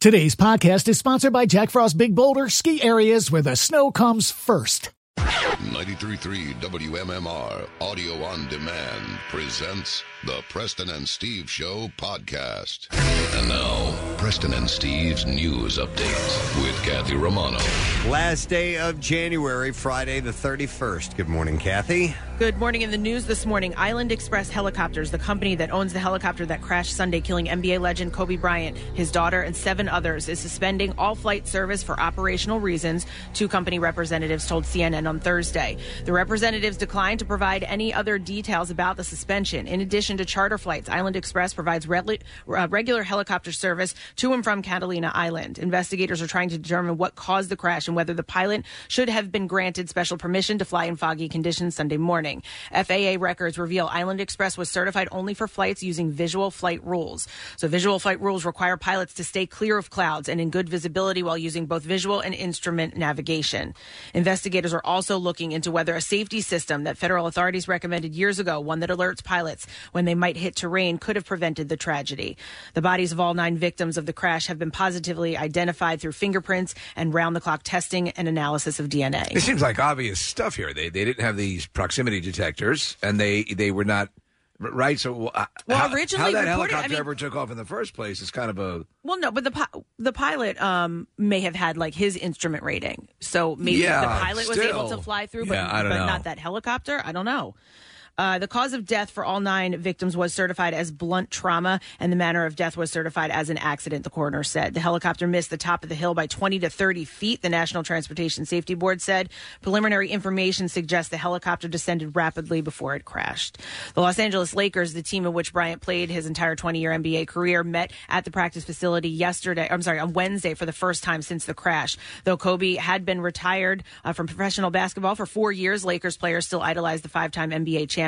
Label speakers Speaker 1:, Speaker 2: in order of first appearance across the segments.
Speaker 1: Today's podcast is sponsored by Jack Frost Big Boulder Ski Areas, where the snow comes first.
Speaker 2: 933 WMMR Audio on Demand presents the Preston and Steve Show podcast. And now, Preston and Steve's news updates with Kathy Romano.
Speaker 3: Last day of January, Friday the 31st. Good morning, Kathy.
Speaker 4: Good morning. In the news this morning, Island Express Helicopters, the company that owns the helicopter that crashed Sunday, killing NBA legend Kobe Bryant, his daughter, and seven others, is suspending all flight service for operational reasons, two company representatives told CNN on Thursday. The representatives declined to provide any other details about the suspension. In addition to charter flights, Island Express provides rel- uh, regular helicopter service to and from Catalina Island. Investigators are trying to determine what caused the crash and whether the pilot should have been granted special permission to fly in foggy conditions Sunday morning. FAA records reveal Island Express was certified only for flights using visual flight rules. So, visual flight rules require pilots to stay clear of clouds and in good visibility while using both visual and instrument navigation. Investigators are also looking into whether a safety system that federal authorities recommended years ago, one that alerts pilots when they might hit terrain, could have prevented the tragedy. The bodies of all nine victims of the crash have been positively identified through fingerprints and round the clock testing and analysis of DNA.
Speaker 5: It seems like obvious stuff here. They they didn't have these proximity detectors, and they they were not right. So uh,
Speaker 4: Well,
Speaker 5: how, how
Speaker 4: originally
Speaker 5: that
Speaker 4: reported-
Speaker 5: helicopter
Speaker 4: I mean-
Speaker 5: ever took off in the first place is kind of a
Speaker 4: Well, no, but the pi- the pilot um, may have had like his instrument rating, so maybe
Speaker 5: Yeah,
Speaker 4: the pilot was able
Speaker 5: still.
Speaker 4: to fly through, but,
Speaker 5: Yeah, I don't
Speaker 4: but
Speaker 5: know.
Speaker 4: not that helicopter. I don't know. Uh, the cause of death for all nine victims was certified as blunt trauma, and the manner of death was certified as an accident, the coroner said. The helicopter missed the top of the hill by 20 to 30 feet, the National Transportation Safety Board said. Preliminary information suggests the helicopter descended rapidly before it crashed. The Los Angeles Lakers, the team in which Bryant played his entire 20 year NBA career, met at the practice facility yesterday, I'm sorry, on Wednesday for the first time since the crash. Though Kobe had been retired uh, from professional basketball for four years, Lakers players still idolized the five time NBA champion.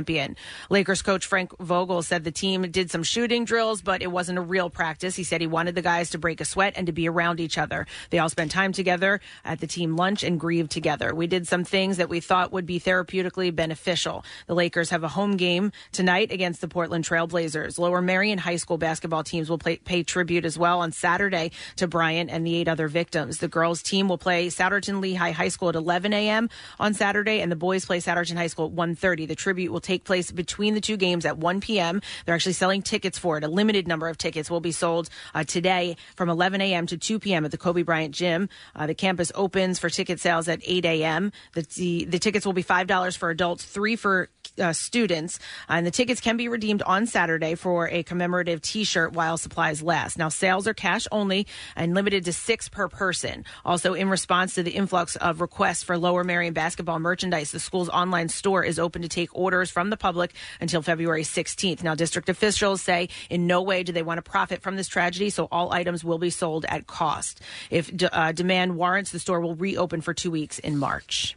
Speaker 4: Lakers coach Frank Vogel said the team did some shooting drills, but it wasn't a real practice. He said he wanted the guys to break a sweat and to be around each other. They all spent time together at the team lunch and grieved together. We did some things that we thought would be therapeutically beneficial. The Lakers have a home game tonight against the Portland Trail Blazers. Lower Marion High School basketball teams will play, pay tribute as well on Saturday to Bryant and the eight other victims. The girls' team will play Satterton Lehigh High School at 11 a.m. on Saturday, and the boys play Satterton High School at 1.30. The tribute will take place between the two games at 1 p.m. They're actually selling tickets for it. A limited number of tickets will be sold uh, today from 11 a.m. to 2 p.m. at the Kobe Bryant Gym. Uh, the campus opens for ticket sales at 8 a.m. The, the, the tickets will be $5 for adults, 3 for uh, students, and the tickets can be redeemed on Saturday for a commemorative T-shirt while supplies last. Now, sales are cash only and limited to six per person. Also, in response to the influx of requests for Lower Marion basketball merchandise, the school's online store is open to take orders from the public until February 16th. Now, district officials say in no way do they want to profit from this tragedy, so all items will be sold at cost. If d- uh, demand warrants, the store will reopen for two weeks in March.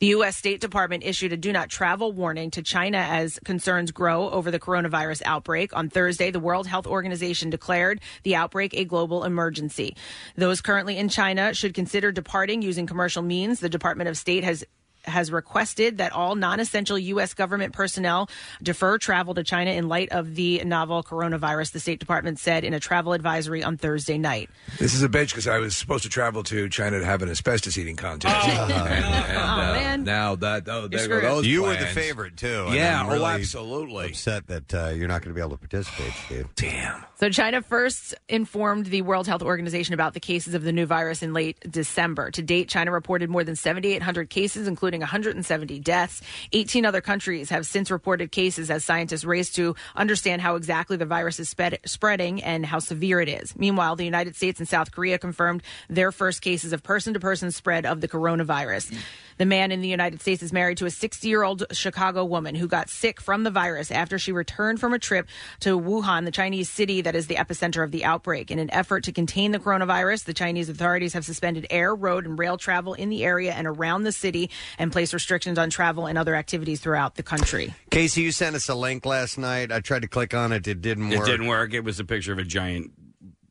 Speaker 4: The U.S. State Department issued a do not travel warning to China as concerns grow over the coronavirus outbreak. On Thursday, the World Health Organization declared the outbreak a global emergency. Those currently in China should consider departing using commercial means. The Department of State has has requested that all non-essential U.S. government personnel defer travel to China in light of the novel coronavirus, the State Department said in a travel advisory on Thursday night.
Speaker 5: this is a bitch because I was supposed to travel to China to have an asbestos eating contest. and, and, uh,
Speaker 4: Oh. man.
Speaker 5: now that oh, there
Speaker 3: You're
Speaker 5: go those
Speaker 3: You were the
Speaker 5: plans.
Speaker 3: favorite, too. and
Speaker 5: Yeah,
Speaker 3: I'm
Speaker 5: oh,
Speaker 3: really
Speaker 5: absolutely.
Speaker 3: Upset that uh, you're not going to be able to participate, Steve.
Speaker 5: Damn.
Speaker 4: So China first informed the World Health Organization about the cases of the new virus in late December. To date, China reported more than 7,800 cases, including 170 deaths. 18 other countries have since reported cases as scientists race to understand how exactly the virus is sped- spreading and how severe it is. Meanwhile, the United States and South Korea confirmed their first cases of person-to-person spread of the coronavirus. The man in the United States is married to a 60 year old Chicago woman who got sick from the virus after she returned from a trip to Wuhan, the Chinese city that is the epicenter of the outbreak. In an effort to contain the coronavirus, the Chinese authorities have suspended air, road, and rail travel in the area and around the city and placed restrictions on travel and other activities throughout the country.
Speaker 3: Casey, you sent us a link last night. I tried to click on it. It didn't work.
Speaker 6: It didn't work. It was a picture of a giant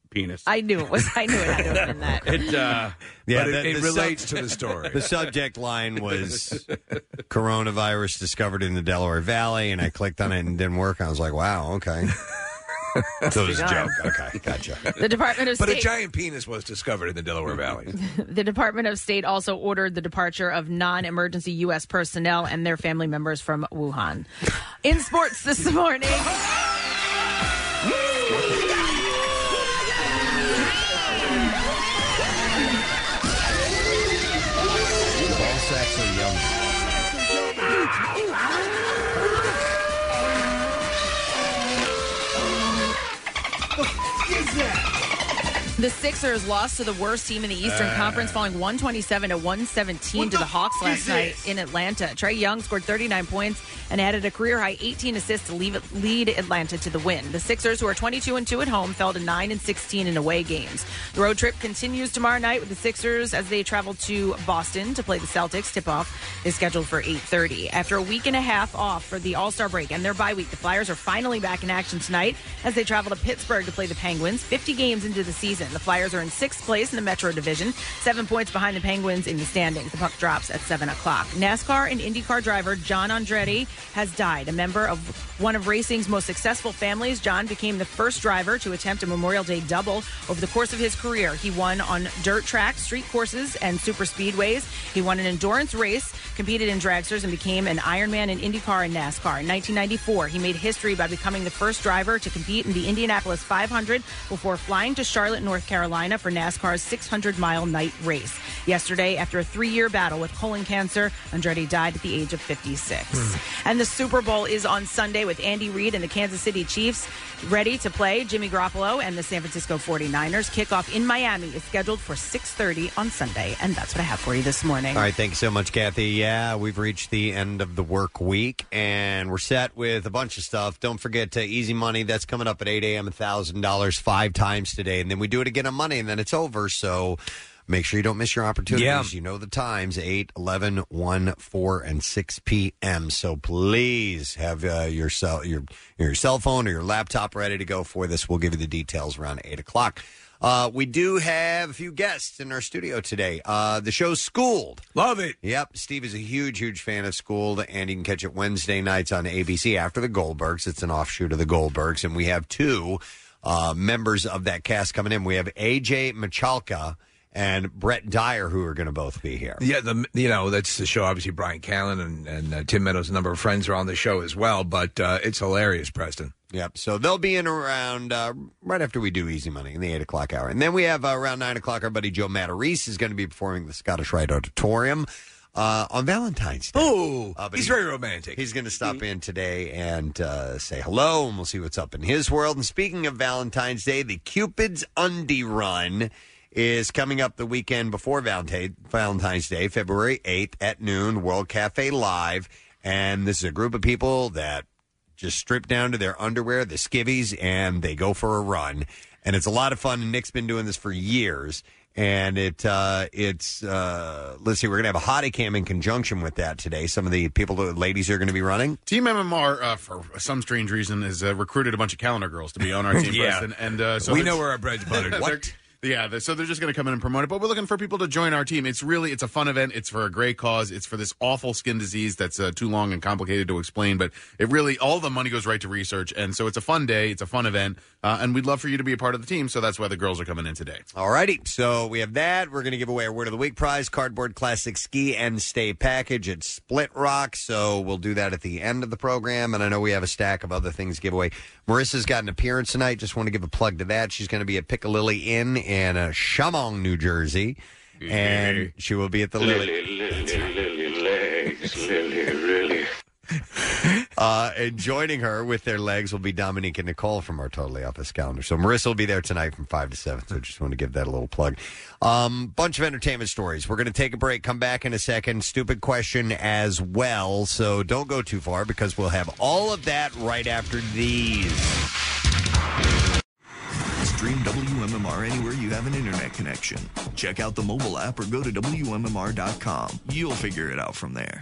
Speaker 6: penis.
Speaker 4: I knew it was, I knew it had to have been that.
Speaker 6: It, uh,
Speaker 3: Yeah,
Speaker 5: but it,
Speaker 3: the-
Speaker 5: it
Speaker 3: the
Speaker 5: relates
Speaker 3: sub-
Speaker 5: to the story.
Speaker 3: The subject line was coronavirus discovered in the Delaware Valley, and I clicked on it and it didn't work. I was like, wow, okay.
Speaker 6: So it was a
Speaker 4: Gone.
Speaker 6: joke. Okay, gotcha.
Speaker 4: The Department of
Speaker 5: But a
Speaker 4: State-
Speaker 5: giant penis was discovered in the Delaware Valley.
Speaker 4: The Department of State also ordered the departure of non emergency U.S. personnel and their family members from Wuhan. In sports this morning.
Speaker 3: Ball sacks are yummy.
Speaker 4: The Sixers lost to the worst team in the Eastern Conference, falling 127 to 117 to the Hawks last night in Atlanta. Trey Young scored 39 points and added a career high 18 assists to leave, lead Atlanta to the win. The Sixers, who are 22 and 2 at home, fell to 9 and 16 in away games. The road trip continues tomorrow night with the Sixers as they travel to Boston to play the Celtics. Tip off is scheduled for 8:30. After a week and a half off for the All Star break and their bye week, the Flyers are finally back in action tonight as they travel to Pittsburgh to play the Penguins. 50 games into the season, the Flyers are in sixth place in the Metro Division, seven points behind the Penguins in the standings. The puck drops at seven o'clock. NASCAR and IndyCar driver John Andretti has died, a member of one of racing's most successful families. John became the first driver to attempt a Memorial Day double over the course of his career. He won on dirt tracks, street courses, and super speedways. He won an endurance race, competed in dragsters, and became an Ironman in IndyCar and NASCAR. In 1994, he made history by becoming the first driver to compete in the Indianapolis 500 before flying to Charlotte, North Carolina for NASCAR's 600 mile night race. Yesterday, after a three year battle with colon cancer, Andretti died at the age of 56. And the Super Bowl is on Sunday with Andy Reid and the Kansas City Chiefs ready to play Jimmy Garoppolo and the San Francisco 49ers. Kickoff in Miami is scheduled for 6.30 on Sunday. And that's what I have for you this morning.
Speaker 3: All right, thank you so much, Kathy. Yeah, we've reached the end of the work week, and we're set with a bunch of stuff. Don't forget to Easy Money. That's coming up at 8 a.m. $1,000 five times today, and then we do it again on Monday, and then it's over. So make sure you don't miss your opportunities.
Speaker 5: Yeah.
Speaker 3: You know the times, 8, 11, 1, 4, and 6 p.m. So please have uh, your, cell, your, your cell phone or your laptop ready to go for this. We'll give you the details around 8 o'clock. Uh, we do have a few guests in our studio today. Uh, the show's Schooled.
Speaker 5: Love it.
Speaker 3: Yep. Steve is a huge, huge fan of Schooled, and you can catch it Wednesday nights on ABC after the Goldbergs. It's an offshoot of the Goldbergs, and we have two uh, members of that cast coming in. We have AJ Machalka and Brett Dyer, who are going to both be here.
Speaker 5: Yeah, the you know that's the show. Obviously, Brian Callen and, and uh, Tim Meadows, a number of friends are on the show as well. But uh, it's hilarious, Preston.
Speaker 3: Yep. So they'll be in around uh, right after we do Easy Money in the eight o'clock hour, and then we have uh, around nine o'clock. Our buddy Joe Matarese is going to be performing at the Scottish Rite Auditorium uh, on Valentine's Day.
Speaker 5: Oh,
Speaker 3: Uh, but
Speaker 5: he's
Speaker 3: he-
Speaker 5: very romantic.
Speaker 3: He's going to stop in today and uh, say hello, and we'll see what's up in his world. And speaking of Valentine's Day, the Cupid's Undie Run is coming up the weekend before Valentine- Valentine's Day, February 8th at noon, World Cafe Live. And this is a group of people that just strip down to their underwear, the skivvies, and they go for a run. And it's a lot of fun. And Nick's been doing this for years. And it uh, it's uh, let's see, we're gonna have a hottie cam in conjunction with that today. Some of the people, the ladies, are gonna be running.
Speaker 6: Team MMR, uh, for some strange reason, has uh, recruited a bunch of calendar girls to be on our team.
Speaker 5: Yeah.
Speaker 6: Preston, and uh, so
Speaker 5: we
Speaker 6: it's-
Speaker 5: know where our bread's buttered.
Speaker 6: they're- Yeah, they're- so they're just going to come in and promote it, but we're looking for people to join our team. It's really it's a fun event. It's for a great cause. It's for this awful skin disease that's uh, too long and complicated to explain, but it really all the money goes right to research, and so it's a fun day. It's a fun event, uh, and we'd love for you to be a part of the team. So that's why the girls are coming in today.
Speaker 3: All righty. So we have that. We're going to give away a Word of the Week prize, Cardboard Classic Ski and Stay package at Split Rock. So we'll do that at the end of the program. And I know we have a stack of other things to give away. Marissa's got an appearance tonight. Just want to give a plug to that. She's going to be at Piccalilli Inn in uh, Shamong, New Jersey. And she will be at the Lily.
Speaker 7: Lily, Lily, Lily legs, Lily, really.
Speaker 3: Uh, and joining her with their legs will be Dominique and Nicole from our Totally Office calendar. So Marissa will be there tonight from 5 to 7. So just want to give that a little plug. Um, bunch of entertainment stories. We're going to take a break, come back in a second. Stupid question as well. So don't go too far because we'll have all of that right after these.
Speaker 8: Stream WMMR anywhere you have an internet connection. Check out the mobile app or go to WMMR.com. You'll figure it out from there.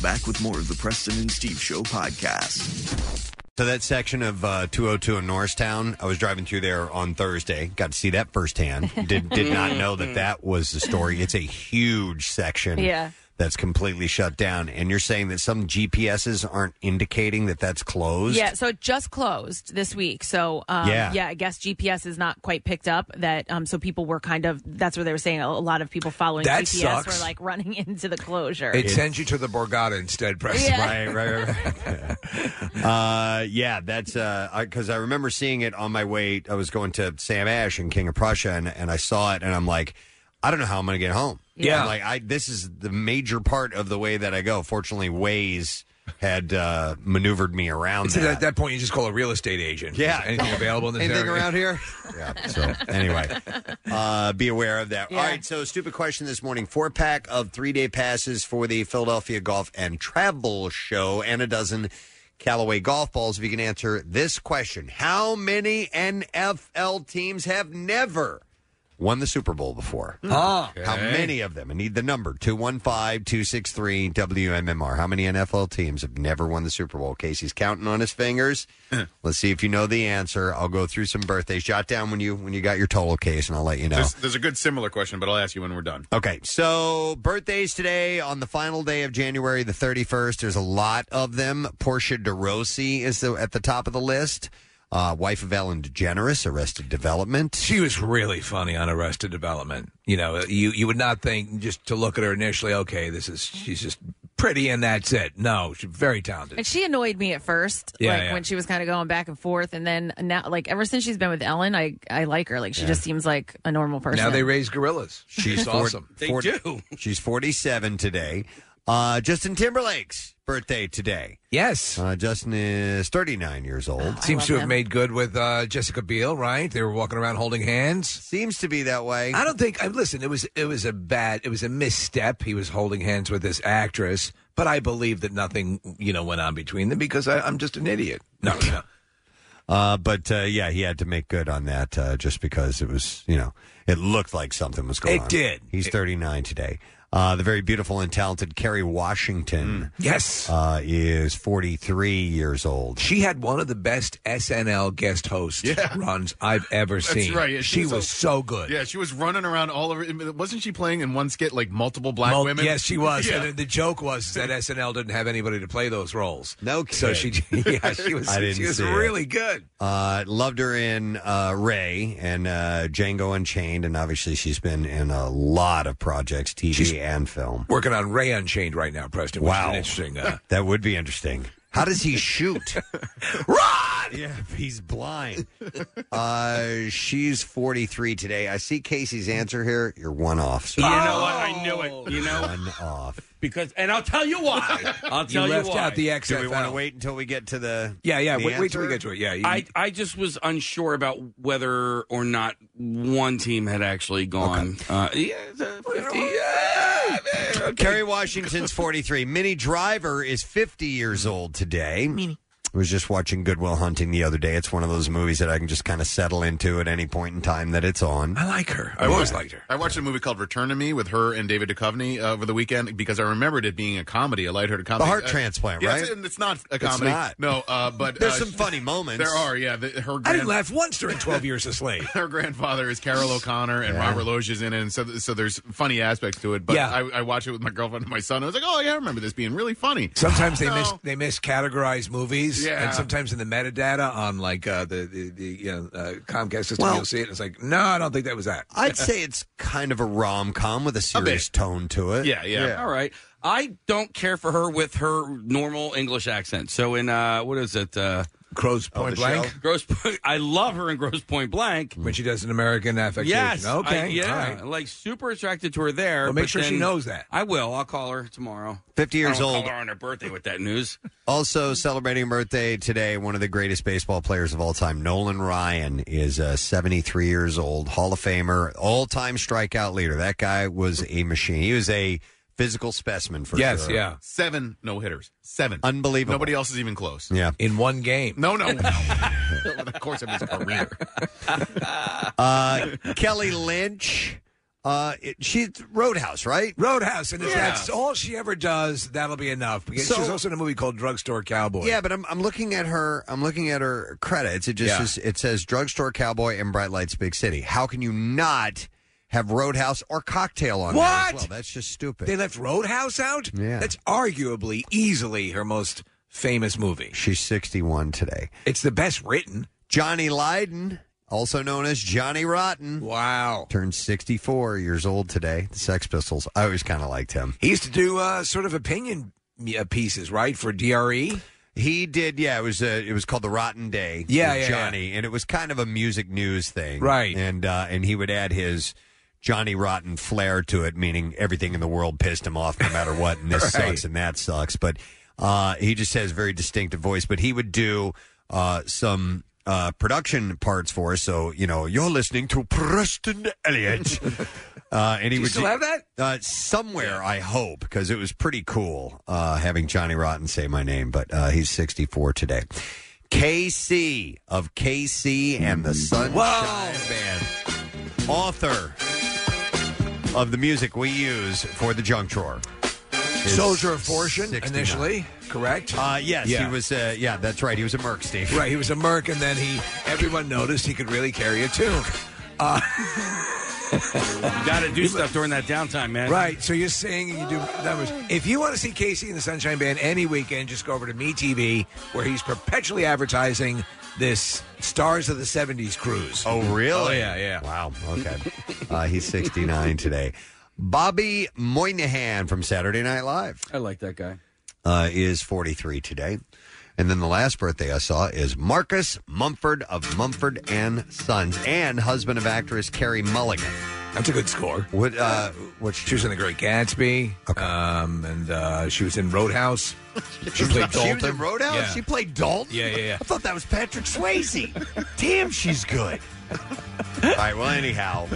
Speaker 8: Back with more of the Preston and Steve Show podcast.
Speaker 3: So that section of uh, 202 in Norristown, I was driving through there on Thursday. Got to see that firsthand. Did did not know that that was the story. It's a huge section.
Speaker 9: Yeah.
Speaker 3: That's completely shut down, and you're saying that some GPSs aren't indicating that that's closed.
Speaker 9: Yeah, so it just closed this week. So um,
Speaker 3: Yeah.
Speaker 9: yeah. I guess GPS is not quite picked up. That um, so people were kind of that's where they were saying a a lot of people following
Speaker 5: That
Speaker 9: GPS
Speaker 5: sucks.
Speaker 9: were like running into the closure.
Speaker 5: It sends you to the Borgata instead, Preston.
Speaker 9: Yeah.
Speaker 3: Right, right, right. uh, yeah, that's because I remember seeing it on my way. I was going to Sam Ash and King of Prussia, and, and I saw it, and I'm like, I don't know how I'm going to get home.
Speaker 5: Yeah.
Speaker 3: I'm like I this is the major part of the way that I go. Fortunately, Waze had uh, maneuvered me around.
Speaker 5: It's at
Speaker 3: That.
Speaker 5: that point, you just call a real estate agent.
Speaker 3: Yeah.
Speaker 5: anything available in this
Speaker 3: Anything
Speaker 5: area?
Speaker 3: around here? Yeah. So anyway, uh, be aware of that. All right. So stupid question this morning: four pack of three day passes for the Philadelphia Golf and Travel Show, and a dozen Callaway golf balls. If you can answer this question: How many NFL teams have never? Won the Super Bowl before.
Speaker 10: Hmm.
Speaker 5: Ah.
Speaker 3: How
Speaker 5: Okay.
Speaker 3: many of them? I need the number 215 263 WMMR. How many NFL teams have never won the Super Bowl? Casey's counting on his fingers. Let's see if you know the answer. I'll go through some birthdays. Jot down when you when you got your total case, and I'll let you know.
Speaker 6: There's, there's a good similar question, but I'll ask you when we're done.
Speaker 3: Okay, so birthdays today on the final day of January the 31st. There's a lot of them. Portia de Rossi is the, at the top of the list. Uh, wife of Ellen DeGeneres, Arrested Development.
Speaker 5: She was really funny on Arrested Development. You know, you you would not think just to look at her initially, okay, this is she's just pretty and that's it. No, she's very talented.
Speaker 9: And she annoyed me at first,
Speaker 5: Yeah,
Speaker 9: like
Speaker 5: yeah.
Speaker 9: when she was kind of going back and forth, and then now, like ever since she's been with Ellen, I I like her. Like she just seems like a normal person.
Speaker 5: Now they raise gorillas. She's
Speaker 3: four-
Speaker 5: awesome.
Speaker 3: four- She's 47 today. Uh, Justin Timberlake's birthday today.
Speaker 5: Yes.
Speaker 3: Uh, Justin is 39 years old.
Speaker 5: Seems to have made good with uh, Jessica Biel, right? They were walking around holding hands.
Speaker 3: Seems to be that way.
Speaker 5: I don't think. I listen. It was it was a bad. It was a misstep. He was holding hands with this actress, but I believe that nothing you know went on between them because I, I'm just an idiot. No, no.
Speaker 3: Uh, but uh, yeah, he had to make good on that uh, just because it was, you know, it looked like something was going
Speaker 5: It
Speaker 3: on.
Speaker 5: did.
Speaker 3: He's 39 today. Uh, the very beautiful and talented Kerry Washington.
Speaker 5: Mm. yes.
Speaker 3: Uh, is 43 years old.
Speaker 5: She had one of the best SNL guest host runs I've ever
Speaker 6: That's
Speaker 5: seen.
Speaker 6: right. Yeah,
Speaker 5: She
Speaker 6: she's
Speaker 5: was
Speaker 6: a-
Speaker 5: so good.
Speaker 6: Yeah, she was running around all over. Wasn't she playing in one skit like multiple black
Speaker 5: Well,
Speaker 6: women?
Speaker 5: Yes, she was.
Speaker 6: Yeah.
Speaker 5: And the joke was that SNL didn't have anybody to play those roles.
Speaker 3: No
Speaker 5: So she,
Speaker 3: kidding.
Speaker 5: yeah, she was.
Speaker 3: I didn't
Speaker 5: she was
Speaker 3: see it.
Speaker 5: really good.
Speaker 3: Uh, loved her in uh, Ray and uh, Django Unchained, and obviously she's been in a lot of projects, TV and film.
Speaker 5: Working on Ray Unchained right now, Preston. Which
Speaker 3: Wow.
Speaker 5: Is an interesting. Uh,
Speaker 3: That would be interesting. How does he shoot?
Speaker 5: Run!
Speaker 3: yeah, he's blind. Uh, she's 43 today. I see Casey's answer here. You're one off. sir.
Speaker 10: You know what? I knew it. You know
Speaker 3: One off.
Speaker 10: because, and I'll tell you why. I'll tell you,
Speaker 5: left
Speaker 10: why.
Speaker 5: out the XFL.
Speaker 3: Do we want to wait until we get to the?
Speaker 5: Yeah, yeah.
Speaker 3: the
Speaker 5: Wait, wait till we
Speaker 3: answer?
Speaker 5: get to it. Yeah, you-
Speaker 10: I, I just was unsure about whether or not one team had actually gone. Uh, yeah, the 50, yeah, man, okay.
Speaker 3: Kerry Washington's 43. Minnie Driver is 50 years old today. I was just watching Goodwill Hunting the other day. It's one of those movies that I can just kind of settle into at any point in time that it's on.
Speaker 5: I like her. I've always liked her.
Speaker 6: I watched a movie called Return to Me with her and David Duchovny uh, over the weekend because I remembered it being a comedy, a lighthearted comedy.
Speaker 3: heart
Speaker 6: Uh,
Speaker 3: transplant,
Speaker 6: yeah, it's-
Speaker 3: right?
Speaker 6: and It's, not a comedy.
Speaker 3: not.
Speaker 6: No, uh, but
Speaker 3: There's
Speaker 6: uh,
Speaker 3: some funny moments.
Speaker 6: There are, yeah. The, her
Speaker 5: I didn't
Speaker 6: grand,
Speaker 5: laugh once during Twelve Years a Slave.
Speaker 6: her grandfather is Carol O'Connor and
Speaker 3: Yeah.
Speaker 6: Robert Loge is in it, and so so there's funny aspects to it. But
Speaker 5: Yeah.
Speaker 6: I, I watched it with my girlfriend and my son. I was like, oh yeah, I remember this being really funny.
Speaker 5: Sometimes they
Speaker 6: No.
Speaker 5: miss they miscategorize movies,
Speaker 6: Yeah.
Speaker 5: and sometimes in the metadata on like uh, the the, the you know, uh, Comcast system,
Speaker 3: Well-
Speaker 5: you'll see it. And it's like, no, I don't think that was that.
Speaker 3: I'd say it's kind of a rom com with a
Speaker 6: bit.
Speaker 3: serious tone to it.
Speaker 6: Yeah, yeah.
Speaker 10: All right. I don't care for her with her normal English accent. So in uh, what is it? Uh,
Speaker 5: Gross Point Blank?
Speaker 10: Gross Point. I love her in Gross Point Blank.
Speaker 5: When she does an American affectation.
Speaker 10: Yes. I-
Speaker 5: Okay.
Speaker 10: yeah.
Speaker 5: all right.
Speaker 10: Like super attracted to her there.
Speaker 5: Well, make
Speaker 10: but
Speaker 5: sure she
Speaker 10: then-
Speaker 5: knows that.
Speaker 10: I will. I'll call her tomorrow.
Speaker 3: 50
Speaker 10: I
Speaker 3: years
Speaker 10: don't
Speaker 3: old.
Speaker 10: Call her on her birthday with that news.
Speaker 3: Also celebrating birthday today, one of the greatest baseball players of all time, Nolan Ryan, is uh, 73 years old, Hall of Famer, all time strikeout leader. That guy was a machine. He was a physical specimen for sure.
Speaker 6: Seven no hitters. Seven.
Speaker 3: Unbelievable.
Speaker 6: Nobody else is even close.
Speaker 3: Yeah.
Speaker 5: In one game.
Speaker 6: No, no. no. Over the course of his career.
Speaker 3: Uh, Kelly Lynch, uh, it, she's Roadhouse, right?
Speaker 5: Roadhouse, and if
Speaker 3: Yeah.
Speaker 5: that's all she ever does, that'll be enough. Because
Speaker 3: So-
Speaker 5: she's also in a movie called Drugstore Cowboy.
Speaker 3: Yeah, but I'm I'm looking at her. I'm looking at her credits. It just
Speaker 5: Yeah.
Speaker 3: is, it says drugstore cowboy and bright lights big city. How can you not have Roadhouse or Cocktail on there as
Speaker 5: What?
Speaker 3: well? That's just stupid.
Speaker 5: They left Roadhouse out?
Speaker 3: Yeah.
Speaker 5: That's arguably, easily her most famous movie.
Speaker 3: She's 61 today.
Speaker 5: It's the best written.
Speaker 3: Johnny Lydon, also known as Johnny Rotten.
Speaker 5: Wow.
Speaker 3: Turned 64 years old today. The Sex Pistols. I always kind of liked him.
Speaker 5: He used to do uh, sort of opinion uh, pieces, right, for DRE?
Speaker 3: He did, yeah. It was uh, it was called the Rotten Day.
Speaker 5: Yeah,
Speaker 3: with
Speaker 5: yeah,
Speaker 3: Johnny, and it was kind of a music news thing,
Speaker 5: Right.
Speaker 3: And uh, and he would add his Johnny Rotten flair to it, meaning everything in the world pissed him off, no matter what, and this
Speaker 5: Right.
Speaker 3: sucks and that sucks. But uh, he just has a very distinctive voice. But he would do uh, some. Uh, production parts for us, so you know you're listening to Preston Elliott, uh, and he
Speaker 5: Do you
Speaker 3: would
Speaker 5: still
Speaker 3: do-
Speaker 5: have that?
Speaker 3: uh, somewhere, I hope, because it was pretty cool uh, having Johnny Rotten say my name, but uh, he's 64 today. KC of KC and the Sunshine Band, author of the music we use for the junk drawer. is
Speaker 5: Soldier of Fortune,
Speaker 3: 69.
Speaker 5: initially, correct?
Speaker 3: Uh, yes,
Speaker 5: Yeah.
Speaker 3: he was, uh, yeah, that's right. He was a Merc, Steve.
Speaker 5: Right, he was a merc, and then he everyone noticed he could really carry a tune. Uh,
Speaker 10: You got to do stuff during that downtime, man. Oh.
Speaker 5: right, so you're saying you do numbers. If you want to see Casey and the Sunshine Band any weekend, just go over to MeTV, where he's perpetually advertising this Stars of the '70s cruise.
Speaker 3: Oh,
Speaker 5: Oh
Speaker 3: really?
Speaker 5: yeah, yeah.
Speaker 3: Wow. Okay. Uh, he's 69 today. Bobby Moynihan from Saturday Night Live.
Speaker 10: I like that guy.
Speaker 3: uh, is 43 today. And then the last birthday I saw is Marcus Mumford of Mumford and Sons and husband of actress Carrie Mulligan.
Speaker 5: That's a good score.
Speaker 3: What, uh, what
Speaker 5: She was in The Great Gatsby, um, and uh, she was in Roadhouse. She played
Speaker 3: She
Speaker 5: Dalton.
Speaker 3: was in Roadhouse?
Speaker 5: Yeah.
Speaker 3: She played Dalton?
Speaker 5: Yeah, yeah, yeah.
Speaker 3: I thought that was Patrick Swayze. Damn, she's good. All right, well, anyhow,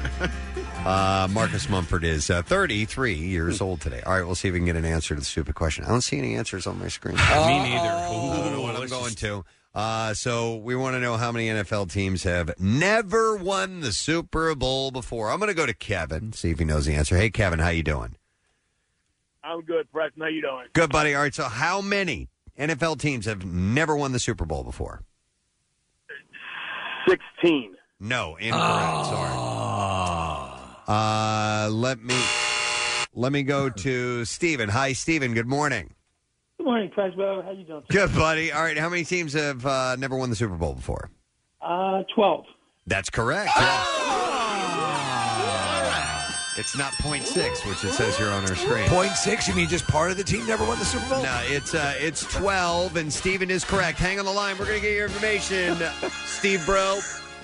Speaker 3: uh, Marcus Mumford is uh, 33 years old today. All right, we'll see if we can get an answer to the stupid question. I don't see any answers on my screen.
Speaker 5: Uh,
Speaker 10: Me neither.
Speaker 3: I don't know what I'm going to. Uh, so we want to know how many NFL teams have never won the Super Bowl before. I'm going to go to Kevin, see if he knows the answer. Hey, Kevin, how you doing?
Speaker 11: I'm good, Preston. How you doing?
Speaker 3: Good, buddy. All right, so how many NFL teams have never won the Super Bowl before?
Speaker 11: 16.
Speaker 3: No, incorrect. Sorry. Uh, let me let me go to Steven. Hi, Steven. Good morning.
Speaker 11: Good morning, Preston. How you doing?
Speaker 3: Good, buddy. All right, how many teams have uh, never won the Super Bowl before?
Speaker 11: Uh, 12.
Speaker 3: That's correct. It's not point six, which it says here on our screen.
Speaker 5: Point six. You mean just part of the team never won the Super Bowl?
Speaker 3: No, it's uh, it's twelve, and Steven is correct. Hang on the line. We're gonna get your information, Steve Bro.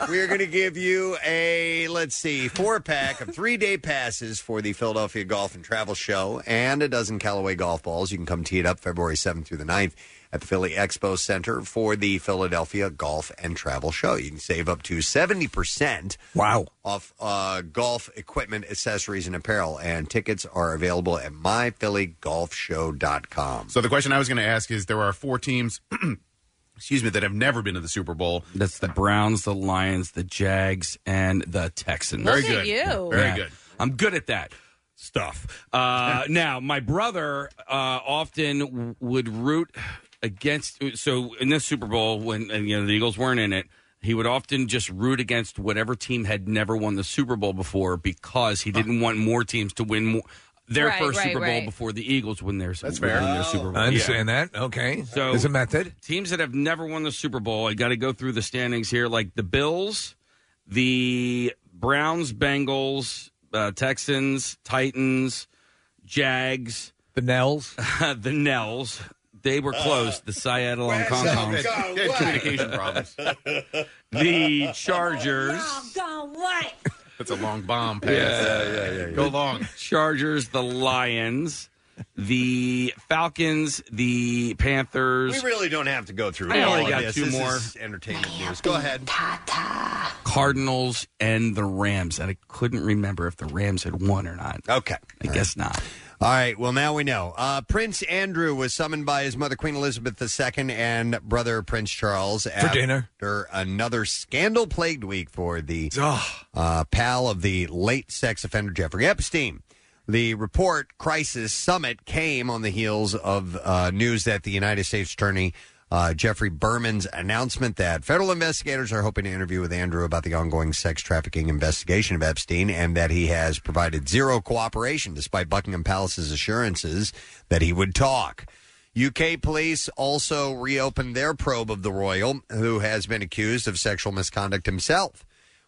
Speaker 3: We are gonna give you a let's see, four pack of three day passes for the Philadelphia Golf and Travel Show, and a dozen Callaway golf balls. You can come tee it up February seventh through the 9th at the Philly Expo Center for the Philadelphia Golf and Travel Show. You can save up to seventy percent
Speaker 5: Wow.
Speaker 3: off uh, golf equipment, accessories, and apparel. And tickets are available at myphillygolfshow.com.
Speaker 6: So the question I was going to ask is: there are four teams, excuse me, that have never been to the Super Bowl.
Speaker 10: That's the Browns, the Lions, the Jags, and the Texans.
Speaker 6: Very
Speaker 4: Look at
Speaker 6: good.
Speaker 4: you.
Speaker 6: Very
Speaker 10: Yeah.
Speaker 6: good.
Speaker 10: I'm good at that stuff. Uh, now, my brother uh, often w- would root against. So in this Super Bowl, when and, you know the Eagles weren't in it, he would often just root against whatever team had never won the Super Bowl before because he didn't want more teams to win more. Their
Speaker 9: Right,
Speaker 10: first
Speaker 9: right,
Speaker 10: Super Bowl
Speaker 9: right.
Speaker 10: before the Eagles win their, That's
Speaker 6: fair.
Speaker 10: Win their Super Bowl.
Speaker 5: I
Speaker 10: Yeah
Speaker 5: understand that. Okay.
Speaker 10: So-
Speaker 5: there's a method.
Speaker 10: teams that have never won the Super Bowl. I got to go through the standings here, like the Bills, the Browns, Bengals, uh, Texans, Titans, Jags,
Speaker 5: The Nels.
Speaker 10: the Nels, They were close. The Seattle and Compound.
Speaker 6: They had communication problems.
Speaker 10: The Chargers.
Speaker 6: That's a long bomb pass.
Speaker 10: Go long. Chargers, the Lions, the Falcons, the Panthers.
Speaker 3: We really don't have to go through
Speaker 10: I
Speaker 3: all
Speaker 10: only
Speaker 3: of
Speaker 10: got
Speaker 3: this.
Speaker 10: two
Speaker 3: This
Speaker 10: more.
Speaker 3: is entertainment news. Go ahead.
Speaker 10: Cardinals and the Rams, and I couldn't remember if the Rams had won or not.
Speaker 3: Okay,
Speaker 10: I guess not.
Speaker 3: All right. Well, now we know. Uh, Prince Andrew was summoned by his mother, Queen Elizabeth II, and brother Prince Charles uh, for
Speaker 5: dinner.
Speaker 3: After another scandal-plagued week for the uh, pal of the late sex offender Jeffrey Epstein. The report crisis summit came on the heels of uh, news that the United States Attorney uh, Jeffrey Berman's announcement that federal investigators are hoping to interview with Andrew about the ongoing sex trafficking investigation of Epstein and that he has provided zero cooperation despite Buckingham Palace's assurances that he would talk. UK police also reopened their probe of the royal, who has been accused of sexual misconduct himself.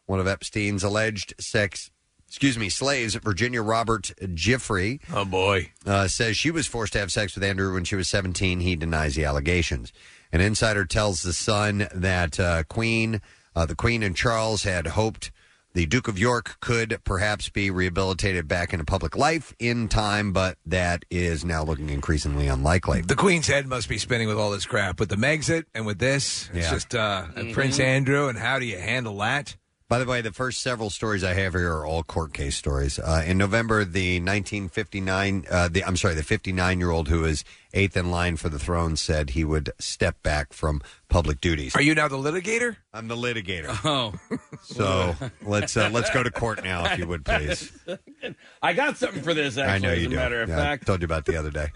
Speaker 3: One of Epstein's alleged sex, excuse me, slaves, Virginia Robert Giffrey.
Speaker 10: Oh boy,
Speaker 3: uh, says she was forced to have sex with Andrew when she was 17. He denies the allegations. An insider tells the Sun that uh, Queen, uh, the Queen and Charles had hoped the Duke of York could perhaps be rehabilitated back into public life in time, but that is now looking increasingly unlikely.
Speaker 5: The Queen's head must be spinning with all this crap, with the Megxit and with this. It's
Speaker 3: Yeah.
Speaker 5: just uh,
Speaker 10: Mm-hmm.
Speaker 3: Mhm.
Speaker 5: Prince Andrew, and how do you handle that?
Speaker 3: By the way, the first several stories I have here are all court case stories. Uh, in November, the 1959, uh, the, I'm sorry, the 59 year old who is eighth in line for the throne said he would step back from public duties.
Speaker 5: Are you now the litigator?
Speaker 3: I'm the litigator.
Speaker 10: Oh,
Speaker 3: So let's uh, let's go to court now, if you would please.
Speaker 10: I got something for this. Actually,
Speaker 3: I know you
Speaker 10: as a
Speaker 3: do.
Speaker 10: matter of
Speaker 3: Yeah,
Speaker 10: fact.
Speaker 3: I told you about the other day.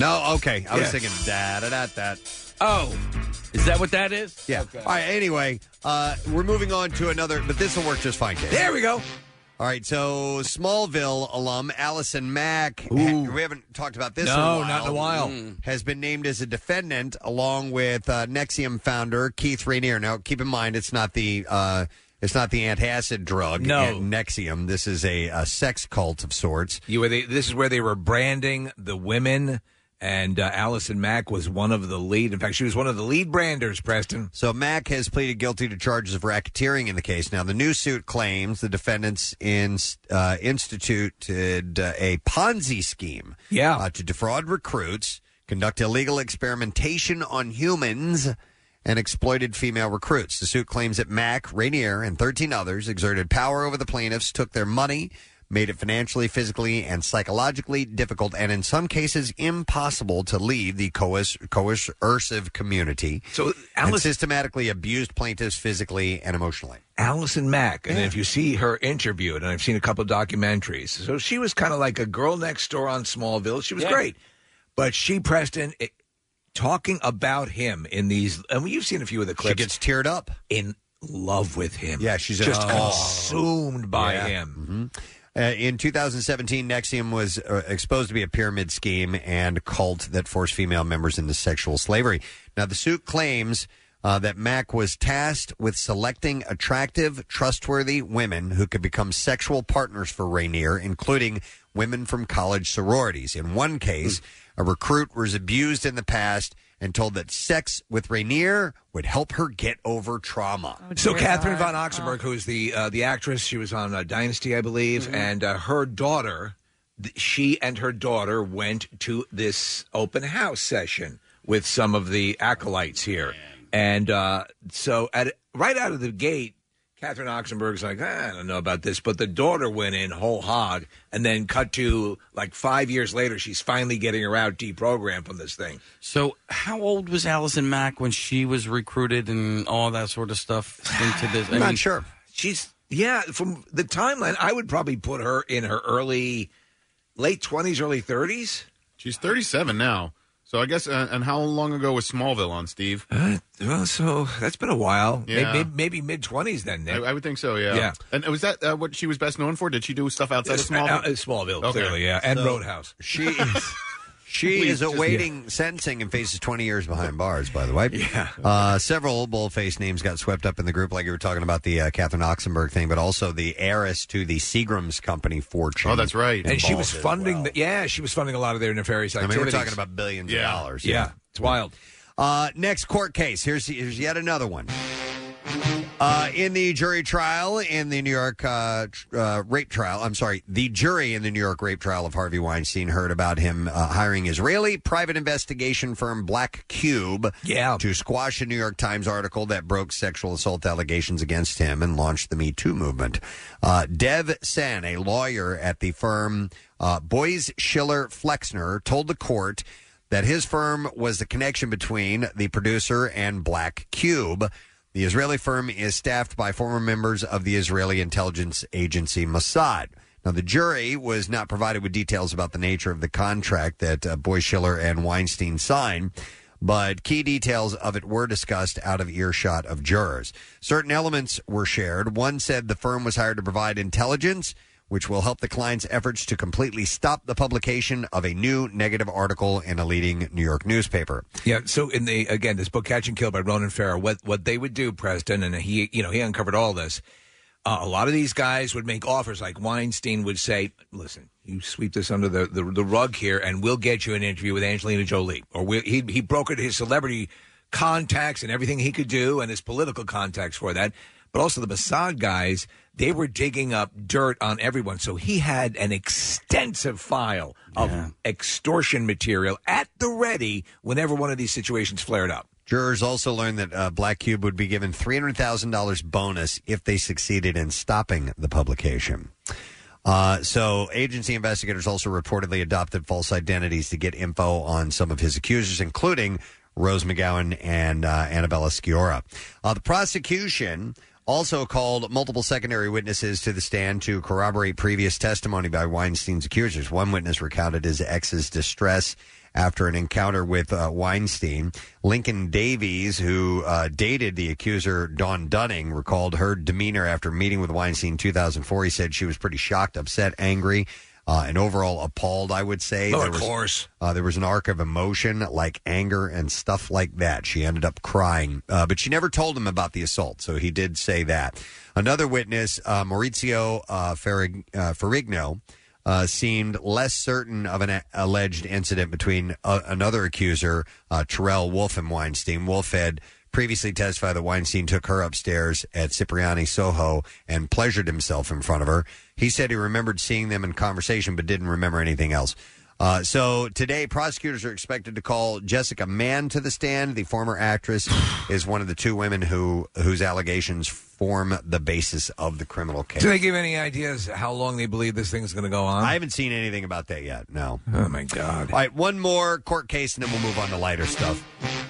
Speaker 3: no, okay. I was
Speaker 10: Yeah.
Speaker 3: thinking da da da that.
Speaker 10: Oh, is that what that is?
Speaker 3: Yeah. All right. Anyway, uh, we're moving on to another, but this will work just fine. Dave.
Speaker 5: There we go.
Speaker 3: All right. So Smallville alum Allison Mack. ha- we haven't talked about this. in a
Speaker 5: No,
Speaker 3: while, mm,
Speaker 5: not in a while.
Speaker 3: Has been named as a defendant along with uh, Nexium founder Keith Rainier. Now, keep in mind, it's not the. Uh, it's not the antacid drug,
Speaker 5: No.
Speaker 3: Ant- Nexium. This is a, a sex cult of sorts.
Speaker 5: You were they, this is where they were branding the women, and uh, Allison Mack was one of the lead. In fact, she was one of the lead branders. Preston.
Speaker 3: So Mack has pleaded guilty to charges of racketeering in the case. Now, the new suit claims the defendants in, uh, instituted uh, a Ponzi scheme
Speaker 5: yeah.
Speaker 3: uh, to defraud recruits, conduct illegal experimentation on humans, and exploited female recruits. The suit claims that Mack, Rainier, and 13 others exerted power over the plaintiffs, took their money, made it financially, physically, and psychologically difficult, and in some cases impossible to leave the coerc- coercive community.
Speaker 5: So,
Speaker 3: and
Speaker 5: Alice-
Speaker 3: systematically abused plaintiffs physically and emotionally.
Speaker 5: Allison Mack, and if you see her interviewed, and I've seen a couple of documentaries, so she was kind of like a girl next door on Smallville. She was great, but she Preston it, talking about him in these. I mean, you've seen a few of the clips.
Speaker 3: gets teared up
Speaker 5: in love with him.
Speaker 3: Yeah, she's in
Speaker 5: just
Speaker 3: awe.
Speaker 5: consumed Mm-hmm. by
Speaker 3: Yeah.
Speaker 5: him.
Speaker 3: Uh, in 2017, Nexium was uh, exposed to be a pyramid scheme and cult that forced female members into sexual slavery. Now, the suit claims uh, that Mack was tasked with selecting attractive, trustworthy women who could become sexual partners for Rainier, including women from college sororities. In one case, a recruit was abused in the past and told that sex with Rainier would help her get over trauma.
Speaker 5: So Catherine von Oxenberg, who is the uh, the actress, she was on uh, Dynasty, I believe, and uh, her daughter, th- she and her daughter went to this open house session with some of the acolytes here, and uh, so at right out of the gate, Catherine Oxenberg's like, "Ah, I don't know about this, but the daughter went in whole hog, and then cut to like five years later, she's finally getting her out deprogrammed from this thing.
Speaker 10: So, how old was Allison Mack when she was recruited and all that sort of stuff into this?
Speaker 5: I'm not sure. She's yeah. From the timeline, I would probably put her in her early, late twenties, early thirties.
Speaker 6: She's 37 now. So I guess, uh, and how long ago was Smallville on, Steve?
Speaker 5: well, so that's been a while. May-
Speaker 6: Yeah.
Speaker 5: may- Maybe, mid twenties then.
Speaker 6: I,
Speaker 5: Nick.
Speaker 6: I would think so, yeah.
Speaker 5: Yeah.
Speaker 6: And was that uh, what she was best known for? Did she do stuff outside of
Speaker 5: Yes, uh,
Speaker 6: Smallville?
Speaker 5: uh, Smallville, clearly, yeah, and Roadhouse.
Speaker 3: She is. She
Speaker 11: Please
Speaker 3: is
Speaker 11: just-
Speaker 3: awaiting sentencing and faces 20 years behind bars, by the way.
Speaker 5: Yeah.
Speaker 3: Uh, several boldface names got swept up in the group, like you were talking about the uh, Catherine Oxenberg thing, but also the heiress to the Seagram's company fortune.
Speaker 5: Oh, And she was
Speaker 3: involved as
Speaker 5: funding. The, yeah, she was funding a lot of their nefarious
Speaker 3: I mean,
Speaker 5: activities.
Speaker 3: we're talking about billions of dollars.
Speaker 5: Yeah, it's wild.
Speaker 3: Uh, next court case. Here's here's yet another one. Uh, in the jury trial in the New York uh, tr- uh, rape trial, I'm sorry, the jury in the New York rape trial of Harvey Weinstein heard about him uh, hiring Israeli private investigation firm Black Cube yeah. to squash a New York Times article that broke sexual assault allegations against him and launched the Me Too movement. Uh, Dev Sen, a lawyer at the firm uh, Boys Schiller Flexner, told the court that his firm was the connection between the producer and Black Cube. The Israeli firm is staffed by former members of the Israeli intelligence agency Mossad. Now, the jury was not provided with details about the nature of the contract that uh, Boy Schiller and Weinstein signed, but key details of it were discussed out of earshot of jurors. Certain elements were shared. One said the firm was hired to provide intelligence, which will help the client's efforts to completely stop the publication of a new negative article in a leading New York newspaper.
Speaker 5: Yeah. So in the again, this book Catch and Kill by Ronan Farrow, what what they would do, Preston, and he you know he uncovered all this. Uh, a lot of these guys would make offers, like Weinstein would say, "Listen, you sweep this under the, the, the rug here, and we'll get you an interview with Angelina Jolie." Or we, he he brokered his celebrity contacts and everything he could do, and his political contacts for that. But also the Mossad guys, they were digging up dirt on everyone. So he had an extensive file of extortion material at the ready whenever one of these situations flared up.
Speaker 3: Jurors also learned that uh, Black Cube would be given $300,000 bonus if they succeeded in stopping the publication. Uh, so, agency investigators also reportedly adopted false identities to get info on some of his accusers, including Rose McGowan and uh, Annabella Sciorra. Uh, the prosecution also called multiple secondary witnesses to the stand to corroborate previous testimony by Weinstein's accusers. One witness recounted his ex's distress after an encounter with uh, Weinstein. Lincoln Davies, who uh, dated the accuser Dawn Dunning, recalled her demeanor after meeting with Weinstein in 2004. He said she was pretty shocked, upset, angry. Uh, and overall appalled, I would say.
Speaker 5: Oh,
Speaker 3: There
Speaker 5: of
Speaker 3: was-
Speaker 5: course.
Speaker 3: uh, there was an arc of emotion, like anger and stuff like that. She ended up crying, uh, but she never told him about the assault, so he did say that. Another witness, uh, Maurizio uh, Ferrig- uh, Ferrigno, uh, seemed less certain of an a- alleged incident between uh, another accuser, uh, Terrell Wolf, and Weinstein. Wolf had previously testified that Weinstein took her upstairs at Cipriani Soho and pleasured himself in front of her. He said he remembered seeing them in conversation, but didn't remember anything else. Uh, so today, prosecutors are expected to call Jessica Mann to the stand. The former actress is one of the two women who whose allegations form the basis of the criminal case.
Speaker 5: Do they give any ideas how long they believe this thing's going to go on? I
Speaker 3: haven't seen anything about that yet. No.
Speaker 5: Oh my God.
Speaker 3: All right, one more court case, and then we'll move on to lighter stuff.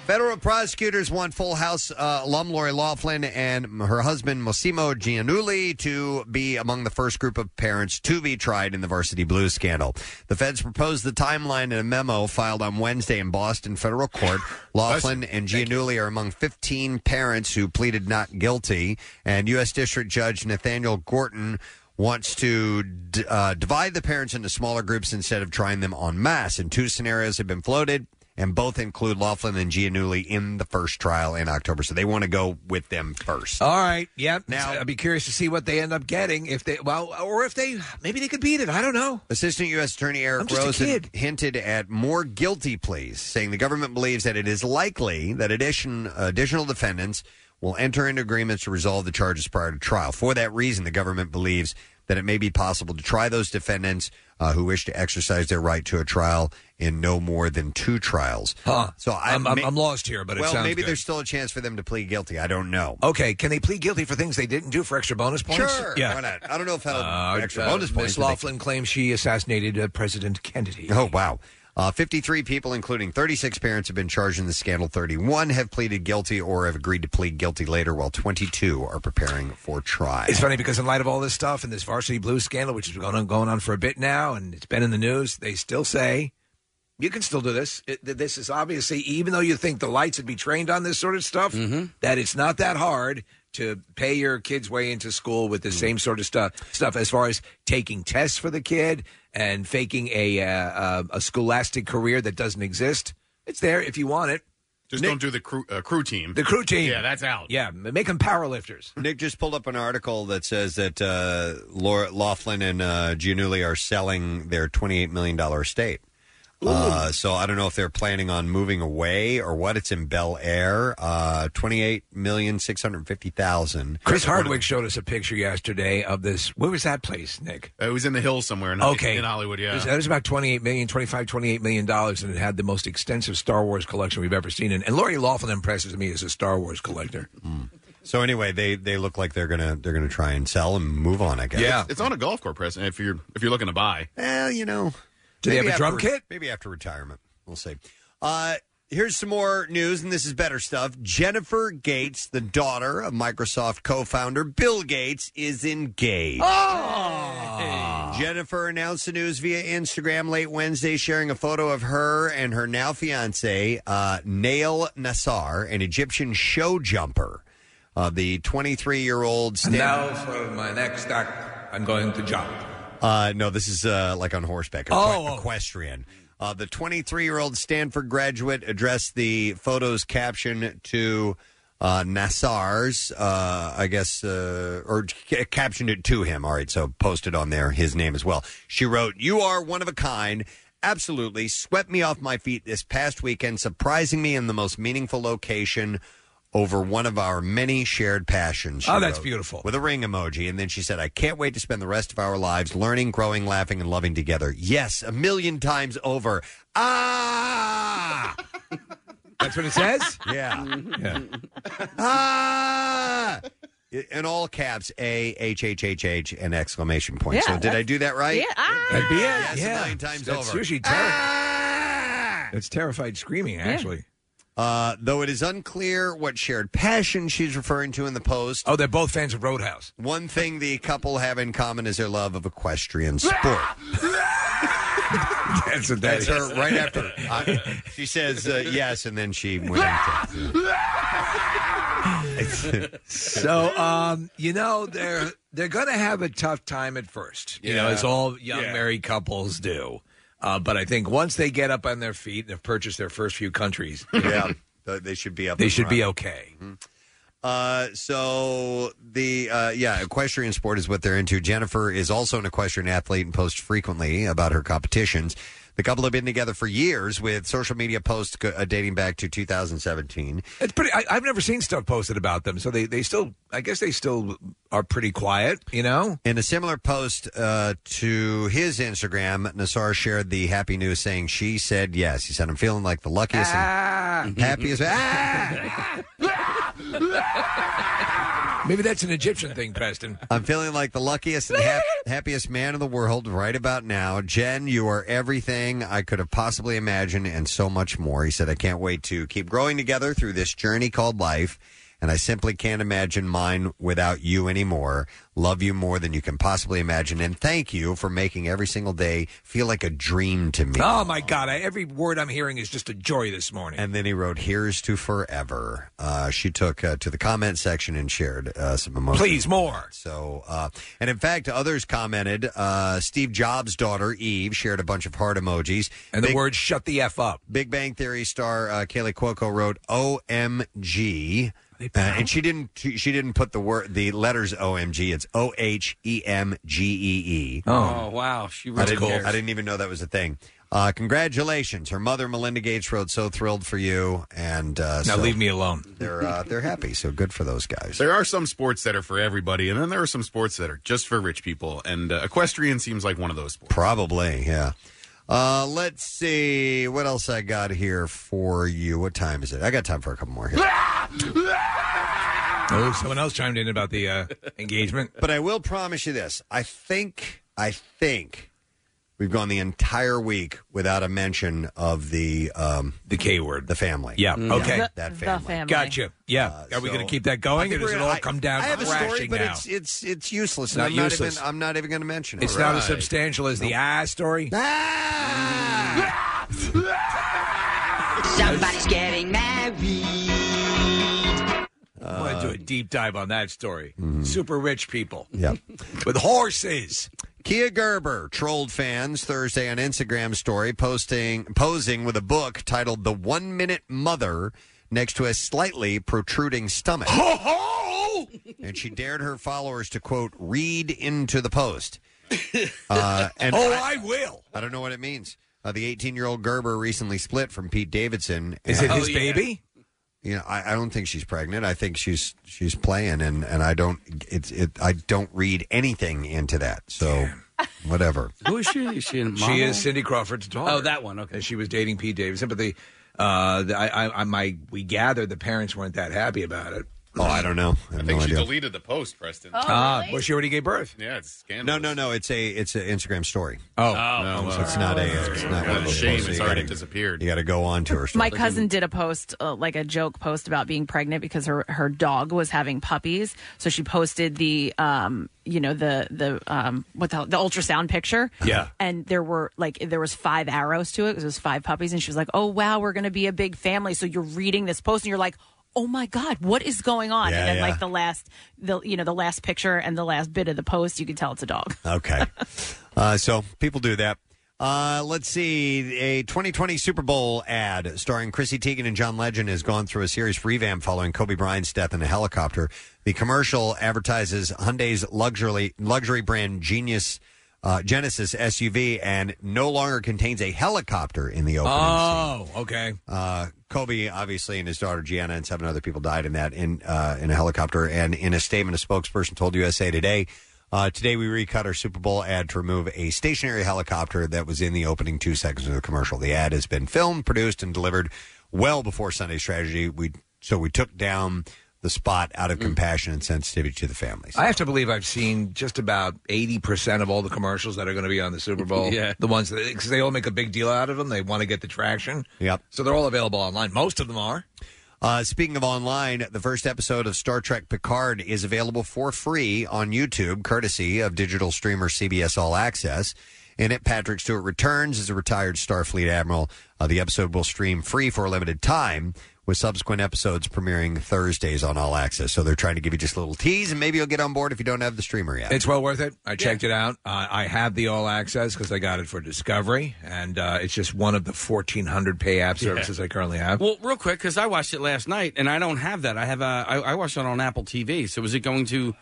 Speaker 3: Federal prosecutors want Full House uh, alum Lori Laughlin and her husband Massimo Gianulli to be among the first group of parents to be tried in the Varsity Blues scandal. The feds proposed the timeline in a memo filed on Wednesday in Boston federal court. Laughlin and Gianulli are among 15 parents who pleaded not guilty, and U.S. District Judge Nathaniel Gorton wants to d- uh, divide the parents into smaller groups instead of trying them en masse. And two scenarios have been floated, and both include Laughlin and Gianulli in the first trial in October. So they want to go with them first.
Speaker 5: All right. Yep. Now I'd be curious to see what they end up getting if they well, or if they maybe they could beat it. I don't know.
Speaker 3: Assistant U.S. Attorney
Speaker 5: I'm
Speaker 3: Eric
Speaker 5: just a
Speaker 3: Rosen
Speaker 5: kid.
Speaker 3: hinted at more guilty pleas, saying the government believes that it is likely that addition, additional defendants will enter into agreements to resolve the charges prior to trial. For that reason, the government believes that it may be possible to try those defendants uh, who wish to exercise their right to a trial in no more than two trials.
Speaker 5: Huh.
Speaker 3: So I,
Speaker 5: I'm- I'm- I'm lost here, but it
Speaker 3: well,
Speaker 5: sounds
Speaker 3: maybe
Speaker 5: good.
Speaker 3: there's still a chance for them to plead guilty. I don't know.
Speaker 5: Okay, can they plead guilty for things they didn't do for extra bonus points?
Speaker 3: Sure,
Speaker 5: Yeah.
Speaker 3: why not? I don't know if that'll
Speaker 5: Uh,
Speaker 3: extra
Speaker 5: uh,
Speaker 3: bonus points.
Speaker 5: Miss Laughlin claims she assassinated uh, President Kennedy.
Speaker 3: Oh, wow. Uh, 53 people, including 36 parents, have been charged in the scandal. 31 have pleaded guilty or have agreed to plead guilty later, while 22 are preparing for trial.
Speaker 5: It's funny because in light of all this stuff and this varsity blue scandal, which has been going on, going on for a bit now, and it's been in the news, they still say you can still do this. It, th-
Speaker 6: Mm-hmm.
Speaker 5: this is obviously, even though you think the lights would be trained on this sort of stuff, that it's not that hard. to pay your kid's way into school with the
Speaker 6: Mm.
Speaker 5: same sort of stuff stuff as far as taking tests for the kid and faking a uh, uh, a scholastic career that doesn't exist. It's there if you want it.
Speaker 6: Just don't do the crew, uh, crew team.
Speaker 5: The crew team.
Speaker 6: Yeah, that's out.
Speaker 5: Yeah, m- make them powerlifters.
Speaker 3: Nick just pulled up an article that says that uh, Laura Laughlin and uh, Gianulli are selling their twenty-eight million dollar estate. Uh, so I don't know if they're planning on moving away or what. It's in Bel Air, uh, twenty-eight million six hundred fifty thousand.
Speaker 5: Chris Hardwick showed us a picture yesterday of this. Where was that place, Nick?
Speaker 6: It was in the hills somewhere in,
Speaker 5: okay.
Speaker 6: in Hollywood, yeah.
Speaker 5: It was, it was about 28 million, 25, 28 million dollars, and it had the most extensive Star Wars collection we've ever seen. And, and Lori Laughlin impresses me as a Star Wars collector.
Speaker 3: Mm. So anyway, they they look like they're gonna they're gonna try and sell and move on. I guess.
Speaker 6: It's, it's on a golf course press if you're if you're looking to buy.
Speaker 3: Well, you know.
Speaker 6: Do they
Speaker 3: Maybe
Speaker 6: have a drum
Speaker 3: after-
Speaker 6: kit?
Speaker 3: Maybe after retirement. We'll see. Uh, here's some more news, and this is better stuff. Jennifer Gates, the daughter of Microsoft co founder Bill Gates, is engaged.
Speaker 6: Oh!
Speaker 3: Oh! Jennifer announced the news via Instagram late Wednesday, sharing a photo of her and her now fiance, uh, Nail Nassar, an Egyptian show jumper. Uh, the 23 year old
Speaker 5: And now for my next act, I'm going to jump.
Speaker 3: Uh, no, this is uh, like on horseback. equi-
Speaker 5: Oh.
Speaker 3: equestrian. Uh, the 23 year old Stanford graduate addressed the photo's caption to uh, Nassar's, uh, I guess, uh, or ca- captioned it to him. All right, so posted on there his name as well. She wrote, You are one of a kind. Absolutely swept me off my feet this past weekend, surprising me in the most meaningful location over one of our many shared passions. she
Speaker 5: Oh, that's
Speaker 3: wrote
Speaker 5: beautiful.
Speaker 3: with a ring emoji. And then she said, I can't wait to spend the rest of our lives learning, growing, laughing, and loving together. Yes, a million times over. Ah!
Speaker 5: That's what it says?
Speaker 3: Yeah. yeah. ah! In all caps, A, H, H, H, H, and exclamation point.
Speaker 5: Yeah,
Speaker 3: so did I
Speaker 5: that's-
Speaker 3: do that right?
Speaker 5: yeah, ah! That'd be it,
Speaker 3: Yes,
Speaker 5: yeah.
Speaker 3: a million times
Speaker 5: That's
Speaker 3: over. Ah!
Speaker 5: usually terrible. It's terrified screaming, actually.
Speaker 3: Uh, though it is unclear what shared passion she's referring to in the post.
Speaker 5: Oh, they're both fans of Roadhouse.
Speaker 3: One thing the couple have in common is their love of equestrian sport.
Speaker 5: That's, what
Speaker 3: That's her right after. Uh, she says uh, yes, and then she went into.
Speaker 5: So, um, you know, they're they're going to have a tough time at first. You know,
Speaker 3: Yeah.
Speaker 5: as all young
Speaker 3: Yeah.
Speaker 5: married couples do. Uh, but I think once they get up on their feet and have purchased their first few countries,
Speaker 3: yeah, they should be up.
Speaker 5: They
Speaker 3: and
Speaker 5: should be
Speaker 3: running.
Speaker 5: okay.
Speaker 3: Uh, so the uh, yeah, equestrian sport is what they're into. Jennifer is also an equestrian athlete and posts frequently about her competitions. The couple have been together for years with social media posts go- uh, dating back to 2017.
Speaker 5: It's pretty. I, I've never seen stuff posted about them, so they they still. I guess they still are pretty quiet. You know.
Speaker 3: In a similar post uh, to his Instagram, Nassar shared the happy news, saying she said yes. He said, "I'm feeling like the luckiest and
Speaker 10: Mm-hmm.
Speaker 3: happiest." ah!
Speaker 5: Maybe that's an Egyptian thing, Preston.
Speaker 3: I'm feeling like the luckiest and hap- happiest man in the world right about now. Jen, you are everything I could have possibly imagined and so much more. He said, I can't wait to keep growing together through this journey called life. And I simply can't imagine mine without you anymore. Love you more than you can possibly imagine. And thank you for making every single day feel like a dream to me.
Speaker 5: Oh my God! I, every word I'm hearing is just a joy this morning.
Speaker 3: And then he wrote, Here's to Forever. Uh, she took uh, to the comment section and shared uh, some emotions.
Speaker 5: Please more.
Speaker 3: So, uh, and in fact, others commented. Uh, Steve Jobs' daughter Eve shared a bunch of heart emojis
Speaker 5: and the word "shut the f up."
Speaker 3: Big Bang Theory star uh, Kaylee Cuoco wrote "OMG," uh, and she didn't. She didn't put the word, the letters "OMG." It's O H E M G E E.
Speaker 10: Oh, wow. She really
Speaker 3: I didn't,
Speaker 10: cares.
Speaker 3: I didn't even know that was a thing. Uh, congratulations, her mother Melinda Gates wrote "So thrilled for you," and uh,
Speaker 5: Now
Speaker 3: so
Speaker 5: leave me alone.
Speaker 3: They're uh, they're happy, so good for those guys.
Speaker 6: There are some sports that are for everybody, and then there are some sports that are just for rich people. And uh, equestrian seems like one of those sports.
Speaker 3: Probably, yeah. Uh, let's see what else I got here for you. What time is it? I got time for a couple more here.
Speaker 5: Oh, someone else chimed in about the uh, engagement.
Speaker 3: But I will promise you this: I think, I think we've gone the entire week without a mention of the um,
Speaker 5: the K word,
Speaker 3: the family.
Speaker 5: Yeah. Okay.
Speaker 3: that, that family. Uh,
Speaker 5: Gotcha. Yeah. Are we
Speaker 3: so-
Speaker 5: going to keep that
Speaker 3: I
Speaker 5: going,
Speaker 3: think
Speaker 5: or does
Speaker 3: we're
Speaker 5: it
Speaker 3: gonna-
Speaker 5: all come down
Speaker 3: I have a
Speaker 5: crashing
Speaker 3: story, but
Speaker 5: now?
Speaker 3: it's it's it's useless.
Speaker 5: Not
Speaker 3: I'm
Speaker 5: useless.
Speaker 3: Not even, I'm not even going to mention it.
Speaker 5: It's not as substantial as the ah story.
Speaker 3: Ah!
Speaker 5: Mm.
Speaker 12: Somebody's getting married.
Speaker 5: Uh, deep dive on that story.
Speaker 3: Mhm.
Speaker 5: Super rich people.
Speaker 3: Yeah.
Speaker 5: With horses.
Speaker 3: Kia Gerber trolled fans Thursday on Instagram story, posting posing with a book titled "The One Minute Mother" next to a slightly protruding stomach. and she dared her followers to quote read into the post. Uh, and
Speaker 5: Oh, I will.
Speaker 3: I don't know what it means. Uh, the 18 year old Gerber recently split from Pete Davidson.
Speaker 5: Is it
Speaker 3: and-
Speaker 5: his
Speaker 6: Oh,
Speaker 5: baby?
Speaker 3: you know, I, I don't think she's pregnant. I think she's she's playing, and and I don't it's it I don't read anything into that. So whatever.
Speaker 10: Who is she? Is she in
Speaker 5: She is Cindy Crawford's daughter.
Speaker 10: Oh, that one. Okay.
Speaker 5: And she was dating Pete Davidson, but the, uh, the I, I, I, my, we gather the parents weren't that happy about it.
Speaker 3: Oh, I don't know. I,
Speaker 6: I think she deleted the post, Preston.
Speaker 5: Ah, well, she already gave birth.
Speaker 6: Yeah, it's scandalous.
Speaker 3: No, no, no. It's a it's an Instagram story.
Speaker 5: Oh,
Speaker 3: no, it's not a it's not one of those
Speaker 6: Shame,
Speaker 3: posts that
Speaker 6: it's
Speaker 3: you
Speaker 6: already
Speaker 3: gotta-
Speaker 6: disappeared.
Speaker 3: You got to go on to her. Story.
Speaker 9: My cousin did a post, uh, like a joke post about being pregnant because her her dog was having puppies. So she posted the, um, you know, the the um, what the hell, the ultrasound picture.
Speaker 5: Yeah.
Speaker 9: And there were like there was five arrows to it. 'cause It was five puppies, and she was like, "Oh wow, we're gonna be a big family." So you're reading this post, and you're like. Oh my God! What is going on?
Speaker 3: Yeah,
Speaker 9: and then,
Speaker 3: yeah.
Speaker 9: like the last, the you know, the last picture and the last bit of the post, you can tell it's a dog.
Speaker 3: Okay. uh, so people do that. Uh, let's see. A 2020 Super Bowl ad starring Chrissy Teigen and John Legend has gone through a serious revamp following Kobe Bryant's death in a helicopter. The commercial advertises Hyundai's luxury luxury brand Genius uh, Genesis SUV and no longer contains a helicopter in the opening.
Speaker 5: Oh, okay.
Speaker 3: Uh, Kobe, obviously, and his daughter Gianna and seven other people died in that in uh, in a helicopter. And in a statement, a spokesperson told USA Today, uh, "Today we recut our Super Bowl ad to remove a stationary helicopter that was in the opening two seconds of the commercial. The ad has been filmed, produced, and delivered well before Sunday's tragedy. We so we took down the spot out of compassion and sensitivity to the families.
Speaker 5: I have to believe I've seen just about eighty percent of all the commercials that are going to be on the Super Bowl.
Speaker 3: Yeah.
Speaker 5: the ones that because they all make a big deal out of them. They want to get the traction.
Speaker 3: Yep.
Speaker 5: So they're all available online. Most of them are.
Speaker 3: Uh, speaking of online, the first episode of Star Trek Picard is available for free on YouTube, courtesy of digital streamer CBS All Access. In it, Patrick Stewart returns as a retired Starfleet admiral. Uh, the episode will stream free for a limited time, with subsequent episodes premiering Thursdays on All Access. So they're trying to give you just a little tease, and maybe you'll get on board if you don't have the streamer yet.
Speaker 5: It's well worth it. I checked it out. Uh, I have the all access because I got it for Discovery, and uh, it's just one of the fourteen hundred pay app
Speaker 10: Yeah.
Speaker 5: services I currently have.
Speaker 10: Well, real quick, because I watched it last night, and I don't have that. I have a, I, I watched it on Apple TV. So is it going to?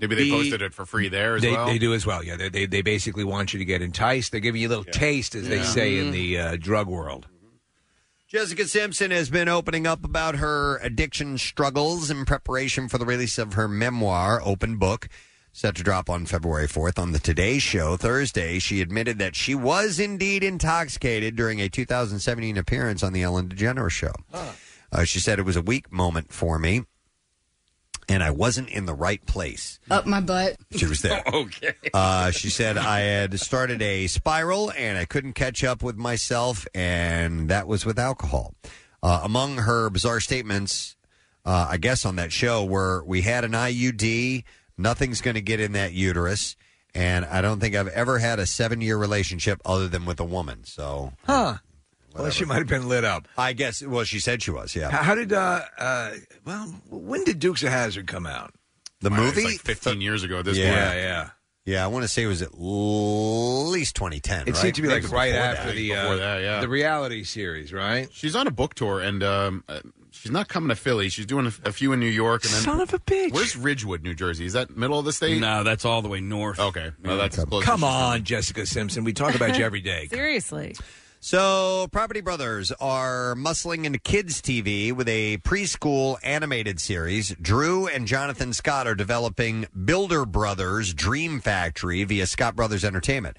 Speaker 6: Maybe
Speaker 5: they posted
Speaker 6: it for free there
Speaker 5: they, they do as well. Yeah, they, they they basically want you to get enticed. They're giving you a little taste, as they
Speaker 3: Yeah.
Speaker 5: say in
Speaker 3: Mhm.
Speaker 5: the uh, drug world.
Speaker 3: Jessica Simpson has been opening up about her addiction struggles in preparation for the release of her memoir, Open Book, set to drop on February 4th on the Today Show Thursday. She admitted that she was indeed intoxicated during a 2017 appearance on The Ellen DeGeneres Show. Uh, she said it was a weak moment for me, and I wasn't in the right place.
Speaker 12: Up my butt.
Speaker 3: She was there.
Speaker 10: okay.
Speaker 3: Uh, she said, I had started a spiral and I couldn't catch up with myself, and that was with alcohol. Uh, among her bizarre statements, uh, I guess, on that show were we had an IUD, nothing's going to get in that uterus, and I don't think I've ever had a seven year relationship other than with a woman. So,
Speaker 5: Huh. Well, she might have been lit up.
Speaker 3: I guess, well, she said she was, yeah.
Speaker 5: How, how did uh, uh well when did Dukes of Hazard come out?
Speaker 3: The
Speaker 5: Wow, it's
Speaker 3: movie?
Speaker 5: like
Speaker 6: 15 years ago at
Speaker 5: this
Speaker 3: yeah,
Speaker 5: point. Yeah,
Speaker 3: Yeah, I want to say it was at least 2010.
Speaker 5: It
Speaker 3: right?
Speaker 5: seemed to be
Speaker 3: Maybe
Speaker 5: like
Speaker 3: it was
Speaker 5: right
Speaker 3: before
Speaker 5: after
Speaker 3: that.
Speaker 5: the uh,
Speaker 6: Before that, yeah.
Speaker 5: the reality series, right?
Speaker 6: She's on a book tour, and um, uh, she's not coming to Philly. She's doing a, a few in New York, and then
Speaker 5: Son of a bitch.
Speaker 6: Where's Ridgewood, New Jersey? Is that middle of the state?
Speaker 10: No, that's all the way north.
Speaker 6: Okay, well, that's as close.
Speaker 5: Come on, Jessica Simpson. We talk about you every day.
Speaker 9: Seriously.
Speaker 3: So, Property Brothers are muscling into kids' TV with a preschool animated series. Drew and Jonathan Scott are developing Builder Brothers Dream Factory via Scott Brothers Entertainment.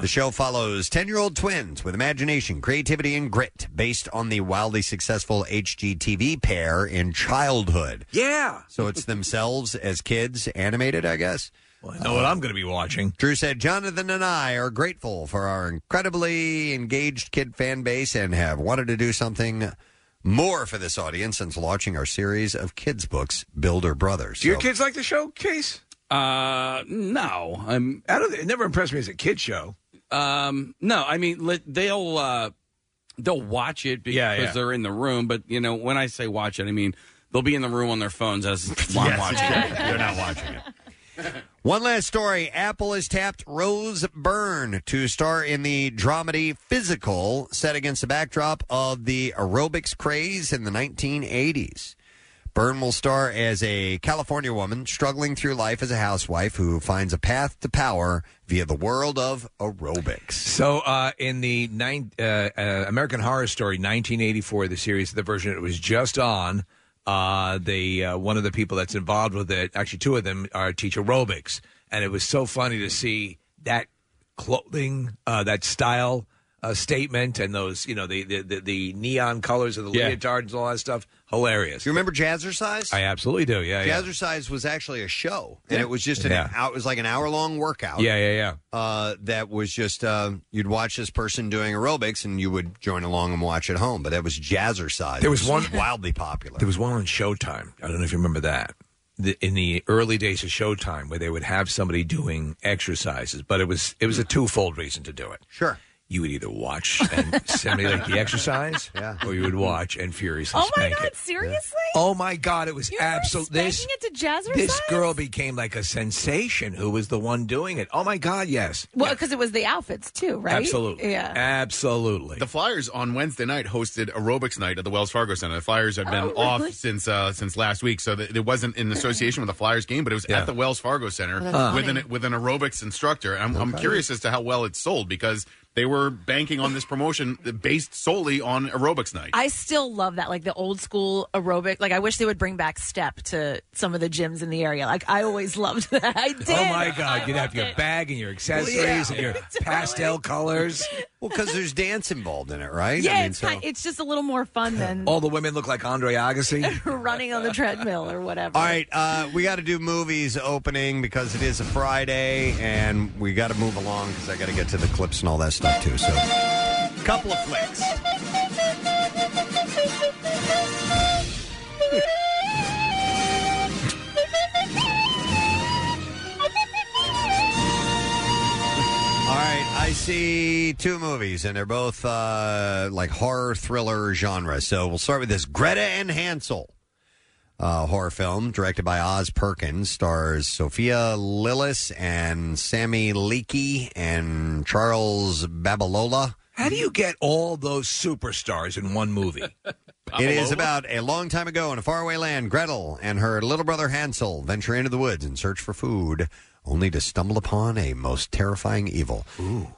Speaker 3: The show follows 10 year old twins with imagination, creativity, and grit based on the wildly successful HGTV pair in childhood.
Speaker 5: Yeah.
Speaker 3: So, it's themselves as kids animated, I guess.
Speaker 5: Well, I know what I'm going to be watching.
Speaker 3: Drew said, Jonathan and I are grateful for our incredibly engaged kid fan base and have wanted to do something more for this audience since launching our series of kids' books, Builder Brothers.
Speaker 5: Do your
Speaker 3: So-
Speaker 5: kids like the show, Case?
Speaker 10: Uh, no. I'm.
Speaker 5: I don't. It never impressed me as a kid show.
Speaker 10: Um, no, I mean let, they'll uh, they'll watch it because
Speaker 5: Yeah, yeah.
Speaker 10: they're in the room. But you know, when I say watch it, I mean They'll be in the room on their phones as while I'm
Speaker 3: Yes.
Speaker 10: watching. it.
Speaker 3: They're not
Speaker 10: watching it.
Speaker 3: One last story. Apple has tapped Rose Byrne to star in the dramedy Physical, set against the backdrop of the aerobics craze in the 1980s. Byrne will star as a California woman struggling through life as a housewife who finds a path to power via the world of aerobics.
Speaker 5: So, uh, in the nine, uh, uh, American Horror Story 1984, the series, the version it was just on, uh, the uh, one of the people that's involved with it, actually two of them are teach aerobics, and it was so funny to see that clothing, uh, that style uh, statement, and those you know the the, the, the neon colors of the
Speaker 3: Yeah.
Speaker 5: leotards and all that stuff, hilarious.
Speaker 3: You remember Jazzercise?
Speaker 5: I absolutely do. Yeah, yeah.
Speaker 3: Jazzercise was actually a show, and it was just an
Speaker 5: Yeah.
Speaker 3: hour, it was like an hour long workout.
Speaker 5: Yeah, yeah, yeah.
Speaker 3: Uh, that was just uh, you'd watch this person doing aerobics, and you would join along and watch at home. But that was Jazzercise.
Speaker 5: There was
Speaker 3: which
Speaker 5: one-
Speaker 3: wildly popular.
Speaker 5: There was one on Showtime. I don't know if you remember that. The, in the early days of Showtime, where they would have somebody doing exercises, but it was it was a twofold reason to do it.
Speaker 3: Sure,
Speaker 5: you would either watch and simulate the exercise, or you would watch and furiously
Speaker 9: Oh my
Speaker 5: spank
Speaker 9: god!
Speaker 5: it.
Speaker 9: Seriously?
Speaker 5: Oh my god! It was
Speaker 9: You're
Speaker 5: absolutely this.
Speaker 9: Spanking it to jazzercise?
Speaker 5: This girl became like a sensation. Who was the one doing it? Oh my god! Yes,
Speaker 9: Well, because it was the outfits too, right? Yeah.
Speaker 5: Absolutely.
Speaker 6: The Flyers on Wednesday night hosted aerobics night at the Wells Fargo Center. The Flyers had been
Speaker 9: Oh, really?
Speaker 6: off since uh, since last week, so that it wasn't in association with the Flyers game, but it was
Speaker 5: Yeah.
Speaker 6: at the Wells Fargo Center
Speaker 5: Oh, that's
Speaker 6: with
Speaker 5: funny.
Speaker 6: an with an aerobics instructor. I'm, I'm curious as to how well it sold because they were banking on this promotion based solely on aerobics night.
Speaker 9: I still love that, like the old school aerobic. Like I wish they would bring back step to some of the gyms in the area. Like I always loved that. I did.
Speaker 5: Oh my god! You'd have your bag and your accessories and your pastel colors.
Speaker 3: Well, because there's dance involved in it, right?
Speaker 9: Yeah, it's kind, it's just a little more fun than
Speaker 3: Oh.
Speaker 5: All the women look like Andre Agassi.
Speaker 9: running on the treadmill or whatever.
Speaker 3: All right, uh, we got to do movies opening because it is a Friday, and we got to move along because I got to get to the clips and all that stuff too. So, couple of flicks.
Speaker 5: Oh,
Speaker 3: all right, I see two movies, and they're both uh, like horror thriller genre. So we'll start with this: Greta and Hansel uh, horror film directed by Oz Perkins, stars Sophia Lillis and Sammy Leakey and Charles Babalola.
Speaker 5: How do you get all those superstars in one movie?
Speaker 3: It is about a long time ago in a faraway land. Gretel and her little brother Hansel venture into the woods in search for food, only to stumble upon a most terrifying evil.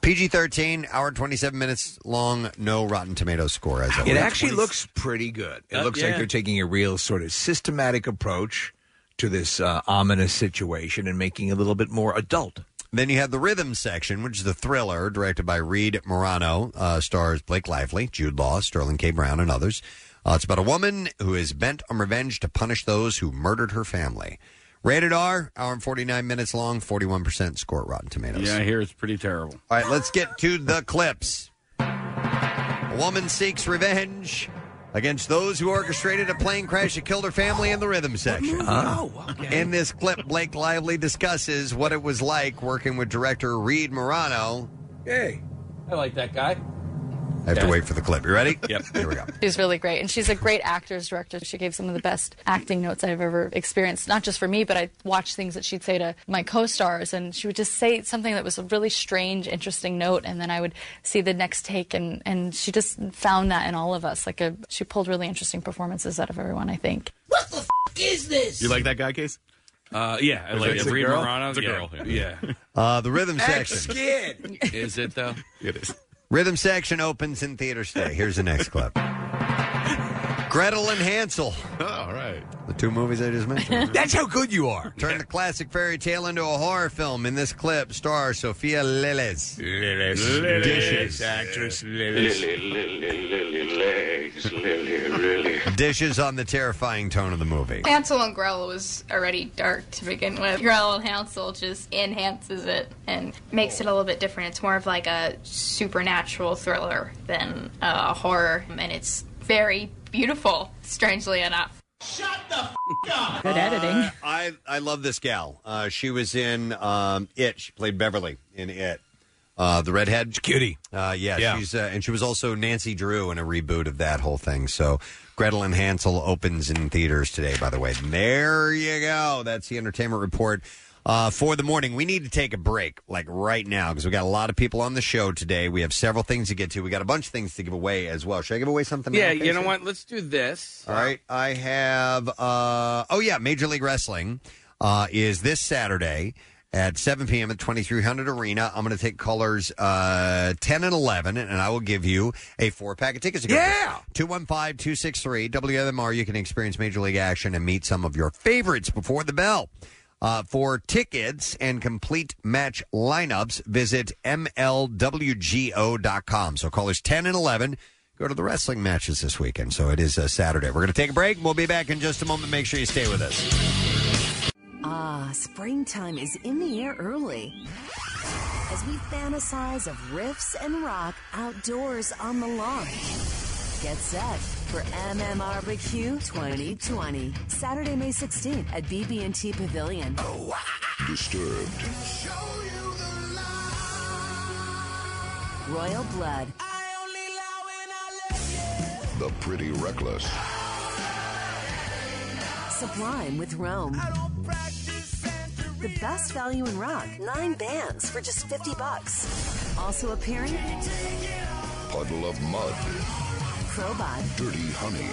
Speaker 3: PG 13, hour 27 minutes long, no Rotten Tomatoes score as of
Speaker 5: It
Speaker 3: yet.
Speaker 5: actually looks pretty good. It
Speaker 3: Uh,
Speaker 5: looks
Speaker 3: yeah.
Speaker 5: like they're taking a real sort of systematic approach to this uh, ominous situation and making it a little bit more adult.
Speaker 3: Then you have the rhythm section, which is the thriller directed by Reed Morano, uh, stars Blake Lively, Jude Law, Sterling K. Brown, and others. Uh, it's about a woman who is bent on revenge to punish those who murdered her family. Rated R, hour and 49 minutes long, 41% score at Rotten Tomatoes.
Speaker 10: Yeah, I hear it's pretty terrible.
Speaker 3: All right, let's get to the clips. A woman seeks revenge against those who orchestrated a plane crash that killed her family in the rhythm section. Oh. In this clip, Blake Lively discusses what it was like working with director Reed Morano.
Speaker 5: Hey,
Speaker 10: I like that guy.
Speaker 3: I have to wait for the clip. You ready? Yep. Here we go.
Speaker 12: She's really great, and she's a great actor's director. She gave some of the best acting notes I've ever experienced, not just for me, but I watched things that she'd say to my co stars, and she would just say something that was a really strange, interesting note, and then I would see the next take, and, and she just found that in all of us. Like, a, she pulled really interesting performances out of everyone, I think.
Speaker 13: What the f- is this?
Speaker 6: You like that guy, Case?
Speaker 10: Uh, yeah, I
Speaker 3: Is
Speaker 10: like
Speaker 3: it-
Speaker 10: it.
Speaker 3: it's a
Speaker 10: Reed
Speaker 3: girl?
Speaker 10: Morano.
Speaker 3: It's a
Speaker 10: yeah.
Speaker 3: girl.
Speaker 10: Yeah.
Speaker 3: Uh, the rhythm section.
Speaker 5: Skid.
Speaker 10: Is it though?
Speaker 6: It is.
Speaker 3: Rhythm section opens in theater stay. Here's the next clip. Gretel and Hansel.
Speaker 6: All right.
Speaker 3: The two movies I just mentioned.
Speaker 5: That's how good you are.
Speaker 3: Turn the classic fairy tale into a horror film. In this clip, star Sophia Lillis.
Speaker 5: Lillis.
Speaker 3: Lillis. Dishes.
Speaker 5: Actress
Speaker 7: Lily, lily, lily legs, lily, really.
Speaker 3: Dishes on the terrifying tone of the movie.
Speaker 12: Hansel and Gretel was already dark to begin with. Gretel and Hansel just enhances it and makes it a little bit different. It's more of like a supernatural thriller than a horror, and it's very beautiful, strangely enough. Shut the f- up!
Speaker 3: Uh, I I love this gal. Uh, she was in um, It. She played Beverly in It. Uh, the redhead
Speaker 5: cutie.
Speaker 3: Uh, yeah,
Speaker 5: Yeah.
Speaker 3: she's uh, and she was also Nancy Drew in a reboot of that whole thing. So Gretel and Hansel opens in theaters today. By the way, there you go. That's the entertainment report uh, for the morning. We need to take a break like right now because we got a lot of people on the show today. We have several things to get to. We got a bunch of things to give away as well. Should I give away something? now,
Speaker 10: Yeah, you know
Speaker 3: Casey?
Speaker 10: what? Let's do this.
Speaker 3: All right. I have, uh, oh, yeah, Major League Wrestling uh, is this Saturday at 7 p.m. at 2300 Arena. I'm going to take callers uh, 10 and 11, and I will give you a four pack of tickets. Yeah. 215 263 WMR. You can experience Major League action and meet some of your favorites before the bell. Uh, for tickets and complete match lineups, visit MLWGO.com. So callers 10 and 11 go to the wrestling matches this weekend. So it is uh, Saturday. We're going to take a break. We'll be back in just a moment. Make sure you stay with us.
Speaker 14: Ah, springtime is in the air early. As we fantasize of riffs and rock outdoors on the lawn. Get set for MMR MMRBQ 2020, Saturday, May 16th at BB&T Pavilion.
Speaker 2: Disturbed.
Speaker 14: Royal Blood,
Speaker 2: The Pretty Reckless.
Speaker 14: Sublime with Rome. The best value in rock. Nine bands for just 50 bucks. Also appearing,
Speaker 2: Puddle of Mud.
Speaker 14: Crowbot,
Speaker 2: Dirty Honey.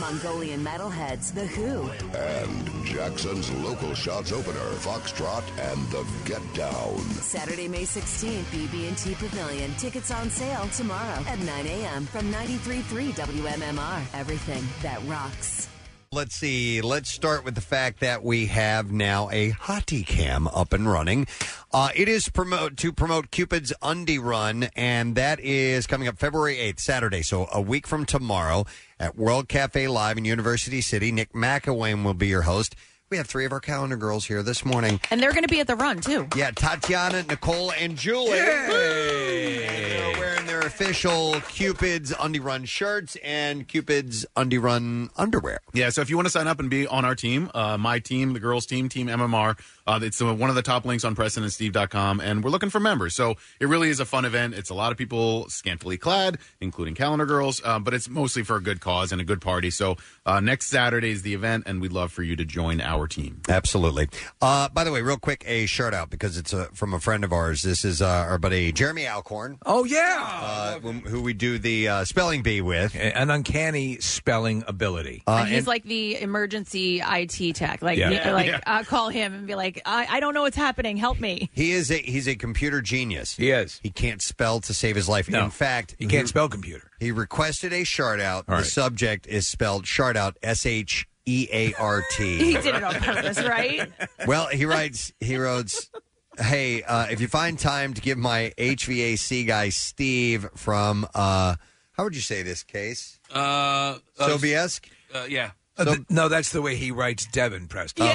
Speaker 14: Mongolian Metalheads, The Who,
Speaker 2: And Jackson's local shots opener, Foxtrot and The Get Down.
Speaker 14: Saturday, May 16th, BB&T Pavilion. Tickets on sale tomorrow at 9 a.m. from 93.3 WMMR. Everything that rocks.
Speaker 3: Let's see. Let's start with the fact that we have now a hottie cam up and running. Uh, it is promote to promote Cupid's Undie Run, and that is coming up February eighth, Saturday, so a week from tomorrow at World Cafe Live in University City. Nick McEwain will be your host. We have three of our calendar girls here this morning.
Speaker 9: And they're going to be at the run too.
Speaker 3: Yeah, Tatiana, Nicole, and Julie. And They're wearing their official Cupid's Undie Run shirts and Cupid's Undie Run underwear.
Speaker 6: Yeah, so if you want to sign up and be on our team, uh, my team, the girls' team, Team MMR, uh, it's uh, one of the top links on PrestonandSteve.com, and we're looking for members. So it really is a fun event. It's a lot of people scantily clad, including calendar girls, uh, but it's mostly for a good cause and a good party. So uh, next Saturday is the event, and we'd love for you to join our team.
Speaker 3: Absolutely. Uh, by the way, real quick, a shout out because it's uh from a friend of ours. This is uh, our buddy Jeremy Alcorn.
Speaker 5: Oh yeah,
Speaker 3: uh, whom- who we do the uh, spelling bee with,
Speaker 5: an uncanny spelling ability.
Speaker 3: Uh,
Speaker 9: and he's like the emergency IT tech. Like,
Speaker 3: Yeah.
Speaker 9: you-
Speaker 3: Yeah.
Speaker 9: like
Speaker 3: Yeah.
Speaker 4: uh,
Speaker 9: I'll call him and be like, I, I don't know what's happening. Help me.
Speaker 3: He is a he's a computer genius.
Speaker 5: He is.
Speaker 3: He can't spell to save his life.
Speaker 5: No.
Speaker 3: In fact,
Speaker 5: He can't spell
Speaker 3: computer. He requested a shard out.
Speaker 5: All
Speaker 3: the
Speaker 5: right.
Speaker 3: subject is spelled shard out. S H E A R T.
Speaker 9: He did it on purpose, right?
Speaker 3: Well, he writes, he writes, hey, uh, if you find time to give my HVAC guy, Steve, from, uh, how would you say this case?
Speaker 10: Uh,
Speaker 3: Sobiesk?
Speaker 10: Uh, yeah.
Speaker 5: Uh, th- no, that's the way he writes Devin Preston.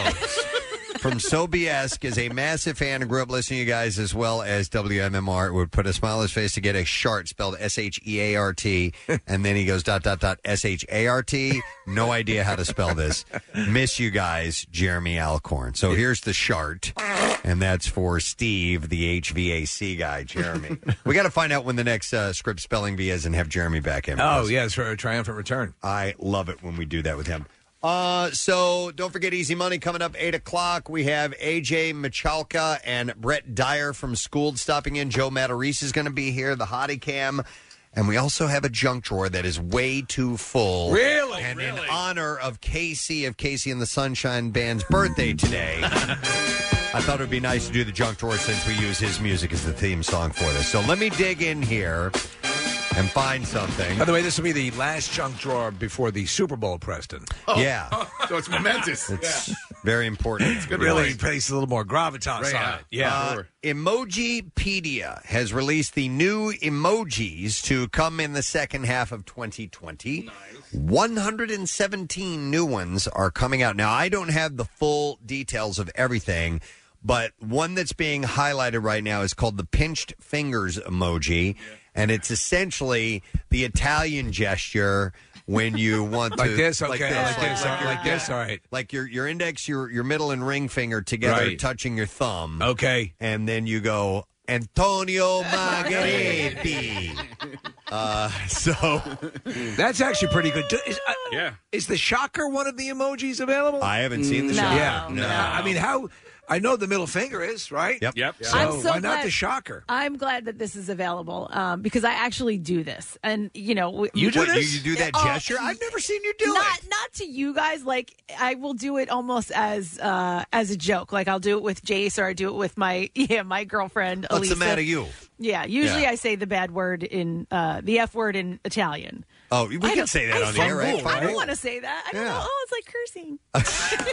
Speaker 3: From Sobiesk is a massive fan and grew up listening to you guys as well as WMMR. It would put a smile on his face to get a shart spelled S H E A R T. And then he goes dot, dot, dot, S H A R T. No idea how to spell this. Miss you guys, Jeremy Alcorn. So here's the shart. And that's for Steve, the HVAC guy, Jeremy. we got to find out when the next uh, script spelling bee is and have Jeremy back in. with
Speaker 5: Oh
Speaker 3: us.
Speaker 5: yes, for a triumphant return.
Speaker 3: I love it when we do that with him. Uh, so don't forget Easy Money coming up eight o'clock. We have AJ Michalka and Brett Dyer from Schooled stopping in. Joe Matarese is going to be here. The Hottie Cam. And we also have a junk drawer that is way too full.
Speaker 5: Really?
Speaker 3: And in honor of Casey of Casey and the Sunshine Band's birthday today, I thought it would be nice to do the junk drawer since we use his music as the theme song for this. So let me dig in here and find something.
Speaker 5: By the way, this will be the last junk drawer before the Super Bowl, Preston.
Speaker 3: Yeah.
Speaker 6: so it's momentous.
Speaker 3: It's Oh. very important. It's
Speaker 5: It really places a little more gravitas
Speaker 3: Right,
Speaker 5: on
Speaker 3: yeah.
Speaker 5: it. Yeah.
Speaker 3: Uh, Emojipedia has released the new emojis to come in the second half of 2020. 117 new ones are coming out. Now, I don't have the full details of everything, but one that's being highlighted right now is called the pinched fingers emoji, and it's essentially the Italian gesture when you want
Speaker 5: Like
Speaker 3: to
Speaker 5: this? Okay, like
Speaker 3: like,
Speaker 5: this,
Speaker 3: like
Speaker 5: uh,
Speaker 3: your-
Speaker 5: like this,
Speaker 3: yeah.
Speaker 5: all right.
Speaker 3: Like your your index, your your middle and ring finger together
Speaker 5: Right.
Speaker 3: touching your thumb.
Speaker 5: Okay.
Speaker 3: And then you go Antonio Margheriti. uh, so
Speaker 5: that's actually pretty good. Do- Is, uh,
Speaker 10: yeah.
Speaker 5: Is the shocker one of the emojis available?
Speaker 3: I haven't seen the No, shocker.
Speaker 5: Yeah.
Speaker 3: no.
Speaker 5: I mean, how? I know the middle finger is right.
Speaker 3: Yep. Yep.
Speaker 5: So,
Speaker 4: I'm so
Speaker 5: why not
Speaker 4: glad-
Speaker 5: the shocker?
Speaker 4: I'm glad that this is available um, because I actually do this, and you know, we,
Speaker 5: You do What, this? you do that
Speaker 4: Oh,
Speaker 5: gesture? I've never seen you do
Speaker 4: not, it. Not to you guys. Like I will do it almost as uh, as a joke. Like I'll do it with Jace, or I do it with my yeah my girlfriend.
Speaker 3: what's the
Speaker 4: Elisa.
Speaker 3: matter, you?
Speaker 4: Yeah, usually
Speaker 3: Yeah.
Speaker 4: I say the bad word in uh, the f word in Italian.
Speaker 3: Oh, we
Speaker 4: I
Speaker 3: can
Speaker 4: don't-
Speaker 3: say that
Speaker 4: I
Speaker 3: on the air, right?
Speaker 4: fumble, I don't
Speaker 3: Fumble.
Speaker 4: want to say that. I don't
Speaker 3: Yeah.
Speaker 4: know. Oh, it's like cursing.
Speaker 3: Uh,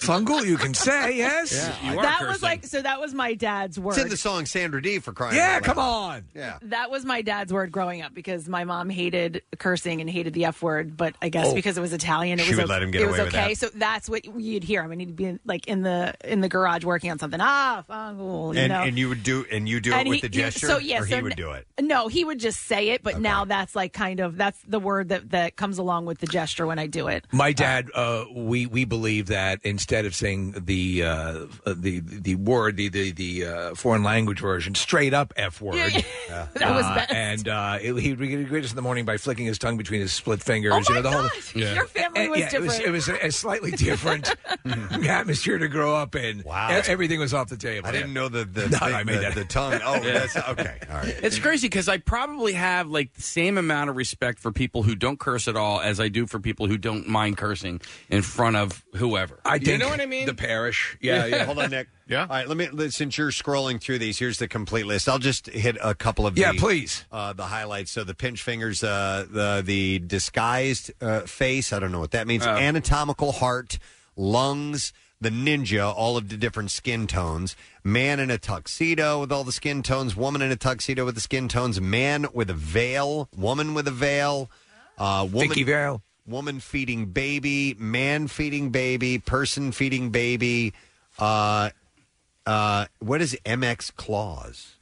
Speaker 5: Fungal, you can say yes.
Speaker 4: that was like so. That was my dad's word.
Speaker 3: It's in the song Sandra D for crying.
Speaker 4: Yeah,
Speaker 3: out loud.
Speaker 4: come on.
Speaker 3: Yeah.
Speaker 4: That was my dad's word growing up because my mom hated cursing and hated the F word, but I guess
Speaker 3: Oh.
Speaker 4: because it was Italian, it
Speaker 3: She
Speaker 4: was
Speaker 3: would
Speaker 4: o-
Speaker 3: let him get
Speaker 4: it was
Speaker 3: away with
Speaker 4: okay.
Speaker 3: that.
Speaker 4: So that's what you'd hear. I mean, he'd be like in the in the garage working on something. Ah, fungal, you
Speaker 3: And,
Speaker 4: know.
Speaker 3: and you would do and you do
Speaker 4: And
Speaker 3: it with
Speaker 4: he-
Speaker 3: the
Speaker 4: he-
Speaker 3: gesture,
Speaker 4: so, yeah,
Speaker 3: or
Speaker 4: so
Speaker 3: he would
Speaker 4: n-
Speaker 3: do it.
Speaker 4: no, he would just say it, but now that's like kind of that's the word that that comes along with the gesture when I do it.
Speaker 5: My dad, uh, we we believe that instead of saying the uh, the the word the the, the uh, foreign language version, straight up f word.
Speaker 4: Yeah, yeah. That was best.
Speaker 5: And uh, it- he would greet us in the morning by flicking his tongue between his split fingers.
Speaker 4: Oh,
Speaker 5: you know,
Speaker 4: my
Speaker 5: the whole,
Speaker 4: gosh. Your family
Speaker 5: And,
Speaker 4: was
Speaker 5: yeah, It
Speaker 4: different.
Speaker 5: was, it was a, a slightly different atmosphere to grow up in. Wow, everything was off the table.
Speaker 3: I didn't know the the,
Speaker 5: No,
Speaker 3: thing-
Speaker 5: I made
Speaker 3: the,
Speaker 5: that.
Speaker 3: the tongue. Oh,
Speaker 10: Yeah.
Speaker 3: that's okay. All right.
Speaker 10: It's crazy because I probably have like the same amount of respect for people who don't curse at all as I do for people who don't mind cursing in front of whoever.
Speaker 5: I
Speaker 10: you
Speaker 5: think
Speaker 10: know what I mean?
Speaker 5: The parish. Yeah, yeah.
Speaker 3: Hold on, Nick. Yeah. All right. Let me. let- Since you're scrolling through these, here's the complete list. I'll just hit a couple of
Speaker 5: Yeah,
Speaker 3: the,
Speaker 5: please.
Speaker 3: Uh, the highlights. So the pinch fingers, uh, the the disguised uh, face. I don't know what that means.
Speaker 10: Oh.
Speaker 3: Anatomical heart, lungs. The ninja, all of the different skin tones. Man in a tuxedo with all the skin tones. Woman in a tuxedo with the skin tones. Man with a veil. Woman with a veil. Uh, woman,
Speaker 5: Vicky Veil.
Speaker 3: woman feeding baby, man feeding baby, person feeding baby. Uh, uh, what is MX Claus?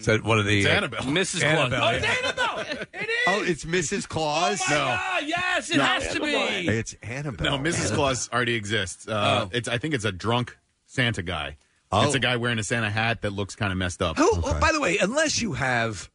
Speaker 5: So one of the uh,
Speaker 10: It's Annabelle. Mrs. Claus. Oh, it's Annabelle. It is.
Speaker 3: Oh, it's Mrs. Claus.
Speaker 10: Oh, my God. Yes, it
Speaker 6: No.
Speaker 10: has to be.
Speaker 3: It's Annabelle.
Speaker 6: No, Mrs.
Speaker 3: Annabelle.
Speaker 6: Claus already exists. Uh, It's I think it's a drunk Santa guy.
Speaker 5: Oh.
Speaker 6: It's a guy wearing a Santa hat that looks kind of messed up.
Speaker 5: Who, oh, by the way, unless you have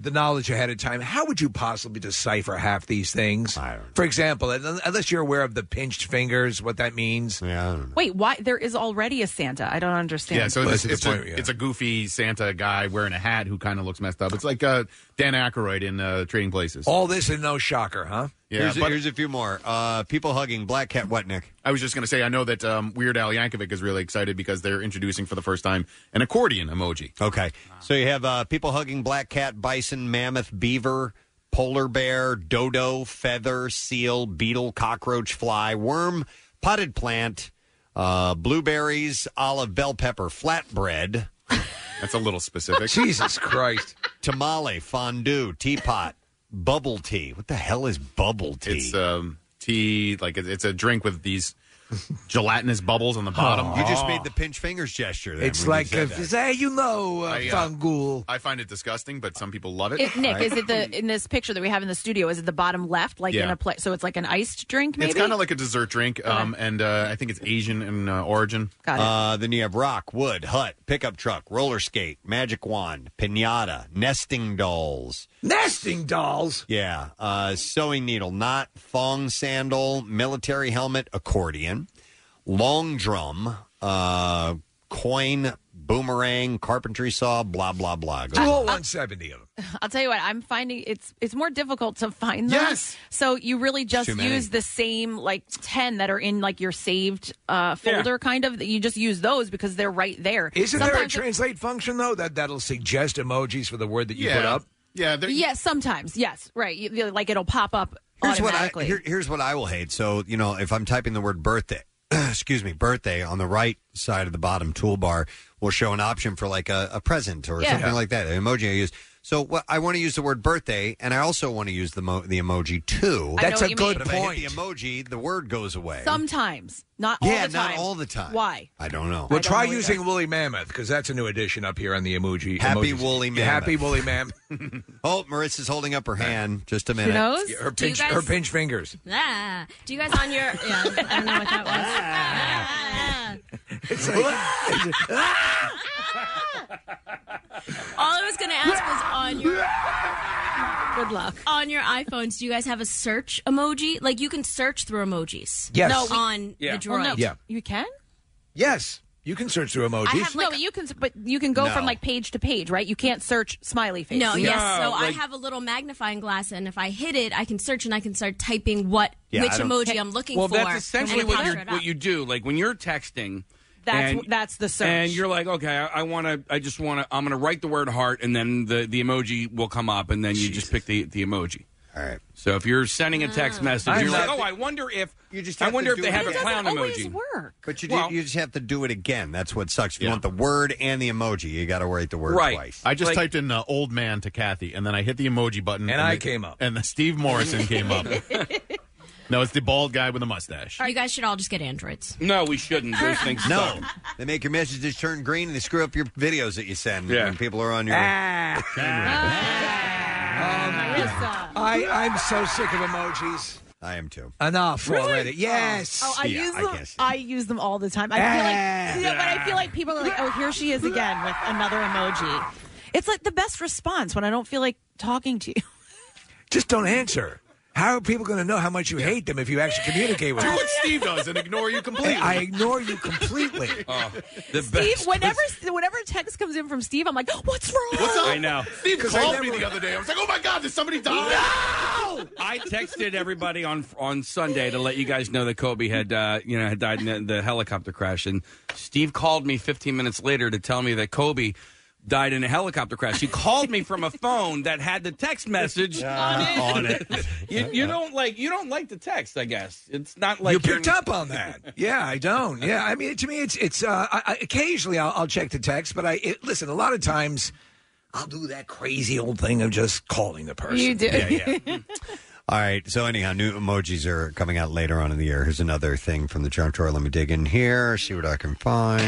Speaker 5: the knowledge ahead of time, how would you possibly decipher half these things? For example, un- unless you're aware of the pinched fingers, what that means.
Speaker 3: Yeah, I don't know.
Speaker 4: Wait, why? There is already a Santa. I don't understand.
Speaker 6: Yeah, so
Speaker 5: Well,
Speaker 6: it's,
Speaker 5: that's
Speaker 6: it's,
Speaker 5: the
Speaker 6: a,
Speaker 5: point, yeah.
Speaker 6: it's a goofy Santa guy wearing a hat who kind of looks messed up. It's like uh, Dan Aykroyd in uh, Trading Places.
Speaker 5: All this and no shocker, huh?
Speaker 6: Yeah,
Speaker 3: here's, a,
Speaker 6: but-
Speaker 3: here's a few more. Uh, people hugging black cat. What Nick?
Speaker 6: I was just going to say, I know that um, Weird Al Yankovic is really excited because they're introducing for the first time an accordion emoji.
Speaker 3: Okay, so you have uh, people hugging black cat, bison, mammoth, beaver, polar bear, dodo, feather, seal, beetle, cockroach, fly, worm, potted plant, uh, blueberries, olive, bell pepper, flatbread.
Speaker 6: That's a little specific.
Speaker 5: Jesus Christ!
Speaker 3: Tamale, fondue, teapot, bubble tea. What the hell is bubble tea?
Speaker 6: It's um, tea, like it- it's a drink with these gelatinous bubbles on the bottom.
Speaker 3: Oh.
Speaker 6: Oh.
Speaker 3: You just made the pinch fingers gesture. Then
Speaker 5: It's
Speaker 3: when you
Speaker 5: like,
Speaker 3: said
Speaker 5: a,
Speaker 3: that.
Speaker 5: say you know, uh,
Speaker 6: I, uh,
Speaker 5: Fangul.
Speaker 6: I find it disgusting, but some people love it.
Speaker 4: It, Nick, is it the in this picture that we have in the studio? Is it the bottom left, like in
Speaker 6: Yeah.
Speaker 4: a plate? So it's like an iced drink, maybe.
Speaker 6: It's kind of like a dessert drink, um, and uh, I think it's Asian in uh, origin.
Speaker 4: Got
Speaker 3: Uh, then you have rock, wood, hut, pickup truck, roller skate, magic wand, pinata, nesting dolls.
Speaker 5: Nesting dolls?
Speaker 3: Yeah. Uh, sewing needle, knot, thong sandal, military helmet, accordion, long drum, uh, coin, boomerang, carpentry saw, blah, blah, blah. Goes
Speaker 5: Do all
Speaker 3: on.
Speaker 5: 170 of them.
Speaker 4: I'll tell you what, I'm finding it's it's more difficult to find them. Yes. So you really just
Speaker 3: too many.
Speaker 4: use the same like ten that are in like your saved uh, folder, kind of. You just use those because they're right there.
Speaker 5: Isn't there a
Speaker 4: Sometimes it-
Speaker 5: translate function, though, that, that'll suggest emojis for the word that you put
Speaker 3: Yeah.
Speaker 5: up?
Speaker 6: Yeah.
Speaker 4: Yes, sometimes. Yes, right. You- you- like it'll pop up
Speaker 3: Here's what I
Speaker 4: automatically.
Speaker 3: here, here's what I will hate. So you know, if I'm typing the word birthday, excuse me, birthday on the right side of the bottom toolbar will show an option for like a, a present or
Speaker 15: Yeah.
Speaker 3: something
Speaker 15: Yeah.
Speaker 3: like that, an emoji I use. So what, I want to use the word birthday, and I also want to use the mo- the emoji too.
Speaker 4: I know That's a what you good
Speaker 3: But
Speaker 4: mean.
Speaker 3: if I hit
Speaker 4: point.
Speaker 3: the emoji, the word goes away.
Speaker 4: sometimes, not all
Speaker 3: Yeah,
Speaker 4: the
Speaker 3: not
Speaker 4: time.
Speaker 3: all the time.
Speaker 4: Why?
Speaker 3: I don't know.
Speaker 5: Well, try using woolly mammoth because that's a new addition up here on the emoji.
Speaker 3: Happy
Speaker 5: emojis.
Speaker 3: woolly
Speaker 5: Yeah, Happy
Speaker 3: mammoth.
Speaker 5: woolly mammoth.
Speaker 3: oh, Marissa's holding up her hand. Just a minute.
Speaker 5: Yeah, Her pinch, her pinch fingers.
Speaker 16: Ah, do you guys on your? Yeah, I don't know what that was.
Speaker 5: It's like,
Speaker 16: All I was going to ask was on your. Good luck. On your iPhones, do you guys have a search emoji? Like you can search through emojis.
Speaker 5: Yes.
Speaker 16: No, on the
Speaker 5: Well,
Speaker 16: Droid.
Speaker 5: no. Yeah.
Speaker 4: You can?
Speaker 5: Yes, you can search through emojis.
Speaker 4: I have like, no, you can, but you can go
Speaker 5: No.
Speaker 4: from like page to page, right? You can't search smiley face.
Speaker 16: No, yes.
Speaker 10: Oh,
Speaker 16: So
Speaker 5: like-
Speaker 16: I have a little magnifying glass, and if I hit it, I can search and I can start typing what
Speaker 10: Yeah,
Speaker 16: which
Speaker 10: I don't-
Speaker 16: emoji I'm looking
Speaker 10: well,
Speaker 16: for.
Speaker 10: that's essentially
Speaker 16: and it
Speaker 10: what
Speaker 16: pops
Speaker 10: you
Speaker 16: right up.
Speaker 10: what you do. Like when you're texting,
Speaker 4: That's
Speaker 10: and-
Speaker 4: wh- that's the search.
Speaker 10: and you're like, okay, I, I want to, I just want to, I'm going to write the word heart, and then the the emoji will come up, and then you just pick the the emoji.
Speaker 3: All right.
Speaker 10: So if you're sending a
Speaker 16: Ah.
Speaker 10: text message,
Speaker 3: I'm
Speaker 10: you're like,
Speaker 3: not-
Speaker 10: oh, I wonder if you
Speaker 3: just
Speaker 10: I
Speaker 3: have
Speaker 10: wonder
Speaker 3: to
Speaker 10: if
Speaker 3: do
Speaker 10: they
Speaker 3: it
Speaker 10: have a
Speaker 3: again.
Speaker 10: clown
Speaker 3: It doesn't always
Speaker 10: emoji.
Speaker 4: Work.
Speaker 3: But you, do,
Speaker 10: Well-
Speaker 3: you just have to do it again. That's what sucks. You want the word and the emoji. You got to write the word twice.
Speaker 6: I just typed in uh, old man to Kathy, and then I hit the emoji button. And,
Speaker 5: I
Speaker 6: the-
Speaker 5: came up.
Speaker 6: And the Steve Morrison came up. no, it's the bald guy with a mustache.
Speaker 16: You guys should all just get androids.
Speaker 10: No, we shouldn't. Those things
Speaker 3: No. They make your messages turn green and they screw up your videos that you send when people are on your.
Speaker 4: Ah.
Speaker 5: I, I'm so sick of emojis.
Speaker 3: I am too.
Speaker 5: Enough
Speaker 4: Really?
Speaker 5: already. Yes.
Speaker 4: Oh, I use them. I, use them all the time.
Speaker 5: Ah.
Speaker 4: I feel like, you know, but I feel like people are like, oh, here she is again with another emoji. It's like the best response when I don't feel like talking to you.
Speaker 5: Just don't answer. How are people going to know how much you hate them if you actually communicate with
Speaker 6: Do
Speaker 5: them?
Speaker 6: what Steve does and ignore you completely. Oh,
Speaker 5: I ignore you completely.
Speaker 10: the
Speaker 4: Steve, whenever whenever a text comes in from Steve, I'm like, what's wrong?
Speaker 6: What's up?
Speaker 10: I know.
Speaker 6: Steve
Speaker 10: 'Cause
Speaker 6: called
Speaker 10: I
Speaker 6: me
Speaker 10: never-
Speaker 6: the other day. I was like, oh my God, did somebody die?
Speaker 10: I texted everybody on on Sunday to let you guys know that Kobe had uh, you know had died in the, the helicopter crash, and Steve called me 15 minutes later to tell me that Kobe died in a helicopter crash. He called me from a phone that had the text message on it. you, you don't like you don't like the text, I guess. It's not like
Speaker 5: you picked
Speaker 10: you're-
Speaker 5: up on that. Yeah, I don't. Yeah, I mean, to me, it's it's. Uh, I, I- occasionally, I'll, I'll check the text, but I it, listen. A lot of times, I'll do that crazy old thing of just calling the person.
Speaker 3: You do.
Speaker 5: Yeah, yeah.
Speaker 3: All right. So anyhow, new emojis are coming out later on in the year. Here's another thing from the junk drawer. Let me dig in here, see what I can find.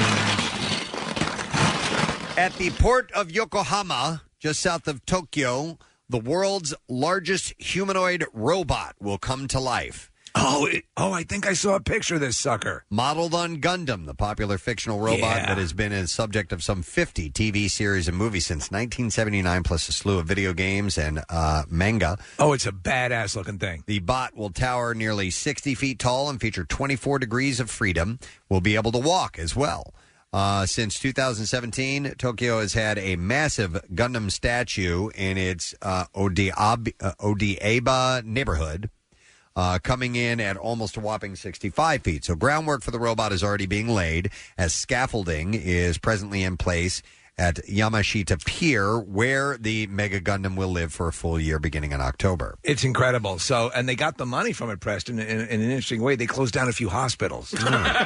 Speaker 3: At the port of Yokohama, just south of Tokyo, the world's largest humanoid robot will come to life.
Speaker 5: Oh, it, oh! I think I saw a picture of this sucker.
Speaker 3: Modeled on Gundam, the popular fictional robot
Speaker 5: Yeah.
Speaker 3: that has been a subject of some 50 TV series and movies since 1979, plus a slew of video games and uh, manga.
Speaker 5: Oh, it's a badass looking thing.
Speaker 3: The bot will tower nearly 60 feet tall and feature 24 degrees of freedom. Will be able to walk as well. Uh, since 2017, Tokyo has had a massive Gundam statue in its uh, Odeab- uh, Odeaba neighborhood. Uh, coming in at almost a whopping 65 feet. So, groundwork for the robot is already being laid as scaffolding is presently in place at Yamashita Pier, where the Mega Gundam will live for a full year beginning in October.
Speaker 5: It's incredible. So, and they got the money from it, Preston, in, in an interesting way. They closed down a few hospitals.
Speaker 3: Ah.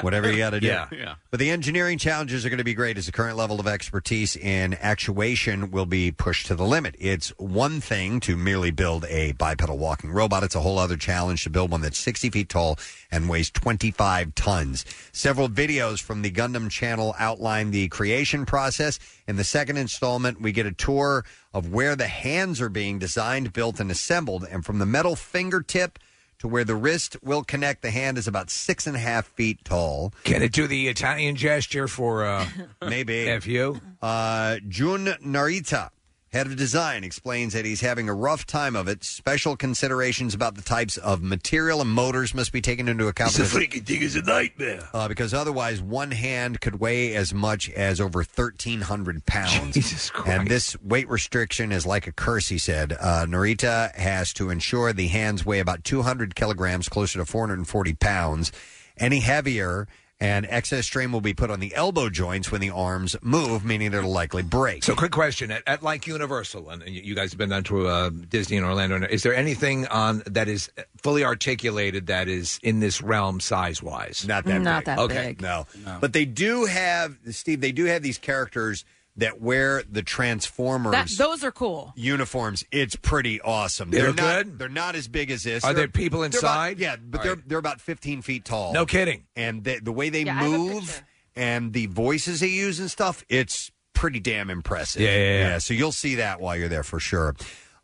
Speaker 3: whatever you got to do.
Speaker 5: Yeah. Yeah.
Speaker 3: But the engineering challenges are going to be great as the current level of expertise in actuation will be pushed to the limit. It's one thing to merely build a bipedal walking robot, it's a whole other challenge to build one that's 60 feet tall and weighs 25 tons. Several videos from the Gundam channel outline the creation process. In the second installment, we get a tour of where the hands are being designed, built, and assembled. And from the metal fingertip, to where the wrist will connect. The hand is about six and a half feet tall.
Speaker 5: Can it do the Italian gesture for uh,
Speaker 3: maybe
Speaker 5: F you?
Speaker 3: Uh, Jun Narita, head of design, explains that he's having a rough time of it. Special considerations about the types of material and motors must be taken into account. because-
Speaker 5: thing is a nightmare.
Speaker 3: uh, because otherwise, one hand could weigh as much as over 1,300 pounds. And this weight restriction is like a curse, he said. Uh, Narita has to ensure the hands weigh about 200 kilograms, closer to 440 pounds. Any heavier, and excess strain will be put on the elbow joints when the arms move, meaning they'll likely break.
Speaker 5: So, quick question: at, at like Universal, and you you guys have been down to uh, Disney in Orlando. and Is there anything on that is fully articulated that is in this realm size wise?
Speaker 3: Not
Speaker 5: that.
Speaker 3: Not big. that
Speaker 5: okay.
Speaker 3: big. No. But they do have, Steve, they do have these characters that wear the Transformers.
Speaker 4: That, those are cool.
Speaker 3: uniforms. It's pretty awesome.
Speaker 5: They look
Speaker 3: not,
Speaker 5: good?
Speaker 3: They're not as big as this.
Speaker 5: Are
Speaker 3: They're-
Speaker 5: there people
Speaker 3: they're about-
Speaker 5: inside?
Speaker 3: yeah, but
Speaker 5: All
Speaker 3: they're
Speaker 5: right.
Speaker 3: they're about 15 feet tall.
Speaker 5: No kidding.
Speaker 3: And they, the way they
Speaker 5: Yeah, I have a
Speaker 3: move and the voices they use and stuff, it's pretty damn impressive.
Speaker 5: Yeah, yeah, yeah.
Speaker 3: So you'll see that while you're there for sure.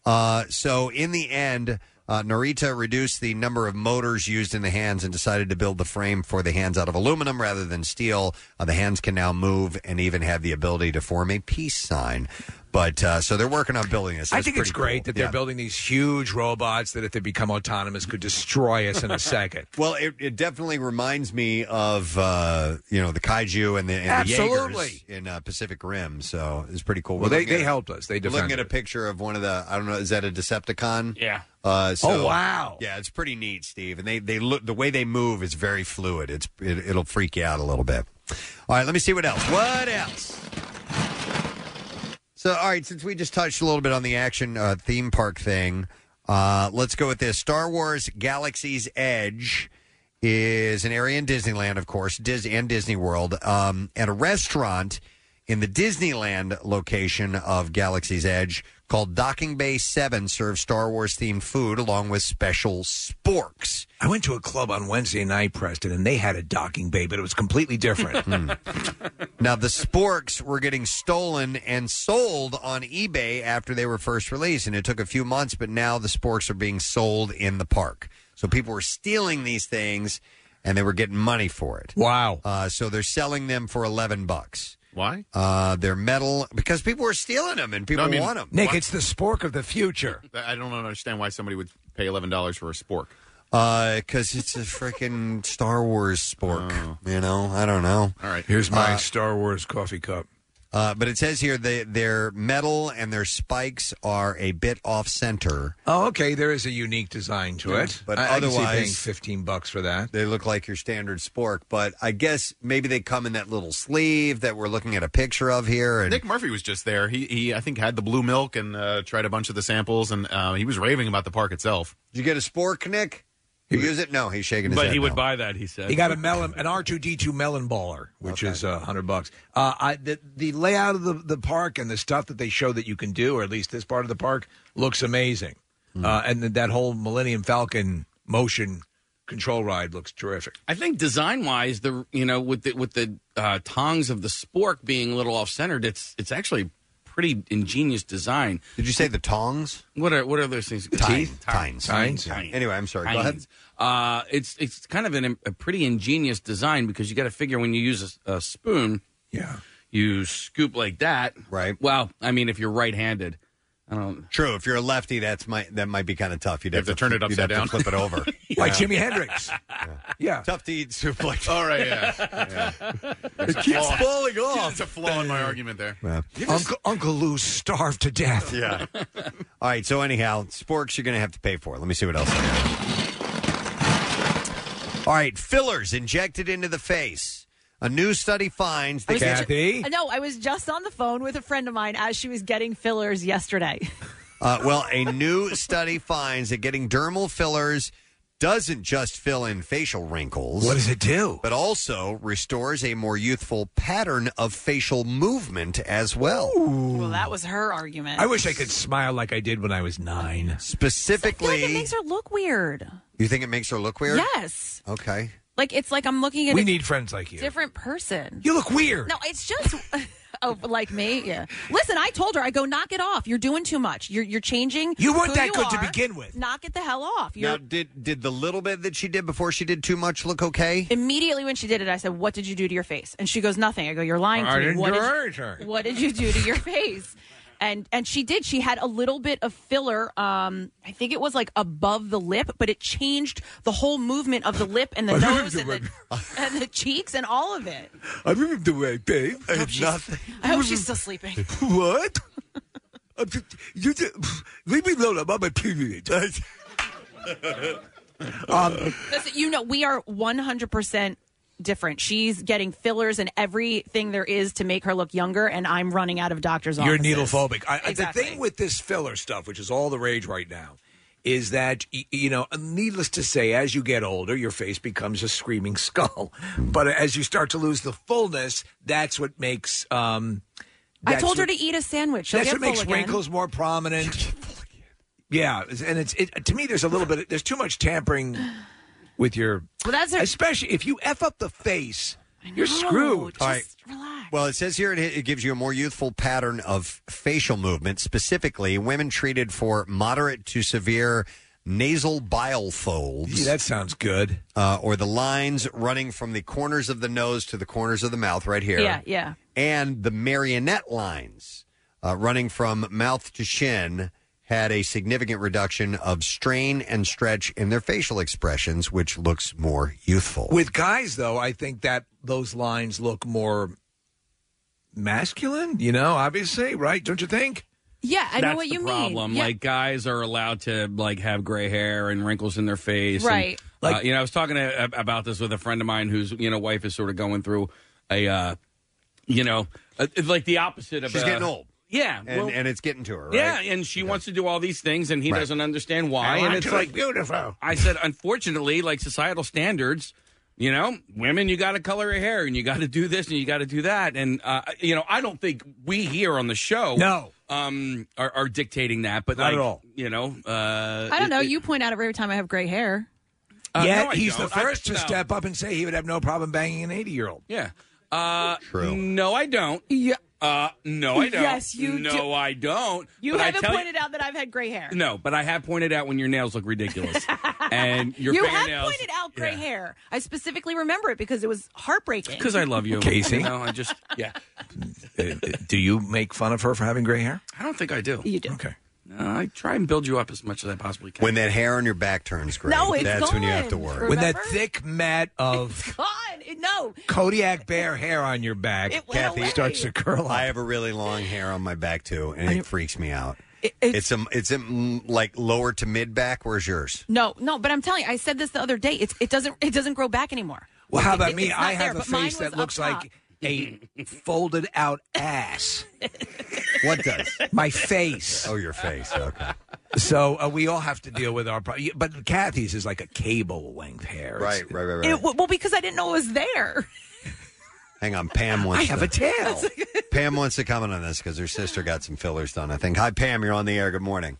Speaker 3: Uh, so in the end, Uh, Narita reduced the number of motors used in the hands and decided to build the frame for the hands out of aluminum rather than steel. Uh, the hands can now move and even have the ability to form a peace sign. But uh, so they're working on building this.
Speaker 5: I think it's
Speaker 3: pretty
Speaker 5: great
Speaker 3: cool.
Speaker 5: that they're
Speaker 3: Yeah.
Speaker 5: building these huge robots that, if they become autonomous, could destroy us in a second.
Speaker 3: Well, it, it definitely reminds me of uh, you know the kaiju and the and the Jaegers
Speaker 5: Absolutely.
Speaker 3: in uh, Pacific Rim. So it's pretty cool.
Speaker 5: Well, they-
Speaker 3: looking at
Speaker 5: they
Speaker 3: a-
Speaker 5: helped us. They
Speaker 3: we're looking
Speaker 5: defended
Speaker 3: at a picture of one of the I don't know is that a Decepticon?
Speaker 10: Yeah.
Speaker 3: Uh, so-
Speaker 5: oh wow!
Speaker 3: Yeah, it's pretty neat, Steve. And they they look the way they move is very fluid. It's it, it'll freak you out a little bit. All right, let me see what else. What else? So, all right, since we just touched a little bit on the action uh, theme park thing, uh, let's go with this. Star Wars Galaxy's Edge is an area in Disneyland, of course, Dis- and Disney World, um, and a restaurant in the Disneyland location of Galaxy's Edge called Docking Bay 7 serves Star Wars themed food along with special sporks.
Speaker 5: I went to a club on Wednesday night, Preston, and they had a docking bay, but it was completely different.
Speaker 3: Hmm. Now, the sporks were getting stolen and sold on eBay after they were first released, and it took a few months, but now the sporks are being sold in the park. So people were stealing these things and they were getting money for it.
Speaker 5: Wow.
Speaker 3: Uh, so they're selling them for 11 bucks.
Speaker 6: Why?
Speaker 3: Uh, they're metal because people were stealing them and people
Speaker 6: No, I mean,
Speaker 3: want them.
Speaker 6: Nick, it's
Speaker 5: the spork of the future.
Speaker 6: I don't understand why somebody would pay eleven dollars for a spork.
Speaker 3: Because Uh, it's a freaking Star Wars spork.
Speaker 10: Oh.
Speaker 3: You know, I don't know.
Speaker 6: All right.
Speaker 5: Here's my
Speaker 3: Uh,
Speaker 5: Star Wars coffee cup.
Speaker 3: Uh, but it says here they, their metal and their spikes are a bit off center.
Speaker 5: Oh, okay. There is a unique design to it,
Speaker 3: But
Speaker 5: I- I can see
Speaker 3: otherwise,
Speaker 5: paying fifteen bucks for that.
Speaker 3: They look like your standard spork, but I guess maybe they come in that little sleeve that we're looking at a picture of here. And
Speaker 6: Nick Murphy was just there. He, he I think, had the blue milk and uh, tried a bunch of the samples, and uh, he was raving about the park itself.
Speaker 3: Did you get a spork, Nick? You use it? No, he's shaking his
Speaker 10: But
Speaker 3: head.
Speaker 10: he would
Speaker 3: no.
Speaker 10: buy that. He said
Speaker 5: He got a melon, an R two D two melon baller, which is uh, hundred bucks. Uh, I, the, the layout of the, the park and the stuff that they show that you can do, or at least this part of the park, looks amazing. Uh, and then that whole Millennium Falcon motion control ride looks terrific.
Speaker 10: I think design wise, the you know with the with the uh, tongs of the spork being a little off centered, it's it's actually pretty ingenious design.
Speaker 3: Did you say the tongs?
Speaker 10: What are what are those things? Teeth?
Speaker 3: Tines.
Speaker 10: Tines.
Speaker 3: Yeah. Anyway, I'm sorry. Go ahead.
Speaker 10: Tines. Uh, it's it's kind of an, a pretty ingenious design because you got to figure when you use a, a spoon,
Speaker 5: yeah,
Speaker 10: you scoop like that,
Speaker 3: right?
Speaker 10: Well, I mean, if you're right-handed, I don't.
Speaker 3: True. If you're a lefty, that's might that might be kind of tough. You'd have,
Speaker 10: Um, have to turn it
Speaker 3: you'd
Speaker 10: upside
Speaker 3: have to
Speaker 10: down.
Speaker 3: flip it over.
Speaker 5: Like Jimi Hendrix. Yeah. Oh.
Speaker 3: Tough to eat soup like
Speaker 6: All right, yeah.
Speaker 3: It keeps falling
Speaker 17: Oh.
Speaker 3: off.
Speaker 6: It's a flaw in my argument there.
Speaker 5: Uncle Uncle Lou starved to death.
Speaker 3: Yeah. All right. So anyhow, sporks you're going to have to pay for. Let me see what else. I got. All right, fillers injected into the face. A new study finds that
Speaker 4: Uh, No, I was just on the phone with a friend of mine as she was getting fillers yesterday.
Speaker 3: Uh, well, a new study finds that getting dermal fillers doesn't just fill in facial wrinkles.
Speaker 5: What does it do?
Speaker 3: But also restores a more youthful pattern of facial movement as well.
Speaker 4: Well, that was her argument.
Speaker 5: I wish I could smile like I did when I was nine.
Speaker 4: I feel like
Speaker 3: Specifically,
Speaker 4: it makes her look weird.
Speaker 3: you think it makes her look weird?
Speaker 4: Yes.
Speaker 3: Okay.
Speaker 4: Like it's like I'm looking at
Speaker 5: We
Speaker 4: a
Speaker 5: need friends like you.
Speaker 4: different person.
Speaker 5: You look weird.
Speaker 4: No, it's just oh, like me. Yeah. Listen, I told her I go knock it off. You're doing too much. You're you're changing.
Speaker 3: You weren't
Speaker 4: who
Speaker 3: that
Speaker 4: you
Speaker 3: good to
Speaker 4: are.
Speaker 3: begin with.
Speaker 4: Knock it the hell off. You're,
Speaker 3: Now, did did the little bit that she did before she did too much look okay?
Speaker 4: immediately when she did it, I said, "What did you do to your face?" And she goes, "Nothing." I go, "You're lying to
Speaker 3: I
Speaker 4: me.
Speaker 3: didn't
Speaker 4: what,
Speaker 3: do
Speaker 4: did
Speaker 3: anything."
Speaker 4: you, what did you do to your face?" And and she did. She had a little bit of filler. Um, I think it was like above the lip, but it changed the whole movement of the lip and the nose and the, and the cheeks and all of it.
Speaker 5: I remember the way, babe. I
Speaker 3: have nothing.
Speaker 4: I hope she's still sleeping.
Speaker 5: What? I'm just- you just- leave me alone. I'm on my period. um,
Speaker 4: Listen, you know, we are 100% different. She's getting fillers and everything there is to make her look younger, and I'm running out of doctor's
Speaker 5: You're
Speaker 4: offices.
Speaker 5: needle phobic. I, I-
Speaker 4: Exactly.
Speaker 5: The thing with this filler stuff, which is all the rage right now, is that y- you know, uh, needless to say, as you get older, your face becomes a screaming skull. But as you start to lose the fullness, that's what makes. Um,
Speaker 4: I
Speaker 5: that's
Speaker 4: told her
Speaker 5: what-
Speaker 4: to eat a sandwich. She'll
Speaker 5: That's
Speaker 4: get
Speaker 5: what makes
Speaker 4: full again.
Speaker 5: wrinkles more prominent. Yeah, and it's it, to me. There's a little bit. There's too much tampering with your.
Speaker 4: Well, that's her-
Speaker 5: especially if you f up the face. You're
Speaker 4: know,
Speaker 5: screwed.
Speaker 3: All right. Well, it says here it, it gives you a more youthful pattern of facial movement. Specifically, women treated for moderate to severe nasal bile folds. that sounds good. Uh, or the lines running from the corners of the nose to the corners of the mouth, right here.
Speaker 4: Yeah, yeah.
Speaker 3: And the marionette lines uh, running from mouth to chin had a significant reduction of strain and stretch in their facial expressions, which looks more youthful.
Speaker 5: With guys, though, I think that those lines look more masculine. You know, obviously, right? Don't you think?
Speaker 16: Yeah, I know
Speaker 10: That's
Speaker 16: what
Speaker 10: the
Speaker 16: you
Speaker 10: problem.
Speaker 16: mean. Yeah.
Speaker 10: Like guys are allowed to like have gray hair and wrinkles in their face. And,
Speaker 16: Right.
Speaker 10: uh,
Speaker 16: Like-
Speaker 10: you know, I was talking to, ab- about this with a friend of mine whose you know wife is sort of going through a, uh, you know, a, it's like the opposite of
Speaker 3: She's
Speaker 10: a-
Speaker 3: getting old.
Speaker 10: Yeah,
Speaker 3: And,
Speaker 10: well-
Speaker 3: and it's getting to her, right?
Speaker 10: Yeah, and she wants to do all these things, and he
Speaker 3: Right.
Speaker 10: doesn't understand why.
Speaker 3: I
Speaker 10: and
Speaker 3: want
Speaker 10: it's
Speaker 3: to
Speaker 10: like
Speaker 3: look beautiful.
Speaker 10: I said, unfortunately, like societal standards, you know, women, you got to color your hair, and you got to do this, and you got to do that, and uh, you know, I don't think we here on the show,
Speaker 5: No.
Speaker 10: um, are, are dictating that, but
Speaker 5: Not
Speaker 10: like,
Speaker 5: at all.
Speaker 10: you know, uh,
Speaker 9: I don't know.
Speaker 10: it-
Speaker 9: You point out every time I have gray hair.
Speaker 10: Uh,
Speaker 5: Yet
Speaker 10: no, I
Speaker 5: he's the
Speaker 10: don't. I-
Speaker 5: first
Speaker 10: no.
Speaker 5: to step up and say he would have no problem banging an 80 year old.
Speaker 10: Yeah. Uh,
Speaker 5: True.
Speaker 10: No, I don't. Yeah. Uh, no, I don't.
Speaker 5: Yes, you
Speaker 10: No,
Speaker 5: do.
Speaker 10: I don't.
Speaker 4: You
Speaker 10: But I
Speaker 4: haven't
Speaker 10: tell you-
Speaker 4: pointed out that I've had gray hair.
Speaker 10: No, but I have pointed out when your nails look ridiculous and your
Speaker 4: you have
Speaker 10: fingernails.
Speaker 4: pointed out gray hair. I specifically remember it because it was heartbreaking.
Speaker 10: Because I love you,
Speaker 5: Casey.
Speaker 10: You know, I just yeah.
Speaker 5: Do you make fun of her for having gray hair?
Speaker 10: I don't think I do.
Speaker 4: You do.
Speaker 5: Okay.
Speaker 10: No, Uh, I try and build you up as much as I possibly can.
Speaker 3: When that hair on your back turns gray,
Speaker 4: No, it's
Speaker 3: that's when you have to
Speaker 4: gone.
Speaker 3: worry.
Speaker 5: When that
Speaker 4: Remember?
Speaker 5: thick mat of
Speaker 4: God, it- no.
Speaker 5: Kodiak bear hair on your back
Speaker 4: It went Kathy, away.
Speaker 5: starts to curl up.
Speaker 3: I have a really long hair on my back too, and it freaks me out. it's a, it's a, mm, like lower to mid back. Where's yours?
Speaker 9: No, no, but I'm telling you, I said this the other day. It's, it doesn't it doesn't grow back anymore.
Speaker 5: Well, how about
Speaker 9: It-
Speaker 5: me?
Speaker 9: it's not
Speaker 5: I have
Speaker 9: there,
Speaker 5: a
Speaker 9: but mine
Speaker 5: face that
Speaker 9: was up
Speaker 5: looks
Speaker 9: top.
Speaker 5: like a folded out ass.
Speaker 3: What does?
Speaker 5: My face.
Speaker 3: Oh, your face. Okay.
Speaker 5: So uh, we all have to deal with our problem. But Kathy's is like a cable length hair.
Speaker 3: Right, right, right,
Speaker 4: It, w- well, because I didn't know it was there.
Speaker 3: Hang on, Pam wants.
Speaker 5: I have
Speaker 3: to,
Speaker 5: a tail.
Speaker 3: Pam wants to comment on this because her sister got some fillers done. I think. Hi, Pam. You're on the air. Good morning.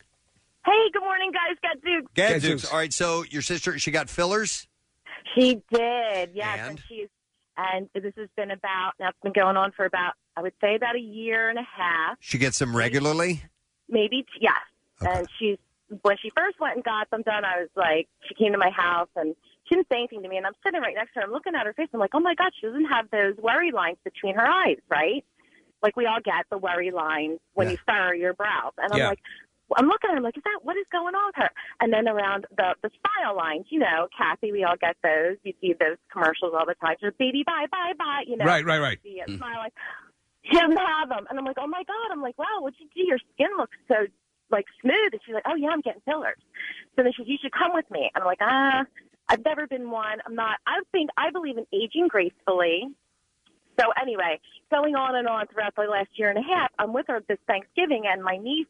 Speaker 18: Hey, good morning, guys. Got Duke.
Speaker 3: Gadzooks. All right. So your sister, she got fillers.
Speaker 18: She did, yes.
Speaker 3: And?
Speaker 18: And, she's, and this has been about, now it's been going on for about, I would say about a year and a half,
Speaker 3: She gets them regularly.
Speaker 18: maybe, t- yes. And she's, when she first went and got them done, I was like, she came to my house and she didn't say anything to me. And I'm sitting right next to her. I'm looking at her face. I'm like, oh my God, she doesn't have those worry lines between her eyes, right? Like we all get the worry lines when you furrow your brows. And I'm
Speaker 19: Yeah.
Speaker 18: like, I'm looking at her, I'm like, is that what is going on with her? And then around the the smile lines, you know, Kathy, we all get those. You see those commercials all the time. Just baby, bye, bye, bye. You know,
Speaker 5: Right, right, right.
Speaker 18: The uh,
Speaker 5: Mm.
Speaker 18: smile line. She doesn't have them, and I'm like, oh my god. I'm like, wow, what you do? Your skin looks so like smooth. And she's like, oh yeah, I'm getting fillers. So then she's, you should come with me. And I'm like, ah, I've never been one. I'm not. I think I believe in aging gracefully. So anyway, going on and on throughout the last year and a half, I'm with her this Thanksgiving, and my niece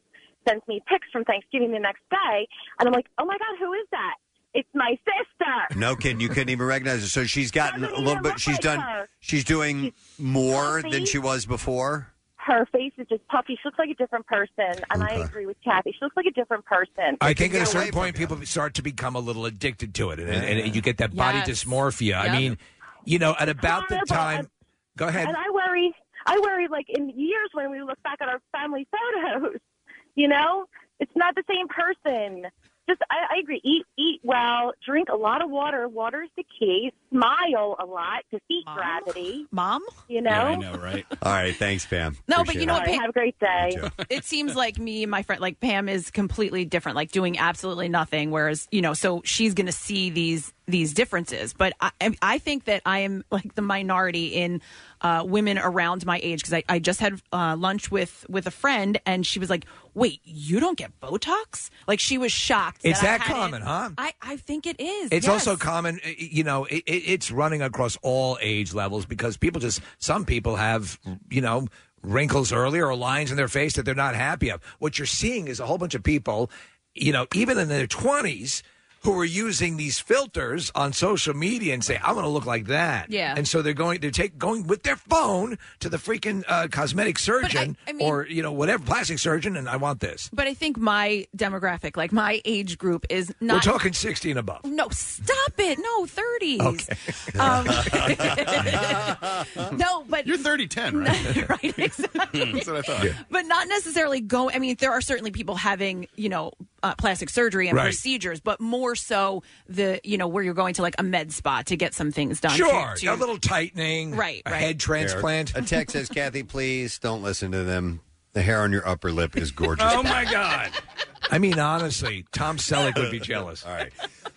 Speaker 18: sends me pics from Thanksgiving the next day, and I'm like, oh my god, who is that? It's my sister.
Speaker 3: No kidding. You couldn't even recognize her. So she's gotten a little bit. She's
Speaker 18: like
Speaker 3: done.
Speaker 18: her.
Speaker 3: She's doing more than
Speaker 18: healthy.
Speaker 3: she was before.
Speaker 18: Her face is just puffy. She looks like a different person, and I agree with Kathy. She looks like a different person.
Speaker 5: I think at a certain point, people start to become a little addicted to it, and, and you get that body
Speaker 18: Yes.
Speaker 5: dysmorphia. I
Speaker 18: Yep.
Speaker 5: mean, you know, at about the
Speaker 18: Horrible.
Speaker 5: time. Go ahead.
Speaker 18: And I worry. I worry, like in years when we look back at our family photos, you know, it's not the same person. Just, I, I agree. Eat, eat well. Drink a lot of water. Water's the key. Smile a lot. Defeat gravity.
Speaker 9: Mom,
Speaker 18: you know.
Speaker 10: right?
Speaker 3: All right. Thanks, Pam.
Speaker 9: No, but you know what?
Speaker 18: All right, have a great day.
Speaker 9: It seems like me and my friend, like Pam, is completely different, like doing absolutely nothing. Whereas, you know, so she's going to see these these differences. But I, I- I think that I am like the minority in uh, women around my age because I, I just had uh, lunch with with a friend and she was like, "Wait, you don't get Botox?" Like she was shocked.
Speaker 5: It's that
Speaker 9: I hadn't-
Speaker 5: common, huh?
Speaker 9: I I think it is.
Speaker 5: It's
Speaker 9: yes.
Speaker 5: also common, uh, you know, it, it- it's running across all age levels because people just, some people have, you know, wrinkles earlier or lines in their face that they're not happy of. What you're seeing is a whole bunch of people, you know, even in their 20s, who are using these filters on social media and say, I want to look like that.
Speaker 9: Yeah.
Speaker 5: And so they're going, they're take, going with their phone to the freaking uh, cosmetic surgeon
Speaker 9: I mean-
Speaker 5: or, you know, whatever, plastic surgeon, and I want this.
Speaker 9: But I think my demographic, like my age group, is not.
Speaker 5: We're talking 60 and above.
Speaker 9: No, stop it. No, 30s.
Speaker 5: Okay.
Speaker 9: Um, no, but
Speaker 6: you're 30 10,
Speaker 9: right? right, exactly.
Speaker 6: That's what I thought.
Speaker 9: But not necessarily go. I mean, there are certainly people having, you know,
Speaker 4: uh, plastic surgery and
Speaker 20: Right.
Speaker 4: procedures, but more so the you know where you're going to like a med spa to get some things done. to-
Speaker 5: Sure,
Speaker 4: to-
Speaker 5: a little tightening,
Speaker 4: Right,
Speaker 5: a
Speaker 4: right.
Speaker 5: head transplant.
Speaker 3: A text says, Kathy, please don't listen to them. The hair on your upper lip is gorgeous.
Speaker 5: Oh,
Speaker 10: my God.
Speaker 5: I mean, honestly, Tom Selleck would be jealous.
Speaker 3: All right.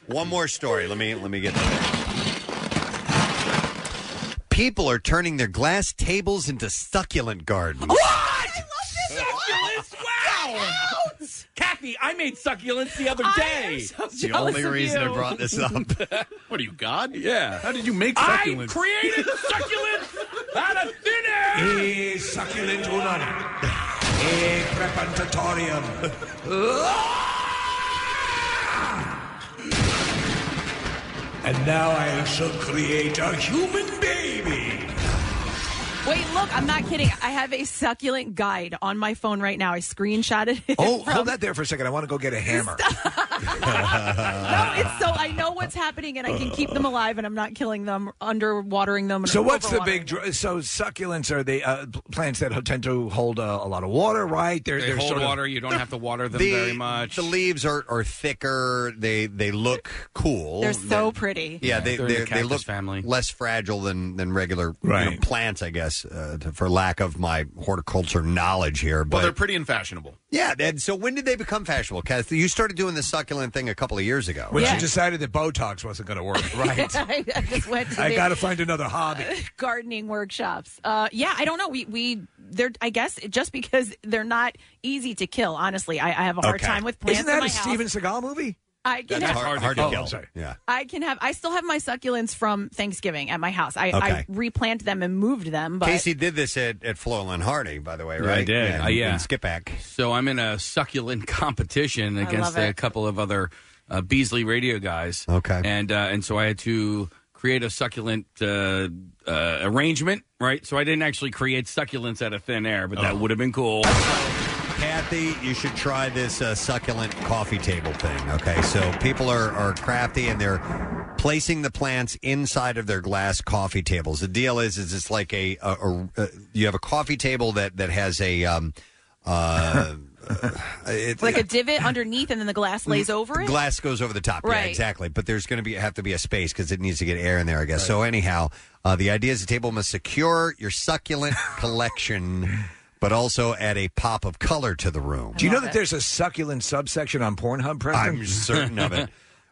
Speaker 3: One more story. Let me let me get that. People are turning their glass tables into succulent gardens.
Speaker 17: Oh,
Speaker 10: Succulents? Wow! Kathy, I made succulents the other day.
Speaker 3: It's the only reason I brought this up.
Speaker 6: what are you, God?
Speaker 10: Yeah.
Speaker 6: How did you make
Speaker 10: I
Speaker 6: succulents?
Speaker 10: created succulents out of thin air.
Speaker 5: E succulent unani. E crepitatorium. and now I shall create a human baby.
Speaker 4: Wait, look, I'm not kidding. I have a succulent guide on my phone right now. I screenshotted it.
Speaker 5: Oh,
Speaker 4: from-
Speaker 5: hold that there for a second. I want to go get a hammer.
Speaker 4: No, it's so I know what's happening and I can keep them alive and I'm not killing them, underwatering them. and
Speaker 5: So what's the
Speaker 4: overwatering
Speaker 5: big? Dr- so succulents are the uh, pl- plants that tend to hold uh, a lot of water, right?
Speaker 10: They hold
Speaker 5: sort of-
Speaker 10: water. You don't have to water them
Speaker 5: The-
Speaker 10: very much.
Speaker 3: The leaves are, are thicker. They they look cool.
Speaker 4: They're so pretty.
Speaker 3: Yeah, they
Speaker 10: They're
Speaker 3: they
Speaker 10: in the
Speaker 3: they
Speaker 10: cactus
Speaker 3: look less fragile than than regular you know, plants, I guess, uh, to- for lack of my horticulture knowledge here. But
Speaker 6: Well, they're pretty and fashionable.
Speaker 3: yeah, and so when did they become fashionable, Kathy? You started doing the succulent thing a couple of years ago.
Speaker 5: When
Speaker 3: right?
Speaker 5: you decided that Botox wasn't going to work,
Speaker 4: I, I just went to
Speaker 5: I
Speaker 4: the
Speaker 5: got to find another hobby.
Speaker 4: gardening workshops. Uh, yeah, I don't know. We we they're I guess just because they're not easy to kill. Honestly, I, I have a hard
Speaker 5: Okay.
Speaker 4: time with plants
Speaker 5: Isn't that
Speaker 4: in my
Speaker 5: a
Speaker 4: house.
Speaker 5: Steven Seagal movie?
Speaker 4: I can have,
Speaker 5: Oh, I'm sorry.
Speaker 3: Yeah.
Speaker 4: I can have. I still have my succulents from Thanksgiving at my house. I,
Speaker 3: Okay.
Speaker 4: I replanted them and moved them. But
Speaker 3: Casey did this at, at Florland Hardy, by the way,
Speaker 10: Yeah,
Speaker 3: right?
Speaker 10: I did.
Speaker 3: And,
Speaker 10: Uh, yeah.
Speaker 3: and Skipack.
Speaker 10: So I'm in a succulent competition against
Speaker 3: love it.
Speaker 10: a couple of other uh, Beasley radio guys.
Speaker 3: Okay.
Speaker 10: And uh, and so I had to create a succulent uh, uh, arrangement, right? So I didn't actually create succulents out of thin air, but
Speaker 3: Oh.
Speaker 10: that would have been cool.
Speaker 3: Kathy, you should try this uh, succulent coffee table thing. Okay, so people are, are crafty and they're placing the plants inside of their glass coffee tables. The deal is, is it's like a, a, a- uh, you have a coffee table that that has a um, uh, uh, it-
Speaker 4: like a divot underneath, and then the glass lays over it.
Speaker 3: Mm-hmm. Glass goes over the top, yeah,
Speaker 4: Right.
Speaker 3: exactly. But there's going to be have to be a space because it needs to get air in there, I guess. So anyhow, uh, the idea is the table must secure your succulent collection, but also add a pop of color to the room.
Speaker 5: Do you know that there's a succulent subsection on Pornhub, Preston?
Speaker 3: I'm certain of it.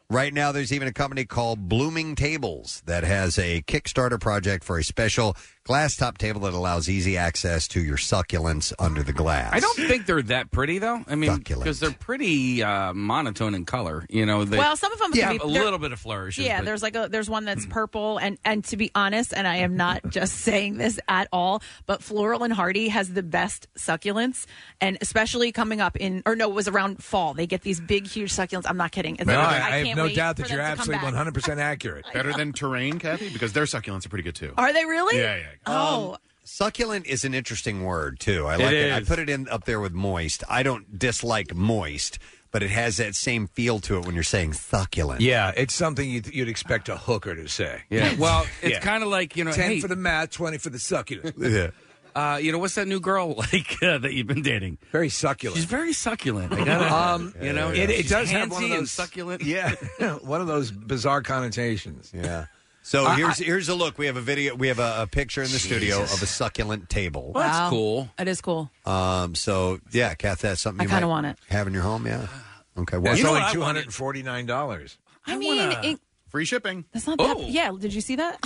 Speaker 3: Right now, there's even a company called Blooming Tables that has a Kickstarter project for a special glass top table that allows easy access to your succulents under the glass.
Speaker 10: I don't think they're that pretty though. I mean, because they're pretty uh, monotone in color. You know, they
Speaker 4: Well, some of them can
Speaker 10: have
Speaker 4: be-
Speaker 10: a
Speaker 4: they're-
Speaker 10: little bit of flourishes.
Speaker 4: Yeah,
Speaker 10: but-
Speaker 4: there's like a there's one that's purple and and to be honest, and I am not just saying this at all, but Floral and Hardy has the best succulents, and especially coming up in or no, it was around fall. They get these big, huge succulents. I'm not kidding. It's-
Speaker 5: No, I,
Speaker 4: can't
Speaker 5: I have no
Speaker 4: wait
Speaker 5: doubt
Speaker 4: for
Speaker 5: that
Speaker 4: them
Speaker 5: you're
Speaker 4: to come
Speaker 5: absolutely
Speaker 4: back.
Speaker 5: 100 percent accurate.
Speaker 6: Better than terrain, Kathy, because their succulents are pretty good too.
Speaker 4: Are they really?
Speaker 6: Yeah, yeah.
Speaker 4: Oh,
Speaker 3: Um, Succulent is an interesting word too. I
Speaker 6: It
Speaker 3: like it. I
Speaker 6: is.
Speaker 3: put it in up there with moist. I don't dislike moist, but it has that same feel to it when you're saying succulent.
Speaker 5: Yeah, it's something you'd, you'd expect a hooker to say.
Speaker 10: Yeah, well, it's kind of like you know,
Speaker 5: ten
Speaker 10: hey,
Speaker 5: for the mat, twenty for the succulent.
Speaker 3: Yeah.
Speaker 10: Uh, you know what's that new girl like uh, that you've been dating?
Speaker 5: Very succulent.
Speaker 10: She's very succulent. I gotta,
Speaker 5: Um,
Speaker 10: you know,
Speaker 5: it, it
Speaker 10: she's
Speaker 5: does have one
Speaker 10: handsy
Speaker 5: of
Speaker 10: and
Speaker 5: those
Speaker 10: succulent.
Speaker 5: Yeah, one of those bizarre connotations.
Speaker 3: Yeah. So
Speaker 5: I-
Speaker 3: here's
Speaker 5: I-
Speaker 3: here's a look. We have a video. We have a, a picture in the studio of a succulent table.
Speaker 4: Wow. That is cool.
Speaker 3: Um. So yeah, Kath, that's something
Speaker 4: I
Speaker 3: you
Speaker 4: kinda
Speaker 3: might
Speaker 4: want it.
Speaker 3: Have in your home, yeah. Okay.
Speaker 5: That's
Speaker 3: You know
Speaker 5: only
Speaker 3: what I
Speaker 5: two hundred and forty nine dollars.
Speaker 4: I, mean, it,
Speaker 6: Free shipping.
Speaker 4: that's not that. Yeah, did you see that?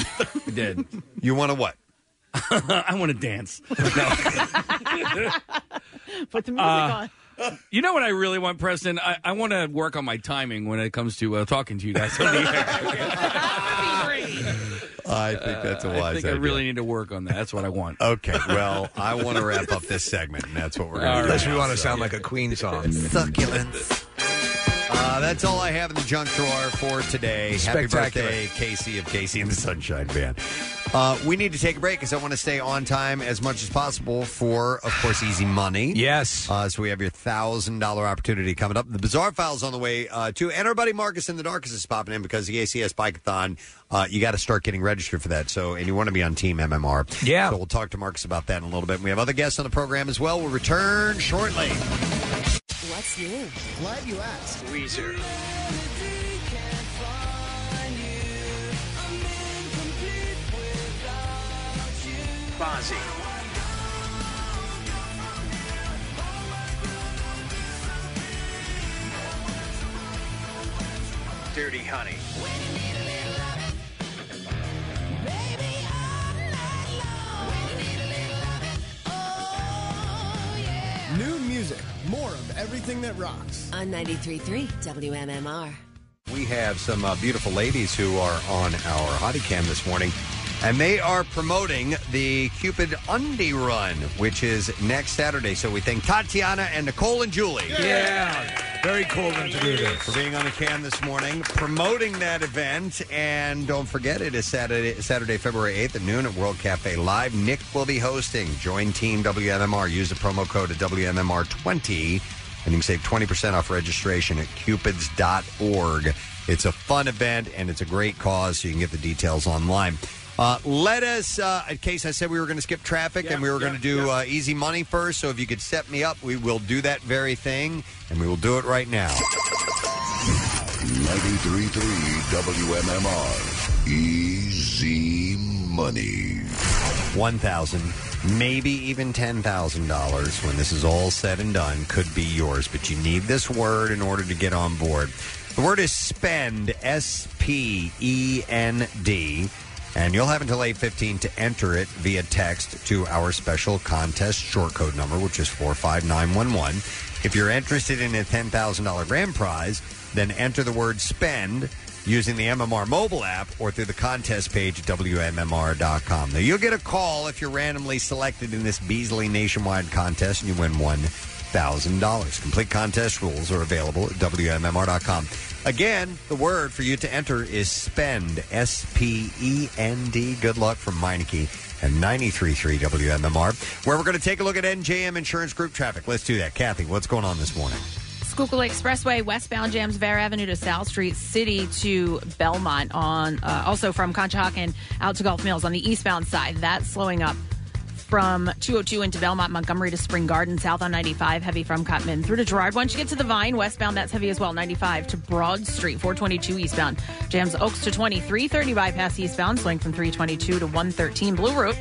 Speaker 10: We did.
Speaker 3: You want to what?
Speaker 10: I want to dance.
Speaker 4: Put
Speaker 6: Oh
Speaker 4: the music
Speaker 10: Uh,
Speaker 4: on.
Speaker 10: You know what I really want, Preston? I, I want to work on my timing when it comes to uh, talking to you guys. On the air.
Speaker 3: I think that's a
Speaker 10: uh, I
Speaker 3: wise
Speaker 10: think I
Speaker 3: idea.
Speaker 10: really need to work on that. That's what I want.
Speaker 3: Okay. Well, I want to wrap up this segment, and that's what we're going to do.
Speaker 5: Unless we
Speaker 3: now,
Speaker 5: want to
Speaker 3: so-
Speaker 5: sound like a Queen song.
Speaker 3: Succulents. Uh, that's all I have in the junk drawer for today. Happy
Speaker 5: Spectacular.
Speaker 3: birthday, Casey of Casey and the Sunshine Band. Uh, we need to take a break because I want to stay on time as much as possible for, of course, Easy Money.
Speaker 5: Yes.
Speaker 3: Uh, so we have your thousand dollar opportunity coming up. The Bizarre Files on the way uh, too, and our buddy Marcus in the Darkest is popping in because the ACS Bikeathon. Uh, you got to start getting registered for that. So, and you want to be on Team MMR. Yeah. So we'll talk to Marcus about that in a little bit. We have other guests on the program as well. We'll return shortly.
Speaker 21: What's new? Glad you asked.
Speaker 17: Weezer. Fozzy. Dirty Honey.
Speaker 14: New music, more of everything that rocks.
Speaker 21: On 93.3 WMMR.
Speaker 3: We have some uh, beautiful ladies who are on our hottie cam this morning, and they are promoting the Cupid Undie Run, which is next Saturday. So we thank Tatiana and Nicole and Julie.
Speaker 5: Yeah, very cool of them to do this.
Speaker 3: For being on the cam this morning, promoting that event, and don't forget it is Saturday, Saturday, February eighth at noon at World Cafe Live. Nick will be hosting. Join Team WMMR. Use the promo code at WMMR twenty, and you can save twenty percent off registration at cupids.org. It's a fun event and it's a great cause. So you can get the details online. Uh, let us, uh, in case I said we were going to skip traffic and we were going to do uh, easy money first. So if you could set me up, we will do that very thing, and we will do it right now.
Speaker 2: 93.3 WMMR. Easy money.
Speaker 3: One thousand, maybe even ten thousand dollars when this is all said and done could be yours, but you need this word in order to get on board. The word is spend, S P E N D, and you'll have until eight fifteen to enter it via text to our special contest short code number, which is four five nine one one. If you're interested in a ten thousand dollar grand prize, then enter the word spend using the MMR mobile app or through the contest page at WMMR.com. Now, you'll get a call if you're randomly selected in this Beasley Nationwide contest and you win $1,000. Complete contest rules are available at WMMR.com. Again, the word for you to enter is spend, S P E N D. Good luck from Meineke and 93.3 WMMR, where we're going to take a look at NJM Insurance Group traffic. Let's do that. Kathy, what's going on this morning?
Speaker 4: Schuylkill Expressway westbound jams Vare Avenue to South Street City to Belmont on uh, also from Conshohocken out to Gulf Mills on the eastbound side. That's slowing up from 202 into Belmont, Montgomery to Spring Garden, south on 95, heavy from Cutman through to Gerard. Once you get to the Vine, westbound, that's heavy as well, 95 to Broad Street, 422 eastbound, jams Oaks to 23, 30 bypass eastbound, slowing from 322 to 113 Blue Route.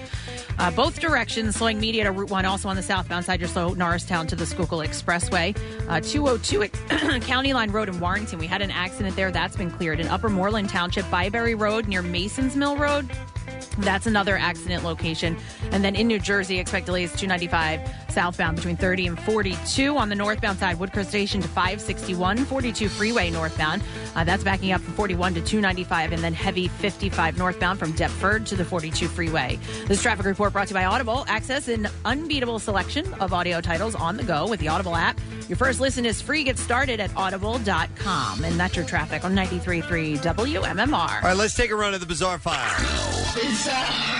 Speaker 4: Uh, both directions, slowing media to Route 1, also on the southbound side, you're slow Norristown to the Schuylkill Expressway. Uh, 202 at County Line Road in Warrington, we had an accident there, that's been cleared. In Upper Moreland Township, Byberry Road near Masons Mill Road, that's another accident location. And then in New Jersey, expect delays 295 southbound between 30 and 42. On the northbound side, Woodcrest Station to 561, 42 freeway northbound. Uh, that's backing up from 41 to 295, and then heavy 55 northbound from Deptford to the 42 freeway. This traffic report brought to you by Audible. Access an unbeatable selection of audio titles on the go with the Audible app. Your first listen is free. Get started at audible.com. And that's your traffic on 93.3 WMMR.
Speaker 3: All right, let's take a run at the bizarre file.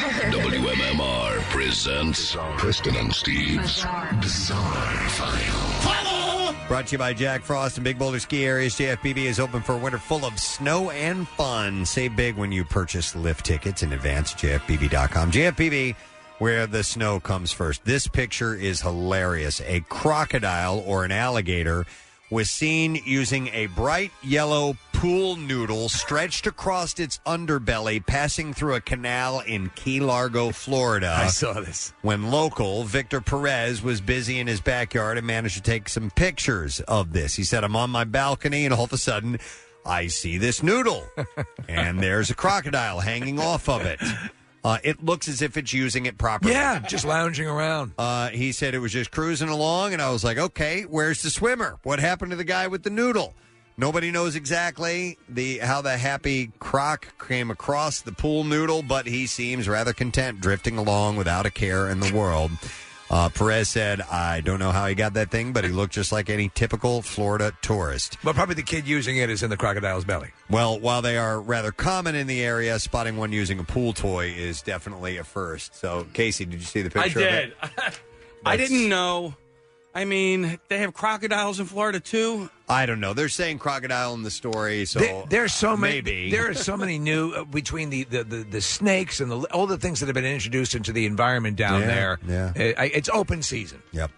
Speaker 2: WMMR presents Preston and Steve's Bizarre, File.
Speaker 3: Brought to you by Jack Frost and Big Boulder Ski Areas. JFBB is open for a winter full of snow and fun. Save big when you purchase lift tickets in advance at jfbb.com. JFBB, where the snow comes first. This picture is hilarious. A crocodile or an alligator was seen using a bright yellow pool noodle stretched across its underbelly, passing through a canal in Key Largo, Florida.
Speaker 5: I saw this.
Speaker 3: When local Victor Perez was busy in his backyard and managed to take some pictures of this. He said, I'm on my balcony, and all of a sudden, I see this noodle, and there's a crocodile hanging off of it. Uh, it looks as if it's using it properly.
Speaker 5: Yeah, just lounging around.
Speaker 3: Uh, he said it was just cruising along, and I was like, okay, where's the swimmer? What happened to the guy with the noodle? Nobody knows exactly the how the happy croc came across the pool noodle, but he seems rather content drifting along without a care in the world. Uh, Perez said, I don't know how he got that thing, but he looked just like any typical Florida tourist.
Speaker 5: But probably the kid using it is in the crocodile's belly.
Speaker 3: Well, while they are rather common in the area, spotting one using a pool toy is definitely a first. So, Casey, did you see the
Speaker 10: I
Speaker 3: picture? Of
Speaker 10: did.
Speaker 3: it?
Speaker 10: I didn't know. I mean, they have crocodiles in Florida too.
Speaker 3: I don't know. They're saying crocodile in the story, so
Speaker 10: There-
Speaker 5: There's so many.
Speaker 3: Maybe
Speaker 5: There are so many new uh, between the, the, the, the snakes and the, all the things that have been introduced into the environment down
Speaker 3: Yeah,
Speaker 5: there.
Speaker 3: yeah.
Speaker 5: Uh, I- it's open season.
Speaker 3: Yep.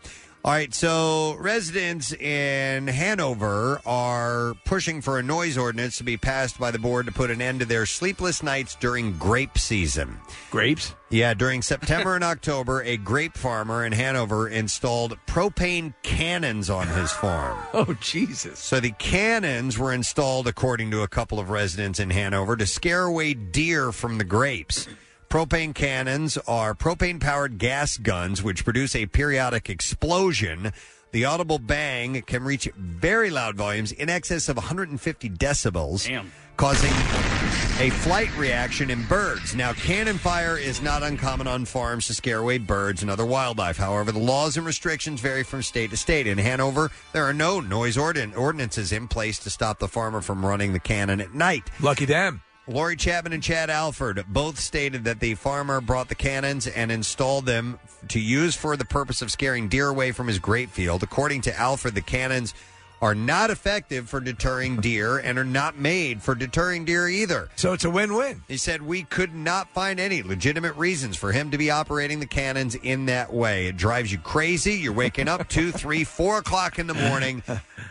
Speaker 3: All right, so residents in Hanover are pushing for a noise ordinance to be passed by the board to put an end to their sleepless nights during grape season.
Speaker 10: Grapes?
Speaker 3: Yeah, during September and October, a grape farmer in Hanover installed propane cannons on his farm.
Speaker 5: Oh, Jesus.
Speaker 3: So the cannons were installed, according to a couple of residents in Hanover, to scare away deer from the grapes. Propane cannons are propane powered gas guns which produce a periodic explosion. The audible bang can reach very loud volumes in excess of 150 decibels, causing a flight reaction in birds. Now, cannon fire is not uncommon on farms to scare away birds and other wildlife. However, the laws and restrictions vary from state to state. In Hanover, there are no noise ordin- ordinances in place to stop the farmer from running the cannon at night.
Speaker 5: Lucky them.
Speaker 3: Lori Chapman and Chad Alford both stated that the farmer brought the cannons and installed them to use for the purpose of scaring deer away from his grape field. According to Alford, the cannons are not effective for deterring deer and are not made for deterring deer either.
Speaker 5: So it's a win win.
Speaker 3: He said, We could not find any legitimate reasons for him to be operating the cannons in that way. It drives you crazy. You're waking up two, three, four o'clock in the morning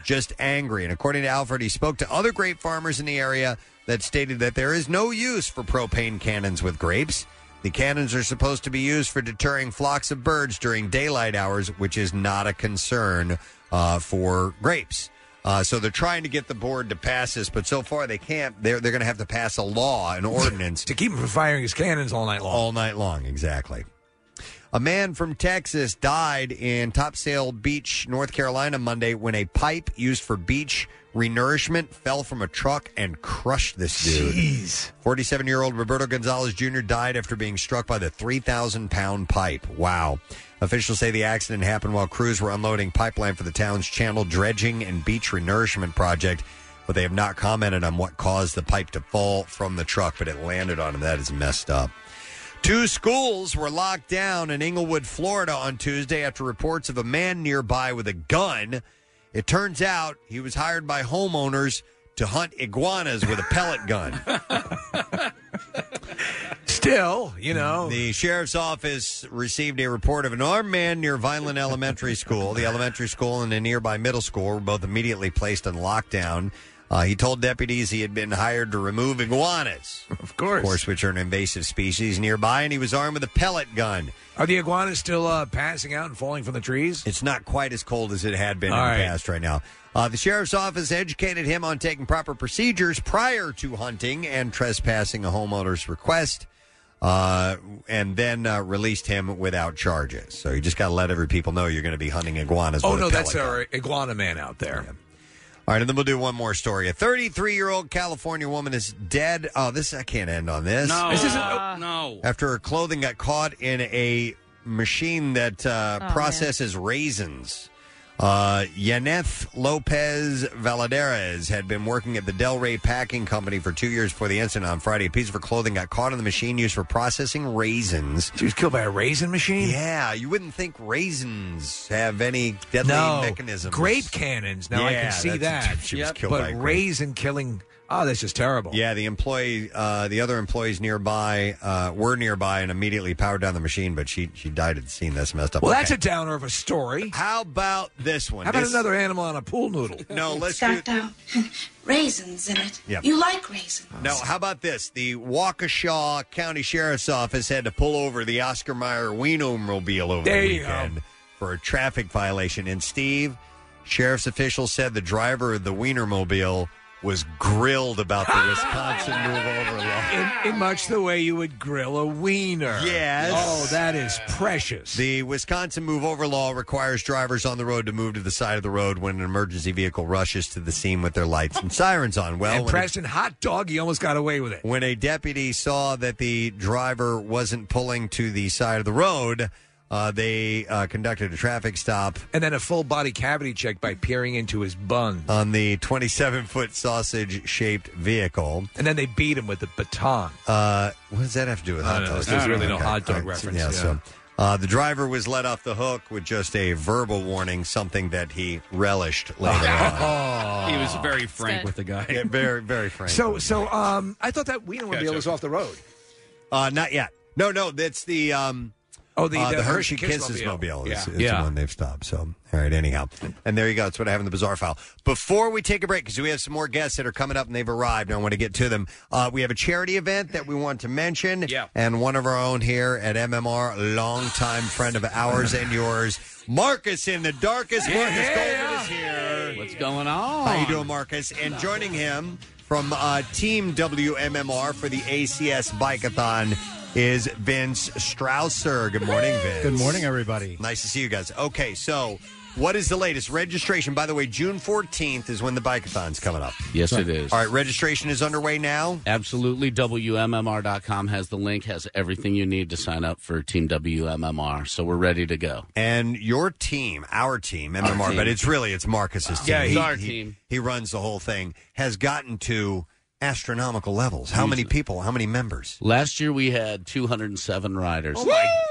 Speaker 3: just angry. And according to Alford, he spoke to other grape farmers in the area that stated that there is no use for propane cannons with grapes. The cannons are supposed to be used for deterring flocks of birds during daylight hours, which is not a concern uh, for grapes. Uh, so they're trying to get the board to pass this, but so far they can't. They're they're going to have to pass a law, an ordinance
Speaker 5: to keep him from firing his cannons all night long.
Speaker 3: All night long, exactly. A man from Texas died in Topsail Beach, North Carolina, Monday when a pipe used for beach renourishment fell from a truck and crushed this dude. 47 year old Roberto Gonzalez Jr. died after being struck by the 3,000 pound pipe. Wow. Officials say the accident happened while crews were unloading pipeline for the town's channel dredging and beach renourishment project, but they have not commented on what caused the pipe to fall from the truck, but it landed on him. That is messed up. Two schools were locked down in Inglewood, Florida on Tuesday after reports of a man nearby with a gun. It turns out he was hired by homeowners to hunt iguanas with a pellet gun.
Speaker 5: Still, you know.
Speaker 3: Mm. The sheriff's office received a report of an armed man near Vineland Elementary School. The elementary school and a nearby middle school were both immediately placed on lockdown. Uh, he told deputies he had been hired to remove iguanas,
Speaker 5: of course,
Speaker 3: of course, which are an invasive species nearby, and he was armed with a pellet gun.
Speaker 5: Are the iguanas still uh, passing out and falling from the trees?
Speaker 3: It's not quite as cold as it had been
Speaker 5: All
Speaker 3: in
Speaker 5: right.
Speaker 3: the past right now. Uh, the sheriff's office educated him on taking proper procedures prior to hunting and trespassing a homeowner's request, uh, and then uh, released him without charges. So you just got to let every people know you're going to be hunting iguanas.
Speaker 5: Oh
Speaker 3: with a
Speaker 5: no,
Speaker 3: pellet
Speaker 5: that's our iguana man out there.
Speaker 3: all right, and then we'll do one more story. A 33 year old California woman is dead. Oh, this I can't end on this.
Speaker 10: No.
Speaker 3: This is
Speaker 10: Uh, no.
Speaker 3: after her clothing got caught in a machine that uh,
Speaker 10: Oh,
Speaker 3: processes raisins. Uh, Yaneth Lopez Valadares had been working at the Del Rey Packing Company for two years before the incident on Friday. A piece of her clothing got caught in the machine used for processing raisins.
Speaker 5: She was killed by a raisin machine?
Speaker 3: Yeah, you wouldn't think raisins have any deadly
Speaker 5: no
Speaker 3: mechanism.
Speaker 5: grape cannons. Now I
Speaker 3: Yeah,
Speaker 5: can see
Speaker 3: that's-
Speaker 5: that.
Speaker 3: she was Yep. killed
Speaker 5: but
Speaker 3: by a grape.
Speaker 5: raisin killing. Oh, that's just terrible.
Speaker 3: Yeah, the employee, uh, the other employees nearby uh, were nearby and immediately powered down the machine, but she she died at the scene. That's messed up.
Speaker 5: Well,
Speaker 3: Okay.
Speaker 5: that's a downer of a story.
Speaker 3: How about this one?
Speaker 5: How about
Speaker 3: This-
Speaker 5: another animal on a pool noodle?
Speaker 3: No, let's do.
Speaker 13: Stuffed out raisins in it.
Speaker 3: Yep.
Speaker 13: You like raisins.
Speaker 3: No, how about this? The Waukesha County Sheriff's Office had to pull over the Oscar Mayer Wienermobile over
Speaker 5: There
Speaker 3: the
Speaker 5: you go.
Speaker 3: weekend for a traffic violation. And Steve, sheriff's officials said the driver of the Wienermobile was grilled about the Wisconsin move over law.
Speaker 5: In, in much the way you would grill a wiener.
Speaker 3: Yes.
Speaker 5: Oh, that is precious.
Speaker 3: The Wisconsin move over law requires drivers on the road to move to the side of the road when an emergency vehicle rushes to the scene with their lights and sirens on. Well,
Speaker 5: and
Speaker 3: when a-
Speaker 5: Preston, hot dog, he almost got away with it.
Speaker 3: when a deputy saw that the driver wasn't pulling to the side of the road, uh, they uh, conducted a traffic stop
Speaker 5: And then a full body cavity check by peering into his bun.
Speaker 3: on the 27 foot sausage shaped vehicle.
Speaker 5: And then they beat him with a baton.
Speaker 3: Uh, what does that have to do with
Speaker 5: I
Speaker 3: hot
Speaker 5: don't know.
Speaker 3: dogs?
Speaker 5: There's really no
Speaker 3: Okay.
Speaker 5: hot dog
Speaker 3: All right.
Speaker 5: reference,
Speaker 3: Yeah,
Speaker 5: yeah.
Speaker 3: so, uh, the driver was let off the hook with just a verbal warning, something that he relished later on.
Speaker 10: He was very frank
Speaker 3: good.
Speaker 10: with the guy.
Speaker 3: Yeah, very, very frank.
Speaker 5: Oh. So, so um, I thought that wienermobile was off the road.
Speaker 3: Uh, not yet. No, no, that's the um,
Speaker 5: Oh, the-
Speaker 3: Uh,
Speaker 5: the
Speaker 3: Hershey
Speaker 5: Hershey
Speaker 3: Kisses
Speaker 5: Kiss
Speaker 3: Mobile
Speaker 5: Mobile.
Speaker 3: is,
Speaker 5: Yeah.
Speaker 3: is
Speaker 5: Yeah.
Speaker 3: the one they've stopped. So, all right, anyhow. And there you go. That's what I have in the bizarre file. Before we take a break, because we have some more guests that are coming up and they've arrived, and I want to get to them. Uh, we have a charity event that we want to mention. Yeah. And one of our own here at MMR, longtime friend of ours and yours, Marcus in the darkest. Marcus Goldman is here.
Speaker 22: What's going on?
Speaker 3: How you doing, Marcus? And joining him from uh, Team WMMR for the ACS Bikeathon is Vince Strausser. Good morning, Vince.
Speaker 23: Good morning, everybody.
Speaker 3: Nice to see you guys. Okay, so what is the latest registration? By the way, June 14th is when the Bikeathon's coming up.
Speaker 22: Yes, it is.
Speaker 3: All right, registration is underway now.
Speaker 22: Absolutely. WMMR.com has the link, has everything you need to sign up for Team WMMR. So we're ready to go.
Speaker 3: And your team, our team, MMR,
Speaker 22: team.
Speaker 3: but it's really it's Marcus's team.
Speaker 22: Yeah, it's
Speaker 3: he,
Speaker 22: our
Speaker 3: he-
Speaker 22: team.
Speaker 3: He runs the whole thing. Has gotten to astronomical levels. How many people? How many members?
Speaker 22: Last year we had 207 riders.
Speaker 3: Oh
Speaker 23: God.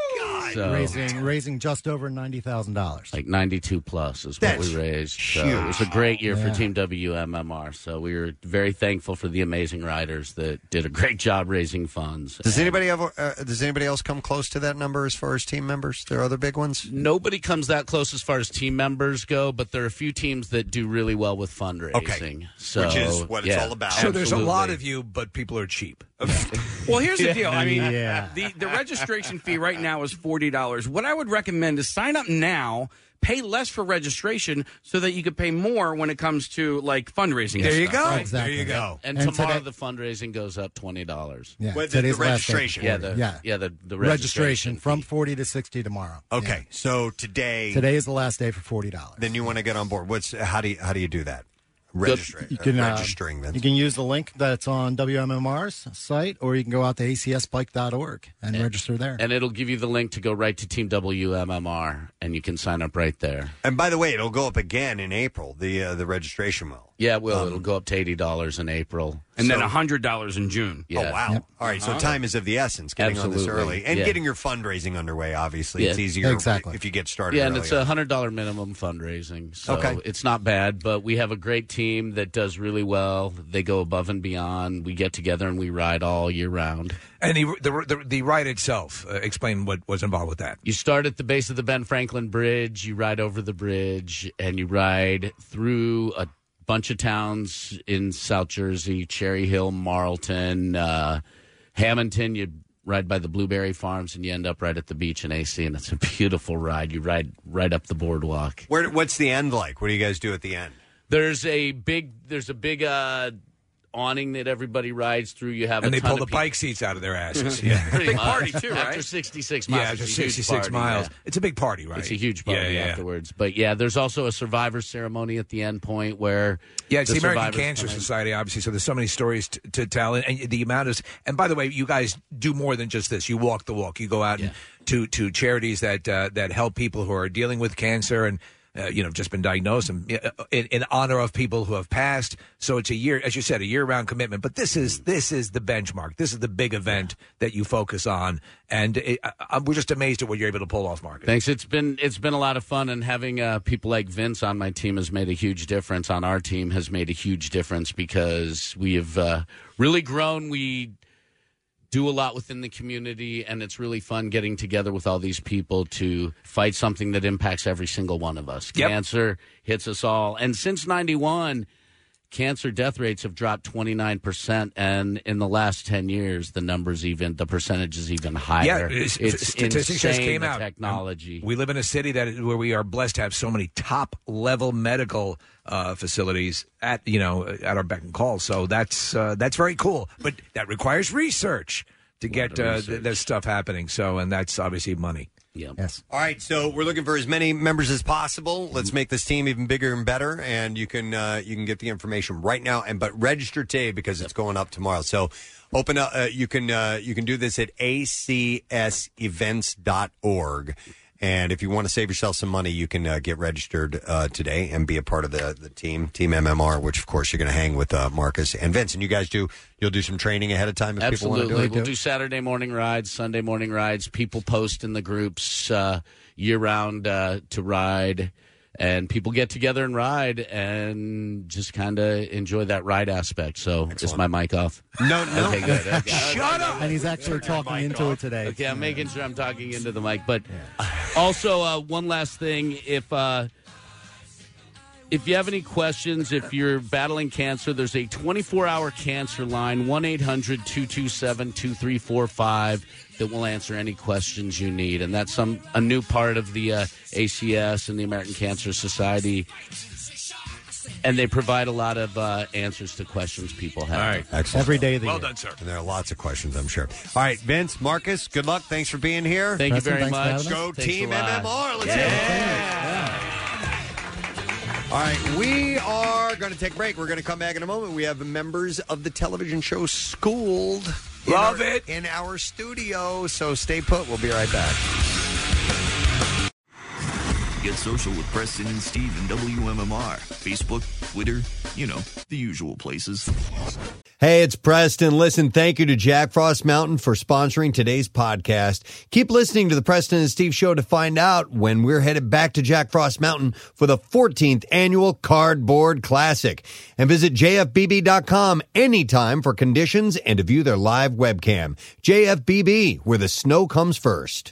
Speaker 22: So-
Speaker 23: Raising raising just over ninety thousand dollars.
Speaker 22: Like 92 plus is what
Speaker 23: That's
Speaker 22: we raised. So it was a great year for Team WMMR. So we were very thankful for the amazing riders that did a great job raising funds.
Speaker 3: Does anybody ever? Uh, does anybody else come close to that number as far as team members? There are other big ones.
Speaker 22: Nobody comes that close as far as team members go, but there are a few teams that do really well with fundraising.
Speaker 5: Okay.
Speaker 22: So,
Speaker 5: Which is what it's
Speaker 22: yeah,
Speaker 5: all about. So there's a
Speaker 22: absolutely.
Speaker 5: lot of you, but people are cheap.
Speaker 22: Well, here's the deal. I mean,
Speaker 5: Yeah.
Speaker 22: the, the registration fee right now is $40. What I would recommend is sign up now, pay less for registration so that you could pay more when it comes to like fundraising.
Speaker 3: There
Speaker 22: and
Speaker 3: you
Speaker 22: stuff,
Speaker 3: go.
Speaker 22: right?
Speaker 3: Exactly. There you go.
Speaker 22: And,
Speaker 3: And
Speaker 22: tomorrow
Speaker 3: today-
Speaker 22: the fundraising goes up $20.
Speaker 23: Yeah,
Speaker 3: Well, the-
Speaker 23: today's
Speaker 3: the
Speaker 23: last day.
Speaker 3: registration.
Speaker 22: Yeah, the, yeah. the, the
Speaker 23: registration
Speaker 22: registration.
Speaker 23: from forty to sixty tomorrow.
Speaker 3: Okay, so today,
Speaker 23: Today is the last day for forty dollars.
Speaker 3: then you want to get on board. What's how do you, how do you do that? Registering,
Speaker 23: You can, uh,
Speaker 3: registering. Then
Speaker 23: You can use the link that's on WMMR's site, or you can go out to acsbike.org and register there.
Speaker 22: And it'll give you the link to go right to Team WMMR, and you can sign up right there.
Speaker 3: and by the way, it'll go up again in April. The uh, the registration will. Um,
Speaker 22: Yeah, it will. It'll go up to eighty dollars in April,
Speaker 3: And then
Speaker 22: $100 in June. Yeah. Uh-huh.
Speaker 3: Oh wow! All right, so time is of the essence. Getting on this
Speaker 22: Absolutely.
Speaker 3: early and
Speaker 22: Yeah.
Speaker 3: getting your fundraising underway. Obviously, it's
Speaker 22: Yeah.
Speaker 3: easier
Speaker 22: Exactly.
Speaker 3: if you get started.
Speaker 22: Yeah, and
Speaker 3: early
Speaker 22: it's a hundred dollar minimum fundraising. So
Speaker 3: Okay.
Speaker 22: it's not bad, but we have a great team that does really well. They go above and beyond. We get together and we ride all year round.
Speaker 5: And the the, the, the ride itself. Uh, explain what was involved with that.
Speaker 22: You start at the base of the Ben Franklin Bridge, you ride over the bridge, and you ride through a bunch of towns in South Jersey Cherry Hill, Marlton, uh, Hamilton. You ride by the Blueberry Farms, and you end up right at the beach in AC, and it's a beautiful ride. You ride right up the boardwalk.
Speaker 3: Where, what's the end like? What do you guys do at the end?
Speaker 22: There's a big there's a big uh awning that everybody rides through. You have
Speaker 5: and
Speaker 22: a
Speaker 5: they
Speaker 22: ton
Speaker 5: pull the
Speaker 22: of people.
Speaker 5: bike seats out of their asses.
Speaker 22: Pretty
Speaker 5: big
Speaker 22: much.
Speaker 5: party too, right?
Speaker 22: After 66 miles,
Speaker 5: yeah, after
Speaker 22: it's a huge
Speaker 5: 66
Speaker 22: party,
Speaker 5: miles,
Speaker 22: yeah.
Speaker 5: it's a big party, right?
Speaker 22: It's a huge party
Speaker 5: Yeah, yeah.
Speaker 22: afterwards. But yeah, there's also a survivor ceremony at the end point where
Speaker 5: Yeah, it's the, American
Speaker 22: survivors
Speaker 5: Cancer
Speaker 22: come in.
Speaker 5: Society, obviously. So there's so many stories t- to tell, and, and the amount is. And by the way, you guys do more than just this. You walk the walk. You go out and to to charities that uh, that help people who are dealing with cancer and. Uh, you know, just been diagnosed, and uh, in, in honor of people who have passed. So it's a year, as you said, a year-round commitment. But this is this is the benchmark. This is the big event that you focus on, and it, I, I- we're just amazed at what you're able to pull off, Mark.
Speaker 22: Thanks. It's been it's been a lot of fun, and having uh, people like Vince on my team has made a huge difference. On our team has made a huge difference because we have uh, really grown. We do a lot within the community, and it's really fun getting together with all these people to fight something that impacts every single one of us. Cancer hits us all, and since '91. Cancer death rates have dropped 29%, and in the last 10 years, the numbers even, the percentage is even higher.
Speaker 5: Yeah, it's, statistics just
Speaker 22: insane,
Speaker 5: came
Speaker 22: the
Speaker 5: out.
Speaker 22: Technology.
Speaker 5: We live in a city that where we are blessed to have so many top level medical uh, facilities at you know at our beck and call. So that's uh, that's very cool, but that requires research to get
Speaker 3: of
Speaker 5: uh, th- this stuff happening. So and that's obviously money.
Speaker 22: Yeah.
Speaker 23: Yes.
Speaker 3: All right, so we're looking for as many members as possible. Let's make this team even bigger and better. And you can uh, you can get the information right now. And but register today because it's going up tomorrow. So open up. Uh, you can uh, you can do this at acsevents.org. And if you want to save yourself some money, you can uh, get registered uh, today and be a part of the, the team, Team MMR, which of course you're going to hang with uh, Marcus and Vince. And you guys do you'll do some training ahead of time if
Speaker 22: Absolutely.
Speaker 3: people want to do it.
Speaker 22: We'll do Saturday morning rides, Sunday morning rides. People post in the groups uh, year round uh, to ride. and people get together and ride and just kind of enjoy that ride aspect. So is my mic off?
Speaker 3: No,
Speaker 22: no. Okay, good. Okay.
Speaker 3: Shut up.
Speaker 23: And he's actually talking into it today.
Speaker 22: Okay, I'm making sure I'm talking into the mic. But also, uh, one last thing: if uh, if you have any questions, if you're battling cancer, there's a 24 hour cancer line, 1 800 227 2345, that will answer any questions you need. And that's some a new part of the uh, ACS and the American Cancer Society. And they provide a lot of uh, answers to questions people have. All right.
Speaker 3: Excellent.
Speaker 23: Every day of the
Speaker 3: well done, sir. And there are lots of questions, I'm sure. All right, Vince, Marcus, good luck. Thanks for being here.
Speaker 22: Thank you Preston, very thanks for much. having us.
Speaker 3: Go
Speaker 22: Thanks
Speaker 3: Team
Speaker 22: a lot.
Speaker 3: MMR. Let's go. All right, we are going to take a break. We're going to come back in a moment. We have members of the television show Schooled. Love it. In our studio. So stay put. We'll be right back.
Speaker 8: Get social with Preston and Steve and WMMR. Facebook, Twitter, you know, the usual places.
Speaker 3: Hey, it's Preston. Listen, thank you to Jack Frost Mountain for sponsoring today's podcast. Keep listening to the Preston and Steve show to find out when we're headed back to Jack Frost Mountain for the 14th annual Cardboard Classic. And visit jfbb.com anytime for conditions and to view their live webcam. JFBB, where the snow comes first.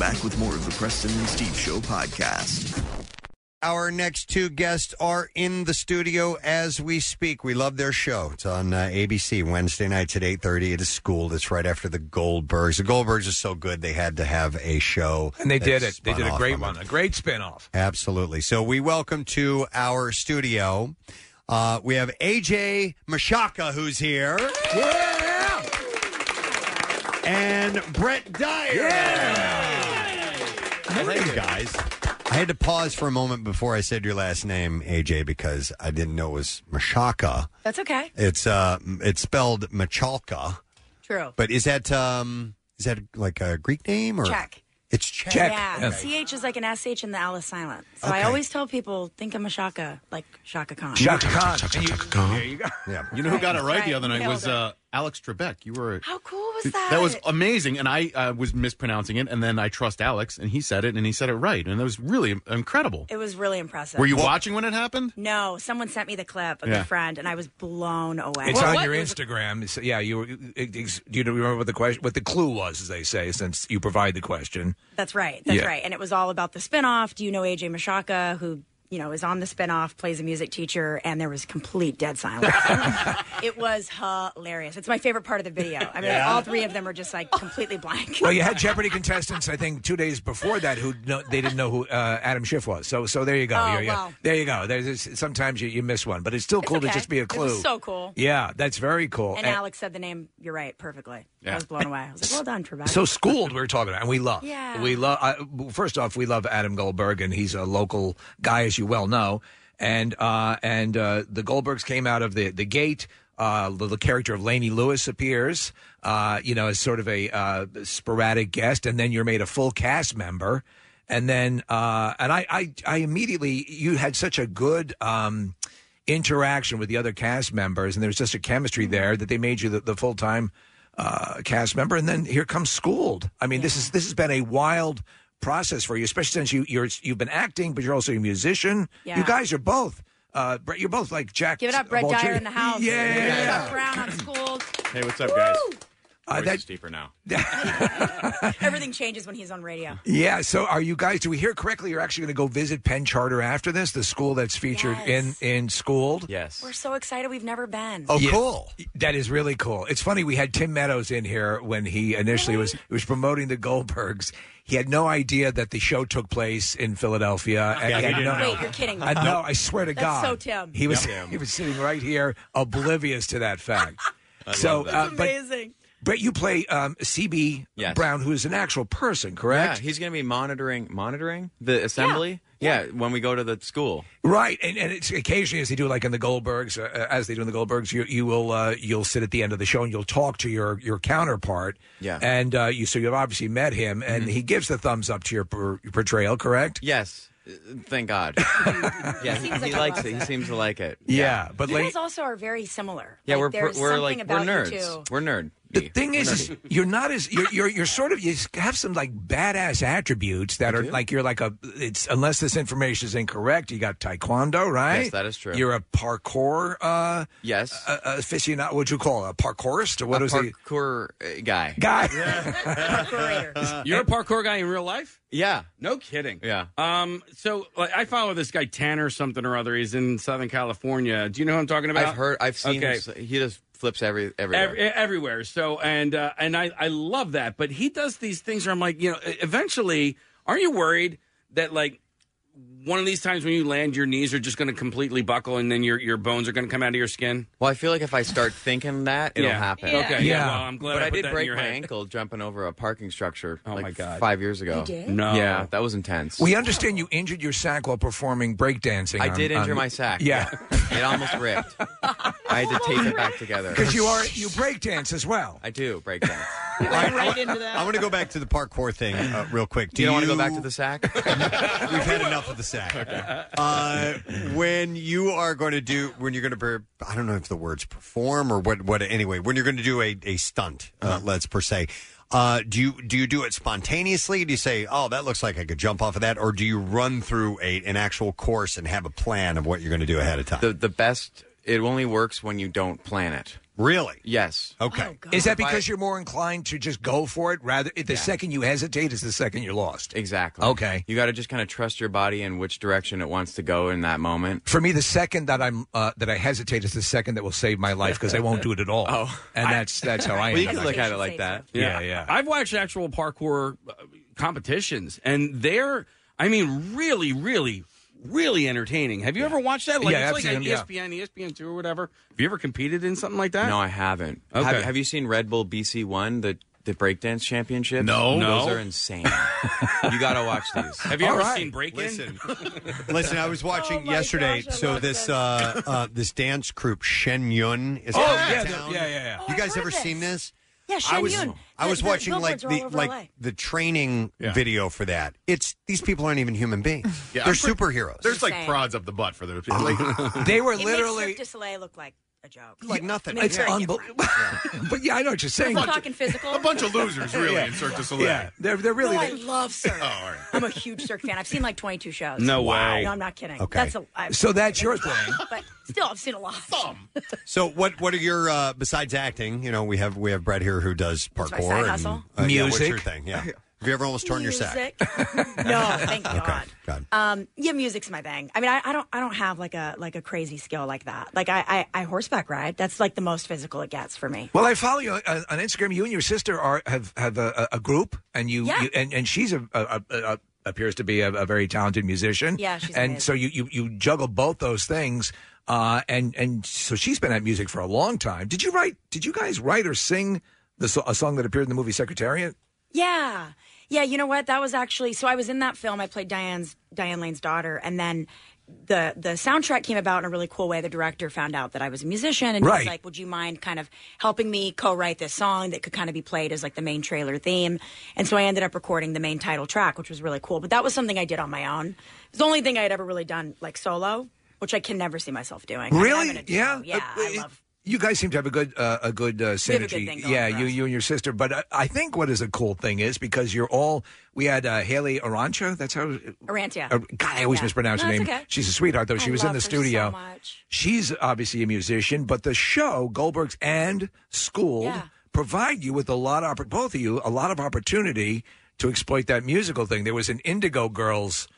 Speaker 8: Back with more of the Preston and Steve Show podcast.
Speaker 3: Our next two guests are in the studio as we speak. We love their show. It's on uh, ABC Wednesday nights at 8.30. It is school. It's right after the Goldbergs. The Goldbergs are so good, they had to have a show.
Speaker 5: And they
Speaker 3: that
Speaker 5: did it. They
Speaker 3: spun
Speaker 5: did a
Speaker 3: off
Speaker 5: great
Speaker 3: from it.
Speaker 5: one, a great spin off.
Speaker 3: Absolutely. So we welcome to our studio. Uh, we have AJ Mashaka who's here. Yeah. And Brett Dyer. Hey guys. I had to pause for a moment before I said your last name, AJ, because I didn't know it was Mashaka.
Speaker 24: That's okay.
Speaker 3: It's uh, it's spelled Machalka,
Speaker 24: True.
Speaker 3: but is that um, is that like a Greek name or
Speaker 24: Czech.
Speaker 3: It's Czech.
Speaker 24: Yeah.
Speaker 3: Okay.
Speaker 24: CH is like an SH in the L is silent. So I
Speaker 3: Okay.
Speaker 24: always tell people, think I'm a Shaka, like Shaka Khan.
Speaker 6: There you go.
Speaker 3: Yeah.
Speaker 6: You know who got it right
Speaker 24: Right.
Speaker 6: the other night
Speaker 24: Nailed
Speaker 6: was
Speaker 24: it.
Speaker 6: uh, Alex Trebek. You were
Speaker 24: How cool was that?
Speaker 6: That was amazing, and I uh, was mispronouncing it, and then I trust Alex, and he said it, and he said it right, and that was really im- incredible.
Speaker 24: It was really impressive.
Speaker 6: Were you watching when it happened?
Speaker 24: No, someone sent me the clip, a
Speaker 5: Yeah.
Speaker 24: good friend, and I was blown away.
Speaker 5: It's on your Instagram. So, yeah, you. were- it- it's- Do you remember what the question, what the clue was, as they say, since you provide the question?
Speaker 24: That's right. That's
Speaker 5: Yeah.
Speaker 24: right. And it was all about the spinoff. Do you know AJ Mashaka, who you know is on the spinoff, plays a music teacher, and there was complete dead silence. it was hilarious. It's my favorite part of the video. I mean,
Speaker 5: Yeah.
Speaker 24: all three of them are just like completely blank.
Speaker 5: Well, you had Jeopardy contestants, I think, two days before that, who no, they didn't know who uh, Adam Schiff was. So, so there you go.
Speaker 24: Oh,
Speaker 5: You're- yeah.
Speaker 24: wow.
Speaker 5: There you go. There's, it's- sometimes you, you miss one, but it's still
Speaker 24: It's
Speaker 5: cool
Speaker 24: okay.
Speaker 5: to just be a clue.
Speaker 24: It was so cool.
Speaker 5: Yeah, that's very cool.
Speaker 24: And, Alex said the name. You're right, perfectly. I was blown away. I was like, well done, Trebek.
Speaker 5: So schooled, we were talking about, and we love.
Speaker 24: Yeah.
Speaker 5: We love. I, first off, we love Adam Goldberg, and he's a local guy, as you well know. And uh, and uh, the Goldbergs came out of the the gate. Uh, the, the character of Lainey Lewis appears, uh, you know, as sort of a uh, sporadic guest, and then you're made a full cast member. And then, uh, and I, I, I immediately, you had such a good. Um, interaction with the other cast members, and there was just a
Speaker 24: Mm-hmm.
Speaker 5: chemistry there that they made you the, the full time uh, cast member. And then here comes Schooled. I mean, this is this has been a wild process for you, especially since you you're you've been acting, but you're also a musician.
Speaker 24: Yeah.
Speaker 5: You guys are both. Uh, Brett, you're both like Jack.
Speaker 24: Give it up, Brett
Speaker 5: Vulture.
Speaker 24: Dyer in the house.
Speaker 5: Yeah, yeah, yeah.
Speaker 24: Chuck Brown on school.
Speaker 5: Hey, what's up, guys? Uh,
Speaker 24: Voice
Speaker 5: that-
Speaker 24: is
Speaker 6: deeper now.
Speaker 24: Everything changes when he's on radio.
Speaker 5: Yeah. So, are you guys? Do we hear correctly? You're actually going to go visit Penn Charter after this, the school that's featured in in Schooled. Yes.
Speaker 24: We're so excited. We've never been.
Speaker 5: Yeah. That is really cool. It's funny we had Tim Meadows in here when he initially was was promoting the Goldbergs. He had no idea that the show took place in Philadelphia. and
Speaker 24: Yeah,
Speaker 5: he
Speaker 24: we
Speaker 5: had
Speaker 24: didn't
Speaker 5: no-
Speaker 24: know. Wait, you're kidding.
Speaker 5: I know. I swear to
Speaker 24: That's
Speaker 5: God,
Speaker 24: so Tim.
Speaker 5: He was
Speaker 24: Yep.
Speaker 5: he was sitting right here, oblivious to that fact. so,
Speaker 24: That's
Speaker 5: uh, but
Speaker 24: amazing.
Speaker 5: But you play um, CB Brown, who is an actual person, correct?
Speaker 1: Yeah, he's going to be monitoring monitoring the assembly. Yeah. when we go to the school.
Speaker 5: Right, and and it's occasionally as they do like in the Goldbergs, uh, as they do in the Goldbergs, you you will uh, you'll sit at the end of the show and you'll talk to your your counterpart,
Speaker 1: Yeah. Mm-hmm.
Speaker 5: and uh, you so you've obviously met him, and he gives the thumbs up to your, per- your portrayal, correct?
Speaker 1: Yes. Uh, Thank God. yes,
Speaker 24: Seems
Speaker 1: he
Speaker 24: like a
Speaker 1: likes it. He
Speaker 24: process.
Speaker 1: seems to like it.
Speaker 5: Yeah, but
Speaker 24: you
Speaker 1: like,
Speaker 24: guys also are very similar.
Speaker 1: yeah,
Speaker 24: Like,
Speaker 1: we're
Speaker 24: there's
Speaker 1: we're
Speaker 24: something
Speaker 1: like we're
Speaker 24: about you
Speaker 1: nerds.
Speaker 24: two.
Speaker 1: We're nerd.
Speaker 5: The thing is, is you're not as you're, you're you're sort of you have some like badass attributes that are like you're like a it's unless this information is incorrect, you got taekwondo, right?
Speaker 1: Yes, that is true.
Speaker 5: You're a parkour. Uh,
Speaker 1: Yes.
Speaker 5: uh, aficionado. What'd you call it? a parkourist? Or what
Speaker 1: A
Speaker 5: was
Speaker 1: parkour guy?
Speaker 5: Guy.
Speaker 10: You're a parkour guy in real life?
Speaker 1: Yeah.
Speaker 10: No kidding.
Speaker 1: Yeah.
Speaker 10: Um. So like, I follow this guy Tanner something or other. He's in Southern California. Do you know who I'm talking about?
Speaker 1: I've heard. I've seen.
Speaker 10: Okay.
Speaker 1: him s- he just flips every everywhere.
Speaker 10: Ev- everywhere. So and uh, and I I love that. But he does these things where I'm like, you know, e, eventually, aren't you worried that like one of these times when you land, your knees are just going to completely buckle and then your your bones are going to come out of your skin?
Speaker 1: Well, I feel like if I start thinking that, it'll
Speaker 10: Yeah.
Speaker 1: happen.
Speaker 10: Yeah. Okay, yeah, well, I'm glad
Speaker 1: But
Speaker 10: I
Speaker 1: I,
Speaker 10: put
Speaker 1: did
Speaker 10: that in
Speaker 1: break
Speaker 10: your
Speaker 1: my
Speaker 10: head.
Speaker 1: ankle jumping over a parking structure. Oh
Speaker 10: my God.
Speaker 1: Five years ago.
Speaker 10: You did? No.
Speaker 1: Yeah, that was intense.
Speaker 5: We understand you injured your sack while performing breakdancing.
Speaker 1: I
Speaker 5: on-
Speaker 1: did injure
Speaker 5: on-
Speaker 1: my sack.
Speaker 5: Yeah,
Speaker 1: it almost ripped. I had to tape it back together.
Speaker 5: because you are you breakdance as well.
Speaker 1: I do break down.
Speaker 4: right into that.
Speaker 3: I want to go back to the parkour thing uh, real quick.
Speaker 1: Do you, want to go back to the sack?
Speaker 3: We've had enough of the sack. Uh, when you are going to do, when you're going to, per, I don't know if the words perform or what, what. Anyway, when you're going to do a a stunt, uh,
Speaker 1: Uh-huh.
Speaker 3: let's per se. Uh, do you do you do it spontaneously? Do you say, "Oh, that looks like I could jump off of that," or do you run through a an actual course and have a plan of what you're going to do ahead of time?
Speaker 1: The the best. It only works when you don't plan it.
Speaker 3: Really?
Speaker 1: Yes.
Speaker 3: Okay.
Speaker 5: Is that because you're more inclined to just go for it rather? The second you hesitate is the second you're lost.
Speaker 1: Exactly. Okay. You got to just kind of trust your body in which direction it wants to go in that moment.
Speaker 5: For me, the second that I'm uh, that I hesitate is the second that will save my life because I won't do it at all. Oh, and that's that's how I.
Speaker 1: Well,
Speaker 5: am.
Speaker 1: you can look at it like that.
Speaker 5: Yeah, yeah.
Speaker 10: I've watched actual parkour uh, competitions, and they're, I mean, really, really, really entertaining. Have you ever watched that? Like,
Speaker 1: Yeah,
Speaker 10: it's like E on
Speaker 1: absolutely, yeah.
Speaker 10: ESPN, ESPN two, or whatever. Have you ever competed in something like that?
Speaker 1: No, I haven't.
Speaker 10: Okay.
Speaker 1: Have, have you seen Red Bull BC One, the the breakdance championships?
Speaker 10: No.
Speaker 1: those
Speaker 10: No.
Speaker 1: are insane. you got to watch these. Oh,
Speaker 10: Have you ever seen Break In?
Speaker 3: Listen, I was
Speaker 24: Oh
Speaker 3: watching yesterday. so this uh, uh, this dance group Shen Yun is
Speaker 5: Oh,
Speaker 3: out of
Speaker 5: yeah,
Speaker 3: town.
Speaker 5: yeah, yeah,
Speaker 24: Oh,
Speaker 5: yeah.
Speaker 3: You guys ever seen this?
Speaker 5: Yeah,
Speaker 3: I
Speaker 5: Shen
Speaker 3: was
Speaker 5: Yun.
Speaker 3: I
Speaker 5: The-
Speaker 3: was
Speaker 5: the
Speaker 3: watching like
Speaker 5: billboards are
Speaker 3: the
Speaker 5: all over
Speaker 3: like
Speaker 5: LA.
Speaker 3: the training video for that. It's these people aren't even human beings.
Speaker 6: Yeah,
Speaker 3: They're
Speaker 6: I'm pretty-
Speaker 3: superheroes.
Speaker 6: There's like
Speaker 24: Insane.
Speaker 6: prods up the butt for the like,
Speaker 5: They were
Speaker 24: It
Speaker 5: literally-
Speaker 24: makes Cirque du Soleil look like a joke.
Speaker 3: Like nothing.
Speaker 5: It's unbelievable. but yeah, I know what you're saying.
Speaker 24: We're talking physical.
Speaker 6: a bunch of losers really
Speaker 5: Yeah.
Speaker 6: in Cirque du Soleil.
Speaker 5: Yeah, they're they're really.
Speaker 24: No, I love Cirque.
Speaker 6: Oh, all right.
Speaker 24: I'm a huge Cirque fan. I've seen like 22 shows.
Speaker 3: No way.
Speaker 24: No, I'm not kidding.
Speaker 3: Okay.
Speaker 24: That's a, I-
Speaker 3: So that's your thing.
Speaker 24: But still, I've seen a lot.
Speaker 3: So what what are your uh, besides acting? You know we have we have Brett here who does
Speaker 24: That's my
Speaker 3: parkour
Speaker 24: side
Speaker 3: and
Speaker 24: hustle.
Speaker 3: uh, yeah, what's your
Speaker 24: Music.
Speaker 3: thing? Yeah. Have you ever almost torn your sack?
Speaker 24: Music. no, thank God.
Speaker 3: God.
Speaker 24: Um, yeah, music's my bang. I mean, I, I don't, I don't have like a like a crazy skill like that. Like I, I, I horseback ride. That's like the most physical it gets for me.
Speaker 5: Well, I follow you on, on Instagram. You and your sister are have have a, a a group, and you,
Speaker 24: Yeah.
Speaker 5: you and, and she's a, a, a, a appears to be a, a very talented musician.
Speaker 24: Yeah, she's
Speaker 5: and
Speaker 24: amazing.
Speaker 5: so you, you you juggle both those things, uh, and and so she's been at music for a long time. Did you write? Did you guys write or sing the so- a song that appeared in the movie Secretariat?
Speaker 24: Yeah. Yeah, you know what? That was actually so I was in that film. I played Diane's Diane Lane's daughter and then the the soundtrack came about in a really cool way. The director found out that I was a musician and he
Speaker 11: Right.
Speaker 24: was like, "Would you mind kind of helping me co-write this song that could kind of be played as like the main trailer theme?" And so I ended up recording the main title track, which was really cool. But that was something I did on my own. It was the only thing I had ever really done like solo, which I can never see myself doing. I mean, I'm
Speaker 5: Really?
Speaker 24: in a duo.
Speaker 5: yeah.
Speaker 24: Yeah.
Speaker 5: Uh,
Speaker 24: I love
Speaker 5: you guys seem to have a good uh, a good uh, synergy.
Speaker 24: have a good thing going
Speaker 5: yeah,
Speaker 24: for
Speaker 5: you
Speaker 24: us.
Speaker 5: you and your sister. But I, I think what is a cool thing is because you're all. We had uh, Haley Arancha. That's how.
Speaker 24: Arantia.
Speaker 5: Uh, God, I always
Speaker 24: Yeah.
Speaker 5: mispronounce
Speaker 24: No,
Speaker 5: her
Speaker 24: it's
Speaker 5: name.
Speaker 24: okay.
Speaker 5: She's a sweetheart, though.
Speaker 24: I
Speaker 5: she was
Speaker 24: love
Speaker 5: in the
Speaker 24: her so
Speaker 5: studio.
Speaker 24: much.
Speaker 5: She's obviously a musician, but the show Goldberg's and Schooled provide you with a lot of oppor- both of you a lot of opportunity to exploit that musical thing. There was an Indigo Girls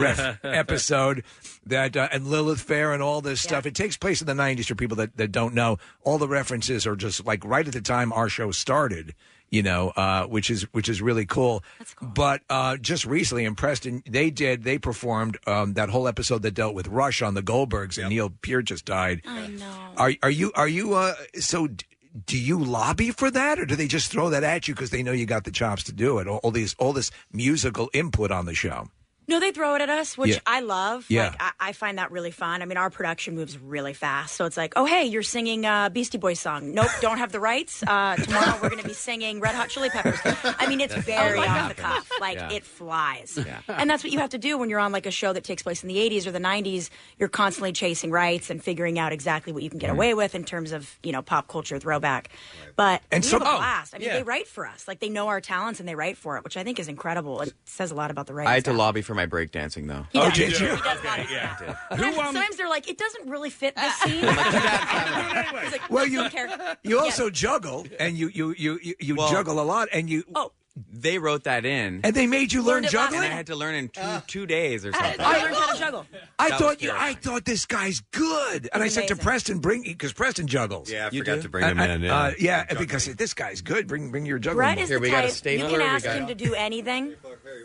Speaker 5: ref episode that uh, and Lilith Fair and all this stuff. It takes place in the '90s for people that, that don't know. All the references are just like right at the time our show started. You know, uh, which is which is really cool. That's cool. But uh, just recently in Preston, they did they performed um, that whole episode that dealt with Oh. Rush on the Goldbergs, and Neil Peart just died.
Speaker 24: I know.
Speaker 5: Are are you are you uh, so? d- do you lobby for that, or do they just throw that at you because they know you got the chops to do it? All, all these, all this musical input on the show.
Speaker 24: No, they throw it at us, which
Speaker 5: Yeah.
Speaker 24: I love.
Speaker 5: Yeah.
Speaker 24: Like, I, I find that really fun. I mean, our production moves really fast. So it's like, oh, hey, you're singing a Beastie Boys song. Nope, don't have the rights. Uh, tomorrow we're going to be singing Red Hot Chili Peppers. I mean, it's
Speaker 7: That's
Speaker 24: very
Speaker 7: what
Speaker 24: off the
Speaker 7: happens.
Speaker 24: cuff. Like,
Speaker 7: Yeah.
Speaker 24: it flies.
Speaker 7: Yeah.
Speaker 24: And that's what you have to do when you're on like a show that takes place in the 80s or the 90s. You're constantly chasing rights and figuring out exactly what you can get
Speaker 5: Mhm.
Speaker 24: away with in terms of, you know, pop culture throwback. But
Speaker 5: And
Speaker 24: we
Speaker 5: some-
Speaker 24: have a
Speaker 5: oh,
Speaker 24: blast. I mean,
Speaker 5: yeah.
Speaker 24: they write for us. Like, they know our talents and they write for it, which I think is incredible. It says a lot about the writers.
Speaker 1: I had to lobby for my breakdancing though.
Speaker 24: He Oh, does.
Speaker 10: did you? He
Speaker 1: Okay, yeah.
Speaker 10: um,
Speaker 24: Sometimes, sometimes they're like, it doesn't really fit the scene. It's like,
Speaker 5: Well,
Speaker 24: "Don't
Speaker 5: you-
Speaker 24: care."
Speaker 5: You
Speaker 24: Yeah.
Speaker 5: also juggle, and you you you you, you
Speaker 1: Well-
Speaker 5: juggle a lot, and you
Speaker 24: oh,
Speaker 1: They wrote that in,
Speaker 5: and they made you learn juggling.
Speaker 1: And I had to learn in two, two days or something.
Speaker 24: I learned how to juggle.
Speaker 5: I
Speaker 1: That
Speaker 5: thought
Speaker 1: was
Speaker 5: you. I
Speaker 1: terrifying.
Speaker 5: thought this guy's good, and I said to
Speaker 1: Amazing.
Speaker 5: Preston, "Bring because Preston juggles." Yeah,
Speaker 1: I You forgot do? to bring him in, yeah.
Speaker 5: Uh, yeah, because this guy's good. Bring bring your juggling.
Speaker 24: Brett is
Speaker 5: Here,
Speaker 24: the
Speaker 5: we got
Speaker 24: type,
Speaker 5: a stapler,
Speaker 24: you
Speaker 5: we
Speaker 24: can ask
Speaker 5: got-
Speaker 24: him to do anything.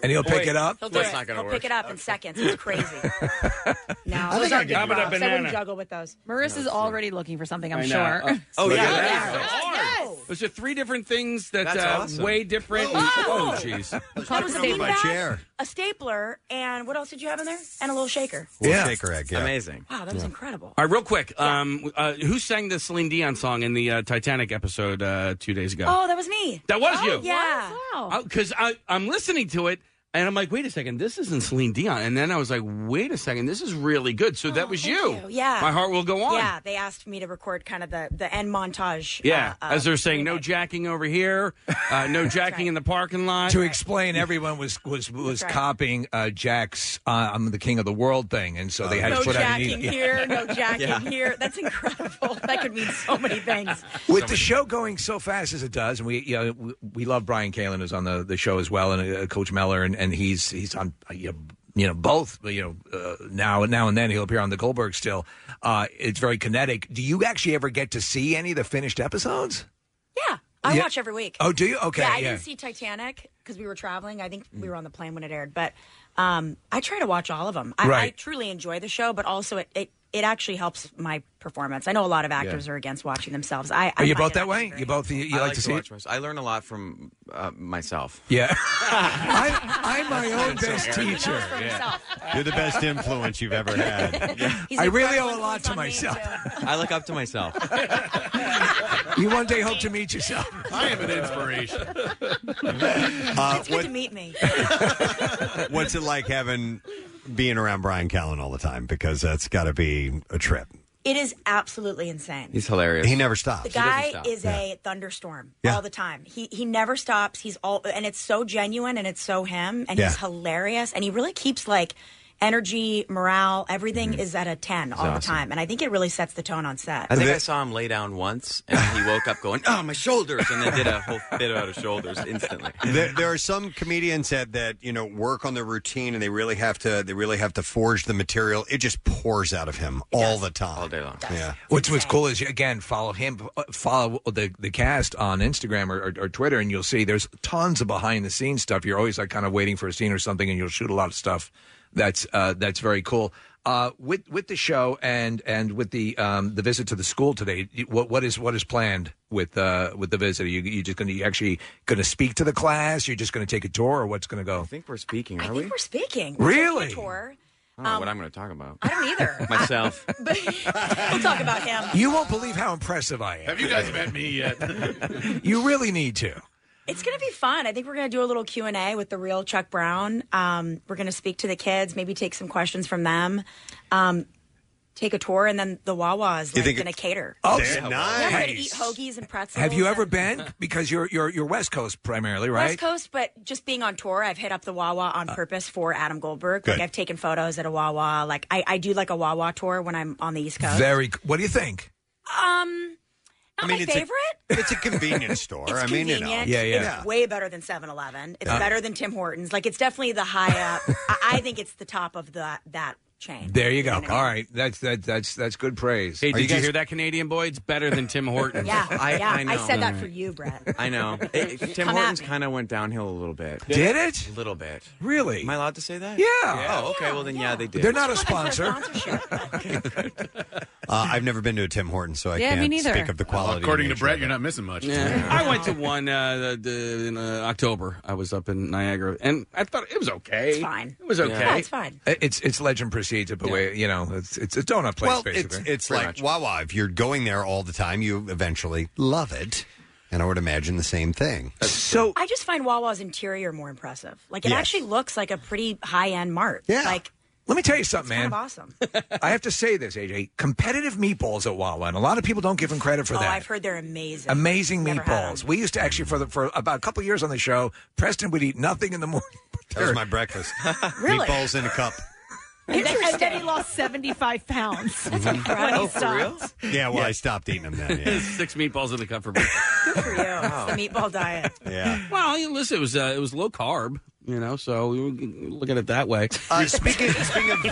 Speaker 5: and he'll pick
Speaker 24: Wait,
Speaker 5: it up.
Speaker 24: He'll, do it. he'll pick it up in seconds. It's crazy. no,
Speaker 10: I
Speaker 24: those
Speaker 10: think I
Speaker 24: are
Speaker 10: can do that. How about a
Speaker 24: I wouldn't
Speaker 10: banana?
Speaker 24: juggle with those.
Speaker 9: Marissa's already looking for something, I'm
Speaker 10: I know.
Speaker 9: sure.
Speaker 10: Uh, oh, yeah,
Speaker 9: Yeah,
Speaker 10: that
Speaker 9: yeah.
Speaker 10: is hard. Those are three different things that
Speaker 9: That's
Speaker 10: uh,
Speaker 9: awesome.
Speaker 10: way different.
Speaker 24: Whoa.
Speaker 10: Oh, jeez.
Speaker 24: That was a
Speaker 10: Over my
Speaker 24: beanbag,
Speaker 10: chair.
Speaker 24: a stapler, and what else did you have in there? And a little shaker.
Speaker 10: Yeah.
Speaker 3: shaker egg, yeah.
Speaker 10: Amazing.
Speaker 24: Wow, that was incredible.
Speaker 10: All right, real quick. Um, uh, who sang the Celine Dion song in the uh, Titanic episode uh, two days ago?
Speaker 24: Oh, that was me.
Speaker 10: That was you.
Speaker 24: Yeah.
Speaker 10: because Uh, I I'm listening to it and I'm like, wait a second, this isn't Celine Dion. And then I was like, wait a second, this is really good. So that was you.
Speaker 24: So, Oh, yeah.
Speaker 10: My heart will go on.
Speaker 24: Yeah, they asked me to record kind of the, the end montage.
Speaker 10: Yeah,
Speaker 24: uh, uh,
Speaker 10: as they're saying, no jacking over here, uh, no jacking in the parking lot.
Speaker 5: to explain, everyone was was was
Speaker 24: right.
Speaker 5: copying uh, Jack's uh, "I'm the King of the World" thing, and so they
Speaker 1: Uh,
Speaker 5: had
Speaker 24: no
Speaker 5: to put out an
Speaker 24: jacking
Speaker 5: e-
Speaker 24: here, no jacking
Speaker 5: Yeah.
Speaker 24: here. That's incredible. That could mean so many things.
Speaker 5: With the show going so fast as it does, and we you know, we, we love Brian Kalen who's on the, the show as well, and uh, Coach Meller, and, and he's he's on uh, you know, you know both you know uh, now now and then he'll appear on the Goldberg still. Uh, it's very kinetic. Do you actually ever get to see any of the finished episodes?
Speaker 24: Yeah, I
Speaker 5: Yeah.
Speaker 24: watch every week.
Speaker 5: Oh, do you? Okay,
Speaker 24: Yeah, I
Speaker 5: yeah. Mm.
Speaker 24: didn't see Titanic because we were traveling. I think we were on the plane when it aired, but um, I try to watch all of them. I, I
Speaker 5: Right.
Speaker 24: truly enjoy the show, but also it, it, it actually helps my performance. I know a lot of actors are against watching themselves. I, I
Speaker 5: Are Oh, you
Speaker 24: find
Speaker 5: both
Speaker 24: it
Speaker 5: that way? You both you, you like, to see? it?
Speaker 1: watch myself. I learn a lot from uh, myself.
Speaker 5: Yeah, I'm, I'm my own
Speaker 1: That's
Speaker 5: best
Speaker 1: so arrogant.
Speaker 5: teacher.
Speaker 1: You're the best influence you've ever had.
Speaker 24: He's
Speaker 5: I
Speaker 24: like,
Speaker 5: really
Speaker 24: "Brett,
Speaker 5: owe a lot to myself.
Speaker 1: I look up to myself.
Speaker 5: You one day hope to meet yourself.
Speaker 6: I am an inspiration.
Speaker 5: Uh,
Speaker 24: it's good to meet me.
Speaker 3: What's it like having being around Brian Callen all the time? Because that's got to be a trip.
Speaker 24: It is absolutely insane.
Speaker 3: He's hilarious. He never
Speaker 5: Ah,
Speaker 3: stops.
Speaker 24: The guy is a thunderstorm
Speaker 3: Yeah.
Speaker 24: all the time. He he never stops. He's all and it's so genuine and it's so him and he's
Speaker 3: Yeah.
Speaker 24: hilarious and he really keeps like energy, morale, everything
Speaker 5: Mm-hmm.
Speaker 24: is at a 10 all the
Speaker 1: awesome.
Speaker 24: time and I think it really sets the tone on set.
Speaker 1: I think I saw him lay down once, and he woke up going, "Oh, my shoulders!" and then did a whole bit out of shoulders instantly.
Speaker 3: there, there are some comedians that, that you know work on their routine and they really have to they really have to forge the material. It just pours out of him all the time, all day long. Yeah.
Speaker 5: What's what's cool is again follow him, uh, follow the the cast on Instagram or, or, or Twitter, and you'll see there's tons of behind the scenes stuff. You're always like kind of waiting for a scene or something, and you'll shoot a lot of stuff. That's uh, that's very cool. Uh, with with the show and and with the um, the visit to the school today, you- what what is what is planned with uh, with the visit? Are you you just going to actually going to speak to the class? You're just going to take a tour, or what's going to go? I
Speaker 1: think we're speaking. Are
Speaker 24: I
Speaker 1: we?
Speaker 24: think we're speaking.
Speaker 5: Really? Oh,
Speaker 24: We're taking a tour.
Speaker 1: I don't know
Speaker 24: Um,
Speaker 1: what I'm going to talk about.
Speaker 24: I don't either.
Speaker 1: myself.
Speaker 24: Um, We'll talk about him.
Speaker 5: You won't believe how impressive I am. Have
Speaker 6: you guys met me yet?
Speaker 5: you really need to.
Speaker 24: It's going to be fun. I think we're going to do a little Q and A with the real Chuck Brown. Um, we're going to speak to the kids, maybe take some questions from them, um, take a tour, and then the Wawa is
Speaker 5: You
Speaker 24: like
Speaker 5: think
Speaker 24: going to
Speaker 5: it-
Speaker 24: cater.
Speaker 5: Oh,
Speaker 24: Yeah, we're going to
Speaker 5: nice.
Speaker 24: eat hoagies and pretzels.
Speaker 5: Have you
Speaker 24: and-
Speaker 5: ever been? Because you're you're you're West Coast primarily, right? Uh,
Speaker 24: West Coast, but just being on tour, I've hit up the Wawa on purpose for Adam Goldberg. Like
Speaker 5: good.
Speaker 24: I've taken photos at a Wawa. Like I, I do like a Wawa tour when I'm on the East Coast.
Speaker 5: Very. c- What do you think?
Speaker 24: Um, not my
Speaker 3: it's
Speaker 24: favorite.
Speaker 3: A, it's a convenience store.
Speaker 24: It's
Speaker 3: I mean, you know,
Speaker 24: convenient. It's way better than 7-Eleven. It's
Speaker 3: Yeah.
Speaker 24: better than Tim Hortons. Like it's definitely the high up. I, I think it's the top of the that chain.
Speaker 5: There you go. All right, that's that, that's that's good praise.
Speaker 10: Hey, did you, hear that Canadian boy? It's better than Tim Hortons.
Speaker 24: Yeah,
Speaker 10: I,
Speaker 24: yeah.
Speaker 10: I, know.
Speaker 24: said that for you, Brett.
Speaker 1: I know. It- it- Tim
Speaker 24: Come at
Speaker 1: Hortons
Speaker 24: me.
Speaker 1: kind of went downhill a little bit.
Speaker 5: Did it?
Speaker 1: A little bit.
Speaker 5: Really?
Speaker 1: Am I allowed to say that?
Speaker 5: Yeah.
Speaker 1: Oh, okay. Well, then, yeah, they did.
Speaker 5: They're not a sponsor.
Speaker 3: Uh, I've never been to a Tim Hortons, so I
Speaker 10: Yeah, me
Speaker 3: can't
Speaker 10: neither.
Speaker 3: speak of the quality. and
Speaker 6: According to
Speaker 3: nature
Speaker 6: Brett,
Speaker 3: of
Speaker 6: you're not missing much.
Speaker 10: Yeah. I went to one uh, the, the, in uh, October. I was up in Niagara, and I thought it was okay. It's
Speaker 24: fine.
Speaker 10: It was okay.
Speaker 5: I- It's it's legend proceeds it, but we- you know, it's it's a donut place.
Speaker 3: Well,
Speaker 5: basically.
Speaker 3: it's it's like Wawa. If you're going there all the time, you eventually love it, and I would imagine the same thing.
Speaker 5: so
Speaker 24: I just find Wawa's interior more impressive. Like it
Speaker 3: Yes.
Speaker 24: actually looks like a pretty high end mart.
Speaker 5: Yeah.
Speaker 24: Like
Speaker 5: Let me tell you something,
Speaker 24: it's kind
Speaker 5: man.
Speaker 24: of awesome.
Speaker 5: I have to say this, AJ. Competitive meatballs at Wawa, and a lot of people don't give them credit for
Speaker 24: oh,
Speaker 5: that.
Speaker 24: I've heard they're amazing.
Speaker 5: Amazing
Speaker 24: Never had 'em.
Speaker 5: meatballs. We used to actually for the, for about a couple years on the show, Preston would eat nothing in the morning.
Speaker 3: That was my breakfast.
Speaker 4: Really?
Speaker 3: Meatballs in a cup.
Speaker 4: And then, and then he lost 75 pounds. when he
Speaker 24: incredible.
Speaker 4: stopped.
Speaker 3: Yeah, well, I stopped eating them then.
Speaker 10: Six meatballs in the cup for breakfast. Oh.
Speaker 5: Oh.
Speaker 24: It's the meatball diet.
Speaker 3: Yeah.
Speaker 10: Well, you know, listen, it was uh, it was low carb, you know, so we were looking at it that way.
Speaker 3: Uh, speaking speaking of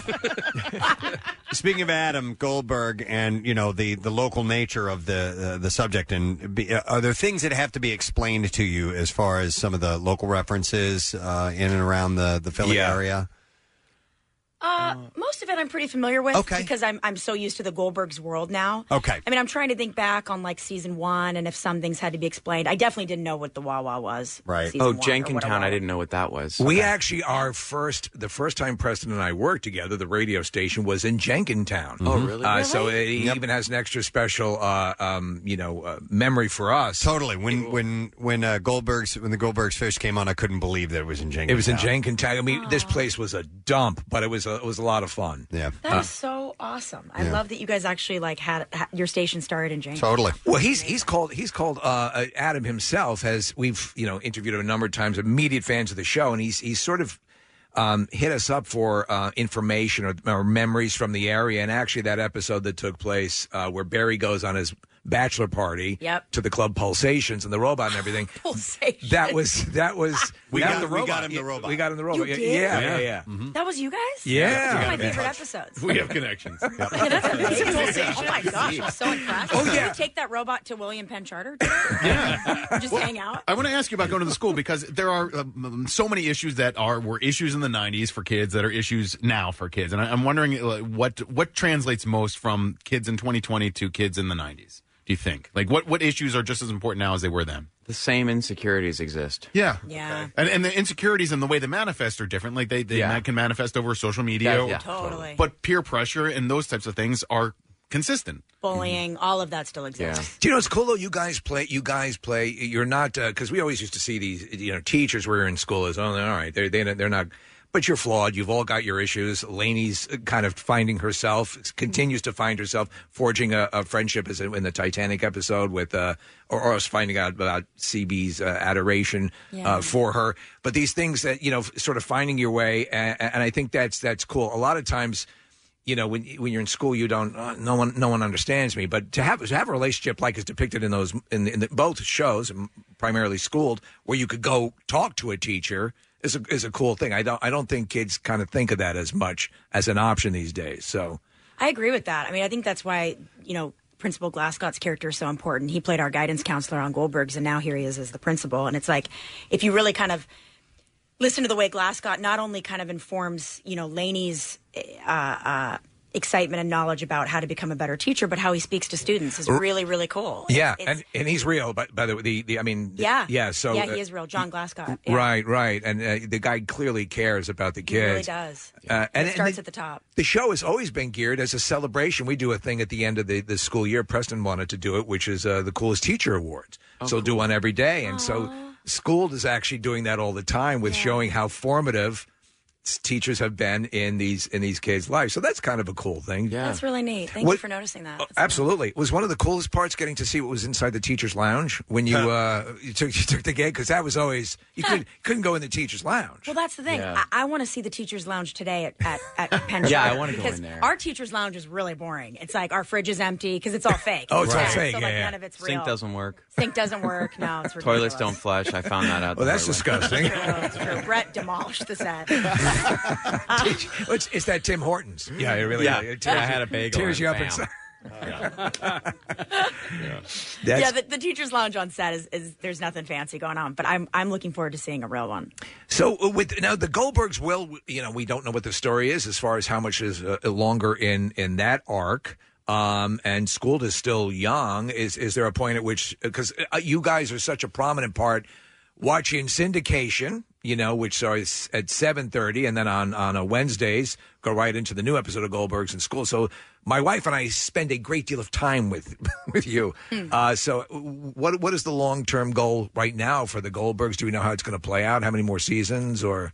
Speaker 3: Speaking of Adam Goldberg and you know the the local nature of the uh, the subject, and be, uh, are there things that have to be explained to you as far as some of the local references uh, in and around the the Philly area?
Speaker 24: Uh, most of it I'm pretty familiar with
Speaker 3: Okay.
Speaker 24: because I'm I'm so used to the Goldberg's world now.
Speaker 3: Okay.
Speaker 24: I mean, I'm trying to think back on like season one and if some things had to be explained. I definitely didn't know what the Wawa was. season
Speaker 1: Oh,
Speaker 24: one or what it
Speaker 1: Jenkintown.
Speaker 24: was.
Speaker 1: I didn't know what that was.
Speaker 5: We actually our first the first time Preston and I worked together, the radio station was in Jenkintown.
Speaker 1: Oh, really?
Speaker 5: Uh, So it
Speaker 1: Really?
Speaker 5: even has an extra special, uh, um, you know, uh, memory for us.
Speaker 3: Totally. When when when uh, Goldberg's when the Goldberg's fish came on, I couldn't believe that it was in Jenkintown.
Speaker 5: It was in Jenkintown. I mean, this place was a dump, but it was a, it was a lot of fun.
Speaker 3: Yeah.
Speaker 24: That is so awesome. I
Speaker 5: Yeah.
Speaker 24: love that you guys actually like had, had your station started in Jenkintown.
Speaker 5: Well, he's he's called he's called uh, uh, Adam himself has we've you know interviewed him a number of times. Immediate fans of the show, and he's he's sort of. Um, hit us up for uh, information or, or memories from the area, and actually that episode that took place uh, where Barry goes on his bachelor party
Speaker 24: Yep.
Speaker 5: to the club Pulsations and the robot and everything.
Speaker 24: Pulsation.
Speaker 5: That was that was
Speaker 24: We
Speaker 5: that
Speaker 24: got-
Speaker 5: the
Speaker 24: we
Speaker 5: robot.
Speaker 24: got him the
Speaker 5: Yeah,
Speaker 24: robot. Mm-hmm.
Speaker 5: We got him the
Speaker 24: You
Speaker 5: robot. Yeah,
Speaker 24: did?
Speaker 5: yeah, yeah. yeah.
Speaker 24: That was you guys.
Speaker 5: Yeah.
Speaker 24: That's one
Speaker 5: Mm-hmm. Yeah.
Speaker 24: of my favorite episodes.
Speaker 6: We have connections.
Speaker 24: oh my gosh, I'm so impressed.
Speaker 6: Oh,
Speaker 24: Can
Speaker 6: yeah.
Speaker 24: we take that robot to William Penn Charter? Just hang out.
Speaker 6: I want to ask you about going to the school because there are um, so many issues that are were issues in the '90s for kids that are issues now for kids, and I, I'm wondering like, what what translates most from kids in 2020 to kids in the '90s. Do you think like what what issues are just as important now as they were then?
Speaker 1: The same insecurities exist.
Speaker 6: Yeah,
Speaker 24: Yeah.
Speaker 6: and, and the insecurities and the way they manifest are different. Like they, they ma- can manifest over social
Speaker 24: Yeah,
Speaker 6: media,
Speaker 24: yeah, Totally.
Speaker 6: But peer pressure and those types of things are consistent.
Speaker 24: Bullying, all of that still exists.
Speaker 5: Do you know it's cool though? You guys play. You guys play. You're not because we always used to see these. You know, teachers were in school as oh, all right, they're they, they're not. But you're flawed. You've all got your issues. Laney's kind of finding herself, continues to find herself, forging a, a friendship as in in the Titanic episode with, uh, or, or us finding out about CB's uh, adoration
Speaker 7: Yeah.
Speaker 5: uh, for her. But these things that you know, f- sort of finding your way, and, and I think that's that's cool. A lot of times, you know, when when you're in school, you don't uh, no one no one understands me. But to have to have a relationship like is depicted in those in, in the, both shows, m- primarily schooled, where you could go talk to a teacher is a, is a cool thing. I don't I don't think kids kind of think of that as much as an option these days. So
Speaker 24: I agree with that. I mean, I think that's why, you know, Principal Glascott's character is so important. He played our guidance counselor on Goldberg's, and now here he is as the principal. And it's like, if you really kind of listen to the way Glascott not only kind of informs, you know, Laney's uh, uh, excitement and knowledge about how to become a better teacher, but how he speaks to students is really, really cool.
Speaker 5: yeah, and, and he's real. But by the way, the, the I mean the-
Speaker 24: Yeah.
Speaker 5: yeah. So
Speaker 24: yeah,
Speaker 5: uh,
Speaker 24: he is real. John Glascott. Yeah.
Speaker 5: Right, right, and uh, the guy clearly cares about the
Speaker 24: He really
Speaker 5: kids.
Speaker 24: does.
Speaker 5: Uh, and and
Speaker 24: it starts
Speaker 5: the-
Speaker 24: at the top.
Speaker 5: The show has always been geared as a celebration. We do a thing at the end of the, the school year. Preston wanted to do it, which is uh, the coolest teacher awards. so
Speaker 24: Oh,
Speaker 5: do one every day, and so Schooled is actually doing that all the time with showing how formative s- teachers have been in these in these kids' lives. So that's kind of a cool thing. Yeah,
Speaker 24: That's really neat. Thank you
Speaker 5: What- Oh.
Speaker 24: for noticing that.
Speaker 5: Absolutely, it was one of the coolest parts getting to see what was inside the teachers' lounge when you uh, you took you took the gig because that was always you couldn't couldn't go in the teachers' lounge.
Speaker 24: Well, that's the thing.
Speaker 5: Yeah.
Speaker 24: I, I want to see the teachers' lounge today at at, at Penn
Speaker 5: Yeah, I
Speaker 24: Charter
Speaker 5: wanna go
Speaker 24: because
Speaker 5: in there.
Speaker 24: Our teachers' lounge is really boring. It's like our fridge is empty because it's all fake.
Speaker 1: Oh, it's all
Speaker 24: Yeah,
Speaker 1: fake,
Speaker 24: So
Speaker 1: yeah,
Speaker 24: like
Speaker 1: yeah.
Speaker 24: none of it's real.
Speaker 1: Sink doesn't work.
Speaker 24: Sink doesn't work. No, it's ridiculous.
Speaker 1: Toilets don't flush. I found that out.
Speaker 5: Well,
Speaker 1: the
Speaker 5: that's
Speaker 1: hard way.
Speaker 5: disgusting.
Speaker 24: True. Brett demolished the set.
Speaker 5: it's, it's that Tim Hortons. Yeah, it really.
Speaker 10: Yeah.
Speaker 5: it
Speaker 10: I had a bagel
Speaker 5: Tears
Speaker 10: and
Speaker 5: you up
Speaker 10: bam.
Speaker 5: inside.
Speaker 24: yeah, the, the teachers' lounge on set is, is there's nothing fancy going on, but I'm I'm looking forward to seeing a real one.
Speaker 5: So uh, with now the Goldbergs will you know we don't know what the story is as far as how much is uh, longer in in that arc. Um, and Schooled is still young. Is is there a point at which because uh, you guys are such a prominent part watching syndication, you know, which starts at seven thirty, and then on on a Wednesdays go right into the new episode of Goldbergs in School. So my wife and I spend a great deal of time with with you. Uh, so what what is the long term goal right now for the Goldbergs? Do we know how it's going to play out? How many more seasons or?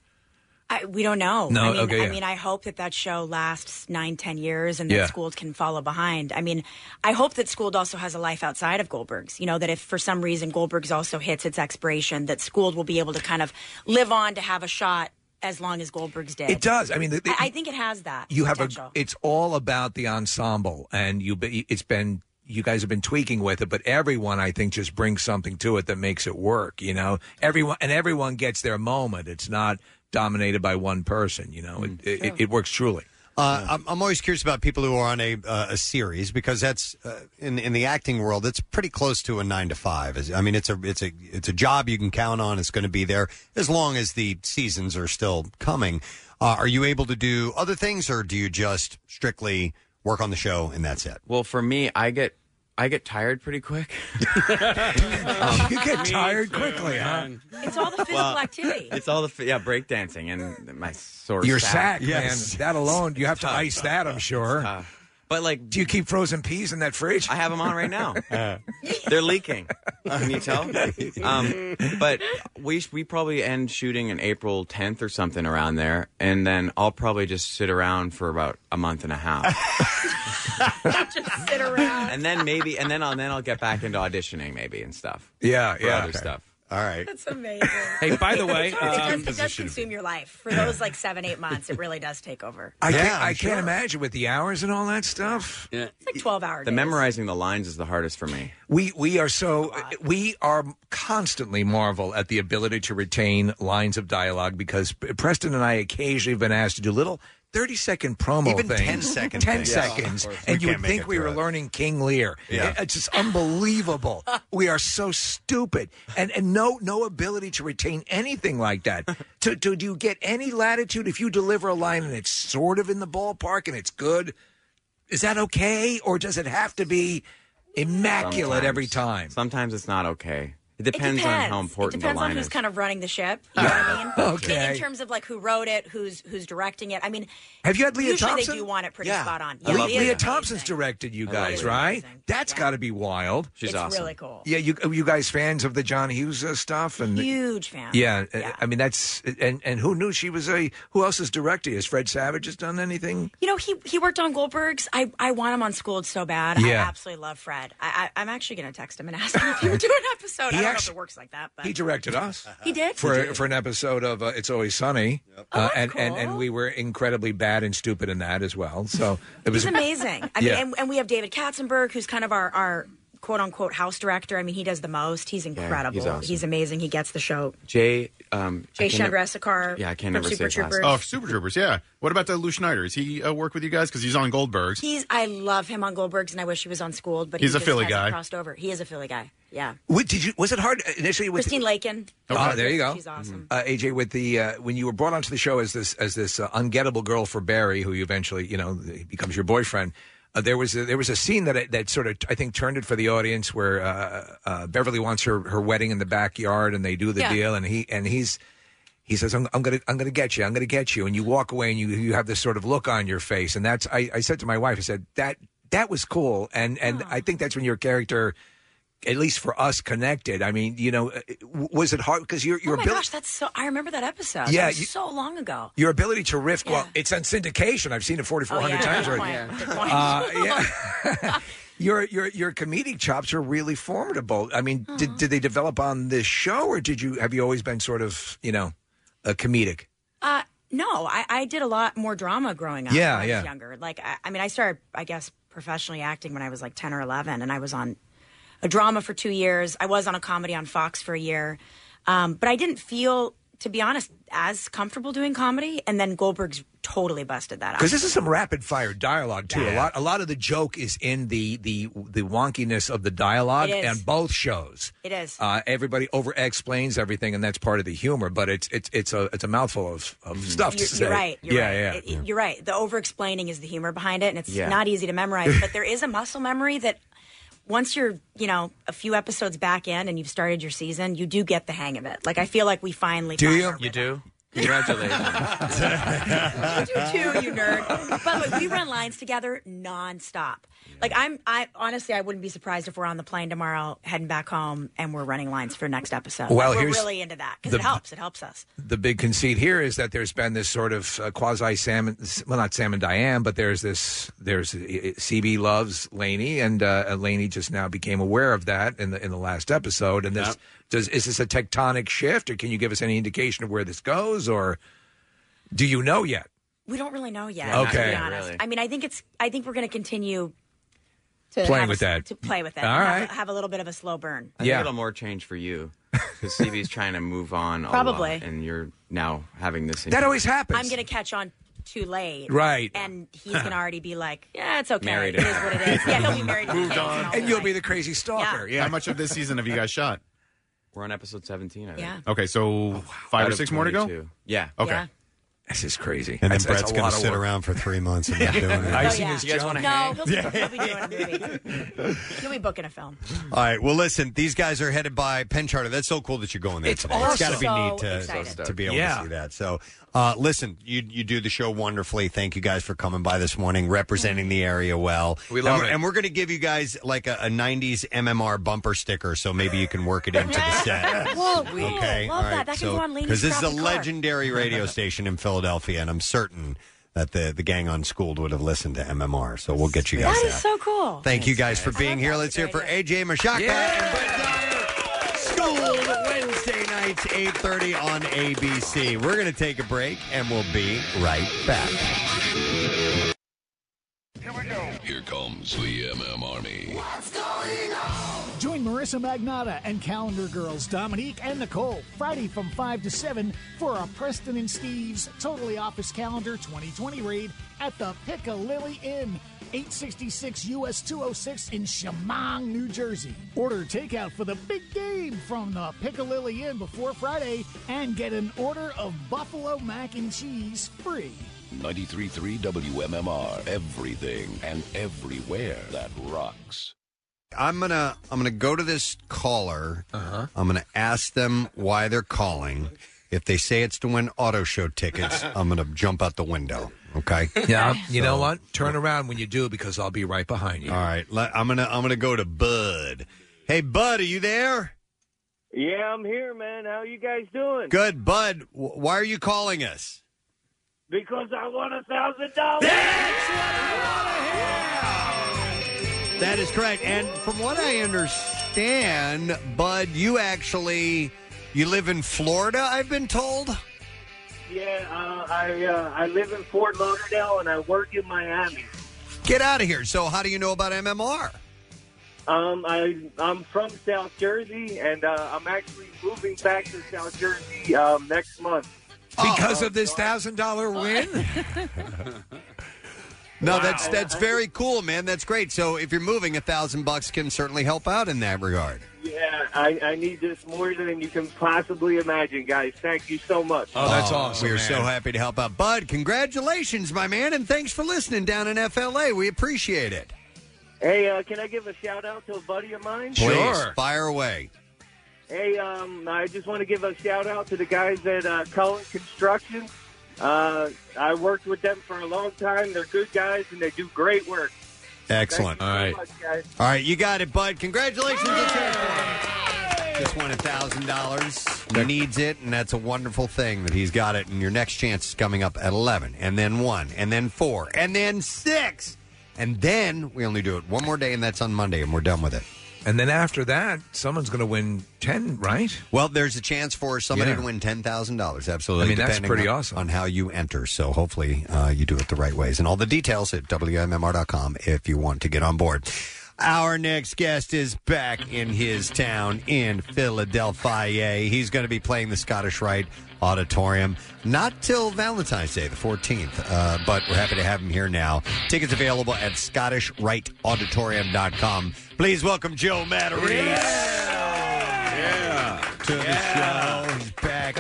Speaker 24: I, we don't know.
Speaker 5: No,
Speaker 24: I mean,
Speaker 5: okay,
Speaker 24: I
Speaker 5: yeah.
Speaker 24: mean, I hope that that show lasts nine, ten years, and that
Speaker 5: Yeah.
Speaker 24: Schooled can follow behind. I mean, I hope that Schooled also has a life outside of Goldberg's. You know, that if for some reason Goldberg's also hits its expiration, that Schooled will be able to kind of live on to have a shot as long as Goldberg's did.
Speaker 5: It does. I mean, the- the-
Speaker 24: I, I think it has that.
Speaker 5: you have
Speaker 24: potential.
Speaker 5: a it's all about the ensemble and you be- it's been you guys have been tweaking with it but everyone i think just brings something to it that makes it work you know everyone and everyone gets their moment it's not dominated by one person you know it, it, it, works truly
Speaker 3: Uh, I'm, I'm always curious about people who are on a uh, a series because that's uh, in in the acting world that's pretty close to a nine to five. Is- I mean, it's a it's a it's a job you can count on. It's going to be there as long as the seasons are still coming. Uh, are you able to do other things, or do you just strictly work on the show and that's it?
Speaker 1: Well, for me, I get I get tired pretty quick.
Speaker 5: you get tired quickly, huh?
Speaker 24: It's all the physical
Speaker 1: Well,
Speaker 24: activity.
Speaker 1: It's all the f- yeah breakdancing and my sore
Speaker 5: your sack
Speaker 1: sack.
Speaker 5: man that alone you have to ice that i'm sure
Speaker 1: but like
Speaker 5: do you keep frozen peas in that fridge i
Speaker 1: have them on right now
Speaker 5: Uh.
Speaker 1: They're leaking. Can you tell? Um, but we sh- we probably end shooting in April 10th or something around there, and then I'll probably just sit around for about a month and a half,
Speaker 24: just sit around.
Speaker 1: and then maybe, and then I'll then I'll get back into auditioning maybe and stuff.
Speaker 5: Yeah,
Speaker 1: for
Speaker 5: yeah,
Speaker 1: other
Speaker 5: okay.
Speaker 1: stuff.
Speaker 3: All right.
Speaker 24: That's amazing.
Speaker 1: Hey, by the way,
Speaker 24: It's hard
Speaker 1: um,
Speaker 24: because it does consume your life for those like seven, eight months. It really does take over.
Speaker 5: i, can't, I can't imagine with the hours and all that stuff
Speaker 1: Yeah.
Speaker 24: It's like twelve hours.
Speaker 1: The memorizing the lines is the hardest for me.
Speaker 5: We we are so we are constantly marvel at the ability to retain lines of dialogue because P- Preston and I occasionally have been asked to do little thirty second promo
Speaker 3: Even
Speaker 5: things,
Speaker 3: 10 second
Speaker 5: 10
Speaker 3: things.
Speaker 5: seconds,
Speaker 3: Yeah, of course.
Speaker 5: and
Speaker 3: We
Speaker 5: you
Speaker 3: can't
Speaker 5: would
Speaker 3: make
Speaker 5: think
Speaker 3: it
Speaker 5: we
Speaker 3: through
Speaker 5: were
Speaker 3: it.
Speaker 5: learning King Lear.
Speaker 3: Yeah.
Speaker 5: It- it's just unbelievable. we are so stupid, and and no no ability to retain anything like that. to, to do you get any latitude if you deliver a line and it's sort of in the ballpark and it's good? Is that okay, or does it have to be? Immaculate
Speaker 1: Sometimes.
Speaker 5: every time.
Speaker 1: Sometimes it's not okay. It
Speaker 24: It
Speaker 1: depends, on how important
Speaker 24: it depends
Speaker 1: the line
Speaker 24: on who's
Speaker 1: is.
Speaker 24: kind of running the ship. You know what I mean?
Speaker 1: Okay.
Speaker 24: In, in terms of like who wrote it, who's who's directing it. I mean,
Speaker 5: Have you had Leah
Speaker 24: usually
Speaker 5: Thompson?
Speaker 24: they do want it pretty
Speaker 5: Yeah.
Speaker 24: spot on.
Speaker 5: Le- Leah,
Speaker 24: Leah's
Speaker 5: Thompson's directed you
Speaker 24: I love
Speaker 5: guys,
Speaker 24: Leah.
Speaker 5: right? That's got to be wild.
Speaker 24: She's It's awesome. really cool.
Speaker 5: Yeah, you you guys fans of the John Hughes uh, stuff and
Speaker 24: Huge fan.
Speaker 5: Yeah, uh, I mean that's and and who knew she was a who else is directing? Has Fred Savage has done anything?
Speaker 24: You know, he he worked on Goldberg's. I, I want him on Schooled so bad. I
Speaker 5: Yeah.
Speaker 24: absolutely love Fred. I, I I'm actually gonna text him and ask him if he would do an episode.
Speaker 5: He
Speaker 24: I don't know if
Speaker 5: actu-
Speaker 24: it works like that, but
Speaker 5: He directed us.
Speaker 24: He did? Oh,
Speaker 5: for
Speaker 24: He did.
Speaker 5: for an episode of uh, It's Always Sunny, uh, and and and we were incredibly bad and stupid in that as well. So it was
Speaker 24: He's amazing. I mean,
Speaker 5: Yeah.
Speaker 24: and, and we have David Katzenberg, who's kind of our, our quote unquote house director. I mean, he does the most. He's incredible.
Speaker 1: he's awesome.
Speaker 24: amazing. He gets the show.
Speaker 1: Jay um, I
Speaker 24: Jay
Speaker 1: can never-
Speaker 24: Chandrasekhar.
Speaker 1: Yeah, I
Speaker 24: from
Speaker 1: can never
Speaker 24: Super
Speaker 1: say his last
Speaker 24: Troopers.
Speaker 1: name.
Speaker 6: Oh, Super Troopers. Yeah. What about uh, Lou Schneider? Is he uh, work with you guys? Because he's on Goldberg's.
Speaker 24: He's I love him on Goldberg's, and I wish he was on Schooled, but
Speaker 6: He's
Speaker 24: he
Speaker 6: a
Speaker 24: just
Speaker 6: Philly
Speaker 24: hasn't
Speaker 6: guy.
Speaker 24: Crossed over. He is a Philly guy. Yeah.
Speaker 5: What did you? Was it hard initially with
Speaker 24: Christine Lakin.
Speaker 5: Oh, there you go.
Speaker 24: She's awesome.
Speaker 5: Uh, AJ, with the uh, when you were brought onto the show as this as this uh, ungettable girl for Barry, who you eventually you know becomes your boyfriend, uh, there was a, there was a scene that that sort of I think turned it for the audience where uh, uh, Beverly wants her her wedding in the backyard, and they do the
Speaker 7: Yeah.
Speaker 5: deal, and he and he's. He says, I'm, I'm gonna, I'm gonna get you. I'm gonna get you. And you walk away, and you, you have this sort of look on your face. And that's, I, I said to my wife, I said that, that was cool. And, and I think that's when your character, at least for us, connected. I mean, you know, uh, w- was it hard because your, your
Speaker 24: oh my
Speaker 5: ability,
Speaker 24: gosh, that's so. I remember that episode.
Speaker 5: Yeah,
Speaker 24: That was
Speaker 5: you-
Speaker 24: so long ago.
Speaker 5: your ability to riff, well, it's on syndication. I've seen it 4,400
Speaker 24: Oh, yeah,
Speaker 5: times
Speaker 24: good
Speaker 5: already.
Speaker 24: point, good point.
Speaker 5: Uh, yeah. your, your, your comedic chops are really formidable. I mean,
Speaker 24: Mm-hmm.
Speaker 5: did, did they develop on this show or did you, have you always been sort of, you know, a comedic?
Speaker 24: Uh, no, I, I did a lot more drama growing up.
Speaker 5: Yeah,
Speaker 24: when I
Speaker 5: yeah.
Speaker 24: was younger. Like, I, I mean, I started, I guess, professionally acting when I was like 10 or 11, and I was on a drama for two years. I was on a comedy on Fox for a year. Um, but I didn't feel to be honest, as comfortable doing comedy, and then Goldberg's totally busted that out.
Speaker 5: Because this is some rapid fire dialogue too. A
Speaker 24: Yeah.
Speaker 5: lot, a lot of the joke is in the the the wonkiness of the dialogue,
Speaker 24: It is.
Speaker 5: and both shows.
Speaker 24: It is.
Speaker 5: Uh, everybody over explains everything, and that's part of the humor. But it's it's it's a it's a mouthful of, of stuff
Speaker 24: Mm-hmm. you're,
Speaker 5: to
Speaker 24: you're
Speaker 5: say.
Speaker 24: right. You're
Speaker 5: yeah,
Speaker 24: right.
Speaker 5: yeah.
Speaker 24: It- it- You're right. The over explaining is the humor behind it, and it's
Speaker 5: Yeah.
Speaker 24: not easy to memorize. But there is a muscle memory that once you're, you know, a few episodes back in and you've started your season, you do get the hang of it. Like I feel like we finally found our-
Speaker 1: You do? Congratulations.
Speaker 24: you do too, you nerd. By the way, we run lines together nonstop. Like I'm, I honestly, I wouldn't be surprised if we're on the plane tomorrow, heading back home, and we're running lines for next episode.
Speaker 5: Well,
Speaker 24: we're
Speaker 5: here's
Speaker 24: really into that because
Speaker 5: the-
Speaker 24: it helps. It helps us.
Speaker 5: the big conceit here is that there's been this sort of uh, quasi Sam, well, not Sam and Diane, but there's this, there's uh, CB loves Laney, and uh, Laney just now became aware of that in the in the last episode. And this does is this a tectonic shift, or can you give us any indication of where this goes, or do you know yet?
Speaker 24: We don't really know yet.
Speaker 5: Yeah, not
Speaker 24: To
Speaker 5: Okay.
Speaker 24: be
Speaker 5: yet,
Speaker 24: honest.
Speaker 5: really.
Speaker 24: I mean, I think it's. I think we're going to continue to
Speaker 5: Playing
Speaker 24: have a
Speaker 5: with that.
Speaker 24: s- To play with it.
Speaker 1: All
Speaker 24: Have a-
Speaker 1: right.
Speaker 24: Have a little bit of a slow burn.
Speaker 1: I think it'll more change for you because CB's trying to move on. a lot,
Speaker 24: Probably.
Speaker 1: and you're now having this.
Speaker 24: I'm going to catch on too late.
Speaker 1: Right.
Speaker 24: And he's going to already be like, yeah, it's okay.
Speaker 1: Married
Speaker 24: It is what it is. Yeah, he'll be married. to kids all
Speaker 5: and you'll be the crazy stalker. Yeah.
Speaker 6: How much of this season have you guys shot?
Speaker 1: We're on episode 17, I think.
Speaker 24: Yeah.
Speaker 6: Okay, so five
Speaker 1: Oh, Out
Speaker 6: or
Speaker 1: of
Speaker 6: six more to go.
Speaker 1: 22. Yeah.
Speaker 6: Okay.
Speaker 24: Yeah.
Speaker 5: This is crazy.
Speaker 3: And then
Speaker 5: That's- that's
Speaker 3: Brett's
Speaker 5: a
Speaker 3: going
Speaker 5: lot
Speaker 3: to
Speaker 5: of
Speaker 3: sit
Speaker 5: work.
Speaker 3: around for three months and not
Speaker 5: Yeah.
Speaker 3: doing it.
Speaker 5: I see this
Speaker 24: no, he'll,
Speaker 3: Yeah.
Speaker 24: he'll be doing a movie. He'll be booking a film.
Speaker 3: All right. Well, listen, these guys are headed by Penn Charter. That's so cool that you're going there.
Speaker 24: It's
Speaker 3: today. It's got to be
Speaker 24: awesome.
Speaker 3: neat
Speaker 24: So
Speaker 3: to,
Speaker 24: excited.
Speaker 3: to be able
Speaker 24: Yeah.
Speaker 3: to see that. So, uh, listen, you you do the show wonderfully. Thank you guys for coming by this morning, representing the area well.
Speaker 5: We
Speaker 3: and
Speaker 5: love
Speaker 3: we're,
Speaker 5: it.
Speaker 3: And we're going to give you guys like a, a 90s MMR bumper sticker, so maybe you can work it into the set.
Speaker 24: Whoa,
Speaker 3: Okay.
Speaker 24: love that. That can go on Lainey's
Speaker 3: Because this is a
Speaker 24: crappy car.
Speaker 3: legendary radio station in Philadelphia, and I'm certain that the, the gang on Schooled would have listened to MMR. So we'll get you guys
Speaker 24: That
Speaker 3: that.
Speaker 24: is so cool.
Speaker 3: Thank you guys for being here. Let's hear it for AJ Mashaka and Brett Dyer. Schooled Wednesday nights, 8.30 on ABC. We're going to take a break, and we'll be right back.
Speaker 2: Here comes the MM Army.
Speaker 7: Join Marissa Magnata and Calendar Girls Dominique and Nicole Friday from 5 to 7 for our Preston and Steve's Totally Office Calendar 2020 raid at the Piccalilli Inn, 866 US 206 in Chemung, New Jersey. Order takeout for the big game from the Piccalilli Inn before Friday and get an order of buffalo mac and cheese free.
Speaker 2: 93.3 WMMR. Everything and everywhere that rocks.
Speaker 3: I'm gonna I'm gonna go to this caller. Uh-huh. I'm gonna ask them why they're calling. If they say it's to win auto show tickets, I'm gonna jump out the window. Okay.
Speaker 5: Yeah, you know
Speaker 3: So-
Speaker 5: what? Turn around when you do because I'll be right behind you.
Speaker 3: All right, le- I'm gonna I'm gonna go to Bud. Hey, Bud, are you there?
Speaker 11: Yeah, I'm here, man. How you guys doing?
Speaker 3: Good, Bud. W- why are you calling us?
Speaker 11: Because I won a thousand dollars.
Speaker 3: That is correct. And from what I understand, Bud, you actually you live in Florida. I've been told.
Speaker 11: Yeah, uh, I uh, I live in Fort Lauderdale and I work in Miami.
Speaker 3: Get out of here. So, how do you know about MMR?
Speaker 11: Um, I I'm from South Jersey and uh, I'm actually moving back to South Jersey um, next month. Uh,
Speaker 5: Because of this thousand dollar win.
Speaker 3: No, that's that's very cool, man. That's great. So if you're moving, a thousand bucks can certainly help out in that regard.
Speaker 11: Yeah, I, I need this more than you can possibly imagine, guys. Thank you so much.
Speaker 3: Oh, Um,
Speaker 5: Oh,
Speaker 3: We are so happy to help out, Bud. Congratulations, my man, and thanks for listening down in FLA. We appreciate it.
Speaker 11: Hey, uh, can I give a shout out to a buddy of mine?
Speaker 3: Please, fire away.
Speaker 11: Hey, um, I just want to give a shout out to the guys at uh, Cullen Construction. Uh, I worked with them for a long time. They're good guys and they do great work.
Speaker 3: Excellent. All right,
Speaker 11: Much, guys.
Speaker 3: all right, you got it, Bud. Congratulations. Let's hear it for him. Just won a thousand dollars. Needs it, and that's a wonderful thing that he's got it. And your next chance is coming up at eleven, and then one, and then four, and then six, and then we only do it one more day, and that's on Monday, and we're done with it.
Speaker 5: And then after that, someone's going to win 10, right?
Speaker 3: Well, there's a chance for somebody
Speaker 5: Yeah.
Speaker 3: to win ten thousand dollars. Absolutely,
Speaker 5: I mean, that's
Speaker 3: depending
Speaker 5: pretty
Speaker 3: on,
Speaker 5: awesome.
Speaker 3: on how you enter. So hopefully, uh, you do it the right ways. And all the details at wmmr.com if you want to get on board. Our next guest is back in his town in Philadelphia. He's going to be playing the Scottish Rite Auditorium. Not till Valentine's Day, the 14th, uh, but we're happy to have him here now. Tickets available at ScottishRightAuditorium.com. Please welcome Joe Matarese to the show. He's back.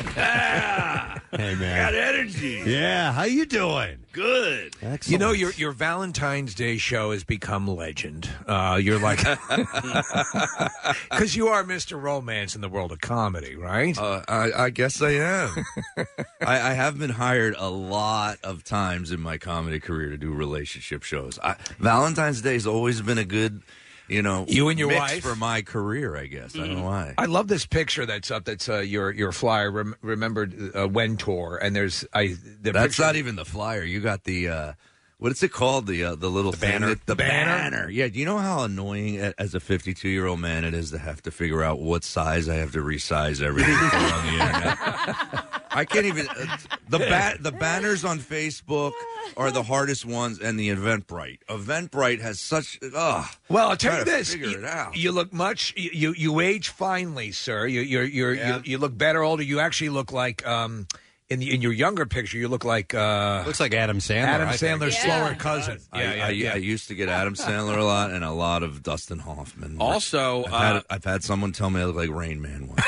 Speaker 3: Hey, man.
Speaker 5: Got energy.
Speaker 3: Yeah, how you doing?
Speaker 5: Good.
Speaker 3: Excellent.
Speaker 5: You know your your Valentine's Day show has become legend. Uh, you're like, because you are Mr. Romance in the world of comedy, right?
Speaker 12: Uh, I, I guess I am. I, I have been hired a lot of times in my comedy career to do relationship shows. I, Valentine's Day has always been a good, you know,
Speaker 5: You and your
Speaker 12: mix
Speaker 5: wife? Mm.
Speaker 12: for my career. I guess I don't know why.
Speaker 5: I love this picture that's up. That's uh, your your flyer. Rem- remembered uh, when tour and there's I. The
Speaker 12: That's
Speaker 5: picture-
Speaker 12: not even the flyer. You got the uh, what is it called? The uh, the little thing
Speaker 5: banner?
Speaker 12: that- the
Speaker 5: Banner?
Speaker 12: banner. Yeah. Do you know how annoying a- as a fifty two year old man it is to have to figure out what size I have to resize everything for on the internet? I can't even uh, the ba- the banners on Facebook are the hardest ones, and the Eventbrite. Eventbrite has such. Ugh,
Speaker 5: Well, I'll tell
Speaker 12: Try
Speaker 5: you
Speaker 12: to
Speaker 5: this:
Speaker 12: figure
Speaker 5: you,
Speaker 12: it out.
Speaker 5: you look much. You you- you age finely, sir. You you're, you're,
Speaker 12: Yeah.
Speaker 5: you you look better, older. You actually look like um in the, in your younger picture. You look like uh
Speaker 3: looks like Adam Sandler.
Speaker 5: Adam
Speaker 12: I think.
Speaker 5: Sandler's slower cousin.
Speaker 12: I, I, I used to get Adam Sandler a lot and a lot of Dustin Hoffman.
Speaker 10: Also,
Speaker 12: I've, had,
Speaker 10: uh,
Speaker 12: I've had someone tell me I look like Rain Man once.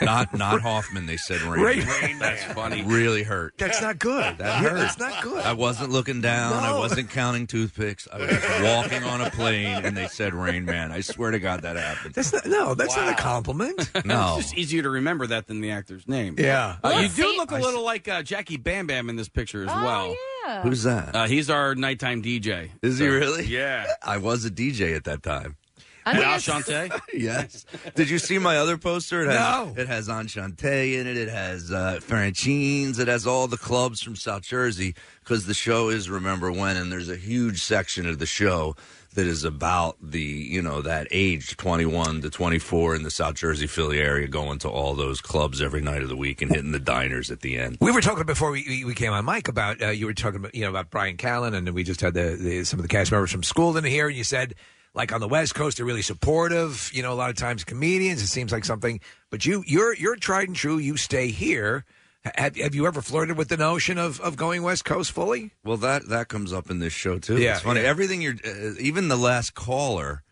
Speaker 12: not not Hoffman. They said Rain.
Speaker 5: Rain
Speaker 12: Man.
Speaker 10: That's funny.
Speaker 12: Really hurt.
Speaker 5: That's not good.
Speaker 12: That
Speaker 5: Yeah,
Speaker 12: hurt.
Speaker 5: That's not good.
Speaker 12: I wasn't looking down.
Speaker 5: No.
Speaker 12: I wasn't counting toothpicks. I was just walking on a plane, and they said Rain Man. I swear to God, that happened.
Speaker 5: That's not, no, that's not
Speaker 10: Wow.
Speaker 5: a compliment.
Speaker 12: No.
Speaker 10: It's just easier to remember that than the actor's name.
Speaker 12: Yeah.
Speaker 10: Uh,
Speaker 12: Well,
Speaker 10: you do
Speaker 12: see-
Speaker 10: look a
Speaker 12: I
Speaker 10: little like uh, Jackie Bam Bam in this picture as well.
Speaker 12: yeah. Who's that?
Speaker 10: Uh, he's our nighttime DJ.
Speaker 12: Is he really?
Speaker 10: Yeah.
Speaker 12: I was a DJ at that time.
Speaker 10: I think Al it's- Shante?
Speaker 12: yes. Did you see my other poster? It has,
Speaker 10: No.
Speaker 12: It has Enchante in it. It has uh, Franchines. It has all the clubs from South Jersey because the show is Remember When, and there's a huge section of the show that is about the you know that age 21 to 24 in the South Jersey Philly area, going to all those clubs every night of the week and hitting the diners at the end.
Speaker 5: We were talking before we- we, we came on mic about uh, you were talking about you know about Brian Callen and we just had the, the some of the cast members from school in here and you said like on the West Coast they're really supportive you know a lot of times comedians it seems like something but you you're you're tried and true you stay here H- have, have you ever flirted with the notion of, of going West Coast fully
Speaker 12: Well, that that comes up in this show too.
Speaker 5: Yeah,
Speaker 12: it's funny.
Speaker 5: yeah.
Speaker 12: Everything you're, uh, even the last caller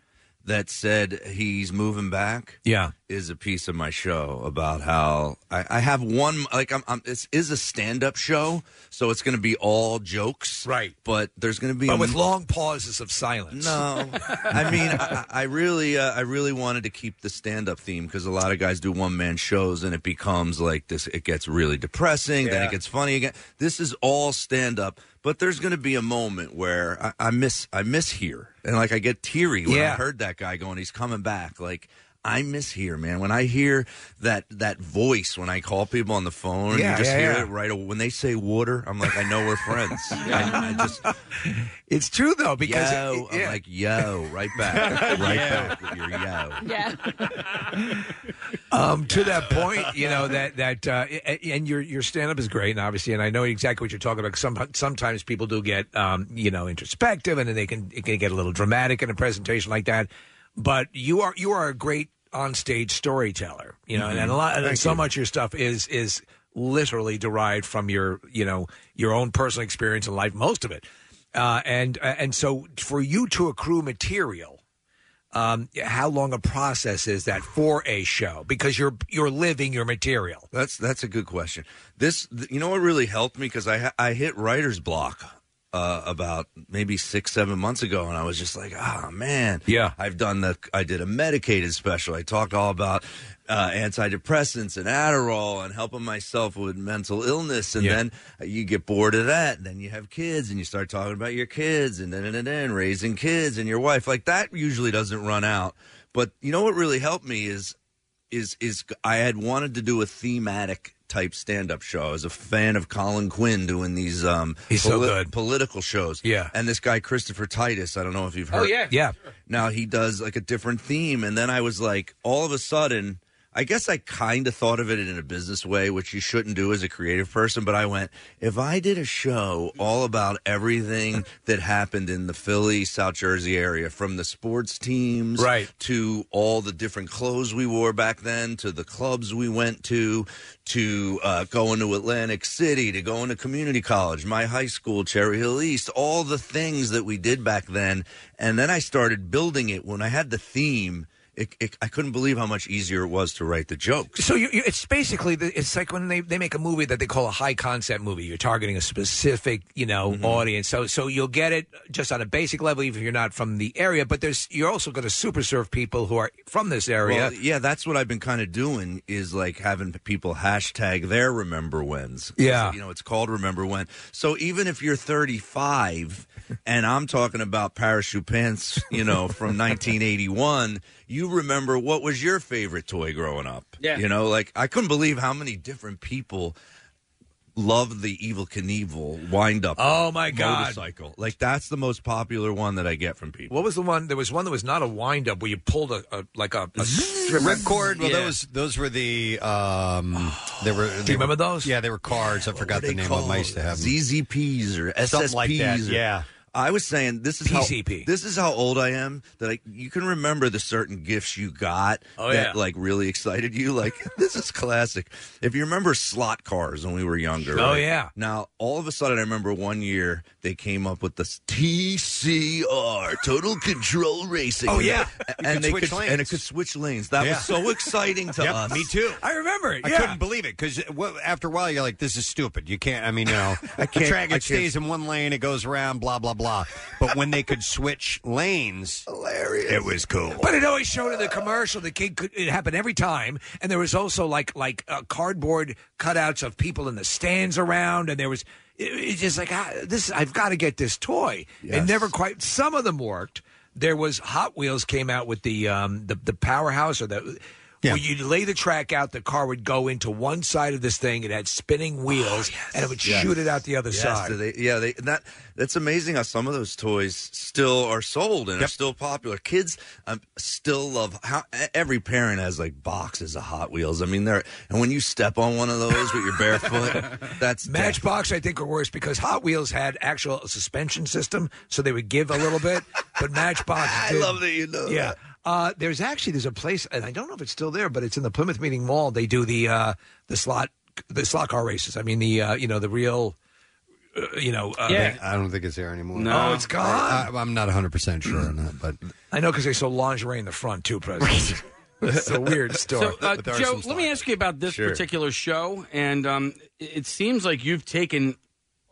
Speaker 12: that said he's moving back.
Speaker 5: Yeah.
Speaker 12: is a piece of my show about how I, I have one like I'm, I'm this is a stand up show, so it's going to be all jokes, right? But there's going to be
Speaker 5: but
Speaker 12: a
Speaker 5: with long pauses of silence
Speaker 12: no, I mean, I, I really, uh, I really wanted to keep the stand-up theme because a lot of guys do one-man shows and it becomes like this. It gets really depressing. Then
Speaker 5: Yeah.
Speaker 12: it gets funny again. This is all stand-up, but there's going to be a moment where I, I miss, I miss here, and like I get teary when
Speaker 5: Yeah.
Speaker 12: I heard that guy going, he's coming back, like. I miss here, man. When I hear that that voice when I call people on the phone,
Speaker 5: Yeah,
Speaker 12: you just
Speaker 5: yeah,
Speaker 12: hear
Speaker 5: yeah.
Speaker 12: it right away. When they say water, I'm like, I know we're friends. I, I just
Speaker 5: it's true though because
Speaker 12: yo,
Speaker 5: yeah.
Speaker 12: I'm like yo, right back, right back with your yo.
Speaker 9: Yeah.
Speaker 5: Um, to that point, you know that that uh, a- and your your stand up is great, and obviously, and I know exactly what you're talking about. 'cause Some sometimes people do get um, you know introspective, and then they can it can get a little dramatic in a presentation like that. But you are you are a great on stage storyteller, you know, and, and a lot and
Speaker 12: Mm-hmm. Thank
Speaker 5: so
Speaker 12: you.
Speaker 5: much of your stuff is is literally derived from your you know your own personal experience in life, most of it, uh, and and so for you to accrue material um, how long a process is that for a show because you're you're living your material
Speaker 12: That's that's a good question. This, th- you know, what really helped me because I ha- I hit writer's block uh, about maybe six seven months ago, and I was just like, ah man, yeah. I've done the I did a medicated special. I talked all about uh, antidepressants and Adderall and helping myself with mental illness, and
Speaker 5: Yeah.
Speaker 12: then you get bored of that. And then you have kids, and you start talking about your kids, and then and then- then raising kids and your wife. Like that usually doesn't run out. But you know what really helped me is is is I had wanted to do a thematic type stand up show. I was a fan of Colin Quinn doing these um
Speaker 5: He's so
Speaker 12: poli-
Speaker 5: good.
Speaker 12: political shows.
Speaker 5: Yeah.
Speaker 12: And this guy Christopher Titus, I don't know if you've heard
Speaker 5: yeah
Speaker 12: now he does like a different theme and then I was like all of a sudden I guess I kind of thought of it in a business way, which you shouldn't do as a creative person. But I went, if I did a show all about everything that happened in the Philly, South Jersey area, from the sports teams
Speaker 5: Right.
Speaker 12: to all the different clothes we wore back then, to the clubs we went to, to uh, going to Atlantic City, to going to community college, my high school, Cherry Hill East, all the things that we did back then. And then I started building it when I had the theme. It, it, I couldn't believe how much easier it was to write the jokes.
Speaker 5: So you, you, it's basically the, it's like when they, they make a movie that they call a high concept movie. You're targeting a specific you know
Speaker 12: Mm-hmm.
Speaker 5: audience. So so you'll get it just on a basic level even if you're not from the area. But there's you're also going to super serve people who are from this area.
Speaker 12: Well, yeah, that's what I've been kind of doing is like having people hashtag their remember wins.
Speaker 5: Yeah.
Speaker 12: you know, it's called remember when. So even if you're 35 and I'm talking about parachute pants, you know, from 1981, you remember what was your favorite toy growing up.
Speaker 18: Yeah.
Speaker 12: you know, like I couldn't believe how many different people love the Evil Knievel wind up.
Speaker 5: Oh, my God.
Speaker 12: Motorcycle, like that's the most popular one that I get from people.
Speaker 5: What was the one? There was one that was not a wind up where you pulled a, a like a, a strip
Speaker 3: Ripcord. Well, those those were the um, they were. Do you remember
Speaker 5: those?
Speaker 3: Yeah, they were cards. I forgot
Speaker 12: were
Speaker 3: the
Speaker 12: they
Speaker 3: name of them. I used to have them.
Speaker 12: ZZPs or SSPs.
Speaker 3: Something like that,
Speaker 12: or-
Speaker 3: yeah.
Speaker 12: I was saying this is
Speaker 3: PCP.
Speaker 12: how this is how old I am that I, you can remember the certain gifts you got
Speaker 5: Oh,
Speaker 12: that
Speaker 5: yeah.
Speaker 12: like really excited you. Like this is classic. If you remember slot cars when we were younger.
Speaker 5: Oh,
Speaker 12: right?
Speaker 5: yeah.
Speaker 12: Now all of a sudden I remember one year they came up with this TCR Total Control Racing.
Speaker 5: Oh, yeah.
Speaker 12: and,
Speaker 5: You could
Speaker 12: they
Speaker 5: switch
Speaker 12: could
Speaker 5: lanes.
Speaker 12: and it could switch lanes. That
Speaker 3: Yeah.
Speaker 12: was so exciting to
Speaker 3: Yep,
Speaker 12: us.
Speaker 3: me too.
Speaker 5: I remember it.
Speaker 3: I
Speaker 5: yeah.
Speaker 3: couldn't believe it because after a while you're like, "This is stupid. You can't." I mean, you know,
Speaker 12: I can't-
Speaker 3: the track
Speaker 12: I
Speaker 3: it stays in one lane, it goes around, blah blah blah. But when they could switch lanes, hilarious. It was cool.
Speaker 5: But it always showed in the commercial. The kid could. It happened every time, and there was also like like uh, cardboard cutouts of people in the stands around, and there was it, it's just like ah, this. I've got to get this toy. It never quite. Some of them worked. There was Hot Wheels came out with the um the the powerhouse or the. Where you'd lay the track out, the car would go into one side of this thing. It had spinning wheels, and it would
Speaker 12: Oh, Yes.
Speaker 5: shoot it out the other
Speaker 12: Yes,
Speaker 5: side.
Speaker 12: do they- yeah, they, and that that's amazing how some of those toys still are sold and are still popular. Kids um, still love how e, every parent has like boxes of Hot Wheels. I mean, they're and when you step on one of those with your bare foot, that's
Speaker 5: Matchbox, I think, were worse because Hot Wheels had actual suspension system, so they would give a little bit. But Matchbox,
Speaker 12: I
Speaker 5: did.
Speaker 12: love that you know
Speaker 5: Yeah,
Speaker 12: that.
Speaker 5: Uh, there's actually there's a place, and I don't know if it's still there, but it's in the Plymouth Meeting Mall. They do the uh, the slot the slot car races. I mean the uh, you know the real uh, you know uh,
Speaker 3: I, think- I don't think it's there anymore.
Speaker 5: No. Oh, it's gone?
Speaker 3: I, I, am not 100 percent sure on that, but
Speaker 5: I know because they sold lingerie in the front too. President, it's a weird store.
Speaker 10: So, uh, Joe, let me ask you about this
Speaker 5: Sure.
Speaker 10: particular show, and um, it it seems like you've taken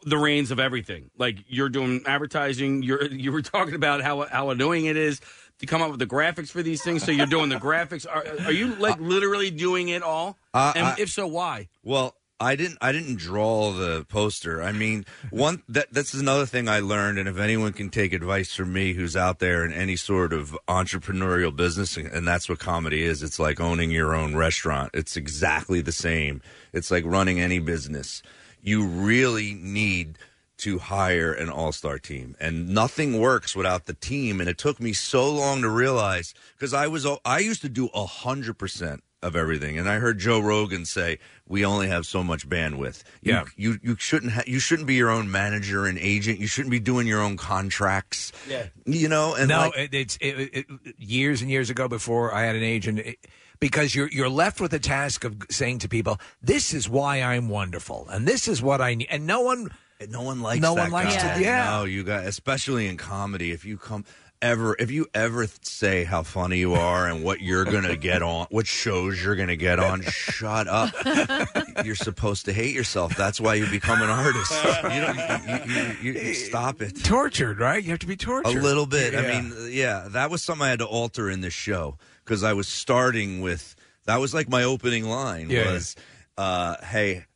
Speaker 10: the reins of everything. Like you're doing advertising. You're you were talking about how how annoying it is to come up with the graphics for these things. So you're doing the graphics. Are, are you like literally doing it all?
Speaker 12: Uh,
Speaker 10: and
Speaker 12: I-
Speaker 10: if so, why?
Speaker 12: Well, I didn't. I didn't draw the poster. I mean, one that that's another thing I learned. And if anyone can take advice from me, who's out there in any sort of entrepreneurial business, and- and that's what comedy is. It's like owning your own restaurant. It's exactly the same. It's like running any business. You really need to hire an all-star team and nothing works without the team and it took me so long to realize because i was i used to do 100% of everything and i heard joe rogan say we only have so much bandwidth You-
Speaker 5: Yeah.
Speaker 12: you, you shouldn't ha- you shouldn't be your own manager and agent you shouldn't be doing your own contracts
Speaker 5: Yeah.
Speaker 12: you know and
Speaker 5: no,
Speaker 12: like,
Speaker 5: it, it's it, it, years and years ago before I had an agent, it, because you're you're left with the task of saying to people, "This is why I'm wonderful, and this is what I need," and no one.
Speaker 12: no one likes
Speaker 5: no
Speaker 12: that
Speaker 5: one likes
Speaker 12: guy.
Speaker 5: to yeah
Speaker 12: no you got especially in comedy if you come ever if you ever say how funny you are and what you're gonna get on what shows you're gonna get on shut up you're supposed to hate yourself that's why you become an artist you don't you, you, you, you stop it
Speaker 5: tortured right you have to be tortured
Speaker 12: a little bit.
Speaker 5: Yeah.
Speaker 12: I mean, yeah, that was something I had to alter in this show because I was starting with that was like my opening line
Speaker 5: Yeah.
Speaker 12: was, uh, "Hey,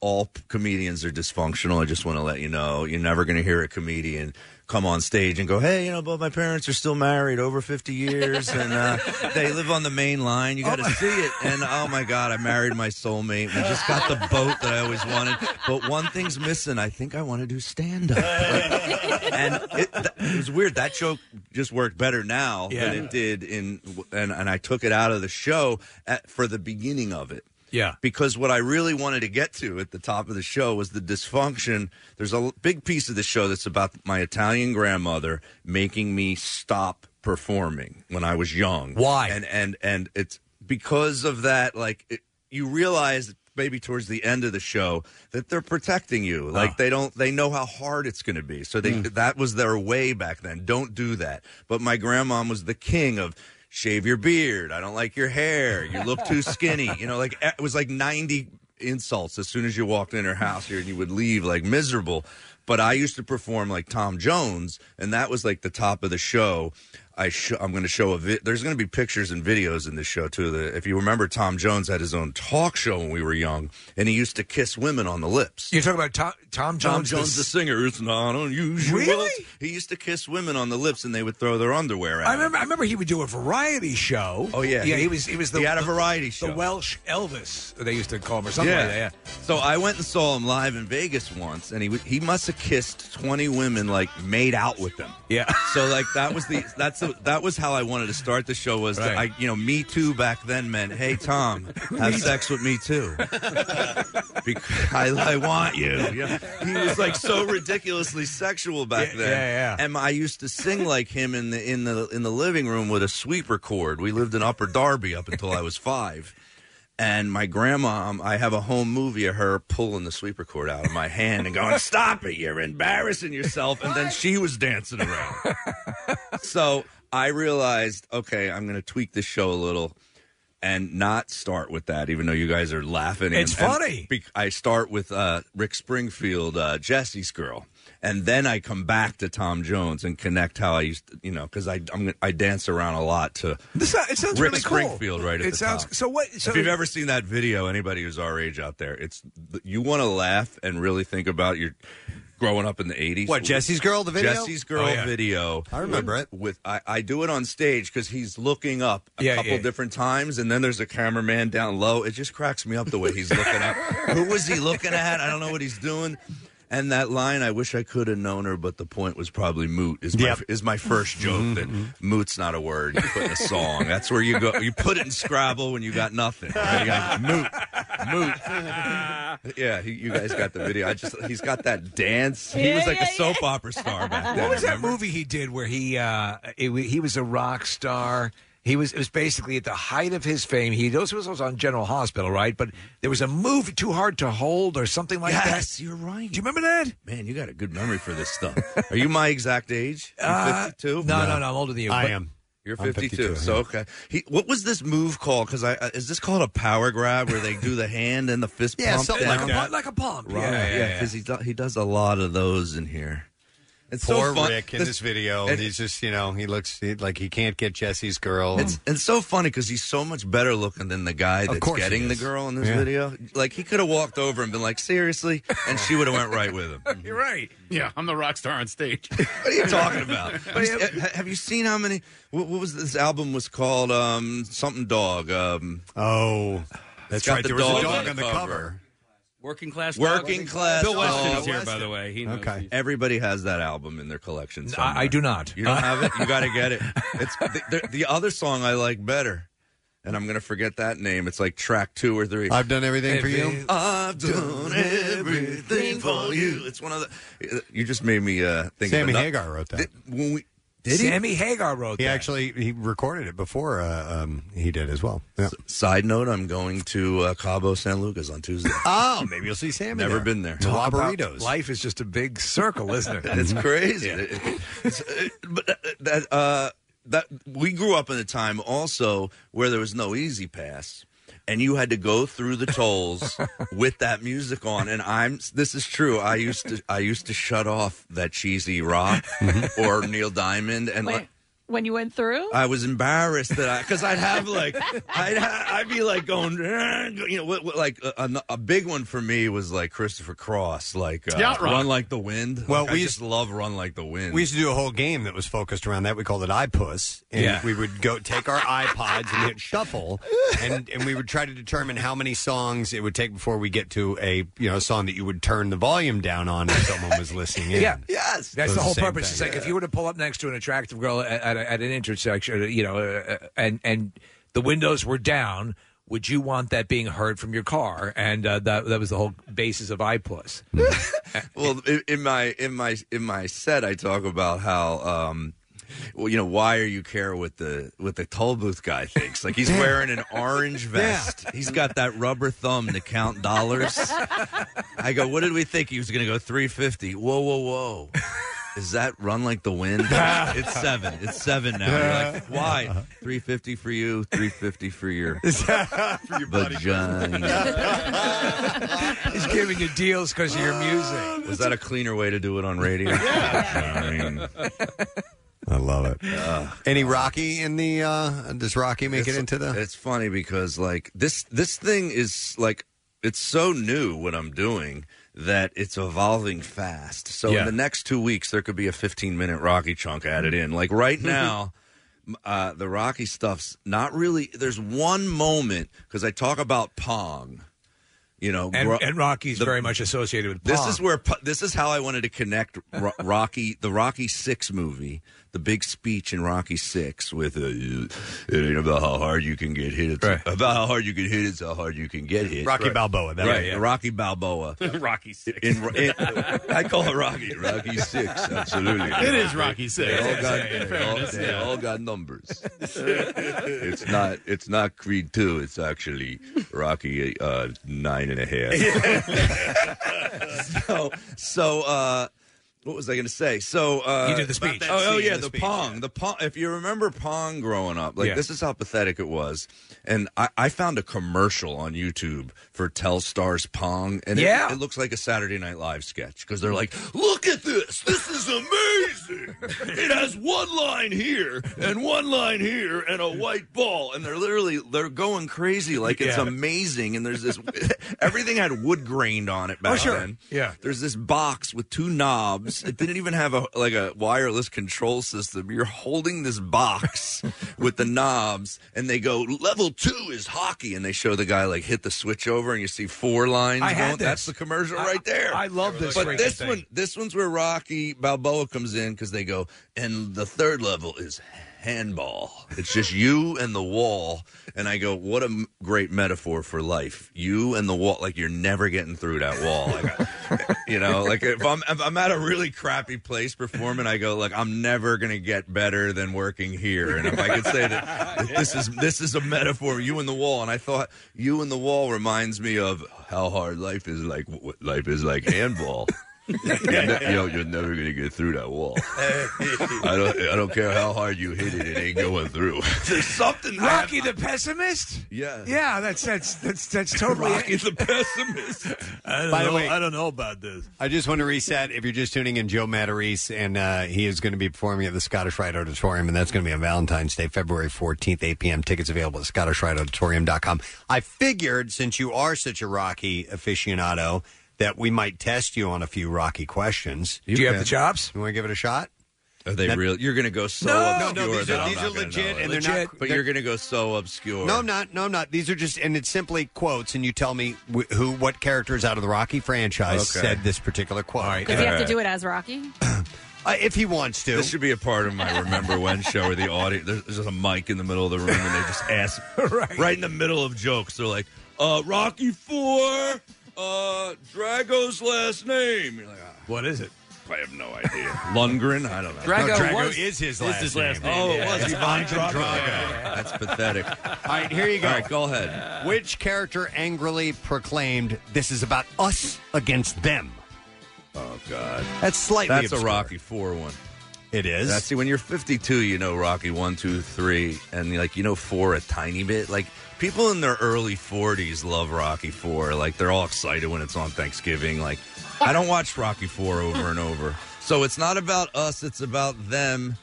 Speaker 12: all p- comedians are dysfunctional. I just want to let you know. You're never going to hear a comedian come on stage and go, "Hey, you know, but my parents are still married over 50 years and uh, they live on the main line. You got to see it." And oh my god, I married my soulmate. We just got the boat that I always wanted. But one thing's missing. I think I want to do stand up. and it, that, it was weird. That joke just worked better now
Speaker 5: Yeah.
Speaker 12: than it did in and and I took it out of the show at, for the beginning of it
Speaker 5: Yeah.
Speaker 12: because what I really wanted to get to at the top of the show was the dysfunction. There's a l- big piece of the show that's about my Italian grandmother making me stop performing when I was young.
Speaker 5: Why?
Speaker 12: And and and it's because of that. Like it, you realize maybe towards the end of the show that they're protecting you. Like
Speaker 5: Ah.
Speaker 12: they don't. They know how hard it's going to be. So they
Speaker 5: Hmm.
Speaker 12: that was their way back then. Don't do that. But my grandmom was the king of. Shave your beard. I don't like your hair. You look too skinny. You know, like it was like 90 insults as soon as you walked in her house here and you would leave like miserable. But I used to perform like Tom Jones, and that was like the top of the show. I sh- I'm going to show a vi- there's going to be pictures and videos in this show too. The, if you remember, Tom Jones had his own talk show when we were young, and he used to kiss women on the lips.
Speaker 5: You're talking about Tom, Tom
Speaker 12: Tom
Speaker 5: Jones.
Speaker 12: Jones, the,
Speaker 5: the-
Speaker 12: singer, it's not unusual.
Speaker 5: Really?
Speaker 12: He used to kiss women on the lips, and they would throw their underwear at
Speaker 5: I
Speaker 12: him.
Speaker 5: remember. I remember he would do a variety show.
Speaker 12: Oh yeah,
Speaker 5: yeah. He, was. He was the
Speaker 12: he had a
Speaker 5: the-
Speaker 12: variety show.
Speaker 5: The Welsh Elvis. They used to call him or something like that. Yeah.
Speaker 12: So I went and saw him live in Vegas once, and he w- he must have kissed twenty women, like made out with them.
Speaker 5: Yeah.
Speaker 12: So like that was the that's the, that was how I wanted to start the show was that
Speaker 5: Right.
Speaker 12: I you know Me Too back then meant hey Tom have sex with me too because I, I want you. Yeah. He was like so ridiculously sexual back
Speaker 5: Yeah,
Speaker 12: then.
Speaker 5: yeah,
Speaker 12: And I used to sing like him in the in the in the living room with a sweeper cord. We lived in Upper Darby up until I was five. And my grandma, um, I have a home movie of her pulling the sweeper cord out of my hand and going, "Stop it! You're embarrassing yourself." And then she was dancing around. so I realized, okay, I'm going to tweak this show a little and not start with that, even though you guys are laughing. and-
Speaker 5: It's
Speaker 12: and
Speaker 5: funny.
Speaker 12: be- I start with uh, Rick Springfield, uh, Jesse's girl, and then I come back to Tom Jones and connect how I used, to, you know, because I I'm, I dance around a lot to.
Speaker 5: This sounds, it sounds
Speaker 12: Rick
Speaker 5: really cool.
Speaker 12: Springfield, right at
Speaker 5: it
Speaker 12: the
Speaker 5: sounds
Speaker 12: top.
Speaker 5: so. What? So
Speaker 12: if you've ever seen that video, anybody who's our age out there, it's you want to laugh and really think about your growing up in the '80s.
Speaker 3: What, Jesse's Girl, the video?
Speaker 12: Jesse's girl
Speaker 3: Oh, yeah.
Speaker 12: video.
Speaker 3: I remember
Speaker 12: with,
Speaker 3: it.
Speaker 12: With I, I do it on stage because he's looking up a
Speaker 3: Yeah,
Speaker 12: couple
Speaker 3: yeah.
Speaker 12: different times, and then there's a cameraman down low. It just cracks me up the way he's looking at. Who was he looking at? I don't know what he's doing. And that line, I wish I could have known her, but the point was probably moot. Is my, is my first joke that
Speaker 3: Mm-hmm.
Speaker 12: moot's not a word. You put in a song. That's where you go. You put it in Scrabble when you got nothing. You got moot, moot. Yeah, he- you guys got the video. I just he's got that dance. He was like a soap opera star back then.
Speaker 5: What was that
Speaker 12: remember?
Speaker 5: movie he did where he uh, it, wa- he was a rock star? He was it was basically at the height of his fame. He also was on General Hospital, right? But there was a movie too hard to hold or something like that.
Speaker 12: Yes, you're right. Do
Speaker 5: you remember that?
Speaker 12: Man, you got a good memory for this stuff. Are you my exact age? You
Speaker 5: Uh,
Speaker 12: 52?
Speaker 5: no, no, no, I'm older than you, I but- am.
Speaker 12: You're
Speaker 5: I'm
Speaker 12: 52.
Speaker 5: 52,
Speaker 12: so
Speaker 5: yeah.
Speaker 12: okay. He, what was this move called? Because I uh, is this called a power grab where they do the hand and the fist?
Speaker 5: Yeah,
Speaker 12: pump
Speaker 5: something like
Speaker 12: down?
Speaker 5: a pump- like a pump.
Speaker 12: Right.
Speaker 5: Yeah, yeah,
Speaker 12: Yeah,
Speaker 5: yeah.
Speaker 12: because he do, he does a lot of those in here. It's so
Speaker 18: Poor
Speaker 12: fun-
Speaker 18: Rick in
Speaker 12: this-
Speaker 18: this, video.
Speaker 12: and-
Speaker 18: he's just, you know, he looks he- like he can't get Jesse's girl.
Speaker 12: It's it's so funny because he's so much better looking than the guy that's
Speaker 18: course he
Speaker 12: getting the
Speaker 18: is.
Speaker 12: girl in this
Speaker 18: Yeah.
Speaker 12: video. Like he could have walked over and been like, "Seriously," and she would have went right with him.
Speaker 5: You're right.
Speaker 6: Yeah, I'm the rock star on stage.
Speaker 12: What are you talking about? Have you- ha- have you seen how many? What, what was this album was called? Um, something dog. Um,
Speaker 18: oh,
Speaker 10: that's right, there was a dog on the cover. Working class.
Speaker 12: Working class.
Speaker 10: Bill Weston
Speaker 12: Dog.
Speaker 10: is here, by the way. He knows he's-
Speaker 12: Everybody has that album in their collection.
Speaker 5: I- I
Speaker 12: somewhere.
Speaker 5: do not.
Speaker 12: You don't have it. You got to get it. It's the, the, the other song I like better, and I'm gonna forget that name. It's like track two or three.
Speaker 18: I've done everything for you.
Speaker 12: I've done everything for you. It's one of the. You just made me uh, think.
Speaker 18: Sammy
Speaker 12: of ano-
Speaker 18: Hagar wrote that.
Speaker 12: Did, when we, did he?
Speaker 18: he actually he recorded it before uh, um, he did as well.
Speaker 12: Side note: I'm going to uh, Cabo San Lucas on Tuesday.
Speaker 18: Oh, maybe you'll see Sammy.
Speaker 12: Never
Speaker 18: there.
Speaker 12: been there.
Speaker 18: To La
Speaker 12: Talk about
Speaker 18: Burritos.
Speaker 5: Life is just a big circle, isn't it? Mm-hmm.
Speaker 12: It's crazy. It's, uh, but uh, that uh, that we grew up in a time also where there was no easy pass. And you had to go through the tolls with that music on, and I'm. This is true. I
Speaker 5: Mm-hmm.
Speaker 12: used to. I used to shut off that cheesy rock or Neil Diamond, and like,
Speaker 4: when you went through?
Speaker 12: I was embarrassed that I because I'd have like I'd ha- I'd be like going "Eh," you know what, what, like a, a- a big one for me was like Christopher Cross like uh,
Speaker 3: Yacht Rock.
Speaker 12: Run Like the Wind.
Speaker 3: Well,
Speaker 12: Like, I
Speaker 3: we
Speaker 12: just love Run Like the Wind.
Speaker 3: We used to do a whole game that was focused around that. We called it iPuss. And
Speaker 12: Yeah.
Speaker 3: we would go take our iPods and hit shuffle, and, and we would try to determine how many songs it would take before we get to a you know song that you would turn the volume down on if someone was listening in.
Speaker 5: Yeah. Yes.
Speaker 3: It
Speaker 5: That's
Speaker 3: was
Speaker 5: the whole
Speaker 3: same
Speaker 5: purpose.
Speaker 3: thing.
Speaker 5: It's like if you were to pull up next to an attractive girl at, at, at an intersection, you know, uh, uh, and and the windows were down, would you want that being heard from your car? And uh, that that was the whole basis of iPlus.
Speaker 12: well, in, in my in my in my set, I talk about how. Um, well, you know why are you care what the what the toll booth guy thinks? Like he's wearing an orange vest. He's got that rubber thumb to count dollars. I go, what did we think he was going to go three fifty? Whoa, whoa, whoa! Is that run like the wind? it's seven. It's seven now. You're like, why? Three fifty for you. Three fifty for your vagina.
Speaker 5: He's giving you deals because of your music.
Speaker 12: Was that a cleaner way to do it on radio? I mean,
Speaker 3: I love it. Any Rocky in the? Uh, does Rocky make it into the?
Speaker 12: It's funny because like this this thing is like it's so new what I'm doing that it's evolving fast. So
Speaker 25: Yeah.
Speaker 12: in the next two weeks there could be a 15 minute Rocky chunk added in. Like right now. m- Uh, the Rocky stuff's not really. There's one moment because I talk about Pong, you know,
Speaker 5: And,
Speaker 12: gro-
Speaker 5: and Rocky's very much associated with
Speaker 12: this
Speaker 5: pop.
Speaker 12: is where pu- this is how I wanted to connect Ro- Rocky, the Rocky Six movie, the big speech in Rocky Six with uh, it ain't about how hard you can get hit. It's about how hard you can hit. It's how hard you can get hit.
Speaker 3: Rocky Balboa, that-
Speaker 12: That right.
Speaker 3: yeah, yeah.
Speaker 12: the Rocky Balboa.
Speaker 17: Rocky Six.
Speaker 12: In, in, I call it Rocky. Rocky Six. Absolutely.
Speaker 8: It is Rocky
Speaker 12: They
Speaker 8: Six.
Speaker 12: all
Speaker 8: Yeah,
Speaker 12: got,
Speaker 8: in
Speaker 12: they
Speaker 8: fairness,
Speaker 12: all, they
Speaker 8: yeah.
Speaker 12: all got numbers. it's not. It's not Creed Two. It's actually Rocky uh, Nine and a half
Speaker 14: Oh.
Speaker 12: so so uh what was I going to say? So uh,
Speaker 5: You did the speech.
Speaker 12: Oh, oh,
Speaker 5: About that
Speaker 12: yeah,
Speaker 5: scene,
Speaker 12: the,
Speaker 5: the speech,
Speaker 12: pong, the pong. If you remember pong growing up, like
Speaker 5: Yeah.
Speaker 12: this is how pathetic it was. And I, I found a commercial on YouTube for Telstar's pong, and it-
Speaker 5: Yeah.
Speaker 12: it, looks like a Saturday Night Live sketch because they're like, "Look at this! This is amazing! It has one line here and one line here and a white ball," and they're literally they're going crazy like it's
Speaker 5: Yeah.
Speaker 12: amazing. And there's this everything had wood grained on it back
Speaker 5: Oh, sure.
Speaker 12: then.
Speaker 5: Yeah.
Speaker 12: There's this box with two knobs. It didn't even have a like a wireless control system. You're holding this box with the knobs, and they go level two is hockey, and they show the guy like hit the switch over, and you see four lines.
Speaker 5: I had
Speaker 12: going. That's
Speaker 5: this.
Speaker 12: the commercial right there.
Speaker 5: I love this
Speaker 12: But
Speaker 5: freaking
Speaker 12: this
Speaker 5: thing.
Speaker 12: one, this one's where Rocky Balboa comes in because they go, and the third level is handball. It's just you and the wall. And I go, what a m- great metaphor for life. You and the wall, like you're never getting through that wall. Like, I- you know, like if I'm if I'm at a really crappy place performing, I go like I'm never gonna get better than working here. And if I could say that, that this is this is a metaphor, you and the wall. And I thought you and the wall reminds me of how hard life is like. What life is like handball. You're ne- you know, you're never gonna get through that wall. I don't. I don't care how hard you hit it; it ain't going through. There's something.
Speaker 5: Rocky the pessimist.
Speaker 12: Yeah.
Speaker 5: Yeah, that's that's that's that's totally
Speaker 12: Rocky the pessimist.
Speaker 5: I
Speaker 3: don't By the know- way- I
Speaker 5: don't know about this.
Speaker 3: I just want to reset. If you're just tuning in, Joe Matarese, and uh, he is going to be performing at the Scottish Rite Auditorium, and that's going to be on Valentine's Day, February 14th, 8 p.m. Tickets available at scottishriteauditorium.com. I figured, since you are such a Rocky aficionado, that we might test you on a few Rocky questions.
Speaker 5: Do you have the chops?
Speaker 3: You want to give it a shot?
Speaker 12: Are they
Speaker 3: That-
Speaker 12: real? You're gonna go so
Speaker 3: No, no,
Speaker 12: obscure.
Speaker 3: these are-
Speaker 12: that I'm
Speaker 3: these
Speaker 12: not
Speaker 3: are
Speaker 12: gonna
Speaker 3: legit
Speaker 12: know it.
Speaker 3: and they're not- Legit.
Speaker 12: But
Speaker 3: they're-
Speaker 12: you're gonna go so obscure.
Speaker 3: No, I'm not. No, I'm not. These are just, and it's simply quotes, and you tell me wh- who, what characters out of the Rocky franchise
Speaker 12: Okay.
Speaker 3: said this particular quote.
Speaker 4: Does he have to do it as Rocky?
Speaker 3: Uh, if he wants to.
Speaker 12: This should be a part of my Remember When show where the audience, there's, there's just a mic in the middle of the room and they just ask, right. in the middle of jokes, they're like, uh, Rocky Four, uh, Drago's last name. You're like, ah,
Speaker 5: What is it?
Speaker 12: I have no idea. Lundgren? I don't know.
Speaker 3: Drago No, Drago was- is his is last his last name. name.
Speaker 12: Oh,
Speaker 3: Yeah.
Speaker 12: it was.
Speaker 3: It's
Speaker 12: Ivan
Speaker 3: Ivan
Speaker 12: Drago.
Speaker 3: Drago.
Speaker 12: That's pathetic.
Speaker 3: All right, here you go.
Speaker 12: All right, go ahead.
Speaker 3: Which character angrily proclaimed, "This is about us against them"?
Speaker 12: Oh, God.
Speaker 3: That's slightly.
Speaker 12: That's
Speaker 3: obscure.
Speaker 12: a Rocky Four one.
Speaker 3: It is.
Speaker 12: That's see, when you're 52, you know Rocky one, two, three, and like you know four a tiny bit. Like people in their early 40s love Rocky four. Like they're all excited when it's on Thanksgiving. Like I don't watch Rocky four over and over. So it's not about us. It's about them.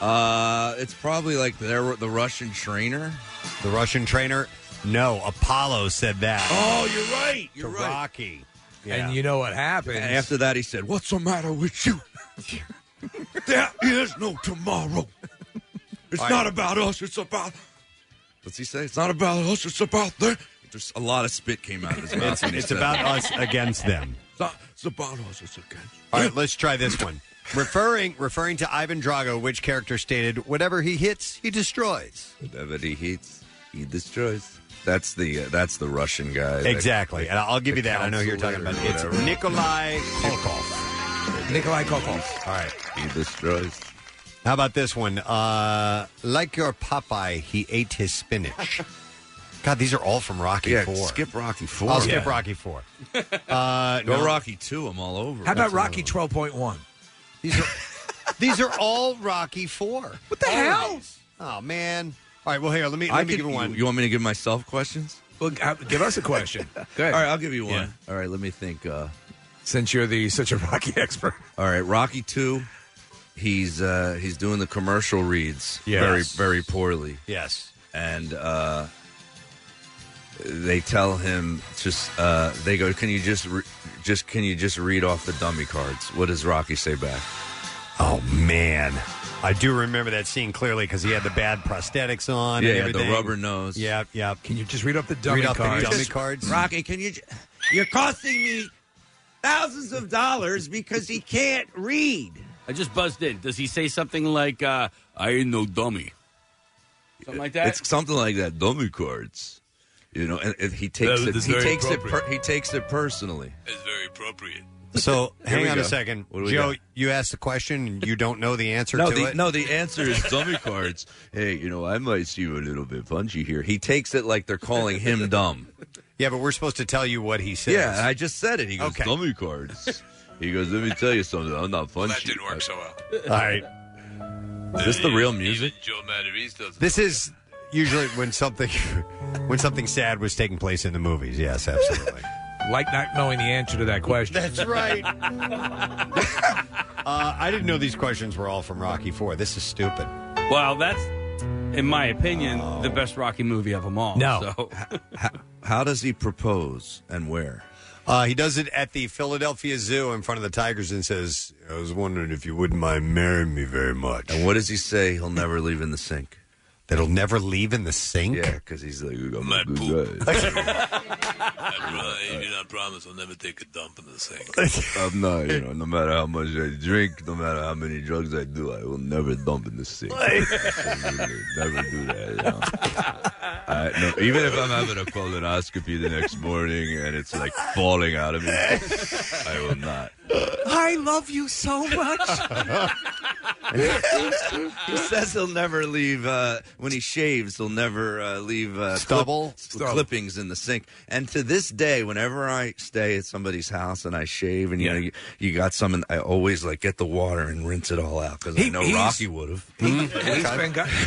Speaker 12: Uh, it's probably like their, the Russian trainer.
Speaker 3: The Russian trainer? No, Apollo said that.
Speaker 12: Oh, you're right. You're
Speaker 3: To
Speaker 12: right.
Speaker 3: Rocky.
Speaker 12: And
Speaker 5: you know what happened?
Speaker 12: after that, he said, "What's the matter with you? there is no tomorrow. It's
Speaker 5: All right.
Speaker 12: not about us. It's about." What's he say? It's not about us. It's about them. There's a lot of spit came out of his mouth.
Speaker 3: It's-
Speaker 12: when he
Speaker 3: it's
Speaker 12: said
Speaker 3: about
Speaker 12: that.
Speaker 3: us against them.
Speaker 12: It's, not, it's about us. It's against.
Speaker 3: All right, let's try this one. referring referring to Ivan Drago, which character stated, "Whatever he hits, he destroys."
Speaker 12: Whatever he hits, he destroys. That's the uh, that's the Russian guy. that-
Speaker 3: Exactly, and I'll give you that. I know who you're talking about.
Speaker 12: Counselor or
Speaker 3: It's
Speaker 12: whatever.
Speaker 3: Nikolai Kolkov.
Speaker 5: Nikolai Kokov.
Speaker 3: All right,
Speaker 12: he destroys.
Speaker 3: How about this one? Uh, like your Popeye, he ate his spinach. God, these are all from Rocky
Speaker 12: Yeah,
Speaker 3: Four.
Speaker 12: skip Rocky Four.
Speaker 3: I'll
Speaker 12: Yeah.
Speaker 3: skip Rocky Four. Uh,
Speaker 12: Go
Speaker 3: no.
Speaker 12: Rocky Two. I'm all over.
Speaker 5: How
Speaker 12: That's
Speaker 5: about Rocky 12.1?
Speaker 3: These are all Rocky Four. What the hell? Oh man! All right, well here, let me let
Speaker 12: I
Speaker 3: me
Speaker 12: could-
Speaker 3: give you one.
Speaker 12: You, want me to give myself questions?
Speaker 5: Well, give us a question.
Speaker 12: All right, I'll give you one. All right, let me think. Uh,
Speaker 5: Since you're the such a Rocky expert.
Speaker 12: All right, Rocky Two. He's uh, he's doing the commercial reads
Speaker 5: Yes.
Speaker 12: very very poorly.
Speaker 3: Yes,
Speaker 12: and uh, they tell him just uh, they go, "Can you just re- just can you just read off the dummy cards?" What does Rocky say back?
Speaker 3: Oh man, I do remember that scene clearly because he had the bad prosthetics on.
Speaker 12: Yeah,
Speaker 3: and
Speaker 12: he had the
Speaker 3: everything.
Speaker 12: rubber nose.
Speaker 3: Yep, yep.
Speaker 5: Can you just read up the
Speaker 12: dummy cards?
Speaker 3: dummy
Speaker 12: Just-
Speaker 3: cards.
Speaker 12: Rocky, can you? You're costing me thousands of dollars because he can't read.
Speaker 10: I just buzzed in. Does he say something like, uh, I ain't no dummy? Something like that?
Speaker 12: It's something like that. Dummy cards. You know, and, and he takes
Speaker 10: That
Speaker 12: it.
Speaker 10: was
Speaker 12: He
Speaker 10: very
Speaker 12: takes it.
Speaker 10: appropriate.
Speaker 12: Per, he takes it personally.
Speaker 10: It's very appropriate.
Speaker 3: So
Speaker 12: Here
Speaker 3: hang
Speaker 12: we
Speaker 3: on a
Speaker 12: go.
Speaker 3: second,
Speaker 12: What do we
Speaker 3: Joe.
Speaker 12: got?
Speaker 3: You asked the question, and you don't know the answer
Speaker 12: no,
Speaker 3: to
Speaker 12: the,
Speaker 3: it.
Speaker 12: no, the answer is dummy cards. Hey, you know, I might see you a little bit punchy here. He takes it like they're calling him dumb.
Speaker 3: Yeah, but we're supposed to tell you what he says.
Speaker 12: Yeah, I just said it. He goes, dummy cards. he goes, let me tell you something. I'm not punchy. that didn't work so well.
Speaker 3: All right.
Speaker 12: Is this the real music?
Speaker 10: Joe Matarese does
Speaker 3: This is usually when something when something sad was taking place in the movies. Yes, absolutely.
Speaker 5: Like not knowing the answer to that question.
Speaker 3: That's right. uh, I didn't know these questions were all from Rocky Four. This is stupid.
Speaker 10: Well, that's, in my opinion, the best Rocky movie of them all. So.
Speaker 12: how, how does he propose and where?
Speaker 3: Uh, he does it at the Philadelphia Zoo in front of the tigers and says, "I was wondering if you wouldn't mind marrying me very much."
Speaker 12: And what does he say? He'll never leave in the sink.
Speaker 3: That'll never leave in the sink.
Speaker 12: Yeah, because he's like, I'm not good guy.
Speaker 26: you know, I promise I'll never take a dump in the sink.
Speaker 12: I'm not, you know, no matter how much I drink, no matter how many drugs I do, I will never dump in the sink. Absolutely. never do that. You know. I, no, even if I'm having a colonoscopy the next morning and it's like falling out of me, I will not.
Speaker 5: I love you so much.
Speaker 12: he says he'll never leave uh, when he shaves. He'll never uh, leave uh, clip-
Speaker 3: Stubble?
Speaker 12: s- clippings in the sink. And to this day, whenever I stay at somebody's house and I shave, and you know you, you got some, and I always like get the water and rinse it all out because I
Speaker 5: He-
Speaker 12: know
Speaker 5: he's-
Speaker 12: Rocky would have.
Speaker 5: He's been got-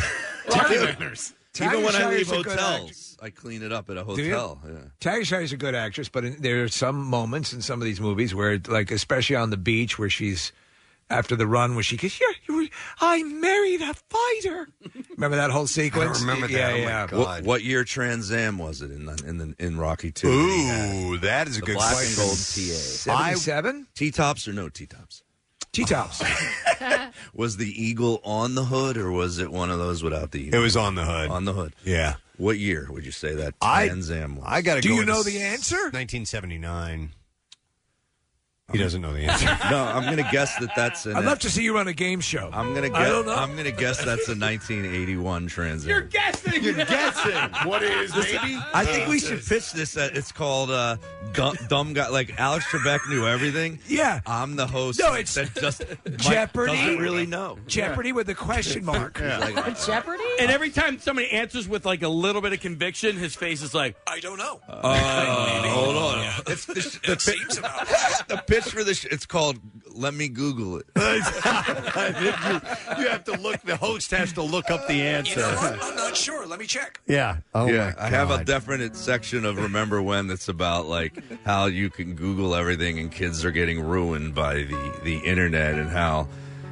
Speaker 12: Even when I
Speaker 5: Tiger
Speaker 12: leave
Speaker 5: Shire's a good
Speaker 12: hotels, I clean it up at a
Speaker 5: Do you?
Speaker 12: hotel. Yeah.
Speaker 5: Tag Shire's a good actress, but in, there are some moments in some of these movies where, like, especially on the beach, where she's after the run, where she goes, "Yeah, you were, I married a fighter." Remember that whole sequence? Yeah,
Speaker 3: Oh
Speaker 5: yeah.
Speaker 12: What, what year Trans Am was it in in, the, in Rocky Two?
Speaker 3: Ooh, that is a
Speaker 12: the
Speaker 3: good
Speaker 12: black
Speaker 3: question.
Speaker 12: and gold TA.
Speaker 5: Seventy-seven
Speaker 12: T tops or no T tops?
Speaker 5: T tops.
Speaker 12: was the eagle on the hood or was it one of those without the?
Speaker 3: It was on the hood.
Speaker 12: On the hood.
Speaker 3: Yeah.
Speaker 12: What year would you say that
Speaker 3: I-
Speaker 12: Trans Am was?
Speaker 3: I got to.
Speaker 12: Do
Speaker 3: go
Speaker 12: you
Speaker 3: with
Speaker 12: know
Speaker 3: s-
Speaker 12: the answer?
Speaker 3: 1979. He doesn't know the answer.
Speaker 12: no, I'm going to guess that that's. An
Speaker 5: I'd love to see you on a game show.
Speaker 12: I'm gonna guess.
Speaker 5: I don't know.
Speaker 12: am gonna guess that's a 1981 Trans Am.
Speaker 10: guessing.
Speaker 3: You're guessing.
Speaker 17: What is
Speaker 12: This-
Speaker 17: maybe?
Speaker 12: I think
Speaker 5: Uh,
Speaker 12: we should pitch this. At, it's called uh, dumb, dumb guy. Like Alex Trebek knew everything.
Speaker 5: Yeah,
Speaker 12: I'm the host.
Speaker 5: No, it's-
Speaker 12: that just Mike
Speaker 5: Jeopardy.
Speaker 12: Doesn't really know
Speaker 5: Jeopardy with a question mark.
Speaker 4: Jeopardy?
Speaker 10: And every time somebody answers with like a little bit of conviction, his face is like, Uh, I don't know.
Speaker 12: hold on. It's the, the, pitch, the pitch for this. It's called "Let Me Google It."
Speaker 3: you have to look. The host has to look up the answer.
Speaker 5: I'm not sure. Let me check.
Speaker 3: Yeah. Oh
Speaker 12: yeah,
Speaker 3: my
Speaker 12: I have a
Speaker 3: God.
Speaker 12: definite section of Remember When that's about like how you can Google everything and kids are getting ruined by the the internet and how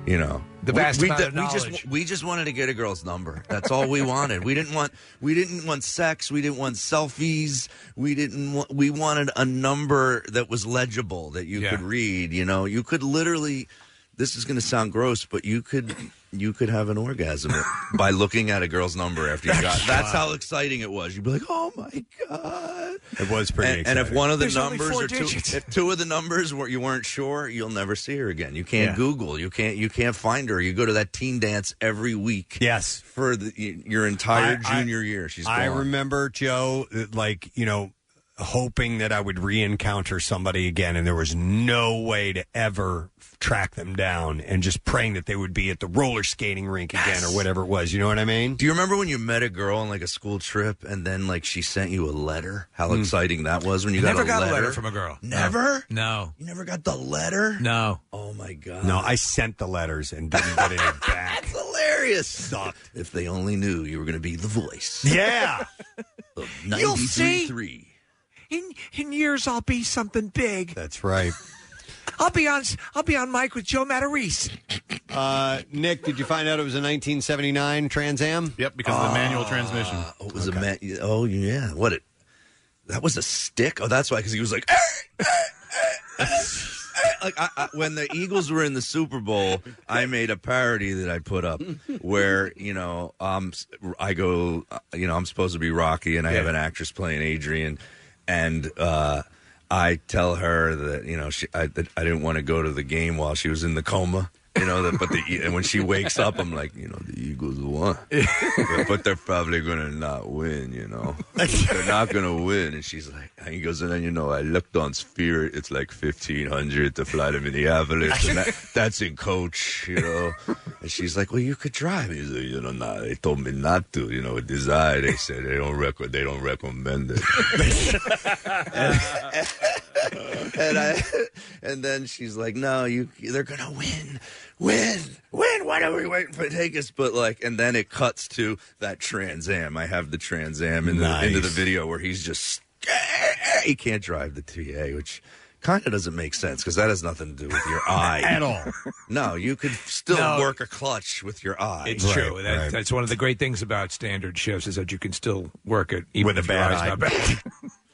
Speaker 12: you know
Speaker 5: The
Speaker 12: We-
Speaker 5: vast
Speaker 12: we,
Speaker 5: amount of
Speaker 12: we just
Speaker 5: knowledge.
Speaker 12: we just wanted to get a girl's number. That's all we wanted. We didn't want we didn't want sex. We didn't want selfies. We didn't want, we wanted a number that was legible that you could read. You know, you could literally. This is going to sound gross, but you could you could have an orgasm by looking at a girl's number after you got. That's how exciting it was. You'd be like, oh my god.
Speaker 3: It was
Speaker 12: And,
Speaker 3: pretty.
Speaker 12: and if
Speaker 3: exciting.
Speaker 12: one of the numbers or two, if two of the numbers were you weren't sure, you'll never see her again. You can't
Speaker 3: Yeah.
Speaker 12: Google. You can't. You can't find her. You go to that teen dance every week.
Speaker 3: Yes,
Speaker 12: for the, y- your entire
Speaker 3: I- I-
Speaker 12: junior year, she's. Gone.
Speaker 3: I remember Joe, like you know, hoping that I would re-encounter somebody again, and there was no way to ever track them down, and just praying that they would be at the roller skating rink again or whatever it was. You know what I mean?
Speaker 12: Do you remember when you met a girl on like a school trip, and then like she sent you a letter? How
Speaker 3: Hmm.
Speaker 12: exciting that was when you
Speaker 5: never
Speaker 12: got, a, letter.
Speaker 5: from a girl.
Speaker 12: Never?
Speaker 5: No.
Speaker 12: You never got the letter?
Speaker 5: No.
Speaker 12: Oh my god.
Speaker 3: No, I sent the letters and didn't get any back.
Speaker 12: That's hilarious. If they only knew you were going to be the voice.
Speaker 3: Yeah.
Speaker 5: You'll see.
Speaker 12: 93.3.
Speaker 5: In in years, I'll be something big.
Speaker 3: That's right.
Speaker 5: I'll be on. I'll be on mic with Joe Matarese.
Speaker 3: Uh, Nick, did you find out it was a 1979 Trans Am?
Speaker 6: Yep, because of the manual transmission.
Speaker 12: Oh, it was a man. Oh yeah, what it? That was a stick. Oh, that's why, because he was like, "Eh, eh, eh, eh, eh." like I, I, when the Eagles were in the Super Bowl, I made a parody that I put up where you know um I go, uh, you know, I'm supposed to be Rocky, and I have an actress playing Adrian, and. uh I tell her that you know she, I, that I didn't want to go to the game while she was in the coma, you know. That, but the and when she wakes up, I'm like, you know, the Eagles won, but, but they're probably gonna not win, you know. they're not gonna win, and she's like, and he goes, and then you know, I looked on Sphere, it's like fifteen hundred to fly to Minneapolis, and that, that's in coach, you know. And she's like, well, you could drive. He's like, you know, nah, they told me not to, you know. With desire, they said they don't record, they don't recommend it. and I, and then she's like, "No, you, they're gonna win, win, win. Why are we waiting for take us?" But like, and then it cuts to that Trans Am. I have the Trans Am in the end of the
Speaker 3: Nice.
Speaker 12: video where he's just he can't drive the TA, which kind of doesn't make sense because that has nothing to do with your eye
Speaker 5: At all.
Speaker 12: No, you could still
Speaker 5: No.
Speaker 12: work a clutch with your eye.
Speaker 5: It's true. That, That's one of the great things about standard shifts is that you can still work it even
Speaker 6: With a
Speaker 5: if your
Speaker 6: bad
Speaker 5: eye's
Speaker 6: eye.
Speaker 5: not bad.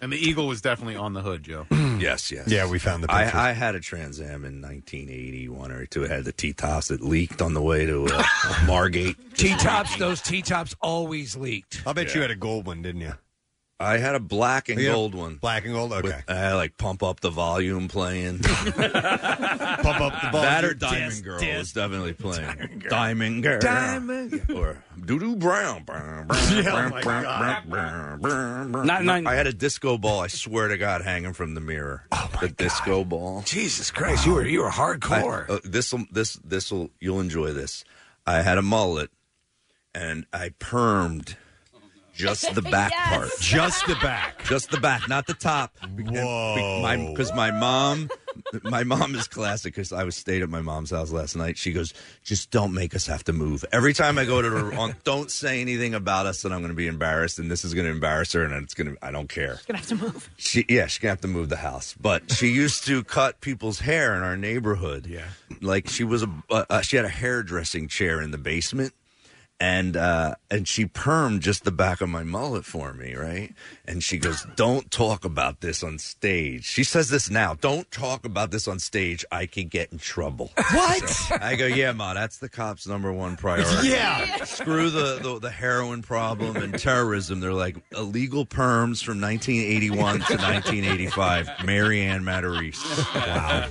Speaker 6: And the eagle was definitely on the hood, Joe.
Speaker 12: yes, yes.
Speaker 3: Yeah, we found the pictures.
Speaker 12: I, I had a Trans Am in 1981 or two. It had the T tops that leaked on the way to uh, Margate.
Speaker 5: T tops. Those T tops always leaked.
Speaker 3: I bet you had a gold one, didn't you?
Speaker 12: I had a black and
Speaker 3: You had a
Speaker 12: gold one.
Speaker 3: Black and gold. Okay.
Speaker 12: I had like pump up the volume playing.
Speaker 3: Pump up the
Speaker 12: that
Speaker 3: volume.
Speaker 12: or Diamond
Speaker 3: Yes,
Speaker 12: Girl
Speaker 3: yes.
Speaker 12: was definitely playing. Diamond Girl.
Speaker 5: Diamond.
Speaker 12: Or Doo Doo Brown.
Speaker 5: Yeah, oh my
Speaker 12: Not, I had a disco ball. I swear to God, hanging from the mirror. Oh my the disco ball.
Speaker 5: Jesus Christ, you were you were hardcore.
Speaker 12: this will this this will you'll enjoy this. I had a mullet, and I permed just the back
Speaker 3: Yes.
Speaker 12: part,
Speaker 3: Just the back,
Speaker 12: just the back, not the top. Whoa! Because my, mom, my mom is classic. Because I was stayed at my mom's house last night. She goes, "Just don't make us have to move." Every time I go to her, on, don't say anything about us, and I'm going to be embarrassed, and this is going to embarrass her, and it's going to. I don't care.
Speaker 7: Gonna have to move.
Speaker 12: She yeah, she's gonna have to move the house. But she used to cut people's hair in our neighborhood. Yeah, like she was a uh, uh, she had a hairdressing chair in the basement, and uh, and she permed just the back of my mullet for me, right? And she goes, "Don't talk about this on stage." She says this now. Don't talk about this on stage. I could get in trouble. What? I go, yeah, ma. That's the cops' number one priority.
Speaker 3: Yeah.
Speaker 12: Screw the, the the heroin problem and terrorism. They're like illegal perms from 1981 to 1985. Marianne Matarese. Wow.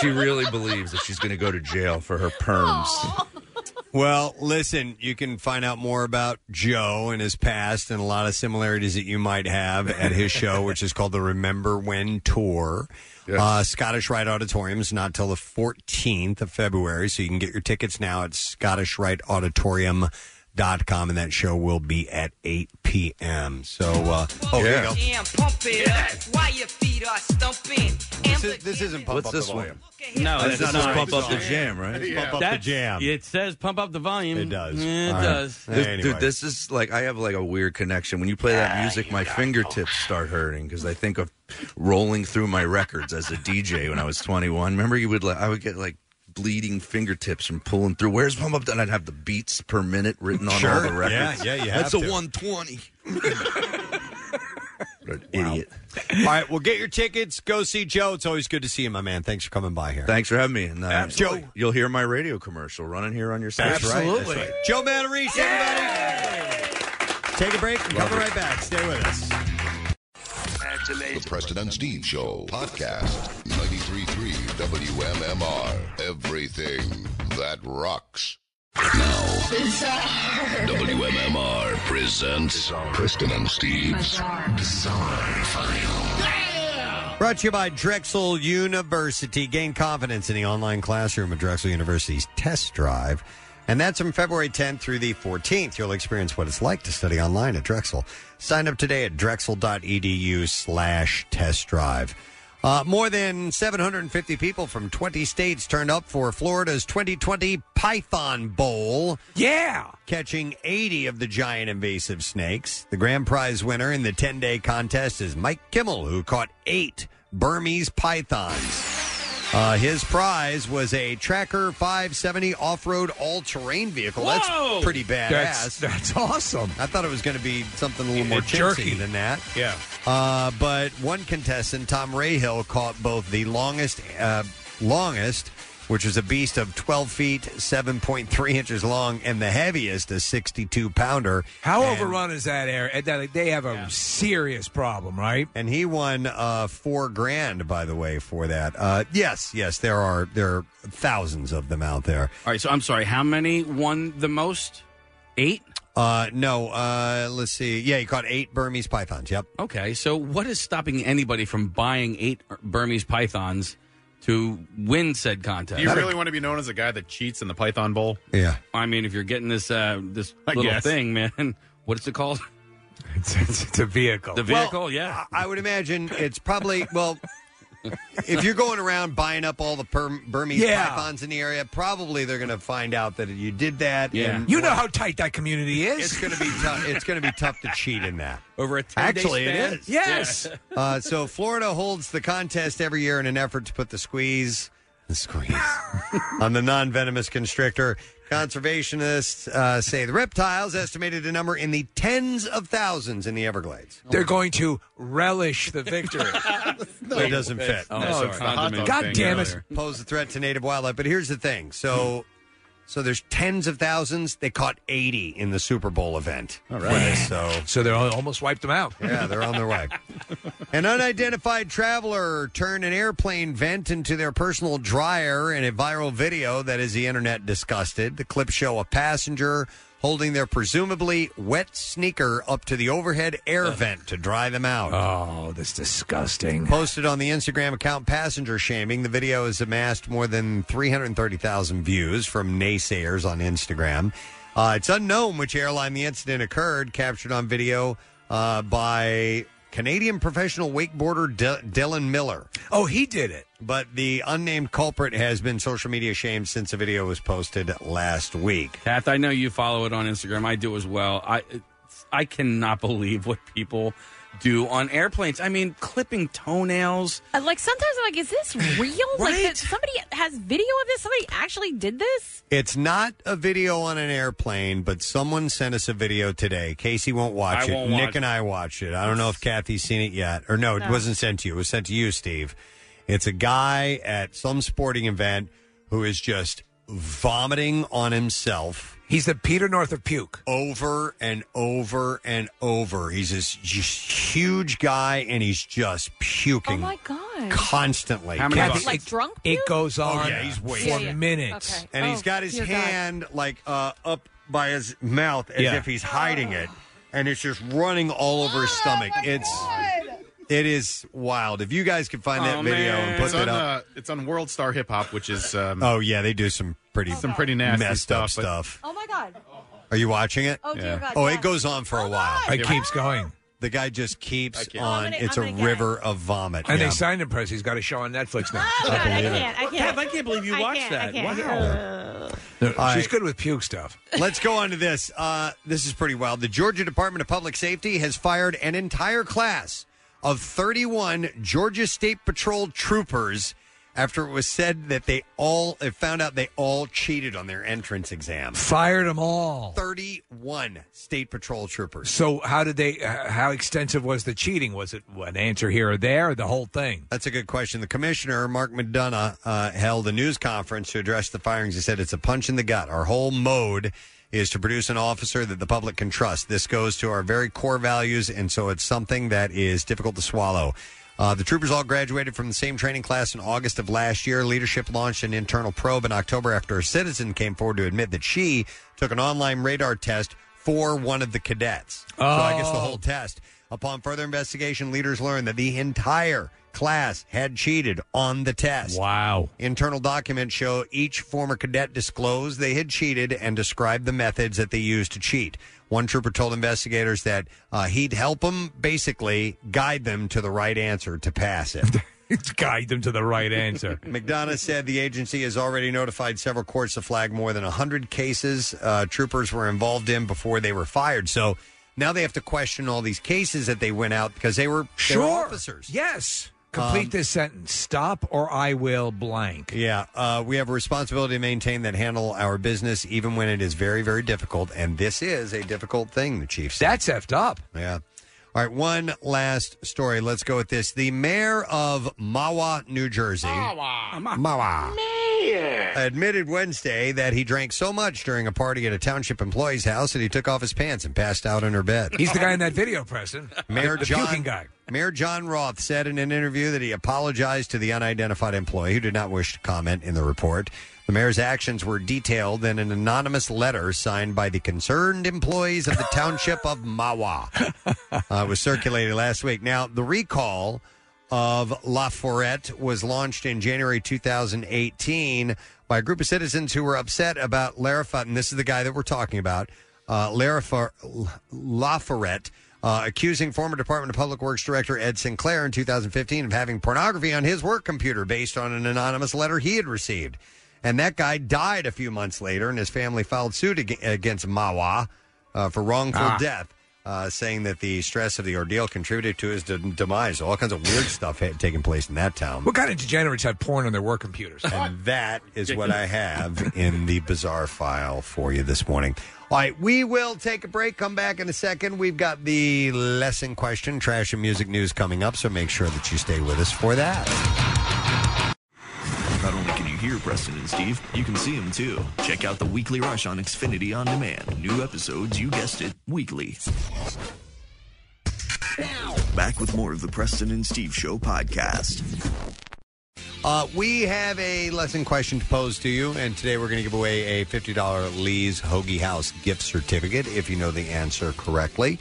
Speaker 12: She really believes that she's going to go to jail for her perms.
Speaker 3: Well, listen, you can find out more about Joe and his past and a lot of similarities that you might have at his show, which is called the Remember When Tour. Uh, Scottish Rite Auditorium is not till the 14th of February, so you can get your tickets now at scottishriteauditorium.com, and that show will be at 8 p.m. So, uh, oh, here you go.
Speaker 17: Jam, pump it up while your feet are stumping.
Speaker 3: This, is, this isn't Pump
Speaker 12: What's
Speaker 3: Up
Speaker 12: this
Speaker 3: the
Speaker 12: one?
Speaker 3: Volume.
Speaker 10: No,
Speaker 12: This
Speaker 10: that's
Speaker 12: is
Speaker 10: not
Speaker 12: Pump
Speaker 10: the
Speaker 12: Up the
Speaker 10: song.
Speaker 12: Jam, right?
Speaker 10: Yeah.
Speaker 12: Pump Up the
Speaker 10: That's-
Speaker 12: Jam.
Speaker 10: It says pump up the volume. It does. It
Speaker 12: All right.
Speaker 10: does.
Speaker 12: This- Dude, this is like I have like a weird connection. When you play
Speaker 3: Ah,
Speaker 12: that music, my fingertips start hurting because I think of rolling through my records as a DJ when I was 21. Remember, you would like I would get like bleeding fingertips from pulling through. Where's Pump Up Done? I'd have the beats per minute written on all
Speaker 14: Sure.
Speaker 12: the records.
Speaker 14: Yeah, yeah, you
Speaker 12: That's
Speaker 14: have
Speaker 12: a
Speaker 14: to.
Speaker 12: 120.
Speaker 3: Idiot. All right, well, get your tickets. Go see Joe. It's always good to see you, my man. Thanks for coming by here.
Speaker 12: Thanks for having me. And, uh,
Speaker 3: Absolutely.
Speaker 12: Joe, you'll hear my radio commercial running here on your side.
Speaker 3: Absolutely. Joe Matarese, everybody. Take a break and
Speaker 2: Love
Speaker 3: come
Speaker 2: it.
Speaker 3: right back. Stay with us.
Speaker 2: The Preston and Steve Show podcast. 93.3 WMMR. Everything that rocks. WMMR presents Preston and Steve's Bizarre File.
Speaker 3: Brought to you by Drexel University. Gain confidence in the online classroom at Drexel University's test drive. And that's from February 10th through the 14th. You'll experience what it's like to study online at Drexel. Sign up today at drexel.edu slash test drive. Uh, more than 750 people from 20 states turned up for Florida's 2020 Python Bowl.
Speaker 5: Yeah!
Speaker 3: Catching 80 of the giant invasive snakes. The grand prize winner in the 10 day contest is Mike Kimmel, who caught eight Burmese pythons. Uh, his prize was a Tracker 570 off road all terrain vehicle.
Speaker 5: Whoa!
Speaker 3: That's pretty badass.
Speaker 5: That's- that's awesome.
Speaker 3: I thought it was going to be something a little more
Speaker 5: jerky.
Speaker 3: jerky than that.
Speaker 5: Yeah.
Speaker 3: Uh, but one contestant, Tom Rahill, caught both the longest, uh, longest, which was a beast of 12 feet, 7.3 inches long, and the heaviest, a 62 pounder.
Speaker 5: How
Speaker 3: And-
Speaker 5: overrun is that area? That- They have a serious problem, right?
Speaker 3: And he won uh, four grand, by the way, for that. Uh, yes, yes, there are there are thousands of them out there.
Speaker 10: All right, so I'm sorry. How many won the most? Eight?
Speaker 3: Uh, no, uh, let's see. Yeah, he caught eight Burmese pythons. Yep.
Speaker 10: Okay, so what is stopping anybody from buying eight Burmese pythons to win said contest?
Speaker 6: Do you really want to be known as a guy that cheats in the Python Bowl?
Speaker 3: Yeah.
Speaker 10: I mean, if you're getting this uh, this
Speaker 6: I
Speaker 10: little
Speaker 6: guess.
Speaker 10: thing, man, what's it called?
Speaker 5: It's, it's, a vehicle.
Speaker 10: The vehicle, yeah.
Speaker 3: I would imagine it's probably well. if you're going around buying up all the per- Burmese
Speaker 5: Yeah.
Speaker 3: pythons in the area, probably they're going to find out that you did that. and
Speaker 5: You know how tight that community is.
Speaker 3: It's going to be tough. It's going to be tough to cheat in that.
Speaker 10: Over a
Speaker 5: 10-day
Speaker 3: actually, it
Speaker 5: span?
Speaker 3: is.
Speaker 5: Yes.
Speaker 3: uh, so Florida holds the contest every year in an effort to put the squeeze, the squeeze, on the non-venomous constrictor. Conservationists uh, say the reptiles estimated a number in the tens of thousands in the Everglades.
Speaker 5: They're going to relish the victory.
Speaker 3: it doesn't fit.
Speaker 5: God damn it.
Speaker 3: Pose a threat to native wildlife. But here's the thing. So, so there's tens of thousands. They caught 80 in the Super Bowl event. All right. So,
Speaker 5: so they're al- almost wiped them out.
Speaker 3: Yeah, they're on their way. An unidentified traveler turned an airplane vent into their personal dryer in a viral video that is the internet disgusted. The clips show a passenger holding their presumably wet sneaker up to the overhead air vent to dry them out.
Speaker 5: Oh, that's disgusting.
Speaker 3: Posted on the Instagram account Passenger Shaming, the video has amassed more than 330,000 views from naysayers on Instagram. Uh, it's unknown which airline the incident occurred, captured on video uh, by Canadian professional wakeboarder D- Dylan Miller.
Speaker 5: Oh, he did it.
Speaker 3: But the unnamed culprit has been social media shamed since the video was posted last week.
Speaker 10: Kath, I know you follow it on Instagram. I do as well. I it's- I cannot believe what people do on airplanes. I mean, clipping toenails.
Speaker 9: Uh, Like sometimes I'm like, is this real? Like that somebody has video of this. Somebody actually did this.
Speaker 3: It's not a video on an airplane, but someone sent us a video today. Casey won't watch
Speaker 18: I
Speaker 3: it.
Speaker 18: won't
Speaker 3: Nick
Speaker 18: watch
Speaker 3: and I watched it. I don't know if Kathy's seen it yet. Or no, it
Speaker 18: No.
Speaker 3: wasn't sent to you. It was sent to you, Steve. It's a guy at some sporting event who is just vomiting on himself.
Speaker 5: He's the Peter North of puke.
Speaker 3: Over and over and over. He's this just huge guy and he's just puking.
Speaker 9: Oh my god!
Speaker 3: Constantly.
Speaker 5: How many
Speaker 3: Kathy-
Speaker 5: bucks?
Speaker 9: Like drunk
Speaker 5: It goes on
Speaker 3: Oh, yeah, he's way
Speaker 5: for minutes.
Speaker 3: And he's got his hand like uh, up by his mouth as
Speaker 5: Yeah.
Speaker 3: if he's hiding it, and it's just running all over his stomach. it's it is wild. If you guys could find that
Speaker 6: Oh,
Speaker 3: video
Speaker 6: man.
Speaker 3: and put
Speaker 6: it's
Speaker 3: that
Speaker 6: on,
Speaker 3: up.
Speaker 6: Uh, it's on World Star Hip Hop, which is um,
Speaker 3: oh yeah, they do some pretty
Speaker 6: some pretty nasty
Speaker 3: messed up
Speaker 6: stuff, but-
Speaker 3: stuff.
Speaker 9: Oh my god!
Speaker 3: Are you watching it?
Speaker 9: Oh, dear Yeah. God,
Speaker 3: Oh,
Speaker 9: yes.
Speaker 3: it goes on for a while.
Speaker 5: It keeps going.
Speaker 3: The guy just keeps
Speaker 5: can't.
Speaker 3: on.
Speaker 5: I'm gonna-
Speaker 3: it's
Speaker 5: I'm
Speaker 3: a
Speaker 5: gonna get
Speaker 3: river of vomit.
Speaker 5: And
Speaker 3: Yeah.
Speaker 5: they signed him, Press. He's got a show on Netflix now.
Speaker 3: I I believe it. can't,
Speaker 9: I can't.
Speaker 10: I can't believe you
Speaker 9: I
Speaker 10: watched
Speaker 9: can't, I
Speaker 10: that.
Speaker 9: can't. Uh,
Speaker 10: Wow.
Speaker 3: All
Speaker 5: She's
Speaker 3: right.
Speaker 5: good with puke stuff.
Speaker 3: Let's go on to this. Uh, this is pretty wild. The Georgia Department of Public Safety has fired an entire class of 31 Georgia State Patrol troopers after it was said that they all it found out they all cheated on their entrance exam.
Speaker 5: Fired them all.
Speaker 3: 31 state patrol troopers.
Speaker 5: So how did they? h- How extensive was the cheating? Was it an answer here or there? Or the whole thing?
Speaker 3: That's a good question. The commissioner, Mark McDonough, uh, held a news conference to address the firings. He said, It's a punch in the gut. Our whole mode is to produce an officer that the public can trust. This goes to our very core values, and so it's something that is difficult to swallow. Uh, the troopers all graduated from the same training class in August of last year. Leadership launched an internal probe in October after a citizen came forward to admit that she took an online radar test for one of the cadets. So I guess the
Speaker 27: Oh.
Speaker 3: whole test. Upon further investigation, leaders learned that the entire class had cheated on the test.
Speaker 28: Wow.
Speaker 3: Internal documents show each former cadet disclosed they had cheated and described the methods that they used to cheat. One trooper told investigators that uh, he'd help them basically guide them to the right answer to pass it.
Speaker 5: Guide them to the right answer.
Speaker 3: McDonough said the agency has already notified several courts to flag more than 100 cases uh, troopers were involved in before they were fired. So now they have to question all these cases that they went out because they were, they were
Speaker 5: Sure.
Speaker 3: officers.
Speaker 5: Yes. Complete
Speaker 3: Um,
Speaker 5: this sentence. Stop or I will blank.
Speaker 3: Yeah, uh, we have a responsibility to maintain that handle our business even when it is very, very difficult. And this is a difficult thing, the chief said.
Speaker 5: That's effed up.
Speaker 3: Yeah. All right, one last story. Let's go with this. The mayor of Mawa, New Jersey. Mawa. Admitted Wednesday that he drank so much during a party at a township employee's house that he took off his pants and passed out in her bed.
Speaker 5: He's the guy in that video, Preston.
Speaker 3: Mayor
Speaker 5: the, the
Speaker 3: John
Speaker 5: puking guy.
Speaker 3: Mayor John Roth said in an interview that he apologized to the unidentified employee who did not wish to comment in the report. The mayor's actions were detailed in an anonymous letter signed by the concerned employees of the township of Mawa. Uh, it was circulated last week. Now, the recall of La Forette was launched in January 2018 by a group of citizens who were upset about Larifa, and this is the guy that we're talking about, uh, Larifa, La Forette, uh, accusing former Department of Public Works Director Ed Sinclair in 2015 of having pornography on his work computer based on an anonymous letter he had received. And that guy died a few months later, and his family filed suit ag- against Mawa uh, for wrongful
Speaker 27: Ah.
Speaker 3: death, uh, saying that the stress of the ordeal contributed to his de- demise. All kinds of weird stuff had taken place in that town.
Speaker 5: What kind of degenerates have porn on their work computers?
Speaker 3: And that is what I have in the bizarre file for you this morning. All right, we will take a break, come back in a second. We've got the lesson question, trash and music news coming up, so make sure that you stay with us for that.
Speaker 8: Not only can you hear Preston and Steve, you can see them too. Check out the Weekly Rush on Xfinity On Demand. New episodes, you guessed it, weekly. Back with more of the Preston and Steve Show podcast.
Speaker 3: Uh, we have a lesson question to pose to you, and today we're going to give away a $50 Lee's Hoagie House gift certificate if you know the answer correctly.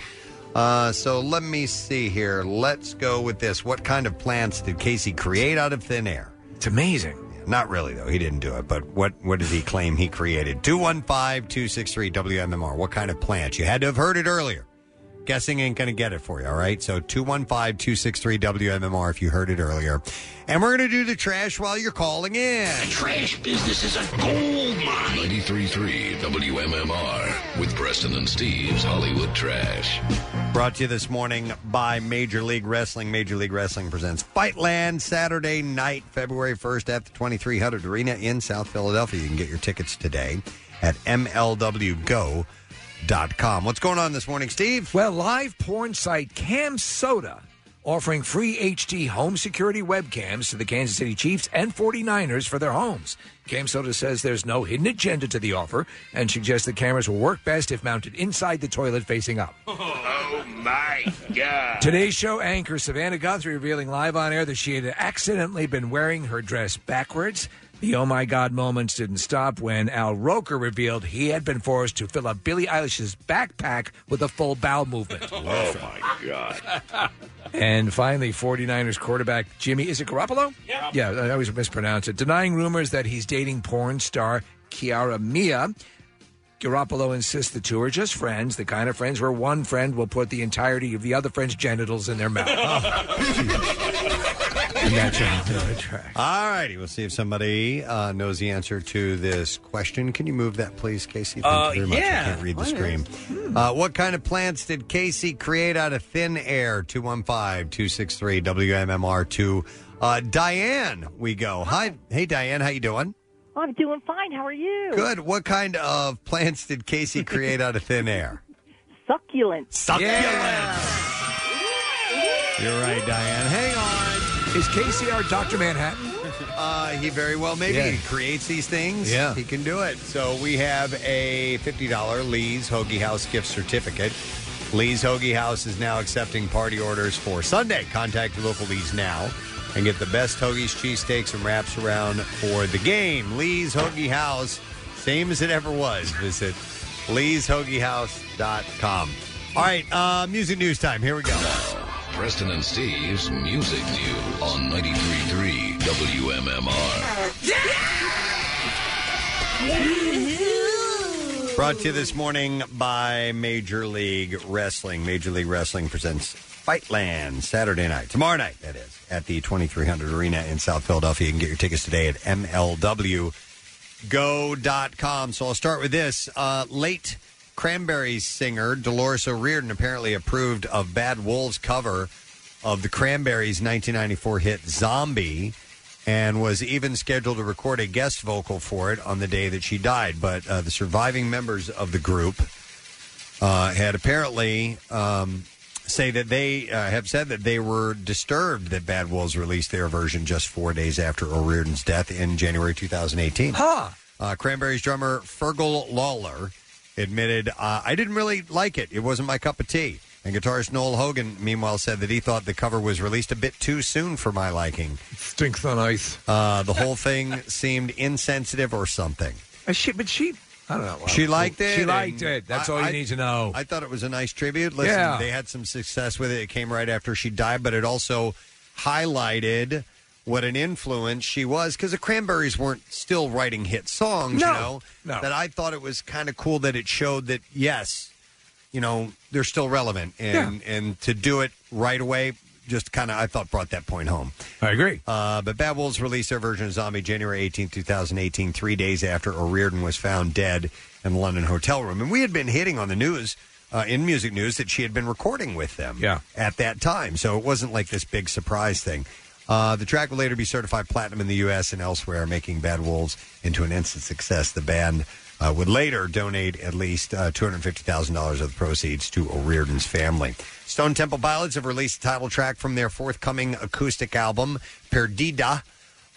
Speaker 3: Uh, so let me see here. Let's go with this. What kind of plants did Casey create out of thin air?
Speaker 5: It's amazing.
Speaker 3: Not really, though. He didn't do it. But what, what did he claim he created? 215 263 WMMR. What kind of plants? You had to have heard it earlier. Guessing ain't going to get it for you, all right? So 215 263 WMMR if you heard it earlier. And we're going to do the trash while you're calling in.
Speaker 2: Trash business is a gold mine. 93.3 WMMR with Preston and Steve's Hollywood Trash.
Speaker 3: Brought to you this morning by Major League Wrestling. Major League Wrestling presents Fightland Saturday night, February 1st at the 2300 Arena in South Philadelphia. You can get your tickets today at MLWGo.com. What's going on this morning, Steve?
Speaker 5: Well, live porn site Cam Soda offering free HD home security webcams to the Kansas City Chiefs and 49ers for their homes. Cam Soda says there's no hidden agenda to the offer and suggests the cameras will work best if mounted inside the toilet facing up.
Speaker 17: Oh my god.
Speaker 5: Today's show anchor Savannah Guthrie revealing live on air that she had accidentally been wearing her dress backwards. The oh my god moments didn't stop when Al Roker revealed he had been forced to fill up Billie Eilish's backpack with a full bowel movement.
Speaker 17: Oh my god.
Speaker 5: And finally, 49ers quarterback Jimmy, is it Garoppolo? Yeah. Yeah, I always mispronounce it. Denying rumors that he's dating porn star Kiara Mia. Garoppolo insists the two are just friends, the kind of friends where one friend will put the entirety of the other friend's genitals in their mouth. And that's it.
Speaker 3: All righty. We'll see if somebody uh, knows the answer to this question. Can you move that, please, Casey? Thank
Speaker 27: Uh,
Speaker 3: you very much. I
Speaker 27: yeah.
Speaker 3: can't read the
Speaker 27: Oh, yeah.
Speaker 3: screen. Uh, what kind of plants did Casey create out of thin air? 215 263 WMMR 2 Uh, Diane, we go. Hi, hey Diane, how you doing?
Speaker 18: Oh,
Speaker 14: I'm doing fine. How are you?
Speaker 3: Good. What kind of plants did Casey create out of thin air?
Speaker 14: Succulent.
Speaker 3: Succulent. You're right, Diane. Hang on.
Speaker 5: Is Casey our Dr. Manhattan?
Speaker 3: Uh, he very well maybe
Speaker 5: Yeah.
Speaker 3: he creates these things.
Speaker 5: Yeah.
Speaker 3: He can do it. So we have a $50 Lee's Hoagie House gift certificate. Lee's Hoagie House is now accepting party orders for Sunday. Contact your local Lee's now and get the best hoagies, cheesesteaks, and wraps around for the game. Lee's Hoagie House, same as it ever was. Visit lee'shoagiehouse.com. All right, uh, music news time. Here we go.
Speaker 2: Preston and Steve's Music News on 93.3 WMMR.
Speaker 3: Brought to you this morning by Major League Wrestling. Major League Wrestling presents Fightland Saturday night, tomorrow night, that is, at the 2300 Arena in South Philadelphia. You can get your tickets today at MLWGo.com. So I'll start with this. Uh, late Cranberries singer Dolores O'Riordan apparently approved of Bad Wolves' cover of the Cranberries' 1994 hit Zombie and was even scheduled to record a guest vocal for it on the day that she died. But uh, the surviving members of the group uh, had apparently um, say that they uh, have said that they were disturbed that Bad Wolves released their version just four days after O'Riordan's death in January 2018. Huh. Uh, Cranberries drummer Fergal Lawler admitted, uh, I didn't really like it. It wasn't my cup of tea. And guitarist Noel Hogan, meanwhile, said that he thought the cover was released a bit too soon for my liking.
Speaker 5: Stinks on ice.
Speaker 3: Uh, the whole thing seemed insensitive or something.
Speaker 5: Uh, she, but she, I don't know. well,
Speaker 3: She liked it.
Speaker 5: She liked
Speaker 3: and
Speaker 5: it. That's
Speaker 3: I-
Speaker 5: all you
Speaker 3: I-
Speaker 5: need to know.
Speaker 3: I thought it was a nice tribute. Listen,
Speaker 5: Yeah.
Speaker 3: they had some success with it. It came right after she died, but it also highlighted what an influence she was because the Cranberries weren't still writing hit songs,
Speaker 5: No.
Speaker 3: you know?
Speaker 5: No.
Speaker 3: That I thought it was kind of cool that it showed that, yes, you know, they're still relevant. And, and to do it right away just kind of, I thought, brought that point home.
Speaker 5: I agree.
Speaker 3: Uh, but Bad Wolves released their version of Zombie January 18, 2018, three days after O'Riordan was found dead in the London hotel room. And we had been hitting on the news, uh, in music news, that she had been recording with them
Speaker 5: Yeah.
Speaker 3: at that time. So it wasn't like this big surprise thing. Uh, the track will later be certified platinum in the U.S. and elsewhere, making Bad Wolves into an instant success. The band uh, would later donate at least uh, $250,000 of the proceeds to O'Riordan's family. Stone Temple Pilots have released the title track from their forthcoming acoustic album, Perdida.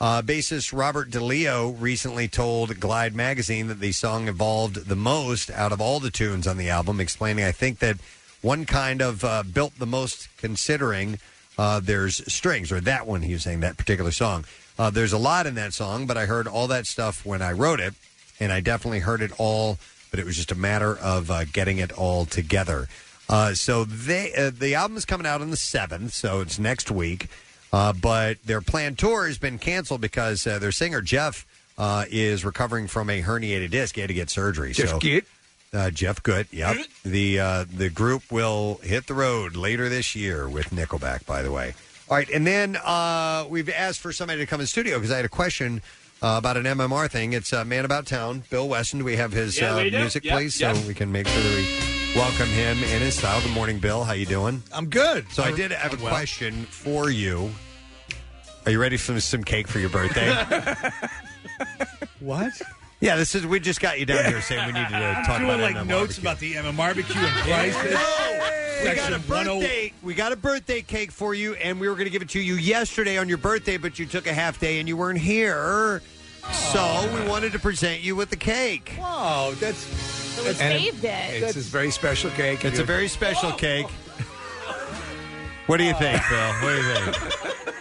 Speaker 3: Uh, bassist Robert DeLeo recently told Glide magazine that the song evolved the most out of all the tunes on the album, explaining, I think that one kind of uh, built the most considering uh, there's strings, or that one he was saying, that particular song. Uh, there's a lot in that song, but I heard all that stuff when I wrote it, and I definitely heard it all, but it was just a matter of uh, getting it all together. Uh, so they uh, the album is coming out on the 7th, so it's next week. Uh, but their planned tour has been canceled because uh, their singer Jeff uh, is recovering from a herniated disc. He had to get surgery.
Speaker 5: Jeff
Speaker 3: so,
Speaker 5: Gitt?
Speaker 3: Uh, Jeff Good. Yep. the uh, the group will hit the road later this year with Nickelback. By the way. All right, and then uh, we've asked for somebody to come in studio because I had a question uh, about an MMR thing. It's uh, Man About Town, Bill Weston. Do we have his
Speaker 29: Yeah,
Speaker 3: uh,
Speaker 29: we do.
Speaker 3: music,
Speaker 29: Yep,
Speaker 3: please,
Speaker 29: yep.
Speaker 3: so we can make sure that we welcome him in his style? Good morning, Bill. How you doing?
Speaker 5: I'm good.
Speaker 3: So I did have a question for you. Are you ready for some cake for your birthday?
Speaker 17: What?
Speaker 3: yeah, this is. We just got you down here saying we needed to
Speaker 17: I'm
Speaker 3: talk
Speaker 17: doing
Speaker 3: about
Speaker 17: like
Speaker 3: NMR.
Speaker 17: notes about the MM barbecue and prices.
Speaker 3: We got a
Speaker 17: Section 101.
Speaker 3: birthday. We got a birthday cake for you, and we were going to give it to you yesterday on your birthday, but you took a half day and you weren't here. So we wanted to present you with the cake.
Speaker 5: Wow, that's
Speaker 9: we saved it.
Speaker 5: It's a very special cake.
Speaker 3: It's a very special cake. What do you think, Bill? What do you think?
Speaker 17: Uh,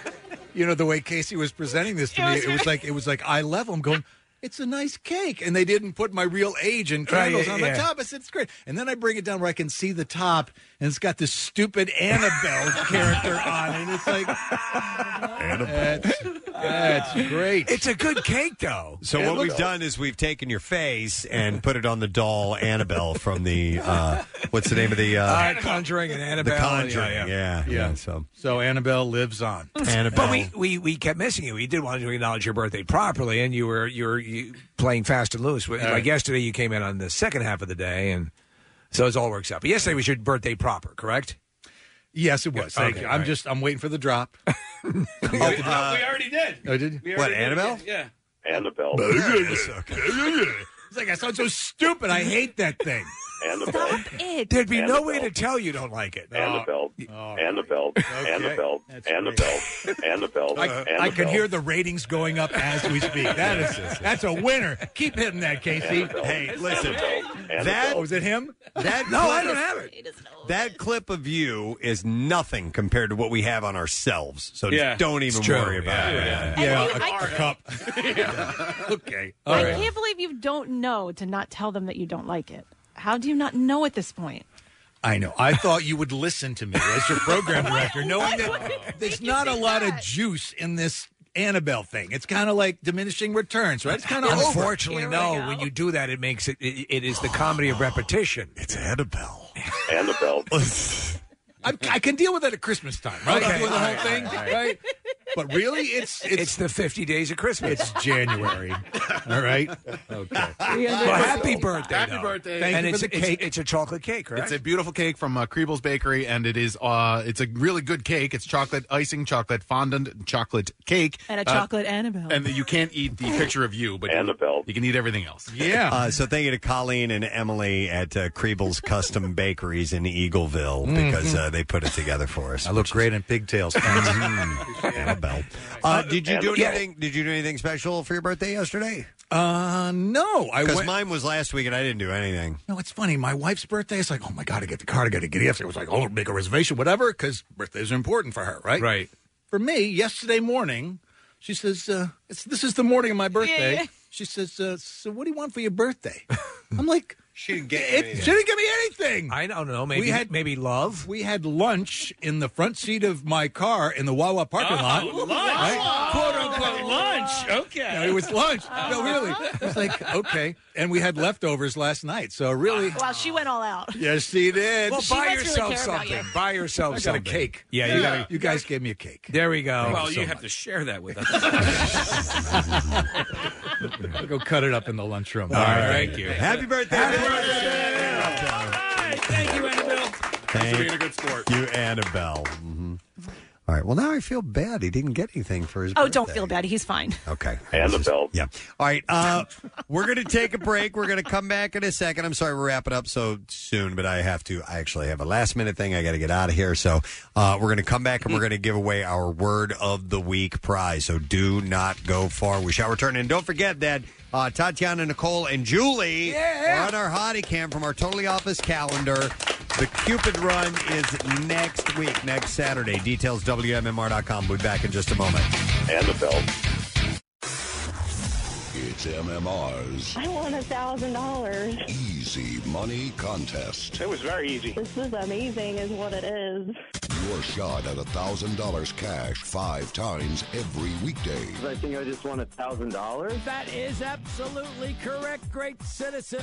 Speaker 17: You know the way Casey was presenting this to It me, was it was like it was like eye level. I'm going. It's a nice cake, and they didn't put my real age in candles yeah, on yeah. the top. I said it's great, and then I bring it down where I can see the top, and it's got this stupid Annabelle character on it. And it's like Annabelle. That's, that's great.
Speaker 5: It's a good cake, though.
Speaker 3: So what we've done is we've taken your face and put it on the doll Annabelle from the uh, what's the name of the uh,
Speaker 17: All right, Conjuring and Annabelle.
Speaker 3: The Conjuring, yeah, yeah, so.
Speaker 17: so Annabelle lives on.
Speaker 5: But we, we, we kept missing you. We did want to acknowledge your birthday properly, and you were you were you playing fast and loose. Like
Speaker 17: right.
Speaker 5: yesterday, you came in on the second half of the day, and so it all works out. But yesterday was your birthday proper, correct?
Speaker 17: Yes, it was. Thank
Speaker 5: Okay,
Speaker 17: you. I'm
Speaker 5: right.
Speaker 17: just I'm waiting for the drop.
Speaker 10: we already did.
Speaker 17: Oh, did you?
Speaker 10: We
Speaker 17: What,
Speaker 10: already did,
Speaker 17: Annabelle?
Speaker 10: Yeah.
Speaker 17: Annabelle. it's like, I sound so stupid. I hate that thing.
Speaker 11: Annabelle.
Speaker 4: It.
Speaker 17: There'd be no way to tell you don't like it.
Speaker 11: Annabelle. Annabelle. Annabelle. Annabelle. Annabelle.
Speaker 17: I, I can hear the ratings going up as we speak. That is, that's a winner. Keep hitting that, Casey.
Speaker 11: Hey,
Speaker 17: listen.
Speaker 11: That-
Speaker 17: oh, is it him?
Speaker 3: That
Speaker 17: no, I don't have it.
Speaker 3: That clip of you is nothing compared to what we have on ourselves. So just
Speaker 17: Yeah.
Speaker 3: don't even
Speaker 17: It's true.
Speaker 3: worry about
Speaker 17: Yeah,
Speaker 3: it.
Speaker 17: yeah,
Speaker 4: I- I-
Speaker 17: okay.
Speaker 4: I can't believe you don't know to not tell them that you don't like it. How do you not know at this point?
Speaker 17: I know. I thought you would listen to me as your program director, knowing that there's not a lot of juice in this Annabelle thing. It's kind of like diminishing returns, right? It's kind of
Speaker 5: Unfortunately, no. When you do that, it makes it. It, it is the comedy of repetition. It's Annabelle.
Speaker 11: Annabelle.
Speaker 17: I, I can deal with it at Christmas time, right?
Speaker 5: Okay.
Speaker 17: Doing the
Speaker 5: All
Speaker 17: whole
Speaker 5: right,
Speaker 17: thing,
Speaker 5: all
Speaker 17: right.
Speaker 5: right.
Speaker 17: But really, it's, it's
Speaker 5: the fifty days of Christmas.
Speaker 17: It's January. All right. Okay.
Speaker 5: Well, happy birthday!
Speaker 6: Happy
Speaker 5: though.
Speaker 6: birthday.
Speaker 5: and
Speaker 6: Thank you
Speaker 5: it's,
Speaker 6: for the
Speaker 5: it's-
Speaker 6: cake.
Speaker 5: It's, a chocolate cake, right?
Speaker 6: It's a beautiful cake from uh, Kriebel's Bakery, and it is uh, it's a really good cake. It's chocolate icing, chocolate fondant, chocolate cake,
Speaker 4: And a
Speaker 6: Uh,
Speaker 4: chocolate Annabelle.
Speaker 6: and you can't eat the picture of you, but Annabelle. You can eat everything else.
Speaker 3: Yeah. Uh, so thank you to Colleen and Emily at uh, Kriebel's Custom Bakeries in Eagleville
Speaker 17: Mm-hmm.
Speaker 3: because uh, they put it together for us. I look great in pigtails. Annabelle. Uh, did you do
Speaker 17: Mm-hmm. Annabelle.
Speaker 3: anything? Did you do anything special for your birthday yesterday?
Speaker 17: Uh, no. I
Speaker 3: Because
Speaker 17: went-
Speaker 3: mine was last week and I didn't do anything.
Speaker 17: No, it's funny. My wife's birthday is like, oh my god, I get the card, I got to get gifts. It was like, oh, make a reservation, whatever, because birthdays are important for her, right? Right. For me, yesterday morning, she says, uh, it's, "This is the morning of my birthday."
Speaker 11: Yeah.
Speaker 17: She says, uh, "So what do you want for your birthday?" I'm like,
Speaker 3: "She didn't get
Speaker 17: it, she didn't give me anything."
Speaker 5: I don't know. Maybe
Speaker 17: we had
Speaker 5: maybe love.
Speaker 17: We had lunch in the front seat of my car in the Wawa parking lot.
Speaker 10: lunch.
Speaker 17: Right?
Speaker 10: Quote unquote lunch. Okay.
Speaker 17: No, it was lunch.
Speaker 4: Uh-huh.
Speaker 17: No, really. It was like okay, and we had leftovers last night. So really,
Speaker 4: Wow, she went all out.
Speaker 17: Yes, she did.
Speaker 4: Well, She buy must really yourself care about something. you.
Speaker 5: Buy yourself
Speaker 17: I got
Speaker 5: something.
Speaker 17: a cake.
Speaker 5: Yeah, you gotta-
Speaker 17: You guys gave me a cake.
Speaker 5: There we go.
Speaker 17: Thank
Speaker 10: well,
Speaker 17: you
Speaker 10: you,
Speaker 17: so
Speaker 10: have to share that with us.
Speaker 17: I'll go cut it up in the lunchroom.
Speaker 10: All right, thank you.
Speaker 17: Happy birthday.
Speaker 3: Thank
Speaker 10: Thank you, Annabelle. for being a good sport.
Speaker 3: You, Annabelle. Mhm. All right. Well, now I feel bad. He didn't get anything for his.
Speaker 4: Oh,
Speaker 3: birthday.
Speaker 4: don't feel bad. He's fine.
Speaker 3: Okay. Annabelle. Yeah. All right. Uh, we're going to take a break. We're going to come back in a second. I'm sorry we're wrapping up so soon, but I have to. I actually have a last minute thing. I got to get out of here. So uh, we're going to come back and we're going to give away our word of the week prize. So do not go far. We shall return. And don't forget that uh, Tatiana, Nicole, and Julie are on our hottie cam from our Totally Office calendar. The Cupid Run is next week, next Saturday. Details, WMMR.com. We'll be back in just a moment.
Speaker 11: Annabelle.
Speaker 2: It's MMR's
Speaker 18: I won a thousand dollars.
Speaker 2: Easy Money Contest. It was very easy.
Speaker 18: This is amazing, is what it is.
Speaker 2: Your shot at $1,000 cash five times every weekday.
Speaker 30: I think I just won a thousand dollars.
Speaker 31: That is absolutely correct, great citizen.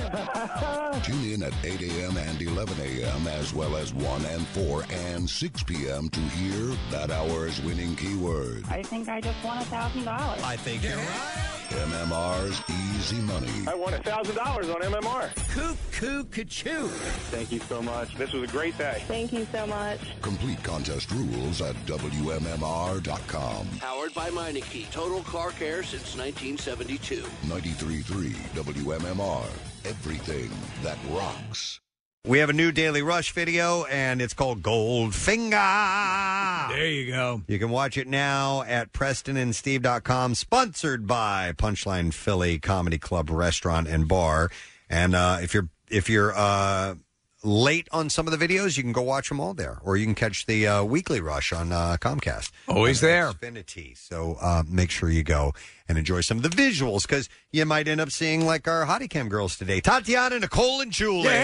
Speaker 2: Tune in at 8 a.m. and 11 a.m. as well as 1 and 4 and 6 p.m. to hear that hour's winning keyword.
Speaker 18: I think I just won a thousand dollars.
Speaker 3: I think you're right.
Speaker 2: MMR's Easy Money.
Speaker 30: I won a thousand dollars on MMR.
Speaker 31: Coo, coo, ka-choo.
Speaker 2: Thank you so much. This was a great day.
Speaker 18: Thank you so much.
Speaker 2: Complete contest rules at WMMR.com.
Speaker 32: Powered by Meineke. Total car care since 1972.
Speaker 2: 93.3 WMMR. Everything that rocks.
Speaker 3: We have a new Daily Rush video, and it's called Goldfinger. There
Speaker 5: you go.
Speaker 3: You can watch it now at PrestonandSteve.com, sponsored by Punchline Philly Comedy Club Restaurant and Bar. And uh, if you're if you're uh, late on some of the videos, you can go watch them all there, or you can catch the uh, weekly Rush on uh, Comcast.
Speaker 5: Always there.
Speaker 3: Xfinity. So uh, make sure you go and enjoy some of the visuals because you might end up seeing like our hottie cam girls today, Tatiana, Nicole, and Julie.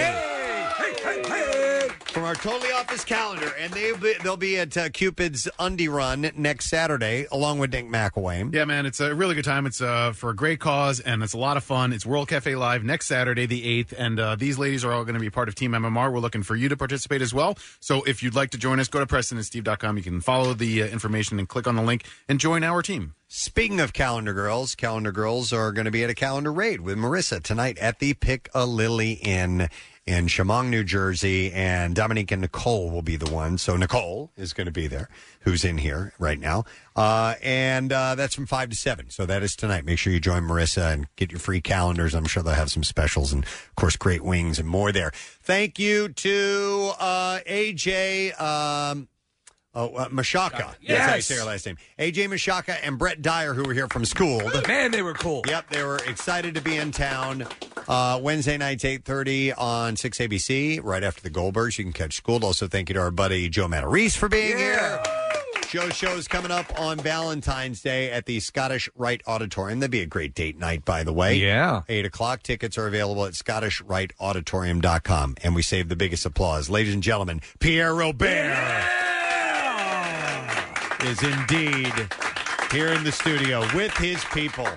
Speaker 3: From our totally office calendar, and they'll be, they'll be at uh, Cupid's Undy Run next Saturday, along with Nick McElwain.
Speaker 6: Yeah, man, it's a really good time. It's uh, for a great cause, and it's a lot of fun. It's World Cafe Live next Saturday, the 8th, and uh, these ladies are all going to be part of Team MMR. We're looking for you to participate as well. So if you'd like to join us, go to PrestonandSteve.com. You can follow the uh, information and click on the link and join our team.
Speaker 3: Speaking of calendar girls, calendar girls are going to be at a calendar raid with Marissa tonight at the Pick a Lily Inn in Chemung, New Jersey, and Dominique and Nicole will be the one. So Nicole is going to be there, who's in here right now, uh, and uh, that's from five to seven. So that is tonight. Make sure you join Marissa and get your free calendars. I'm sure they'll have some specials and, of course, great wings and more there. Thank you to uh, AJ. Um, Oh, uh, Mashaka. That's how you say her last name. AJ Mashaka and Brett Dyer, who were here from school.
Speaker 5: Man, they were cool.
Speaker 3: Yep, they were excited to be in town. Uh, Wednesday nights, 8.30 on 6 ABC, right after the Goldbergs. You can catch school. Also, thank you to our buddy Joe Matarese for being here. Joe's show is coming up on Valentine's Day at the Scottish Rite Auditorium. That'd be a great date night, by the way.
Speaker 5: Yeah.
Speaker 3: 8 o'clock. Tickets are available at scottishriteauditorium.com. And we save the biggest applause. Ladies and gentlemen, Pierre Robert is indeed here in the studio with his people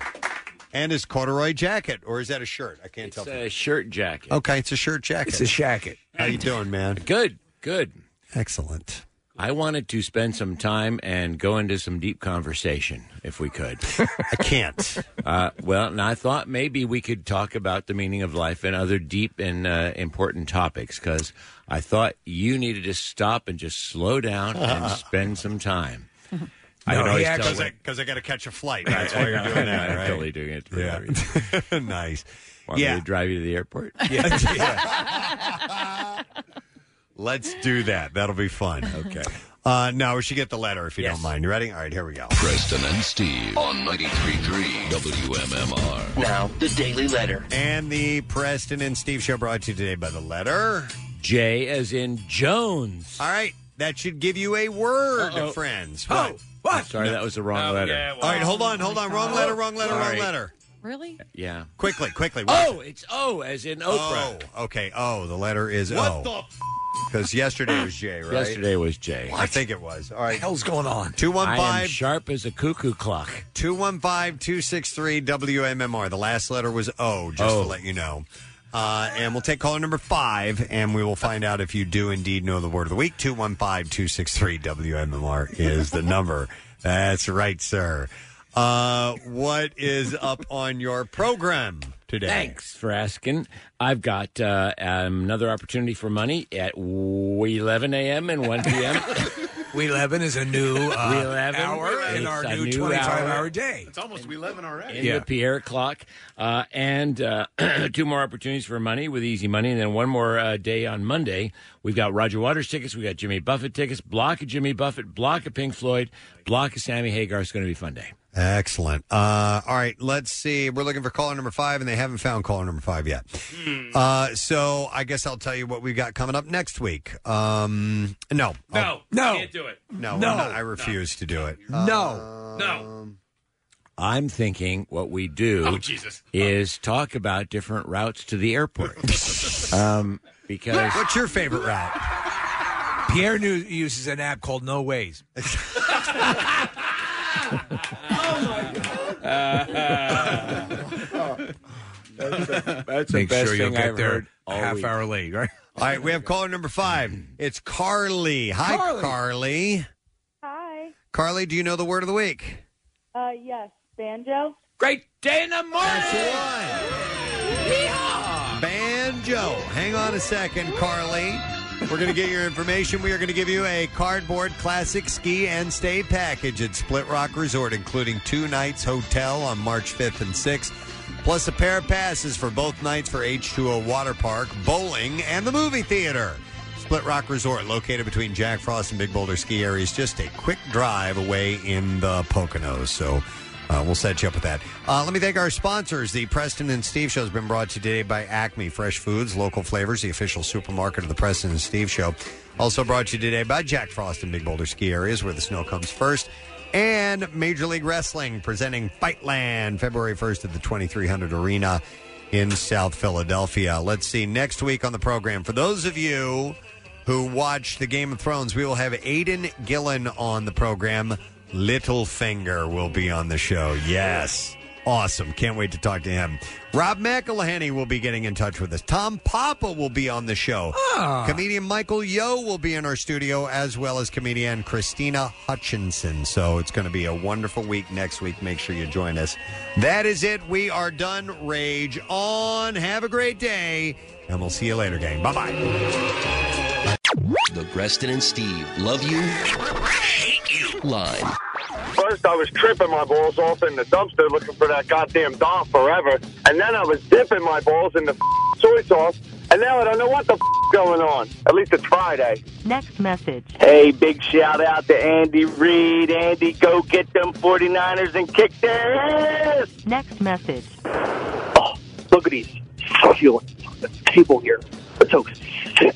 Speaker 3: and his corduroy jacket, or is that a shirt? I can't tell.
Speaker 33: a shirt jacket.
Speaker 3: Okay, it's a shirt jacket.
Speaker 33: It's a
Speaker 3: jacket. How you doing, man?
Speaker 33: Good, good.
Speaker 3: Excellent.
Speaker 33: I wanted to spend some time and go into some deep conversation, if we could.
Speaker 3: I can't.
Speaker 33: Uh, well, and I thought maybe we could talk about the meaning of life and other deep and uh, important topics because I thought you needed to stop and just slow down and spend some time. I would always tell
Speaker 3: because
Speaker 33: when-
Speaker 3: I, 'cause I got to catch a flight. That's why you're doing that,
Speaker 33: I'm
Speaker 3: right?
Speaker 33: totally doing it.
Speaker 3: Yeah. nice.
Speaker 33: Want me
Speaker 3: Yeah.
Speaker 33: to drive you to the airport?
Speaker 3: Let's do that. That'll be fun. Okay. Uh, now we should get the letter if you don't mind. You ready? All right, here we go.
Speaker 2: Preston and Steve on 93.3 WMMR.
Speaker 3: Now,
Speaker 2: the Daily Letter.
Speaker 3: And the Preston and Steve show brought to you today by the letter
Speaker 33: J as in Jones.
Speaker 3: All right, that should give you a word,
Speaker 33: Uh-oh.
Speaker 3: friends.
Speaker 33: Oh,
Speaker 3: what?
Speaker 33: Sorry, that was the
Speaker 5: Oh,
Speaker 33: wrong letter.
Speaker 3: All right, hold on, hold on. Wrong letter, wrong letter,
Speaker 33: Sorry.
Speaker 3: wrong letter.
Speaker 34: Really?
Speaker 33: Yeah.
Speaker 3: Quickly, quickly.
Speaker 33: Oh, it's O as in Oprah.
Speaker 3: Oh, okay. Oh, the letter is O.
Speaker 33: What
Speaker 3: Because yesterday was J, right?
Speaker 33: Yesterday was J.
Speaker 3: I think it was. All right.
Speaker 33: hell's going on? I am
Speaker 3: 215
Speaker 33: sharp as a cuckoo clock.
Speaker 3: 215 263 WMMR. The last letter was O, just
Speaker 33: O.
Speaker 3: to let you know. Uh, and we'll take caller number five, and we will find out if you do indeed know the word of the week. 215 263 WMMR is the number. That's right, sir. Uh, what is up on your program today?
Speaker 33: Thanks for asking. I've got uh, another opportunity for money at 11 a.m. and 1 p.m.
Speaker 5: We eleven is a new uh,
Speaker 33: 11.
Speaker 5: hour in our
Speaker 33: It's a
Speaker 5: new
Speaker 33: new
Speaker 5: twenty-five
Speaker 33: hour.
Speaker 5: hour day.
Speaker 35: It's almost 11 already.
Speaker 33: in the Pierre clock, uh, and uh, two more opportunities for money with Easy Money, and then one more uh, day on Monday. We've got Roger Waters tickets, we got Jimmy Buffett tickets, block of Jimmy Buffett, block of Pink Floyd, block of Sammy Hagar. It's going to be a fun day.
Speaker 3: Excellent. Uh, all right, let's see. We're looking for caller number five, and they haven't found caller number five yet. Uh, so I guess I'll tell you what we've got coming up next week. Um, no, I'll-
Speaker 17: no, can't do it.
Speaker 3: no,
Speaker 17: no,
Speaker 3: no. I refuse Um, to do it. Uh,
Speaker 5: No,
Speaker 17: no.
Speaker 33: I'm thinking what we do
Speaker 17: Oh, Jesus.
Speaker 33: is talk about different routes to the airport. um, because
Speaker 3: what's your favorite route?
Speaker 5: Pierre new, uses an app called No Ways.
Speaker 33: That's the,
Speaker 5: Make sure you'll get there a half hour late, right?
Speaker 3: All right, we have caller number five. It's Carly. Hi, Carly.
Speaker 36: Carly.
Speaker 3: Carly.
Speaker 36: Hi.
Speaker 3: do you know the word of the week?
Speaker 36: Uh, yes, banjo.
Speaker 33: Great day in the morning.
Speaker 3: Banjo. Hang on a second, Carly. We're going to get your information. We are going to give you a cardboard classic ski and stay package at Split Rock Resort, including two nights hotel on March 5th and 6th, plus a pair of passes for both nights for H2O Water Park, bowling, and the movie theater. Split Rock Resort, located between Jack Frost and Big Boulder ski areas, just a quick drive away in the Poconos. So uh, we'll set you up with that. Uh, let me thank our sponsors. The Preston and Steve Show has been brought to you today by Acme Fresh Foods, local flavors, the official supermarket of the Preston and Steve Show. Also brought to you today by Jack Frost and Big Boulder ski areas, where the snow comes first. And Major League Wrestling presenting Fightland February 1st at the 2300 Arena in South Philadelphia. Let's see next week on the program. For those of you who watched the Game of Thrones, we will have Aidan Gillen on the program. Littlefinger will be on the show. Yes. Awesome. Can't wait to talk to him. Rob McElhenney will be getting in touch with us. Tom Papa will be on the show. Comedian Michael Yo will be in our studio, as well as comedian Christina Hutchinson. So it's going to be a wonderful week next week. Make sure you join us. That is it. We are done. Rage on. Have a great day. And and we'll see you later, gang. Bye bye.
Speaker 37: The Preston and Steve love you, hate you line.
Speaker 17: First, I was tripping my balls off in the dumpster looking for that goddamn doll forever, and then I was dipping my balls in the soy sauce, and now I don't know what the going on. At least it's Friday.
Speaker 18: Next message.
Speaker 11: Hey, big shout out to Andy Reid. Andy, go get them 49ers and kick their ass.
Speaker 18: Next message.
Speaker 11: Look at these succulent table here. It's so sick.